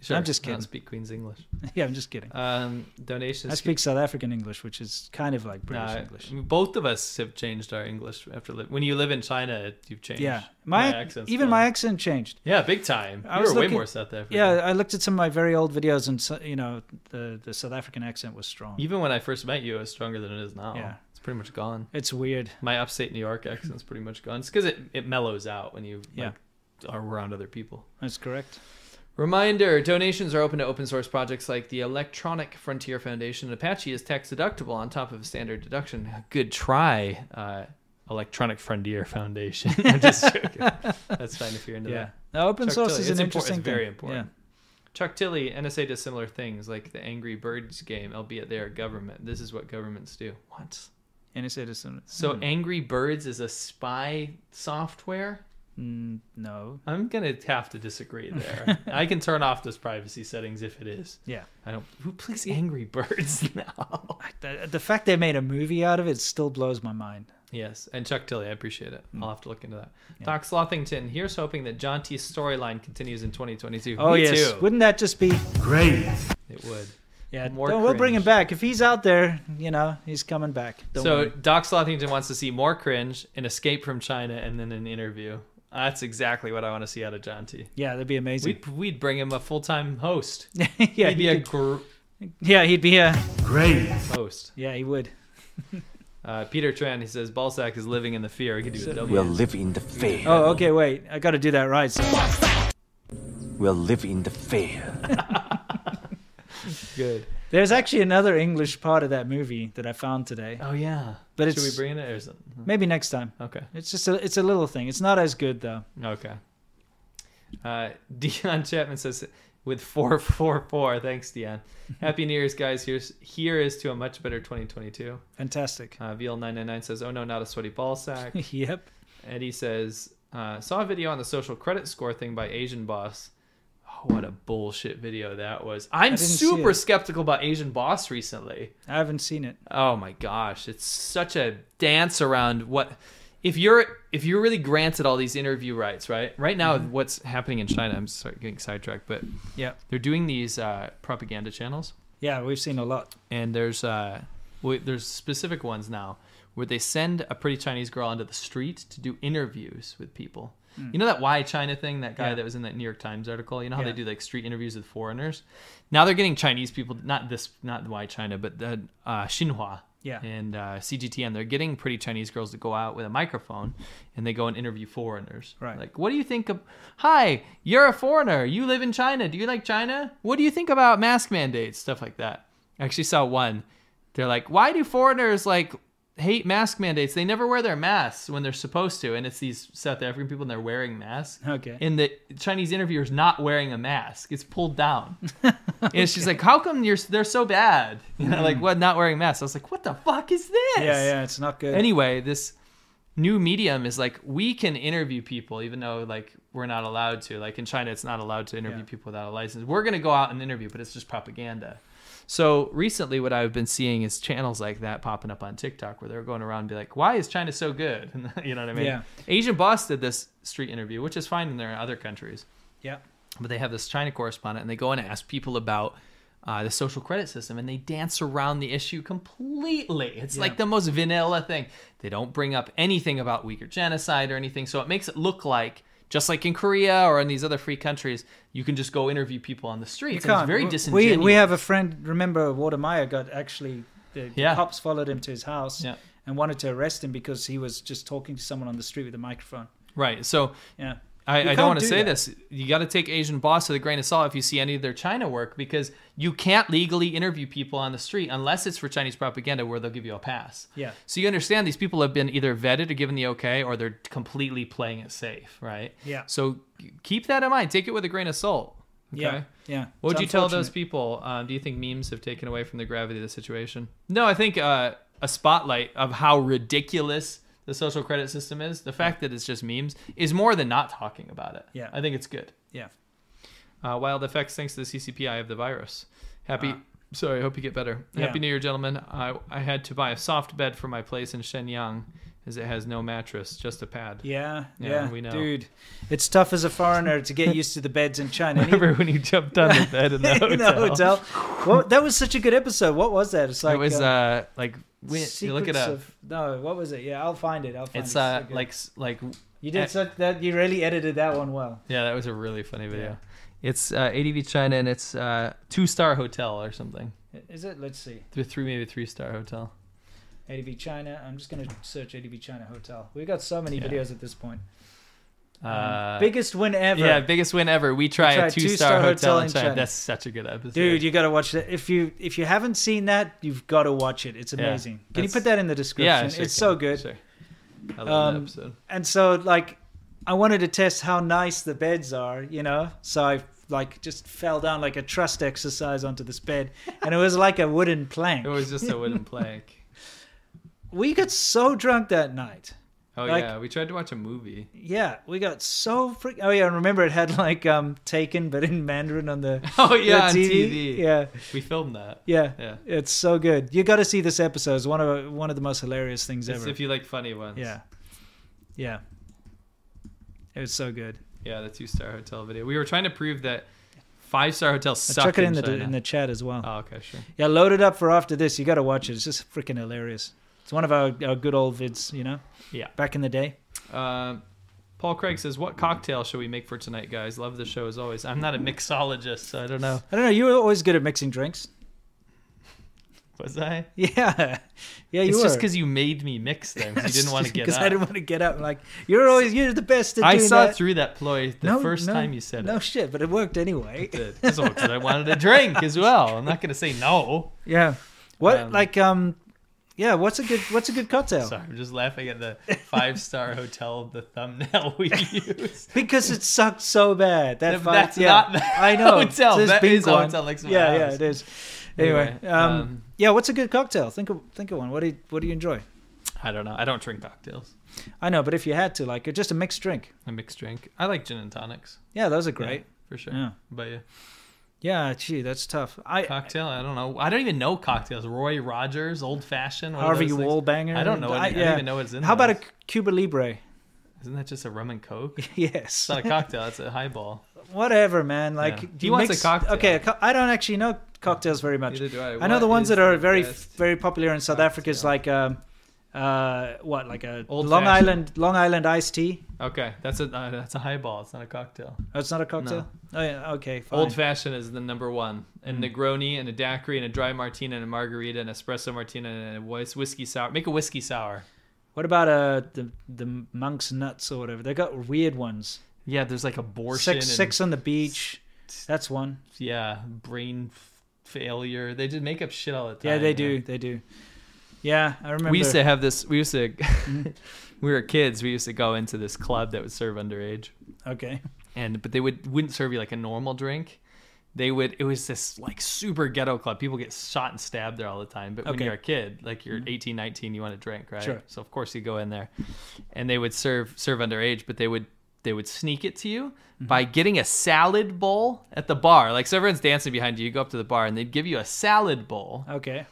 Speaker 2: Sure,
Speaker 1: I'm just
Speaker 2: I don't
Speaker 1: kidding.
Speaker 2: speak Queen's English.
Speaker 1: Yeah, I'm just kidding.
Speaker 2: Um, donations.
Speaker 1: I speak South African English, which is kind of like British
Speaker 2: Nah,
Speaker 1: English.
Speaker 2: Both of us have changed our English after li- when you live in China, you've changed.
Speaker 1: Yeah, my,
Speaker 2: accent's
Speaker 1: even
Speaker 2: gone.
Speaker 1: my accent changed.
Speaker 2: Yeah, big time.
Speaker 1: I
Speaker 2: you
Speaker 1: was
Speaker 2: were way
Speaker 1: looking-
Speaker 2: more South African.
Speaker 1: Yeah, I looked at some of my very old videos, and so- you know, the the South African accent was strong.
Speaker 2: Even when I first met you, it was stronger than it is now.
Speaker 1: Yeah.
Speaker 2: It's pretty much gone.
Speaker 1: It's weird.
Speaker 2: My upstate New York accent's pretty much gone. It's because it, it mellows out when you
Speaker 1: Yeah.
Speaker 2: like, are around other people.
Speaker 1: That's correct.
Speaker 2: Reminder donations are open to open source projects like the Electronic Frontier Foundation. Apache is tax deductible on top of a standard deduction. Good try, uh, Electronic Frontier Foundation. I'm just joking. That's fine if you're into
Speaker 1: Yeah.
Speaker 2: that.
Speaker 1: Now, open
Speaker 2: Chuck
Speaker 1: source
Speaker 2: Tilley,
Speaker 1: is an
Speaker 2: it's impor-
Speaker 1: interesting
Speaker 2: it's very
Speaker 1: thing.
Speaker 2: important. Chuck Tilley, NSA does similar things like the Angry Birds game, albeit they are government. This is what governments do. What? Hmm.
Speaker 1: Yeah. NSA doesn't.
Speaker 2: So Angry Birds is a spy software?
Speaker 1: Mm, no.
Speaker 2: I'm gonna have to disagree there. I can turn off those privacy settings if it is.
Speaker 1: Yeah.
Speaker 2: I don't. Who plays Angry Birds now?
Speaker 1: The, the fact they made a movie out of it still blows my mind.
Speaker 2: yes, and Chuck Tilley, I appreciate it.
Speaker 1: Hmm.
Speaker 2: I'll have to look into that. Doc Slothington, here's hoping that John T's storyline continues in 2022.
Speaker 1: Oh
Speaker 2: Me
Speaker 1: yes,
Speaker 2: too.
Speaker 1: wouldn't that just be?
Speaker 2: it would.
Speaker 1: Yeah,
Speaker 2: More
Speaker 1: don't- we'll bring him
Speaker 2: cringe.
Speaker 1: back if he's out there. You know, he's coming back. Don't
Speaker 2: so
Speaker 1: worry.
Speaker 2: Doc Slothington wants to see more cringe, an escape from China, and then an interview. That's exactly what I want to see out of John T.
Speaker 1: yeah, that'd be amazing.
Speaker 2: We'd, we'd bring him a full time host.
Speaker 1: yeah,
Speaker 2: He'd be
Speaker 1: he
Speaker 2: a
Speaker 1: could-
Speaker 2: gr-
Speaker 1: yeah, he'd be a.
Speaker 2: host.
Speaker 1: Yeah, he would.
Speaker 2: Uh, Peter Tran, he says Balzac is living in the fear. He could do a double.
Speaker 3: We'll live in the fear.
Speaker 1: Oh, okay, wait, I got to do that right. So.
Speaker 3: We'll live in the fear.
Speaker 2: good.
Speaker 1: There's actually another English part of that movie that I found today,
Speaker 2: Oh yeah.
Speaker 1: but
Speaker 2: Should we
Speaker 1: it's
Speaker 2: bring it in or something?
Speaker 1: maybe next time.
Speaker 2: Okay.
Speaker 1: It's just a, it's a little thing. It's not as good though.
Speaker 2: Okay. Uh, Dion Chapman says with four four four. Thanks, Dion. Happy New Year's, guys. Here's here is to a much better 2022.
Speaker 1: Fantastic.
Speaker 2: Uh, VL999 says, "Oh no, not a sweaty ball sack."
Speaker 1: yep.
Speaker 2: Eddie says, uh, "Saw a video on the social credit score thing by Asian Boss." Oh, what a bullshit video that was. I'm
Speaker 1: didn't see
Speaker 2: super
Speaker 1: it.
Speaker 2: skeptical about Asian Boss recently.
Speaker 1: I haven't seen it.
Speaker 2: Oh my gosh, it's such a dance around what if you're if you're really granted all these interview rights, right? Right now,
Speaker 1: Mm-hmm.
Speaker 2: what's happening in China? I'm sorry, getting sidetracked, but
Speaker 1: Yeah.
Speaker 2: they're doing these uh, propaganda channels,
Speaker 1: Yeah, we've seen a lot.
Speaker 2: and there's uh, w- there's specific ones now where they send a pretty Chinese girl onto the street to do interviews with people. You know that why China thing? That guy
Speaker 1: Mm. Yeah.
Speaker 2: that was in that New York Times article. You know how
Speaker 1: Yeah.
Speaker 2: they do like street interviews with foreigners. Now they're getting Chinese people, not this, not why China, but the uh, Xinhua
Speaker 1: Yeah.
Speaker 2: and uh, CGTN, they're getting pretty Chinese girls to go out with a microphone and they go and interview foreigners.
Speaker 1: Right.
Speaker 2: Like, what do you think of? Hi, you're a foreigner. You live in China. Do you like China? What do you think about mask mandates? Stuff like that. I actually saw one. They're like, why do foreigners like hate mask mandates. They never wear their masks when they're supposed to, and it's these South African people and they're wearing masks.
Speaker 1: Okay.
Speaker 2: And the Chinese interviewer's not wearing a mask; it's pulled down. And she's like, "How come you're they're so bad? You know, like what not wearing masks?" I was like, "What the fuck is this?"
Speaker 1: Mm. Yeah, yeah, it's not good.
Speaker 2: Anyway, this new medium is like we can interview people, even though like we're not allowed to. Like in China, it's not allowed to interview
Speaker 1: Yeah.
Speaker 2: people without a license. We're gonna go out and interview, but it's just propaganda. So recently, what I've been seeing is channels like that popping up on TikTok where they're going around and be like, "Why is China so good?" you know what I mean?
Speaker 1: Yeah.
Speaker 2: Asian Boss did this street interview, which is fine in their other countries
Speaker 1: yeah.
Speaker 2: but they have this China correspondent, and they go and ask people about uh, the social credit system, and they dance around the issue completely. It's like the most vanilla thing. They don't bring up anything about Uyghur genocide or anything, so it makes it look like just like in Korea or in these other free countries, you can just go interview people on the
Speaker 1: You
Speaker 2: streets. and
Speaker 1: can't.
Speaker 2: it's very
Speaker 1: We-
Speaker 2: disingenuous.
Speaker 1: We, we have a friend, remember, Watermeyer got actually, the
Speaker 2: Yeah.
Speaker 1: cops followed him to his house
Speaker 2: Yeah.
Speaker 1: and wanted to arrest him because he was just talking to someone on the street with a microphone.
Speaker 2: right. So
Speaker 1: Yeah. You
Speaker 2: I, I
Speaker 1: can't
Speaker 2: don't want to
Speaker 1: do
Speaker 2: say
Speaker 1: that.
Speaker 2: this. You got to take Asian boss with a grain of salt if you see any of their China work because you can't legally interview people on the street unless it's for Chinese propaganda where they'll give you a pass.
Speaker 1: Yeah.
Speaker 2: So you understand these people have been either vetted or given the okay or they're completely playing it safe, right?
Speaker 1: Yeah.
Speaker 2: So keep that in mind. Take it with a grain of salt. Okay?
Speaker 1: Yeah. Yeah.
Speaker 2: What
Speaker 1: It's
Speaker 2: would you tell those
Speaker 1: unfortunate.
Speaker 2: people? Um, do you think memes have taken away from the gravity of the situation? No, I think uh, a spotlight of how ridiculous the social credit system is, the fact that it's just memes, is more than not talking about it.
Speaker 1: Yeah.
Speaker 2: I think it's good.
Speaker 1: Yeah.
Speaker 2: Uh, wild effects thanks to the CCPI of the virus. Happy. sorry, hope you get better.
Speaker 1: Uh, Yeah.
Speaker 2: Happy New Year, gentlemen. I, I had to buy a soft bed for my place in Shenyang as it has no mattress, just a pad.
Speaker 1: Yeah,
Speaker 2: Yeah,
Speaker 1: yeah,
Speaker 2: we know.
Speaker 1: dude, it's tough as a foreigner to get used to the beds in China. And
Speaker 2: Remember when you jumped on the bed in the
Speaker 1: even
Speaker 2: hotel?
Speaker 1: in a hotel. Well, that was such a good episode. What was that? It's like
Speaker 2: it was uh, like, we, you look it
Speaker 1: Secrets
Speaker 2: up.
Speaker 1: of- no, what was it? Yeah, I'll find it. I'll find
Speaker 2: It's
Speaker 1: it.
Speaker 2: uh
Speaker 1: so good.
Speaker 2: like eh, s- like
Speaker 1: you did such that. You really edited that one well.
Speaker 2: yeah, that was a really funny video. It's uh, ADV China and it's uh, two star hotel or something.
Speaker 1: Is it? Let's see.
Speaker 2: Three, three maybe three star hotel.
Speaker 1: ADV China. I'm just gonna search ADV China hotel. We've got so many
Speaker 2: Yeah.
Speaker 1: videos at this point.
Speaker 2: Uh,
Speaker 1: Biggest win Um, ever.
Speaker 2: yeah, biggest win ever. We try
Speaker 1: tried
Speaker 2: a two
Speaker 1: two-star
Speaker 2: star hotel
Speaker 1: hotel
Speaker 2: in
Speaker 1: in
Speaker 2: China.
Speaker 1: China.
Speaker 2: That's such a good episode,
Speaker 1: Dude, you gotta watch that. If you if you haven't seen that, you've got to watch it. It's amazing. Can you
Speaker 2: that's-
Speaker 1: put that in the description?
Speaker 2: yeah, sure
Speaker 1: it's
Speaker 2: can,
Speaker 1: so good.
Speaker 2: sure. I love that
Speaker 1: Um,
Speaker 2: episode.
Speaker 1: and so like i wanted to test how nice the beds are you know so i like just fell down like a trust exercise onto this bed and it was like a wooden plank
Speaker 2: It was just a wooden plank.
Speaker 1: we got so drunk that night
Speaker 2: Oh
Speaker 1: Like-
Speaker 2: yeah, we tried to watch a movie.
Speaker 1: yeah we got so freak oh yeah and remember it had like um taken but in mandarin on the
Speaker 2: Oh yeah,
Speaker 1: the
Speaker 2: on TV.
Speaker 1: yeah
Speaker 2: we filmed that.
Speaker 1: yeah
Speaker 2: Yeah.
Speaker 1: it's so good you got to see this episode it's one of one of the most hilarious things
Speaker 2: It's
Speaker 1: ever
Speaker 2: if you like funny ones.
Speaker 1: yeah yeah it was so good
Speaker 2: yeah, the two star hotel video. We were trying to prove that five star hotels
Speaker 1: I
Speaker 2: suck
Speaker 1: chuck it in the
Speaker 2: China.
Speaker 1: in the chat as well
Speaker 2: Oh, okay, sure.
Speaker 1: Yeah, load it up for after this. You got to watch it. It's just freaking hilarious. It's one of our, our good old vids, you know?
Speaker 2: Yeah.
Speaker 1: Back in the day.
Speaker 2: Um, Paul Craig says, "What cocktail should we make for tonight, guys? Love the show as always. I'm not a mixologist, so I don't know.
Speaker 1: I don't know. You were always good at mixing drinks.
Speaker 2: Was I?
Speaker 1: Yeah. Yeah, you
Speaker 2: it's
Speaker 1: were.
Speaker 2: just because you made me mix them. 'cause You didn't want to get
Speaker 1: Because
Speaker 2: up.
Speaker 1: I didn't want to get up. Like, you're always, you're the best at
Speaker 2: I
Speaker 1: doing
Speaker 2: saw
Speaker 1: that.
Speaker 2: through that ploy the
Speaker 1: No,
Speaker 2: first
Speaker 1: no,
Speaker 2: time you said
Speaker 1: No
Speaker 2: it.
Speaker 1: shit, but it worked anyway.
Speaker 2: Because I wanted a drink as well. I'm not going to say no.
Speaker 1: Yeah. What,
Speaker 2: Um,
Speaker 1: like, um, yeah, what's a good, what's a good cocktail?
Speaker 2: Sorry, I'm just laughing at the five star hotel, the thumbnail we use.
Speaker 1: Because it sucked so bad. That
Speaker 2: Th-
Speaker 1: fight-
Speaker 2: that's
Speaker 1: yeah,
Speaker 2: not the
Speaker 1: I know.
Speaker 2: hotel.
Speaker 1: It's this
Speaker 2: That
Speaker 1: big
Speaker 2: is a
Speaker 1: one.
Speaker 2: hotel next to my
Speaker 1: Yeah, yeah,
Speaker 2: house.
Speaker 1: it is. Anyway,
Speaker 2: Anyway,
Speaker 1: um,
Speaker 2: um,
Speaker 1: yeah, what's a good cocktail? Think of think of one. What do you, what do you enjoy?
Speaker 2: I don't know. I don't drink cocktails.
Speaker 1: I know, but if you had to, like, uh, just a mixed drink.
Speaker 2: I mix drink. I like gin and tonics.
Speaker 1: Yeah, those are
Speaker 2: Yeah,
Speaker 1: great.
Speaker 2: for sure.
Speaker 1: Yeah.
Speaker 2: But yeah.
Speaker 1: Yeah, gee, that's tough. I
Speaker 2: cocktail. I don't know. I don't even know cocktails. Roy Rogers, old fashioned. one of
Speaker 1: Harvey
Speaker 2: those things.
Speaker 1: Wallbanger.
Speaker 2: I don't know. Any, I, don't even know what's in.
Speaker 1: How about a
Speaker 2: those.
Speaker 1: Cuba Libre?
Speaker 2: Isn't that just a rum and coke? It's
Speaker 1: yes.
Speaker 2: not a cocktail. It's a highball.
Speaker 1: Whatever, man. Like
Speaker 2: Yeah.
Speaker 1: you
Speaker 2: He wants a
Speaker 1: mix-
Speaker 2: cocktail.
Speaker 1: Okay, a co- I don't actually know cocktails very much.
Speaker 2: Neither do I.
Speaker 1: know
Speaker 2: What
Speaker 1: the ones
Speaker 2: is
Speaker 1: that are
Speaker 2: the
Speaker 1: very
Speaker 2: best
Speaker 1: very popular in South Africa is
Speaker 2: cocktail?
Speaker 1: like um, uh, what like a
Speaker 2: Old
Speaker 1: Long
Speaker 2: fashioned.
Speaker 1: Island Long Island iced tea.
Speaker 2: Okay, that's a uh, that's a highball. It's not a cocktail.
Speaker 1: Oh, it's not a cocktail. Oh yeah, okay, fine.
Speaker 2: Old fashioned is the number one. And Negroni and a daiquiri and a dry martini and a margarita and espresso martini and a whis- whiskey sour. Make a whiskey sour.
Speaker 1: what about uh the the monk's nuts or whatever? They got weird ones.
Speaker 2: Yeah, there's like abortion.
Speaker 1: Six
Speaker 2: and,
Speaker 1: six on the beach. That's one.
Speaker 2: Yeah, brain f- failure. They just make up shit all the time.
Speaker 1: Yeah, they
Speaker 2: you know?
Speaker 1: do. They do. Yeah, I remember. Mm-hmm.
Speaker 2: We used to have this. We used to. we were kids. We used to go into this club that would serve underage,
Speaker 1: okay.
Speaker 2: and but they would wouldn't serve you like a normal drink. They would. It was this like super ghetto club. People get shot and stabbed there all the time. But when
Speaker 1: Okay. Mm-hmm.
Speaker 2: you're a kid, like you're 18, 19, you want to drink, right?
Speaker 1: Sure.
Speaker 2: So of course you go in there, and they would serve serve underage, but they would they would sneak it to you
Speaker 1: Mm-hmm.
Speaker 2: by getting a salad bowl at the bar. Like so everyone's dancing behind you. You go up to the bar and they'd give you a salad bowl,
Speaker 1: Okay.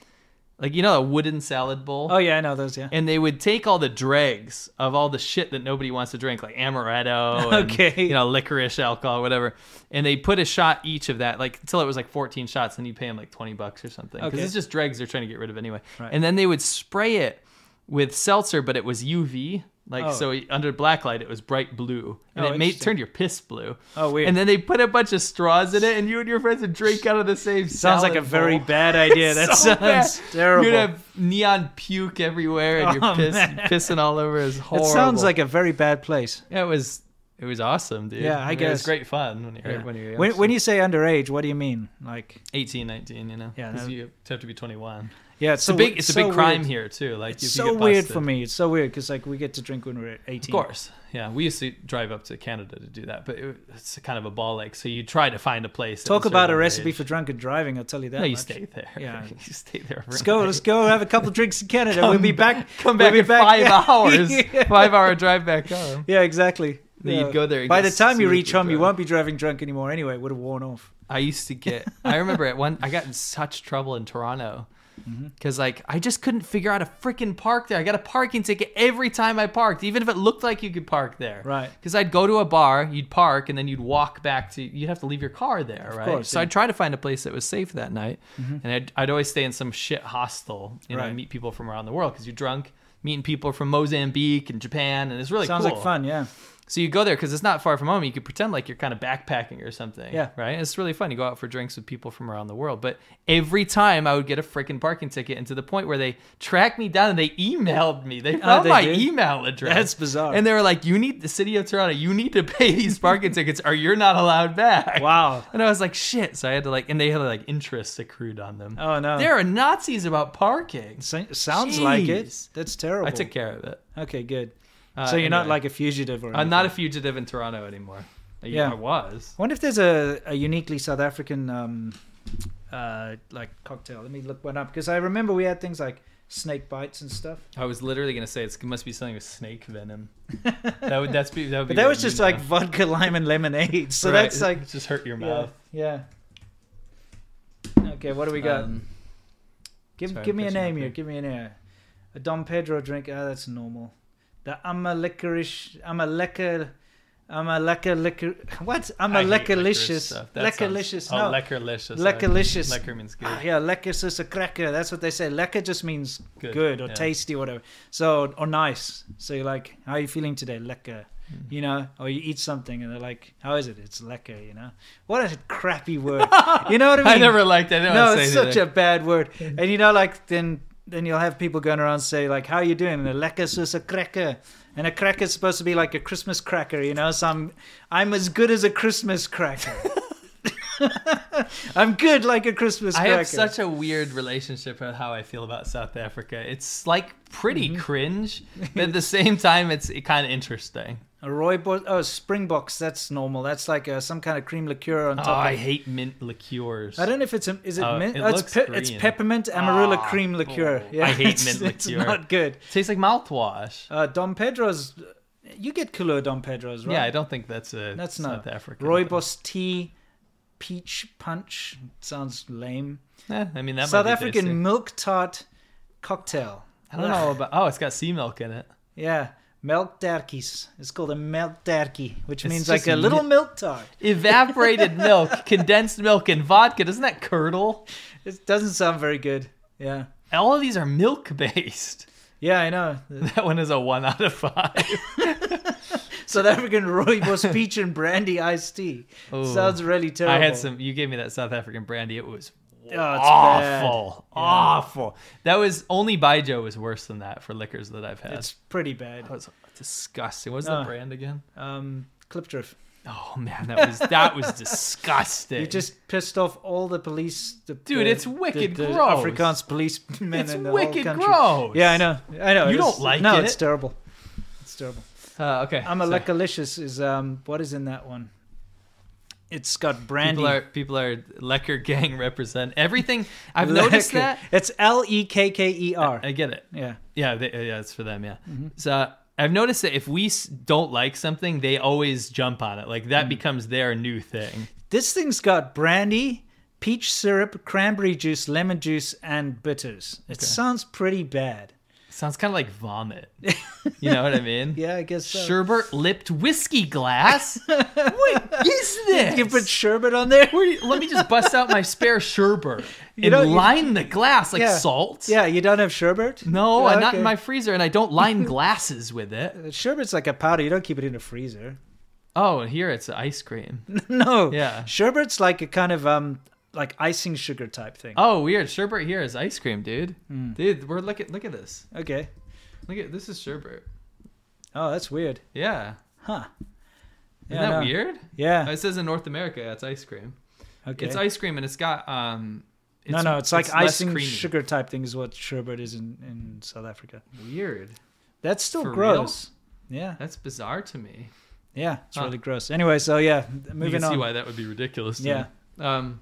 Speaker 2: like you know a wooden salad bowl
Speaker 1: Oh yeah, I know those. Yeah.
Speaker 2: and they would take all the dregs of all the shit that nobody wants to drink, like amaretto, and,
Speaker 1: Okay.
Speaker 2: you know, licorice alcohol, whatever. And they put a shot each of that, like until it was like 14 shots, and you pay them like 20 bucks or something, because
Speaker 1: Okay.
Speaker 2: it's just dregs they're trying to get rid of anyway. And then they would spray it with seltzer, but it was UV. Like
Speaker 1: Oh.
Speaker 2: so, under black light, it was bright blue, and
Speaker 1: Oh,
Speaker 2: it made
Speaker 1: interesting.
Speaker 2: turned your piss blue.
Speaker 1: Oh, weird.
Speaker 2: And then they put a bunch of straws in it, and you and your friends would drink out of the same.
Speaker 1: Sounds like a
Speaker 2: salad
Speaker 1: very
Speaker 2: bowl.
Speaker 1: bad idea. That
Speaker 2: So bad.
Speaker 1: sounds terrible.
Speaker 2: You'd have neon puke everywhere, and you're
Speaker 1: Oh,
Speaker 2: piss,
Speaker 1: man.
Speaker 2: pissing all over. Is
Speaker 1: It
Speaker 2: horrible.
Speaker 1: sounds like a very bad place.
Speaker 2: it was. It was awesome, dude.
Speaker 1: Yeah, I
Speaker 2: mean, it was
Speaker 1: guess.
Speaker 2: great fun when you're
Speaker 1: Yeah.
Speaker 2: when you're
Speaker 1: when,
Speaker 2: young,
Speaker 1: when
Speaker 2: so-
Speaker 1: you say underage, what do you mean? Like,
Speaker 2: 18, 19, you know,
Speaker 1: Yeah,
Speaker 2: 'cause
Speaker 1: that-
Speaker 2: you have to be 21.
Speaker 1: yeah, it's,
Speaker 2: It's a big it's a big crime
Speaker 1: here.
Speaker 2: here too. Like
Speaker 1: It's
Speaker 2: if
Speaker 1: so
Speaker 2: you get
Speaker 1: weird
Speaker 2: busted.
Speaker 1: for me. It's so weird because like we get to drink when we're 18.
Speaker 2: Of course, yeah. We used to drive up to Canada to do that, but it, it's kind of a ball lake. So you try to find a place. that
Speaker 1: Talk
Speaker 2: was
Speaker 1: about a
Speaker 2: around
Speaker 1: recipe
Speaker 2: age.
Speaker 1: for drunken driving. I'll tell you that.
Speaker 2: No, you
Speaker 1: much.
Speaker 2: stay there.
Speaker 1: Yeah.
Speaker 2: you stay there.
Speaker 1: Let's go. Let's go have a couple drinks in Canada. we'll be back.
Speaker 2: Come back
Speaker 1: we'll be
Speaker 2: in five
Speaker 1: yeah.
Speaker 2: hours.
Speaker 1: yeah.
Speaker 2: Five hour drive back home.
Speaker 1: Yeah, exactly.
Speaker 2: Then you'd
Speaker 1: Yeah.
Speaker 2: go there and
Speaker 1: By
Speaker 2: get
Speaker 1: the time you reach
Speaker 2: super
Speaker 1: home, you
Speaker 2: drunk.
Speaker 1: won't be driving drunk anymore. Anyway, it would have worn off.
Speaker 2: I used to get. I remember at one. I got in such trouble in Toronto
Speaker 1: Mm-hmm.
Speaker 2: because like I just couldn't figure out a freaking park there. I got a parking ticket every time I parked, even if it looked like you could park there.
Speaker 1: Right.
Speaker 2: Because I'd go to a bar, you'd park, and then you'd walk back to. You'd have to leave your car there, right?
Speaker 1: course,
Speaker 2: so
Speaker 1: yeah. Mm-hmm.
Speaker 2: I'd try to find a place that was safe that night, and I'd, I'd always stay in some shit hostel. You know,
Speaker 1: Right.
Speaker 2: and meet people from around the world because you're drunk. Meeting people from Mozambique and Japan, and it's really
Speaker 1: Sounds
Speaker 2: cool.
Speaker 1: like fun. Yeah.
Speaker 2: So you go there because it's not far from home. You could pretend like you're kind of backpacking or something.
Speaker 1: Yeah.
Speaker 2: Right? It's really fun. You go out for drinks with people from around the world. But every time I would get a freaking parking ticket and to the point where they tracked me down and they emailed me. They found
Speaker 1: Oh, they
Speaker 2: my
Speaker 1: did?
Speaker 2: email address.
Speaker 1: That's bizarre.
Speaker 2: And they were like, you need the city of Toronto, you need to pay these parking tickets or you're not allowed back.
Speaker 1: Wow.
Speaker 2: And I was like, shit. So I had to like, and they had like interest accrued on them.
Speaker 1: Oh, no.
Speaker 2: There are Nazis about parking.
Speaker 1: So, sounds like it.
Speaker 2: Jeez.
Speaker 1: That's terrible.
Speaker 2: I took care of it.
Speaker 1: Okay, good.
Speaker 2: Uh,
Speaker 1: so you're not
Speaker 2: anyway.
Speaker 1: like a fugitive or. Anything.
Speaker 2: I'm not a fugitive in Toronto anymore. I-
Speaker 1: Yeah.
Speaker 2: I was.
Speaker 1: I wonder if there's a, a uniquely South African um, uh, like cocktail. Let me look one up because I remember we had things like snake bites and stuff.
Speaker 2: I was literally gonna say it's, it must be something with snake venom. That would that's be that would be.
Speaker 1: But that
Speaker 2: what
Speaker 1: was
Speaker 2: you
Speaker 1: just
Speaker 2: know.
Speaker 1: like vodka, lime, and lemonade. So
Speaker 2: Right,
Speaker 1: that's like,
Speaker 2: it just hurt your
Speaker 1: yeah,
Speaker 2: mouth.
Speaker 1: yeah. Okay, what do we got?
Speaker 2: Um,
Speaker 1: give
Speaker 2: sorry,
Speaker 1: give me a
Speaker 2: I'm catching
Speaker 1: name
Speaker 2: up
Speaker 1: here.
Speaker 2: here.
Speaker 1: Give me a name. A Don Pedro drink. Ah, that's normal. The ama licorice. ama lecker. ama lecker liquor. What? ama
Speaker 2: I hate licorice
Speaker 1: leckerlicious.
Speaker 2: stuff. That sounds-
Speaker 1: Leckerlicious.
Speaker 2: Oh,
Speaker 1: No.
Speaker 2: leckerlicious.
Speaker 1: Leckerlicious.
Speaker 2: Lecker, lecker means good.
Speaker 1: Ah, yeah, lecker's is a cracker. That's what they say. Lecker just means good,
Speaker 2: Good,
Speaker 1: or
Speaker 2: yeah.
Speaker 1: tasty or whatever. So or nice. So you're like, how are you feeling today? Lecker.
Speaker 2: Mm-hmm.
Speaker 1: You know, or you eat something and they're like, how is it? It's lecker. You know, what a crappy word. you know what I mean?
Speaker 2: I never liked that. I didn't
Speaker 1: No,
Speaker 2: wanna
Speaker 1: it's
Speaker 2: say
Speaker 1: such a
Speaker 2: anything.
Speaker 1: bad word. And you know, like then then you'll have people going around say like, how are you doing? And a lecker's is a cracker. And a cracker's supposed to be like a Christmas cracker, you know. So I'm, I'm as good as a Christmas cracker. I'm good like a Christmas
Speaker 2: I
Speaker 1: cracker.
Speaker 2: have such a weird relationship with how I feel about South Africa. It's like pretty
Speaker 1: Mm-hmm.
Speaker 2: cringe, but at the same time, it's kind of interesting.
Speaker 1: A rooibos, oh Springboks, that's normal. That's like uh some kind of cream liqueur on top.
Speaker 2: Oh, I
Speaker 1: of,
Speaker 2: hate mint liqueurs.
Speaker 1: I don't know if it's a, is it
Speaker 2: Oh,
Speaker 1: mint?
Speaker 2: it
Speaker 1: oh, it's,
Speaker 2: looks
Speaker 1: pe- it's
Speaker 2: green.
Speaker 1: peppermint amarilla
Speaker 2: Ah,
Speaker 1: cream liqueur.
Speaker 2: oh,
Speaker 1: yeah,
Speaker 2: I hate
Speaker 1: it's,
Speaker 2: mint
Speaker 1: It's
Speaker 2: liqueur.
Speaker 1: not good.
Speaker 2: tastes like mouthwash.
Speaker 1: Uh, Don Pedro's, you get cooler Don Pedro's, right?
Speaker 2: Yeah, I don't think that's a
Speaker 1: That's
Speaker 2: South
Speaker 1: not
Speaker 2: African. thing.
Speaker 1: Rooibos tea, peach punch sounds lame.
Speaker 2: Eh, I mean that
Speaker 1: South
Speaker 2: might be
Speaker 1: African
Speaker 2: tasty.
Speaker 1: milk tart cocktail.
Speaker 2: I don't know about. Oh, it's got sea milk in it.
Speaker 1: Yeah. Melk darkies. It's called a melk darkie, which
Speaker 2: It's
Speaker 1: means like
Speaker 2: just
Speaker 1: a little
Speaker 2: mi-
Speaker 1: milk tart.
Speaker 2: Evaporated milk, condensed milk, and vodka. Doesn't that curdle?
Speaker 1: It doesn't sound very good. Yeah.
Speaker 2: All of these are milk based.
Speaker 1: Yeah, I know.
Speaker 2: That one is a one out of five.
Speaker 1: South African rooibos peach and brandy iced tea.
Speaker 2: Ooh.
Speaker 1: Sounds really terrible. Oh,
Speaker 2: I had some. You gave me that South African brandy. It was
Speaker 1: it's bad.
Speaker 2: awful, awful. That was only Baijiu was worse than that for liquors that I've had.
Speaker 1: It's pretty bad.
Speaker 2: that was disgusting. What's
Speaker 1: No.
Speaker 2: the brand again?
Speaker 1: Um, Clipdrift.
Speaker 2: Oh man, that was that was disgusting.
Speaker 1: You just pissed off all the police. The,
Speaker 2: Dude,
Speaker 1: the-
Speaker 2: it's wicked
Speaker 1: the, the
Speaker 2: gross.
Speaker 1: Afrikaans policemen
Speaker 2: It's
Speaker 1: in the
Speaker 2: wicked
Speaker 1: whole country.
Speaker 2: gross.
Speaker 1: Yeah, I know. I know.
Speaker 2: You
Speaker 1: It's-
Speaker 2: don't like
Speaker 1: no,
Speaker 2: it.
Speaker 1: it's terrible. It's terrible.
Speaker 2: uh, okay.
Speaker 1: I'm a
Speaker 2: sorry.
Speaker 1: Leckalicious is um what is in that one? It's got brandy.
Speaker 2: People are people are Lecker gang represent everything. I've noticed
Speaker 1: Lekker.
Speaker 2: that. Uh,
Speaker 1: It's L E K K E R.
Speaker 2: I get it.
Speaker 1: Yeah.
Speaker 2: Yeah, they, uh, yeah, it's for them. Yeah.
Speaker 1: Mm-hmm.
Speaker 2: So I've noticed that if we s- don't like something, they always jump on it. Like
Speaker 1: Mm.
Speaker 2: that becomes their new thing.
Speaker 1: This thing's got brandy, peach syrup, cranberry juice, lemon juice, and bitters. It sounds pretty bad.
Speaker 2: Sounds kind of like vomit. You know what I mean?
Speaker 1: Yeah, I guess so.
Speaker 2: Sherbet lipped whiskey glass. what is this?
Speaker 1: You put sherbet on there?
Speaker 2: Where do you- let me just bust out my spare sherbet and
Speaker 1: know, you-
Speaker 2: line the glass like
Speaker 1: Yeah.
Speaker 2: salt.
Speaker 1: Yeah, you don't have sherbet?
Speaker 2: No,
Speaker 1: Yeah,
Speaker 2: I'm not in
Speaker 1: okay.
Speaker 2: my freezer, and I don't line glasses with it.
Speaker 1: Sherbet's like a powder. You don't keep it in the freezer.
Speaker 2: Oh, and here it's ice cream.
Speaker 1: No.
Speaker 2: Yeah.
Speaker 1: Sherbet's like a kind of um like icing sugar type thing.
Speaker 2: Oh, weird. Sherbet here is ice cream, dude.
Speaker 1: Hmm.
Speaker 2: Dude, we're look at look at this.
Speaker 1: Okay.
Speaker 2: Look at this is sherbet.
Speaker 1: Oh, that's weird.
Speaker 2: Yeah.
Speaker 1: Huh.
Speaker 2: Isn't
Speaker 1: Yeah, I know.
Speaker 2: that weird?
Speaker 1: Yeah.
Speaker 2: Oh, It says in North America, it's ice cream.
Speaker 1: Okay.
Speaker 2: It's ice cream, and it's got um.
Speaker 1: no, no, it's like
Speaker 2: less
Speaker 1: icing
Speaker 2: creamy.
Speaker 1: sugar type thing is what sherbet is in, in South Africa.
Speaker 2: Weird.
Speaker 1: That's still
Speaker 2: For real?
Speaker 1: gross. Yeah,
Speaker 2: That's bizarre to me.
Speaker 1: yeah, it's
Speaker 2: Huh.
Speaker 1: really gross. Anyway, so yeah,
Speaker 2: you
Speaker 1: moving
Speaker 2: can see
Speaker 1: on.
Speaker 2: why that would be ridiculous. To
Speaker 1: Yeah.
Speaker 2: Me. Um.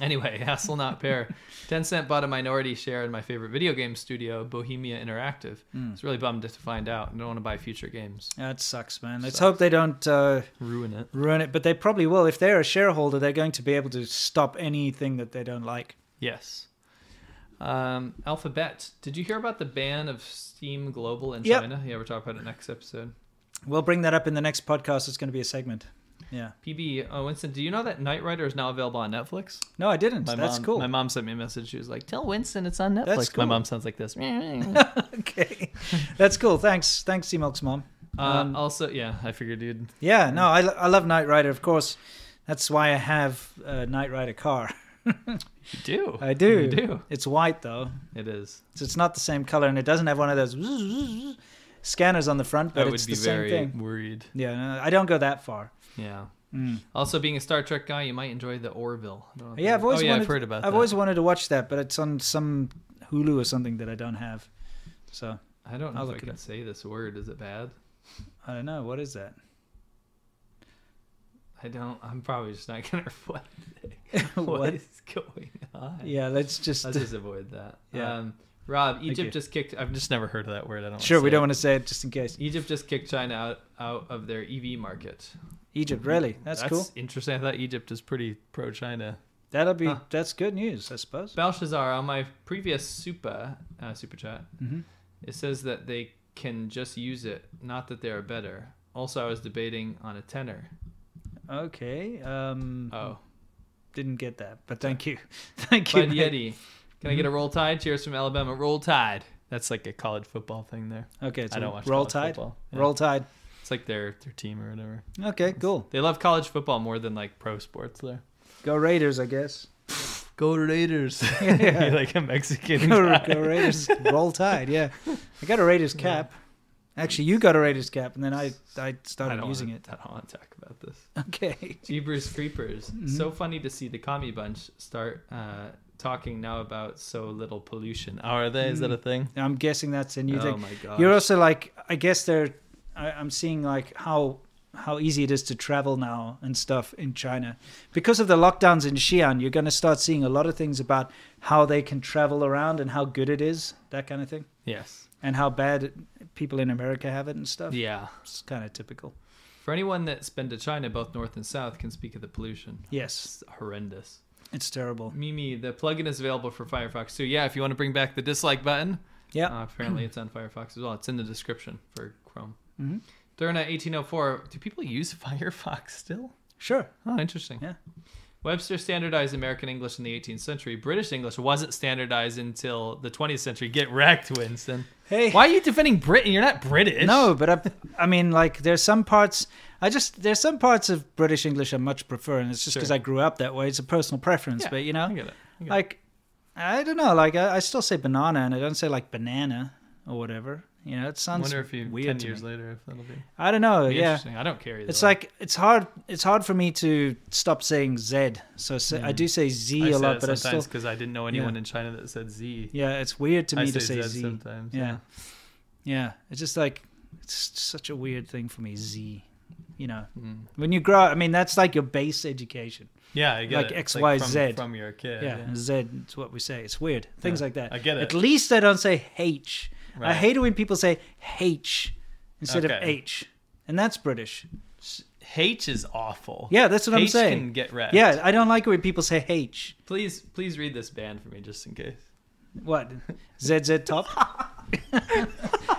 Speaker 2: Anyway, Hasselnut Pear, Tencent bought a minority share in my favorite video game studio, Bohemia Interactive.
Speaker 1: Hmm.
Speaker 2: I was really bummed to find out. I don't want to buy future games.
Speaker 1: That sucks, man. Let's hope they don't uh,
Speaker 2: Ruin it.
Speaker 1: ruin it, but they probably will. If they're a shareholder, they're going to be able to stop anything that they don't like.
Speaker 2: Yes. Um, Alphabet. Did you hear about the ban of Steam Global in
Speaker 1: Yep.
Speaker 2: China? Yeah, we're talking about it next episode.
Speaker 1: We'll bring that up in the next podcast. It's going to be a segment. Yeah.
Speaker 2: PB, oh, Winston, do you know that Knight Rider is now available on Netflix?
Speaker 1: No, I didn't. That's
Speaker 2: mom,
Speaker 1: cool.
Speaker 2: My mom sent me a message. She was like, "Tell Winston it's on Netflix."
Speaker 1: That's
Speaker 2: My
Speaker 1: cool.
Speaker 2: mom sounds like this.
Speaker 1: okay. That's cool. Thanks. Thanks, C Milk's mom.
Speaker 2: Uh,
Speaker 1: Um,
Speaker 2: also, yeah, I figured you'd.
Speaker 1: Yeah, no, I, lo- I love Knight Rider, of course. That's why I have a Knight Rider car.
Speaker 2: You do.
Speaker 1: I do.
Speaker 2: You do.
Speaker 1: It's white, though.
Speaker 2: It is.
Speaker 1: So it's not the same color, and it doesn't have one of those scanners on the front,
Speaker 2: I
Speaker 1: but
Speaker 2: would
Speaker 1: it's
Speaker 2: be
Speaker 1: the same
Speaker 2: very
Speaker 1: thing.
Speaker 2: worried.
Speaker 1: Yeah, no, I don't go that far.
Speaker 2: Yeah. Also, being a Star Trek guy, you might enjoy the Orville. I don't know if
Speaker 1: Mm. Yeah,
Speaker 2: you-
Speaker 1: I've always
Speaker 2: oh, yeah,
Speaker 1: wanted,
Speaker 2: I've heard about
Speaker 1: I've
Speaker 2: that.
Speaker 1: always wanted to watch that, but it's on some Hulu or something that I don't have. So
Speaker 2: I don't know
Speaker 1: I'll
Speaker 2: if
Speaker 1: look
Speaker 2: I
Speaker 1: it
Speaker 2: can
Speaker 1: up.
Speaker 2: say this word. Is it bad?
Speaker 1: I don't know what is that.
Speaker 2: I don't. I'm probably just not gonna reflect.
Speaker 1: What?
Speaker 2: what is going on?
Speaker 1: Yeah, let's just.
Speaker 2: Let's just avoid that.
Speaker 1: Yeah.
Speaker 2: Um, Rob,
Speaker 1: you.
Speaker 2: Egypt just kicked. I've just never heard of that word. I don't. wanna
Speaker 1: sure, we
Speaker 2: say
Speaker 1: don't
Speaker 2: it.
Speaker 1: want to say it just in case.
Speaker 2: Egypt just kicked China out, out of their EV market. Mm-hmm.
Speaker 1: Egypt, really? That's, cool.
Speaker 2: Interesting. I thought Egypt is pretty pro China.
Speaker 1: That'll be
Speaker 2: Huh.
Speaker 1: that's good news, I suppose.
Speaker 2: Belshazzar, on my previous super uh, super chat,
Speaker 1: Mm-hmm.
Speaker 2: it says that they can just use it, not that they are better. Also, I was debating on a tenor.
Speaker 1: Okay. Um,
Speaker 2: Oh,
Speaker 1: didn't get that, but thank you, thank you.
Speaker 2: Bud
Speaker 1: mate.
Speaker 2: Yeti, can I get a
Speaker 1: Mm-hmm.
Speaker 2: roll tide? Cheers from Alabama. Roll tide. That's like a college football thing there.
Speaker 1: Okay, it's
Speaker 2: I
Speaker 1: a
Speaker 2: don't watch
Speaker 1: roll
Speaker 2: college
Speaker 1: tide.
Speaker 2: football. Yeah.
Speaker 1: Roll tide.
Speaker 2: It's like their their team or whatever.
Speaker 1: Okay, cool.
Speaker 2: They love college football more than like pro sports there.
Speaker 1: Go Raiders, I guess.
Speaker 2: Go Raiders. You're like a Mexican.
Speaker 1: Go,
Speaker 2: guy.
Speaker 1: go Raiders. Roll tide. Yeah, I got a Raiders cap. Actually, you got a Raiders cap, and then I I
Speaker 2: I
Speaker 1: started
Speaker 2: don't
Speaker 1: using
Speaker 2: wanna,
Speaker 1: it.
Speaker 2: I don't want to talk about this.
Speaker 1: Okay.
Speaker 2: Jeepers Creepers. So funny to see the commie bunch start uh, talking now about so little pollution. Oh, are they? Is that a thing?
Speaker 1: I'm guessing that's a new
Speaker 2: Oh
Speaker 1: thing.
Speaker 2: my gosh.
Speaker 1: You're also like, I guess they're. I, I'm seeing like how how easy it is to travel now and stuff in China because of the lockdowns in Xi'an. You're going to start seeing a lot of things about how they can travel around and how good it is, that kind of thing,
Speaker 2: Yes.
Speaker 1: and how bad people in America have it and stuff.
Speaker 2: Yeah.
Speaker 1: it's kind of typical.
Speaker 2: For anyone that's been to China, both north and south can speak of the pollution.
Speaker 1: Yes,
Speaker 2: It's horrendous.
Speaker 1: it's terrible.
Speaker 2: Mimi, the plugin is available for Firefox too. Yeah, if you want to bring back the dislike button,
Speaker 1: Yeah.
Speaker 2: Uh, apparently, it's on Firefox as well. It's in the description for Chrome.
Speaker 1: Mm-hmm.
Speaker 2: Durna 1804. Do people use Firefox still?
Speaker 1: Sure.
Speaker 2: Oh, interesting.
Speaker 1: Yeah.
Speaker 2: Webster standardized American English in the 18th century. British English wasn't standardized until the 20th century. Get wrecked, Winston.
Speaker 1: Hey.
Speaker 2: Why are you defending Britain? You're not British.
Speaker 1: No, but I, I mean, like, there's some parts. I just there's some parts of British English I much prefer, and it's just because
Speaker 2: Sure.
Speaker 1: I grew up that way. It's a personal preference,
Speaker 2: Yeah,
Speaker 1: but you know,
Speaker 2: I get it. I get it.
Speaker 1: like, I don't know. Like, I, I still say banana, and I don't say like banana or whatever. You know, it
Speaker 2: I
Speaker 1: sounds
Speaker 2: wonder if you
Speaker 1: weird
Speaker 2: ten
Speaker 1: to
Speaker 2: years
Speaker 1: me.
Speaker 2: later if that'll be,
Speaker 1: I don't know.
Speaker 2: be
Speaker 1: Yeah,
Speaker 2: interesting. I don't care. either
Speaker 1: it's
Speaker 2: way.
Speaker 1: like it's hard. It's hard for me to stop saying Z. So s I I do say Z
Speaker 2: Mm. I
Speaker 1: E a
Speaker 2: say
Speaker 1: lot,
Speaker 2: that
Speaker 1: but I still
Speaker 2: sometimes because I didn't know anyone in China that said Z.
Speaker 1: yeah. It's weird to
Speaker 2: I
Speaker 1: me to
Speaker 2: say
Speaker 1: say
Speaker 2: Z
Speaker 1: Z.
Speaker 2: sometimes,
Speaker 1: Yeah,
Speaker 2: yeah.
Speaker 1: yeah. It's just like it's such a weird thing for me. Z. You know,
Speaker 2: Mm.
Speaker 1: when you grow, up, I mean, that's like your base education.
Speaker 2: Yeah, I get
Speaker 1: Like
Speaker 2: it.
Speaker 1: X,
Speaker 2: It's
Speaker 1: Y,
Speaker 2: from,
Speaker 1: Z.
Speaker 2: from your kid.
Speaker 1: yeah, Z. It's what we say. It's weird. Things
Speaker 2: Yeah,
Speaker 1: like that.
Speaker 2: I get
Speaker 1: At
Speaker 2: it.
Speaker 1: least I don't say H. I
Speaker 2: Right.
Speaker 1: hate it when people say H instead of
Speaker 2: Okay.
Speaker 1: H, and that's British.
Speaker 2: H is awful.
Speaker 1: Yeah, that's what I'm
Speaker 2: H
Speaker 1: saying.
Speaker 2: can get wrecked.
Speaker 1: Yeah, I don't like it when people say H.
Speaker 2: Please, please read this band for me just in case.
Speaker 1: What? ZZ Top?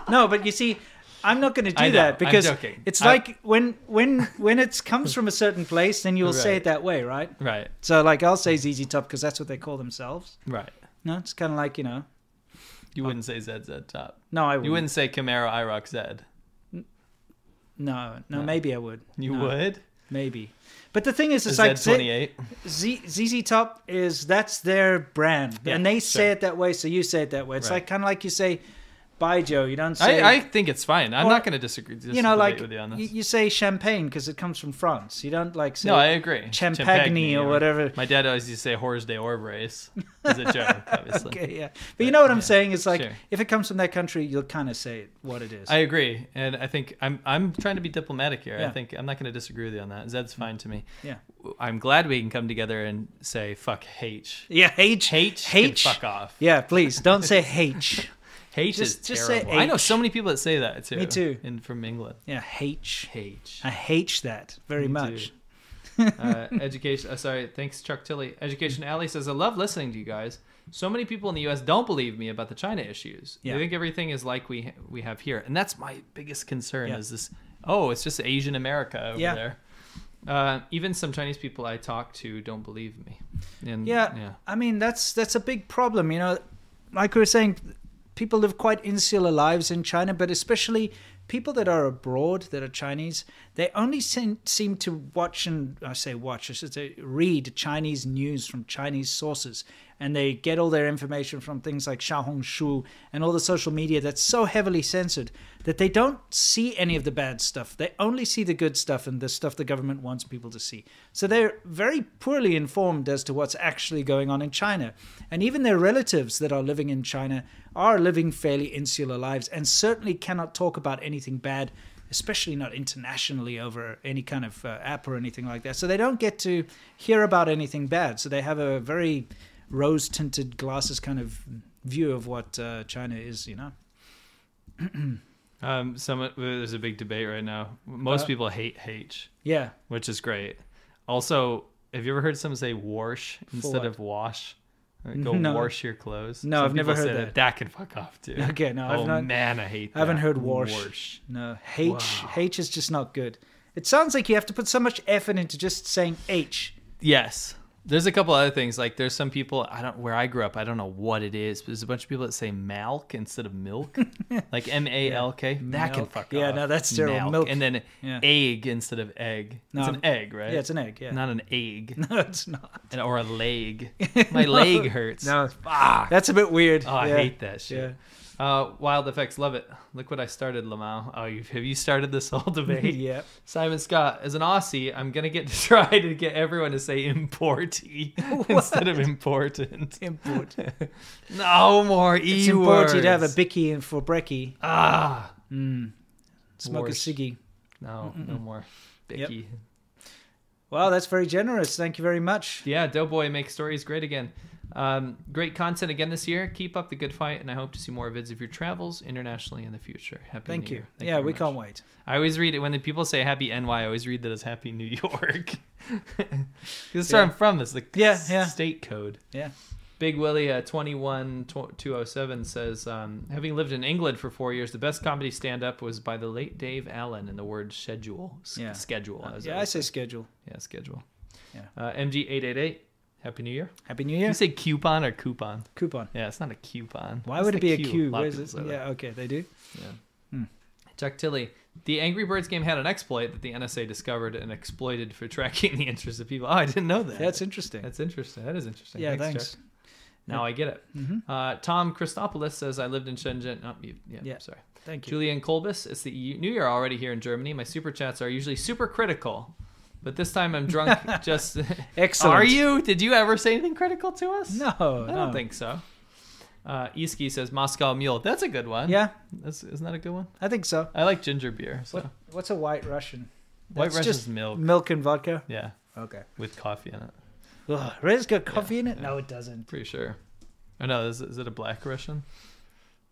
Speaker 1: no, but you see, I'm not going to do
Speaker 2: I know,
Speaker 1: that
Speaker 2: I'm
Speaker 1: because
Speaker 2: joking.
Speaker 1: it's
Speaker 2: I-
Speaker 1: like when when when it comes from a certain place, then you'll say
Speaker 2: Right.
Speaker 1: it that way, right?
Speaker 2: Right,
Speaker 1: So like I'll say ZZ Top because that's what they call themselves.
Speaker 2: right.
Speaker 1: No, it's kind of like you know.
Speaker 2: You wouldn't say ZZ Top.
Speaker 1: No, I would
Speaker 2: You wouldn't say Camaro IROC Z.
Speaker 1: No, no, maybe I would.
Speaker 2: You
Speaker 1: No,
Speaker 2: would?
Speaker 1: maybe. But the thing is, it's like Z,
Speaker 2: Z28.
Speaker 1: Z, ZZ Top is that's their brand,
Speaker 2: Yeah,
Speaker 1: and they say
Speaker 2: sure.
Speaker 1: it that way, so you say it that way. It's
Speaker 2: Right.
Speaker 1: like kind of like you say, "Bye, Joe." You don't say
Speaker 2: I, I think it's fine. I'm
Speaker 1: Or-
Speaker 2: not going to disagree.
Speaker 1: you know, like
Speaker 2: with you on
Speaker 1: you,
Speaker 2: this.
Speaker 1: you say champagne because it comes from France. You don't like say
Speaker 2: no, I agree.
Speaker 1: champagne, or whatever.
Speaker 2: My dad always used to say "hors de orbres" as a joke, obviously.
Speaker 1: Okay, yeah, but you know what I'm saying. It's like
Speaker 2: sure.
Speaker 1: if it comes from that country, you'll kind of say it, what it is.
Speaker 2: I agree, and I think I'm I'm trying to be diplomatic here.
Speaker 1: Yeah.
Speaker 2: I think I'm not going to disagree with you on that. Zed's fine to me.
Speaker 1: yeah,
Speaker 2: I'm glad we can come together and say "fuck H."
Speaker 1: yeah. H
Speaker 2: H, can
Speaker 1: H.
Speaker 2: fuck off.
Speaker 1: Yeah, please don't say H.
Speaker 2: H
Speaker 1: Just-
Speaker 2: is
Speaker 1: just say
Speaker 2: terrible. I know
Speaker 1: H.
Speaker 2: so many people that say that too.
Speaker 1: Me too.
Speaker 2: And from England,
Speaker 1: Yeah, H.
Speaker 2: H.
Speaker 1: I hate that very
Speaker 2: Me
Speaker 1: much.
Speaker 2: too. uh, education. Uh, sorry, thanks, Chuck Tilley. Education
Speaker 1: Mm.
Speaker 2: Alley says, I love listening to you guys. So many people in the U.S. don't believe me about the China issues.
Speaker 1: Yeah.
Speaker 2: They think everything is like we we have here, and that's my biggest concern.
Speaker 1: Yeah.
Speaker 2: Is this? Oh, it's just Asian America over
Speaker 1: Yeah.
Speaker 2: there. Uh, even some Chinese people I talk to don't believe me. And,
Speaker 1: Yeah,
Speaker 2: yeah,
Speaker 1: I mean that's that's a big problem. You know, like we were saying, people live quite insular lives in China, but especially people that are abroad that are Chinese, they only seem, seem to watch and I say watch, I should say read Chinese news from Chinese sources, and they get all their information from things like Xiaohongshu and all the social media that's so heavily censored that they don't see any of the bad stuff. They only see the good stuff and the stuff the government wants people to see. So they're very poorly informed as to what's actually going on in China. And even their relatives that are living in China are living fairly insular lives and certainly cannot talk about anything bad, especially not internationally over any kind of uh, app or anything like that. So they don't get to hear about anything bad. So they have a very rose tinted glasses kind of view of what uh, China is, you know?
Speaker 2: um, some there's a big debate right now. Most
Speaker 1: Uh,
Speaker 2: people hate H,
Speaker 1: Yeah.
Speaker 2: which is great. Also, have you ever heard someone say "wash" instead
Speaker 1: what?
Speaker 2: of "wash"? Like, Go
Speaker 1: No.
Speaker 2: wash your clothes.
Speaker 1: No, I've never
Speaker 2: people say
Speaker 1: heard that.
Speaker 2: that. can fuck off too.
Speaker 1: Okay, no, I've
Speaker 2: oh,
Speaker 1: not-
Speaker 2: man, I hate.
Speaker 1: I haven't
Speaker 2: that.
Speaker 1: heard wash.
Speaker 2: Warsh.
Speaker 1: No, H H is just not good. It sounds like you have to put so much effort into just saying H.
Speaker 2: Yes, there's a couple other things. Like there's some people I don't where I grew up. I don't know what it is, but there's a bunch of people that say malk instead of milk, like M A L K. That can
Speaker 1: Milk.
Speaker 2: fuck
Speaker 1: Yeah,
Speaker 2: off.
Speaker 1: no, that's terrible.
Speaker 2: Malk.
Speaker 1: Milk.
Speaker 2: and then
Speaker 1: Yeah.
Speaker 2: egg instead of egg.
Speaker 1: No.
Speaker 2: It's an egg, right?
Speaker 1: Yeah, it's an egg. Yeah,
Speaker 2: Not an egg,
Speaker 1: no, it's not.
Speaker 2: and, or a leg. My leg hurts.
Speaker 1: No,
Speaker 2: Fuck.
Speaker 1: that's a bit weird.
Speaker 2: Oh, I
Speaker 1: Yeah.
Speaker 2: hate that shit. Uh, wild effects, love it. Look what I started, Lamau. Oh, you have you started this whole
Speaker 1: Yeah,
Speaker 2: debate?
Speaker 1: yeah.
Speaker 2: Simon Scott, as an Aussie, I'm gonna get to try to get everyone to say importy instead of important.
Speaker 1: Import.
Speaker 2: No more e
Speaker 1: It's important to have a
Speaker 2: words.
Speaker 1: bicky and for brekkie.
Speaker 2: ah.
Speaker 1: Smoke
Speaker 2: Worse.
Speaker 1: a ciggy.
Speaker 2: No, no more. Bicky.
Speaker 1: Wow, that's very generous. Thank you very much.
Speaker 2: Yeah, Doughboy makes stories great again. Um, great content again this year. Keep up the good fight, and I hope to see more vids of your travels internationally in the future. Happy
Speaker 1: Thank
Speaker 2: New
Speaker 1: you.
Speaker 2: Year. Thank
Speaker 1: yeah,
Speaker 2: very
Speaker 1: we
Speaker 2: much.
Speaker 1: can't wait.
Speaker 2: I always read it when the people say Happy NY. I always read that as Happy New York. 'Cause That's
Speaker 1: Yeah.
Speaker 2: where I'm from. That's the
Speaker 1: Yeah,
Speaker 2: s-
Speaker 1: yeah.
Speaker 2: state code.
Speaker 1: Yeah.
Speaker 2: Big Willie uh, 21207 says, um, having lived in England for four years, the best comedy stand up was by the late Dave Allen and the word schedule. S-
Speaker 1: Yeah.
Speaker 2: Schedule. as
Speaker 1: Yeah, I
Speaker 2: always
Speaker 1: say schedule.
Speaker 2: Yeah, schedule.
Speaker 1: Yeah.
Speaker 2: Uh, MG888, Happy New Year.
Speaker 1: Happy New
Speaker 2: You
Speaker 1: Year.
Speaker 2: say coupon or coupon?
Speaker 1: Coupon.
Speaker 2: Yeah, it's not a coupon.
Speaker 1: Why
Speaker 2: It's
Speaker 1: would it be
Speaker 2: the
Speaker 1: a Q?
Speaker 2: lot of
Speaker 1: Where's
Speaker 2: people
Speaker 1: it?
Speaker 2: say that.
Speaker 1: Yeah, okay, they do.
Speaker 2: Chuck Tilley. The Angry Birds game had an exploit that the NSA discovered and exploited for tracking the interests of people. Oh, I didn't know that.
Speaker 1: That's interesting.
Speaker 2: That's interesting. That is interesting.
Speaker 1: yeah,
Speaker 2: thanks.
Speaker 1: thanks. Mm-hmm.
Speaker 2: Chuck. Now I get it. Uh, Tom Christopoulos says, I lived in Shenzhen. Oh, you, yeah,
Speaker 1: Yeah.
Speaker 2: sorry.
Speaker 1: Thank you.
Speaker 2: Julian Kolbus, it's the EU New Year already here in Germany. My super chats are usually super critical, but this time I'm drunk. just
Speaker 1: Excellent.
Speaker 2: Are you? Did you ever say anything critical to us?
Speaker 1: No,
Speaker 2: I don't think so. Uh, Iski says Moscow Mule. That's a good one.
Speaker 1: Yeah,
Speaker 2: That's, isn't that a good one?
Speaker 1: I think so.
Speaker 2: I like ginger beer. So.
Speaker 1: What, what's a white Russian?
Speaker 2: White
Speaker 1: That's
Speaker 2: Russian's
Speaker 1: just
Speaker 2: milk.
Speaker 1: Milk and vodka.
Speaker 2: Yeah,
Speaker 1: Okay.
Speaker 2: with coffee in it.
Speaker 1: Ugh, Red's got coffee in it. No, it doesn't.
Speaker 2: Pretty sure. Oh no, is, is it a black Russian?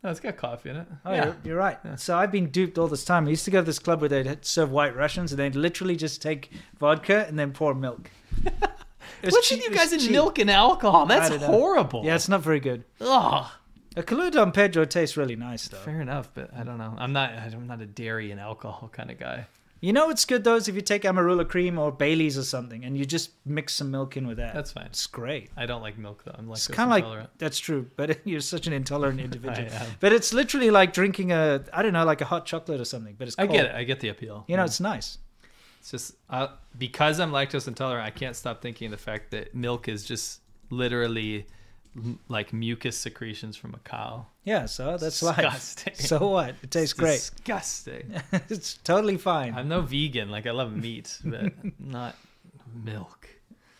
Speaker 2: No, it's got coffee in it.
Speaker 1: Oh,
Speaker 2: yeah.
Speaker 1: you're, you're right. So I've been duped all this time. I used to go to this club where they'd serve white Russians, and they'd literally just take vodka and then pour milk. It was
Speaker 2: What's
Speaker 1: cheap-
Speaker 2: with you
Speaker 1: it was
Speaker 2: guys in
Speaker 1: cheap.
Speaker 2: milk and alcohol?
Speaker 1: I
Speaker 2: That's
Speaker 1: don't know.
Speaker 2: horrible.
Speaker 1: Yeah, it's not very good.
Speaker 2: Ugh.
Speaker 1: A Kahlua Don Pedro tastes really nice, though.
Speaker 2: Fair enough, but I don't know. I'm not. I'm not a dairy and alcohol kind of guy.
Speaker 1: You know what's good though is if you take Amarula cream or Bailey's or something, and you just mix some milk in with that.
Speaker 2: That's fine.
Speaker 1: It's great.
Speaker 2: I don't like milk though. I'm like
Speaker 1: It's kind of like that's true, but you're such an intolerant individual.
Speaker 2: am.
Speaker 1: But it's literally like drinking a I don't know like a hot chocolate or something. But it's
Speaker 2: I
Speaker 1: cold.
Speaker 2: get it. I get the appeal.
Speaker 1: You know, it's nice.
Speaker 2: It's just uh, because I'm lactose intolerant, I can't stop thinking the fact that milk is just literally m- like mucus secretions from a cow.
Speaker 1: Yeah, so that's
Speaker 2: Disgusting.
Speaker 1: life. So what? It tastes great.
Speaker 2: Disgusting.
Speaker 1: it's totally fine.
Speaker 2: I'm no vegan. Like I love meat, but not milk.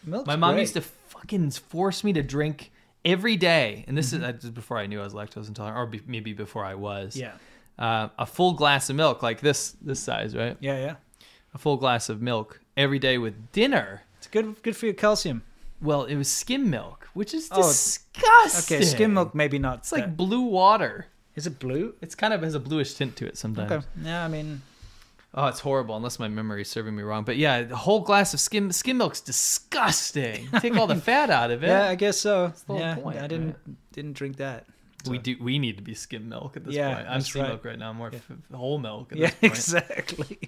Speaker 1: Milk's
Speaker 2: My mom
Speaker 1: great.
Speaker 2: used to fucking force me to drink every day,
Speaker 1: Mm-hmm.
Speaker 2: and this is uh, just before I knew I was lactose intolerant, or be, maybe before I was.
Speaker 1: Yeah,
Speaker 2: Uh, a full glass of milk, like this this size, right?
Speaker 1: yeah, yeah.
Speaker 2: A full glass of milk every day with dinner.
Speaker 1: It's good. Good for your calcium.
Speaker 2: Well, it was skim milk, which is
Speaker 1: Oh,
Speaker 2: disgusting.
Speaker 1: Okay, skim milk maybe not.
Speaker 2: It's like blue water.
Speaker 1: is it blue?
Speaker 2: It's kind of has a bluish tint to it sometimes.
Speaker 1: Okay. Yeah, I mean,
Speaker 2: Oh, it's horrible unless my memory is serving me wrong. But yeah, the whole glass of skim skim milk's disgusting. Take all the fat out of it.
Speaker 1: yeah, I guess so.
Speaker 2: the whole
Speaker 1: yeah,
Speaker 2: point,
Speaker 1: I didn't didn't drink that.
Speaker 2: we do. We need to be skim milk at this
Speaker 1: Yeah,
Speaker 2: point. I'm
Speaker 1: that's
Speaker 2: skim
Speaker 1: right.
Speaker 2: milk right now. I'm more f- whole milk. At
Speaker 1: Yeah,
Speaker 2: this point.
Speaker 1: exactly.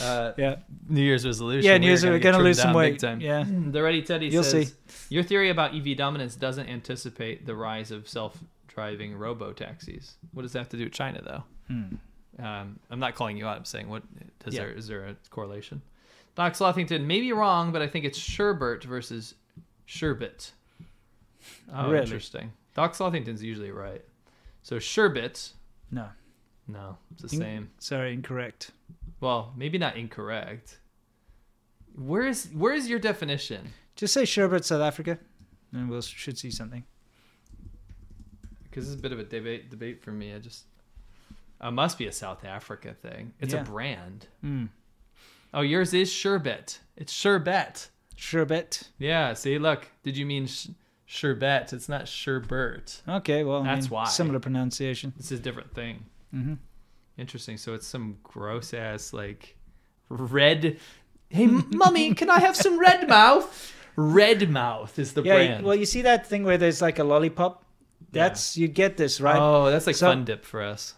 Speaker 2: Uh,
Speaker 1: Yeah.
Speaker 2: New Year's resolution.
Speaker 1: Yeah,
Speaker 2: we
Speaker 1: New
Speaker 2: are
Speaker 1: Year's- we're gonna
Speaker 2: get trimmed
Speaker 1: lose some
Speaker 2: down big
Speaker 1: weight.
Speaker 2: time.
Speaker 1: Yeah.
Speaker 2: Hmm. the Ready Teddy
Speaker 1: You'll
Speaker 2: says
Speaker 1: see.
Speaker 2: your theory about EV dominance doesn't anticipate the rise of self-driving robo taxis. What does that have to do with China, though? Um, I'm not calling you out. I'm saying what does
Speaker 1: Hmm. Yeah.
Speaker 2: there is there a correlation? Doc Slothington may be wrong, but I think it's Sherbert versus Sherbet. Oh,
Speaker 1: Really?
Speaker 2: interesting. Doc Slothington's usually right. So Sherbet,
Speaker 1: No.
Speaker 2: no, it's the
Speaker 1: In-
Speaker 2: same.
Speaker 1: Sorry, incorrect.
Speaker 2: Well, maybe not incorrect. Where is where is your definition?
Speaker 1: Just say sherbet South Africa, and we'll should see something.
Speaker 2: Because this is a bit of a debate debate for me. I just it must be a South Africa thing. It's
Speaker 1: Yeah.
Speaker 2: a brand.
Speaker 1: Mm.
Speaker 2: Oh, yours is sherbet. It's sherbet.
Speaker 1: Sherbet.
Speaker 2: Yeah. See, look. Did you mean sh- sherbet? It's not sherbert.
Speaker 1: Okay, well, I
Speaker 2: That's
Speaker 1: mean,
Speaker 2: why.
Speaker 1: similar pronunciation.
Speaker 2: This is a different thing. Mm-hmm. Interesting. So it's some gross ass like red. Hey, mummy, can I have some red mouth? Red mouth is the
Speaker 1: Yeah.
Speaker 2: brand.
Speaker 1: Well, you see that thing where there's like a lollipop. That's you get this right.
Speaker 2: oh, that's like
Speaker 1: So-
Speaker 2: fun dip for us.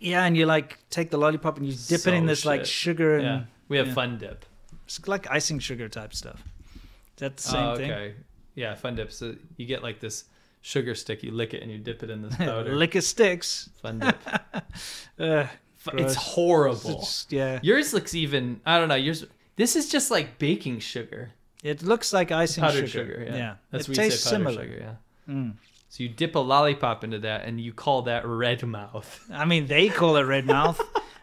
Speaker 1: Yeah, and you like take the lollipop and you dip it in
Speaker 2: So
Speaker 1: this like
Speaker 2: shit.
Speaker 1: sugar and
Speaker 2: Yeah, we have
Speaker 1: yeah.
Speaker 2: fun dip.
Speaker 1: it's like icing sugar type stuff. Is that the same
Speaker 2: oh,
Speaker 1: thing?
Speaker 2: Okay. Yeah, fun dip. So you get like this sugar stick, you lick it and you dip it in this powder.
Speaker 1: Liquor sticks.
Speaker 2: fun dip.
Speaker 1: Ugh,
Speaker 2: Fu-
Speaker 1: gross.
Speaker 2: it's horrible.
Speaker 1: It's- yeah.
Speaker 2: Yours looks even I don't know, yours this is just like baking sugar.
Speaker 1: It looks like icing
Speaker 2: Powdered
Speaker 1: sugar.
Speaker 2: sugar, yeah. That's
Speaker 1: it
Speaker 2: what
Speaker 1: tastes
Speaker 2: you say powdered
Speaker 1: similar. Mm.
Speaker 2: sugar, yeah. So you dip a lollipop into that and you call that red mouth.
Speaker 1: I mean, they call it red mouth.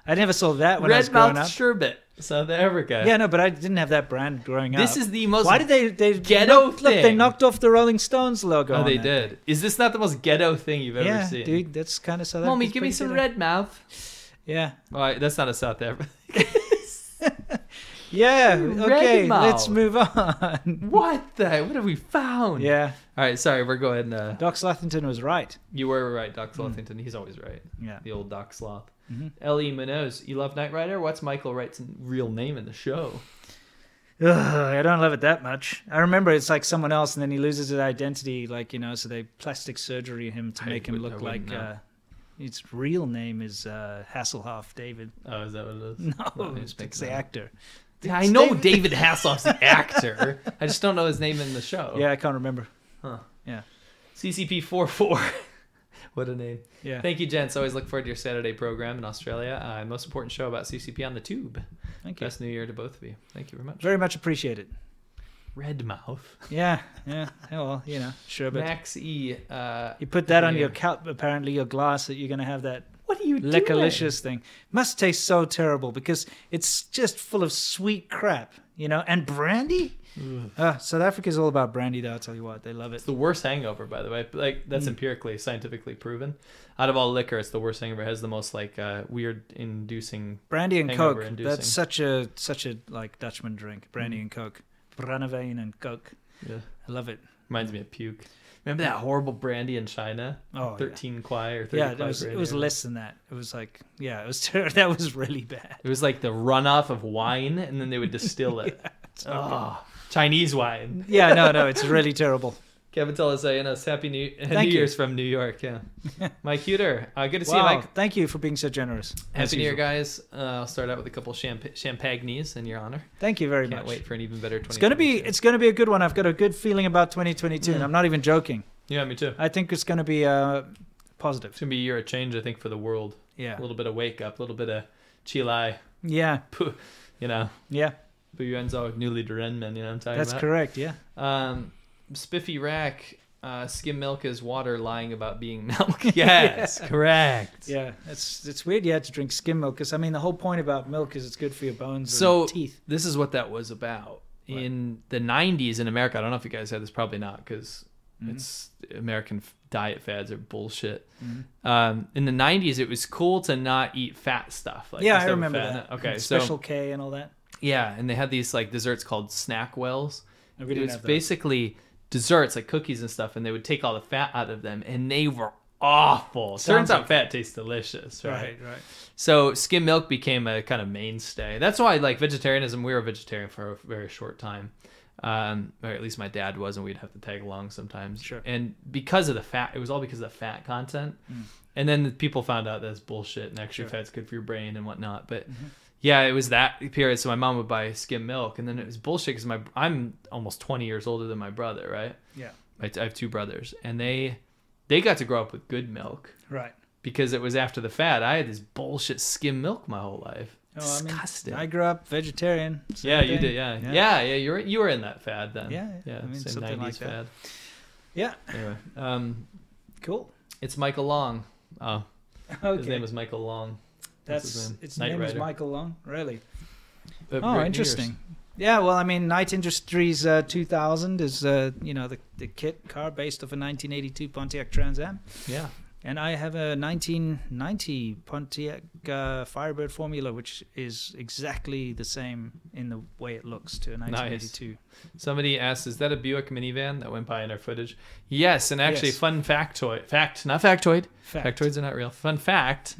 Speaker 1: I never saw that when I was
Speaker 2: red
Speaker 1: growing
Speaker 2: mouth
Speaker 1: up.
Speaker 2: sherbet. South Africa.
Speaker 1: Yeah, no, but I didn't have that brand growing up.
Speaker 2: This is the most
Speaker 1: Why did they they
Speaker 2: ghetto
Speaker 1: knocked, Look, they
Speaker 2: thing.
Speaker 1: knocked off the Rolling Stones logo.
Speaker 2: Oh,
Speaker 1: on
Speaker 2: they
Speaker 1: it.
Speaker 2: did. Is this not the most ghetto thing you've ever
Speaker 1: Yeah,
Speaker 2: seen?
Speaker 1: dude, that's kind of South Africa.
Speaker 2: Mommy, give me some red mouth.
Speaker 1: Yeah,
Speaker 2: eh? All right, that's not a South Africa.
Speaker 1: yeah.
Speaker 2: Red
Speaker 1: Okay,
Speaker 2: mouth.
Speaker 1: let's move on.
Speaker 2: what the? What have we found?
Speaker 1: yeah,
Speaker 2: All right, sorry, we're going. Uh,
Speaker 1: Doc Slathington was right.
Speaker 2: you were right, Doc Slothington. He's always right.
Speaker 1: Yeah.
Speaker 2: The old Doc Sloth. Ellie Minoz, you love Knight Rider? What's Michael Wright's real name in the show?
Speaker 1: Ugh, I don't love it that much. I remember it's like someone else, and then he loses his identity, like you know. So they plastic surgery him to
Speaker 2: I
Speaker 1: make him
Speaker 2: would- I
Speaker 1: look like.
Speaker 2: wouldn't know.
Speaker 1: Uh, its real name is uh, Hasselhoff David.
Speaker 2: Oh, is that what it is?
Speaker 1: No,
Speaker 2: I just
Speaker 1: it's
Speaker 2: picked
Speaker 1: the
Speaker 2: that up.
Speaker 1: actor.
Speaker 2: Yeah, I know David Hasselhoff's the actor. I just don't know his name in the show.
Speaker 1: Yeah, I can't remember.
Speaker 2: CCP44. what a name.
Speaker 1: Yeah.
Speaker 2: Thank you, gents. Always look forward to your Saturday program in Australia. Uh, most important show about CCP on the tube.
Speaker 1: Thank you.
Speaker 2: Best New Year to both of you. Thank you very much.
Speaker 1: Very much appreciated.
Speaker 2: Red Mouth.
Speaker 1: Yeah, yeah. yeah, Well, you know, sure, but
Speaker 2: Max E. Uh,
Speaker 1: you put that on
Speaker 2: yeah.
Speaker 1: your cup. Apparently, your glass that you're gonna have that
Speaker 2: What are you doing?
Speaker 1: lickalicious thing must taste so terrible because it's just full of sweet crap, you know. And brandy. Uh, South Africa's all about brandy, though. I'll tell you what, they love it.
Speaker 2: It's the worst hangover, by the way. Like that's empirically, scientifically proven. Out of all liquor, it's the worst hangover. It has the most like uh, weird inducing.
Speaker 1: Brandy and Coke.
Speaker 2: hangover-inducing.
Speaker 1: That's such a such a like Dutchman drink.
Speaker 2: Mm.
Speaker 1: Brandy and Coke. Brandewijn and Coke.
Speaker 2: Yeah.
Speaker 1: I love it.
Speaker 2: Reminds me of puke. Remember that horrible brandy in China?
Speaker 1: Oh, yeah.
Speaker 2: 13 kwai or 30
Speaker 1: Yeah, it
Speaker 2: kwai
Speaker 1: was it
Speaker 2: brandy.
Speaker 1: was less than that. It was like yeah, it was ter- that was really bad.
Speaker 2: It was like the runoff of wine, and then they would distill it. oh, Chinese wine.
Speaker 1: Yeah, no, no, it's really terrible.
Speaker 2: Kevin Telazayanos, Happy New,
Speaker 1: Thank
Speaker 2: New
Speaker 1: you.
Speaker 2: Year's from New York. Yeah. Mike Huter, uh, good to see you,
Speaker 1: wow,
Speaker 2: Mike.
Speaker 1: thank you for being so generous. as
Speaker 2: Happy New Year,
Speaker 1: usual.
Speaker 2: guys. Uh, I'll start out with a couple champ- champagnes in your honor.
Speaker 1: Thank you very
Speaker 2: Can't
Speaker 1: much.
Speaker 2: wait for an even better 2022.
Speaker 1: It's gonna be it's gonna be a good one. I've got a good feeling about 2022,
Speaker 2: Hmm.
Speaker 1: and I'm not even joking.
Speaker 2: Yeah, me too.
Speaker 1: I think it's gonna be uh, positive.
Speaker 2: It's going to be a year of change, I think, for the world.
Speaker 1: Yeah,
Speaker 2: A little bit of wake up, a little bit of chilai,
Speaker 1: yeah,
Speaker 2: pu- you know,
Speaker 1: yeah.
Speaker 2: Buyenzo, newly Durenmen, you know what I'm talking
Speaker 1: That's
Speaker 2: about?
Speaker 1: correct. Yeah.
Speaker 2: Um, Spiffy Rack, uh, skim milk is water lying about being milk. Yes, correct.
Speaker 1: Yeah, it's it's weird you had to drink skim milk because I mean the whole point about milk is it's good for your bones
Speaker 2: So
Speaker 1: and teeth.
Speaker 2: this is what that was about in the 90s in America. I don't know if you guys had this, probably not, because
Speaker 1: Mm-hmm.
Speaker 2: it's American f- diet fads are bullshit.
Speaker 1: Mm-hmm.
Speaker 2: Um, in the 90s, it was cool to not eat fat stuff. Like
Speaker 1: Yeah,
Speaker 2: instead
Speaker 1: I
Speaker 2: of
Speaker 1: remember
Speaker 2: fat-
Speaker 1: that.
Speaker 2: Okay,
Speaker 1: And
Speaker 2: so
Speaker 1: Special K and all that.
Speaker 2: yeah, and they had these like desserts called snack wells.
Speaker 1: No, we
Speaker 2: it
Speaker 1: didn't
Speaker 2: was
Speaker 1: have those.
Speaker 2: basically desserts like cookies and stuff, and they would take all the fat out of them, and they were awful. Turns
Speaker 1: Sounds
Speaker 2: out fat tastes delicious, right?
Speaker 1: Right, right.
Speaker 2: So skim milk became a kind of mainstay. That's why like vegetarianism. We were vegetarian for a very short time, um, or at least my dad was, and we'd have to tag along sometimes.
Speaker 1: Sure.
Speaker 2: And because of the fat, it was all because of the fat content. And then the people found out that's bullshit, and actually fat's good for your brain and whatnot. But yeah, it was that period. So my mom would buy skim milk, and then it was bullshit because my I'm almost 20 years older than my brother, right?
Speaker 1: Yeah,
Speaker 2: I, I have two brothers, and they they got to grow up with good milk
Speaker 1: right.
Speaker 2: because it was after the fad. I had this bullshit skim milk my whole life.
Speaker 1: Oh, I mean,
Speaker 2: Disgusting.
Speaker 1: I grew up vegetarian. same
Speaker 2: yeah, you
Speaker 1: thing.
Speaker 2: did. Yeah. yeah, yeah, You were you were in that fad then.
Speaker 1: Yeah,
Speaker 2: yeah.
Speaker 1: I mean,
Speaker 2: same
Speaker 1: something like
Speaker 2: nineties fad.
Speaker 1: that. Yeah,
Speaker 2: Anyway, um,
Speaker 1: cool.
Speaker 2: it's Michael Long. Oh,
Speaker 1: Okay,
Speaker 2: his name is Michael Long.
Speaker 1: that's
Speaker 2: his name.
Speaker 1: its
Speaker 2: Knight
Speaker 1: name is
Speaker 2: Rider.
Speaker 1: Michael Long. Really?
Speaker 2: Uh, Great New
Speaker 1: Oh,
Speaker 2: Year's.
Speaker 1: interesting. Yeah, well, I mean, Night Industries uh, 2000 is uh, you know the the kit car based off a 1982 Pontiac Trans Am.
Speaker 2: Yeah.
Speaker 1: And I have a 1990 Pontiac uh, Firebird Formula, which is exactly the same in the way it looks to a 1982.
Speaker 2: Somebody asked, "Is that a Buick minivan that went by in our footage?" Yes, and actually,
Speaker 1: Yes.
Speaker 2: fun factoid, fact, not factoid.
Speaker 1: Fact. Mm-hmm.
Speaker 2: Factoids are not real. Fun fact: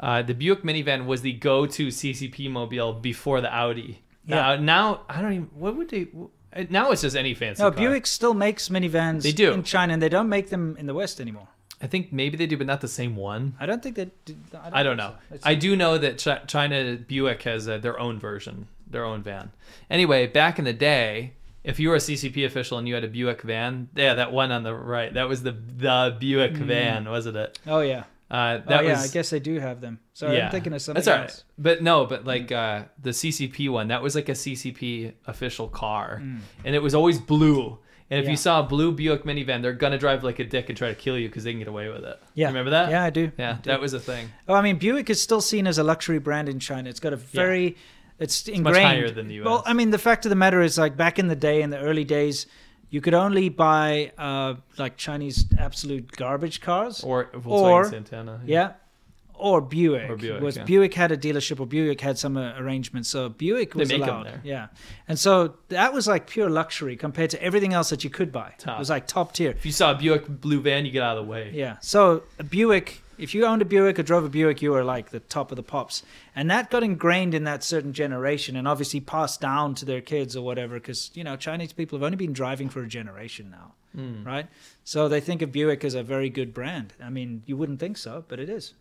Speaker 2: uh, the Buick minivan was the go-to CCP mobile before the Audi.
Speaker 1: Yeah.
Speaker 2: Now, now I don't even. What would they? Now it's just any fancy.
Speaker 1: No,
Speaker 2: car.
Speaker 1: Buick still makes minivans
Speaker 2: They do.
Speaker 1: in China, and they don't make them in the West anymore.
Speaker 2: I think maybe they do, but not the same one.
Speaker 1: I don't think they. do-
Speaker 2: I don't know.
Speaker 1: It's-
Speaker 2: I do know that Chi- China Buick has uh, their own version, their own van. Anyway, back in the day, if you were a CCP official and you had a Buick van, yeah, that one on the right, that was the the Buick van, wasn't it?
Speaker 1: oh yeah.
Speaker 2: Uh, that
Speaker 1: Mm. oh yeah.
Speaker 2: was,
Speaker 1: I guess they do have them. Sorry, I'm thinking of something
Speaker 2: That's all right.
Speaker 1: else. Mm.
Speaker 2: But no, but like uh, the CCP one, that was like a CCP official car, and it was always blue. And if
Speaker 1: Mm. Yeah.
Speaker 2: you saw a blue Buick minivan, they're gonna drive like a dick and try to kill you because they can get away with it.
Speaker 1: Yeah.
Speaker 2: remember that?
Speaker 1: Yeah, I do. I
Speaker 2: Yeah,
Speaker 1: do.
Speaker 2: that was a thing.
Speaker 1: Oh, I mean, Buick is still seen as a luxury brand in China. It's got a very, it's ingrained.
Speaker 2: higher than the US.
Speaker 1: Well, I mean, the fact of the matter is, like back in the day, in the early days, you could only buy uh, like Chinese absolute garbage cars,
Speaker 2: Or Volkswagen
Speaker 1: Or-
Speaker 2: Santana.
Speaker 1: yeah, or Buick.
Speaker 2: Or Buick,
Speaker 1: was
Speaker 2: yeah.
Speaker 1: Buick had a dealership, or Buick had some uh, arrangement, so Buick was
Speaker 2: make 'em
Speaker 1: allowed.
Speaker 2: there.
Speaker 1: Yeah, and so that was like pure luxury compared to everything else that you could buy.
Speaker 2: Top.
Speaker 1: It was like top tier.
Speaker 2: If you saw a Buick blue van, you get out of the way.
Speaker 1: Yeah. So a Buick, if you owned a Buick or drove a Buick, you were like the top of the pops, and that got ingrained in that certain generation, and obviously passed down to their kids or whatever, because you know Chinese people have only been driving for a generation now,
Speaker 2: Hmm.
Speaker 1: right? So they think of Buick as a very good brand. I mean, you wouldn't think so, but it is.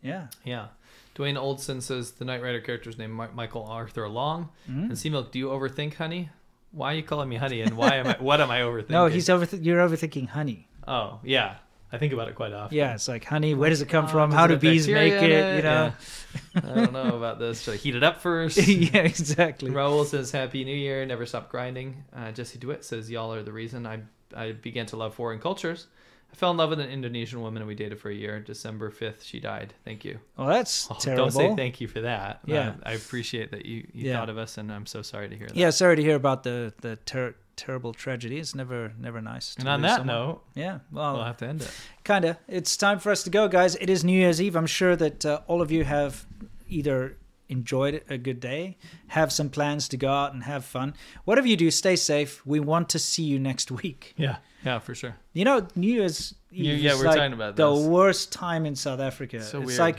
Speaker 1: Yeah.
Speaker 2: Yeah. Dwayne Oldson says the Knight Rider character's name Mi- Michael Arthur Long.
Speaker 1: Mm.
Speaker 2: And Sea Milk, do you overthink, honey? Why are you calling me honey? And why am I? What am I overthinking?
Speaker 1: No, he's overth- you're overthinking honey.
Speaker 2: Oh yeah. I think about it quite often.
Speaker 1: Yeah, it's like, honey, where does it come from?
Speaker 2: Ah, does
Speaker 1: How
Speaker 2: it
Speaker 1: do
Speaker 2: have
Speaker 1: bees make
Speaker 2: bacteria
Speaker 1: it?
Speaker 2: in
Speaker 1: You
Speaker 2: it?
Speaker 1: know?
Speaker 2: I don't know about this. Should I heat it up first?
Speaker 1: Yeah, exactly.
Speaker 2: Raul says, Happy New Year, never stop grinding. Uh, Jesse DeWitt says, Y'all are the reason I, I began to love foreign cultures. I fell in love with an Indonesian woman and we dated for a year. December 5th, she died. Thank you.
Speaker 1: Well, that's
Speaker 2: Oh,
Speaker 1: terrible.
Speaker 2: Don't say thank you for that.
Speaker 1: Yeah.
Speaker 2: Uh, I appreciate that you, you
Speaker 1: Yeah.
Speaker 2: thought of us, and I'm so sorry to hear that.
Speaker 1: Yeah, sorry to hear about the the ter- terrible tragedy. It's never never nice. to
Speaker 2: And on
Speaker 1: lose
Speaker 2: that
Speaker 1: someone.
Speaker 2: note,
Speaker 1: yeah, well,
Speaker 2: we'll have to end it.
Speaker 1: kinda. It's time for us to go, guys. It is New Year's Eve. I'm sure that uh, all of you have either enjoyed a good day, have some plans to go out and have fun. Whatever you do, stay safe. We want to see you next week.
Speaker 2: Yeah. Yeah, for sure.
Speaker 1: You know, New Year's
Speaker 2: You-
Speaker 1: Eve
Speaker 2: yeah,
Speaker 1: is
Speaker 2: we're
Speaker 1: like
Speaker 2: talking about
Speaker 1: the
Speaker 2: this.
Speaker 1: worst time in South Africa.
Speaker 2: So
Speaker 1: it's
Speaker 2: weird.
Speaker 1: like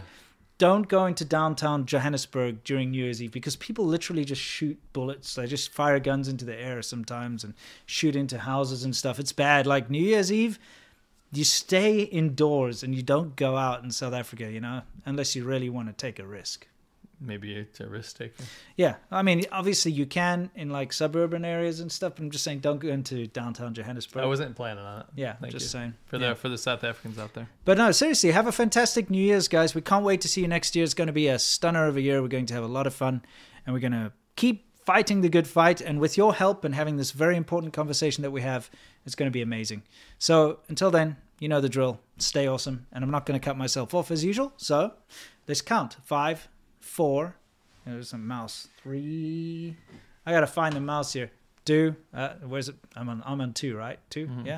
Speaker 1: don't go into downtown Johannesburg during New Year's Eve because people literally just shoot bullets. They just fire guns into the air sometimes and shoot into houses and stuff. It's bad. Like New Year's Eve, you stay indoors and you don't go out in South Africa, you know, unless you really want to take a risk.
Speaker 2: Maybe it's a risk taker.
Speaker 1: Yeah, I mean, obviously you can in like suburban areas and stuff. But I'm just saying, don't go into downtown Johannesburg.
Speaker 2: I wasn't planning on it.
Speaker 1: Yeah,
Speaker 2: Thank
Speaker 1: just
Speaker 2: you.
Speaker 1: saying.
Speaker 2: For
Speaker 1: Yeah.
Speaker 2: the for the South Africans out there.
Speaker 1: But no, seriously, have a fantastic New Year's, guys. We can't wait to see you next year. It's going to be a stunner of a year. We're going to have a lot of fun, and we're going to keep fighting the good fight. And with your help and having this very important conversation that we have, it's going to be amazing. So until then, you know the drill. Stay awesome. And I'm not going to cut myself off as usual. So let's count five, four. and There's a mouse. Three. I got to find the mouse here. Two. Uh, where's it? I'm on. I'm on two, right? 2 Yeah.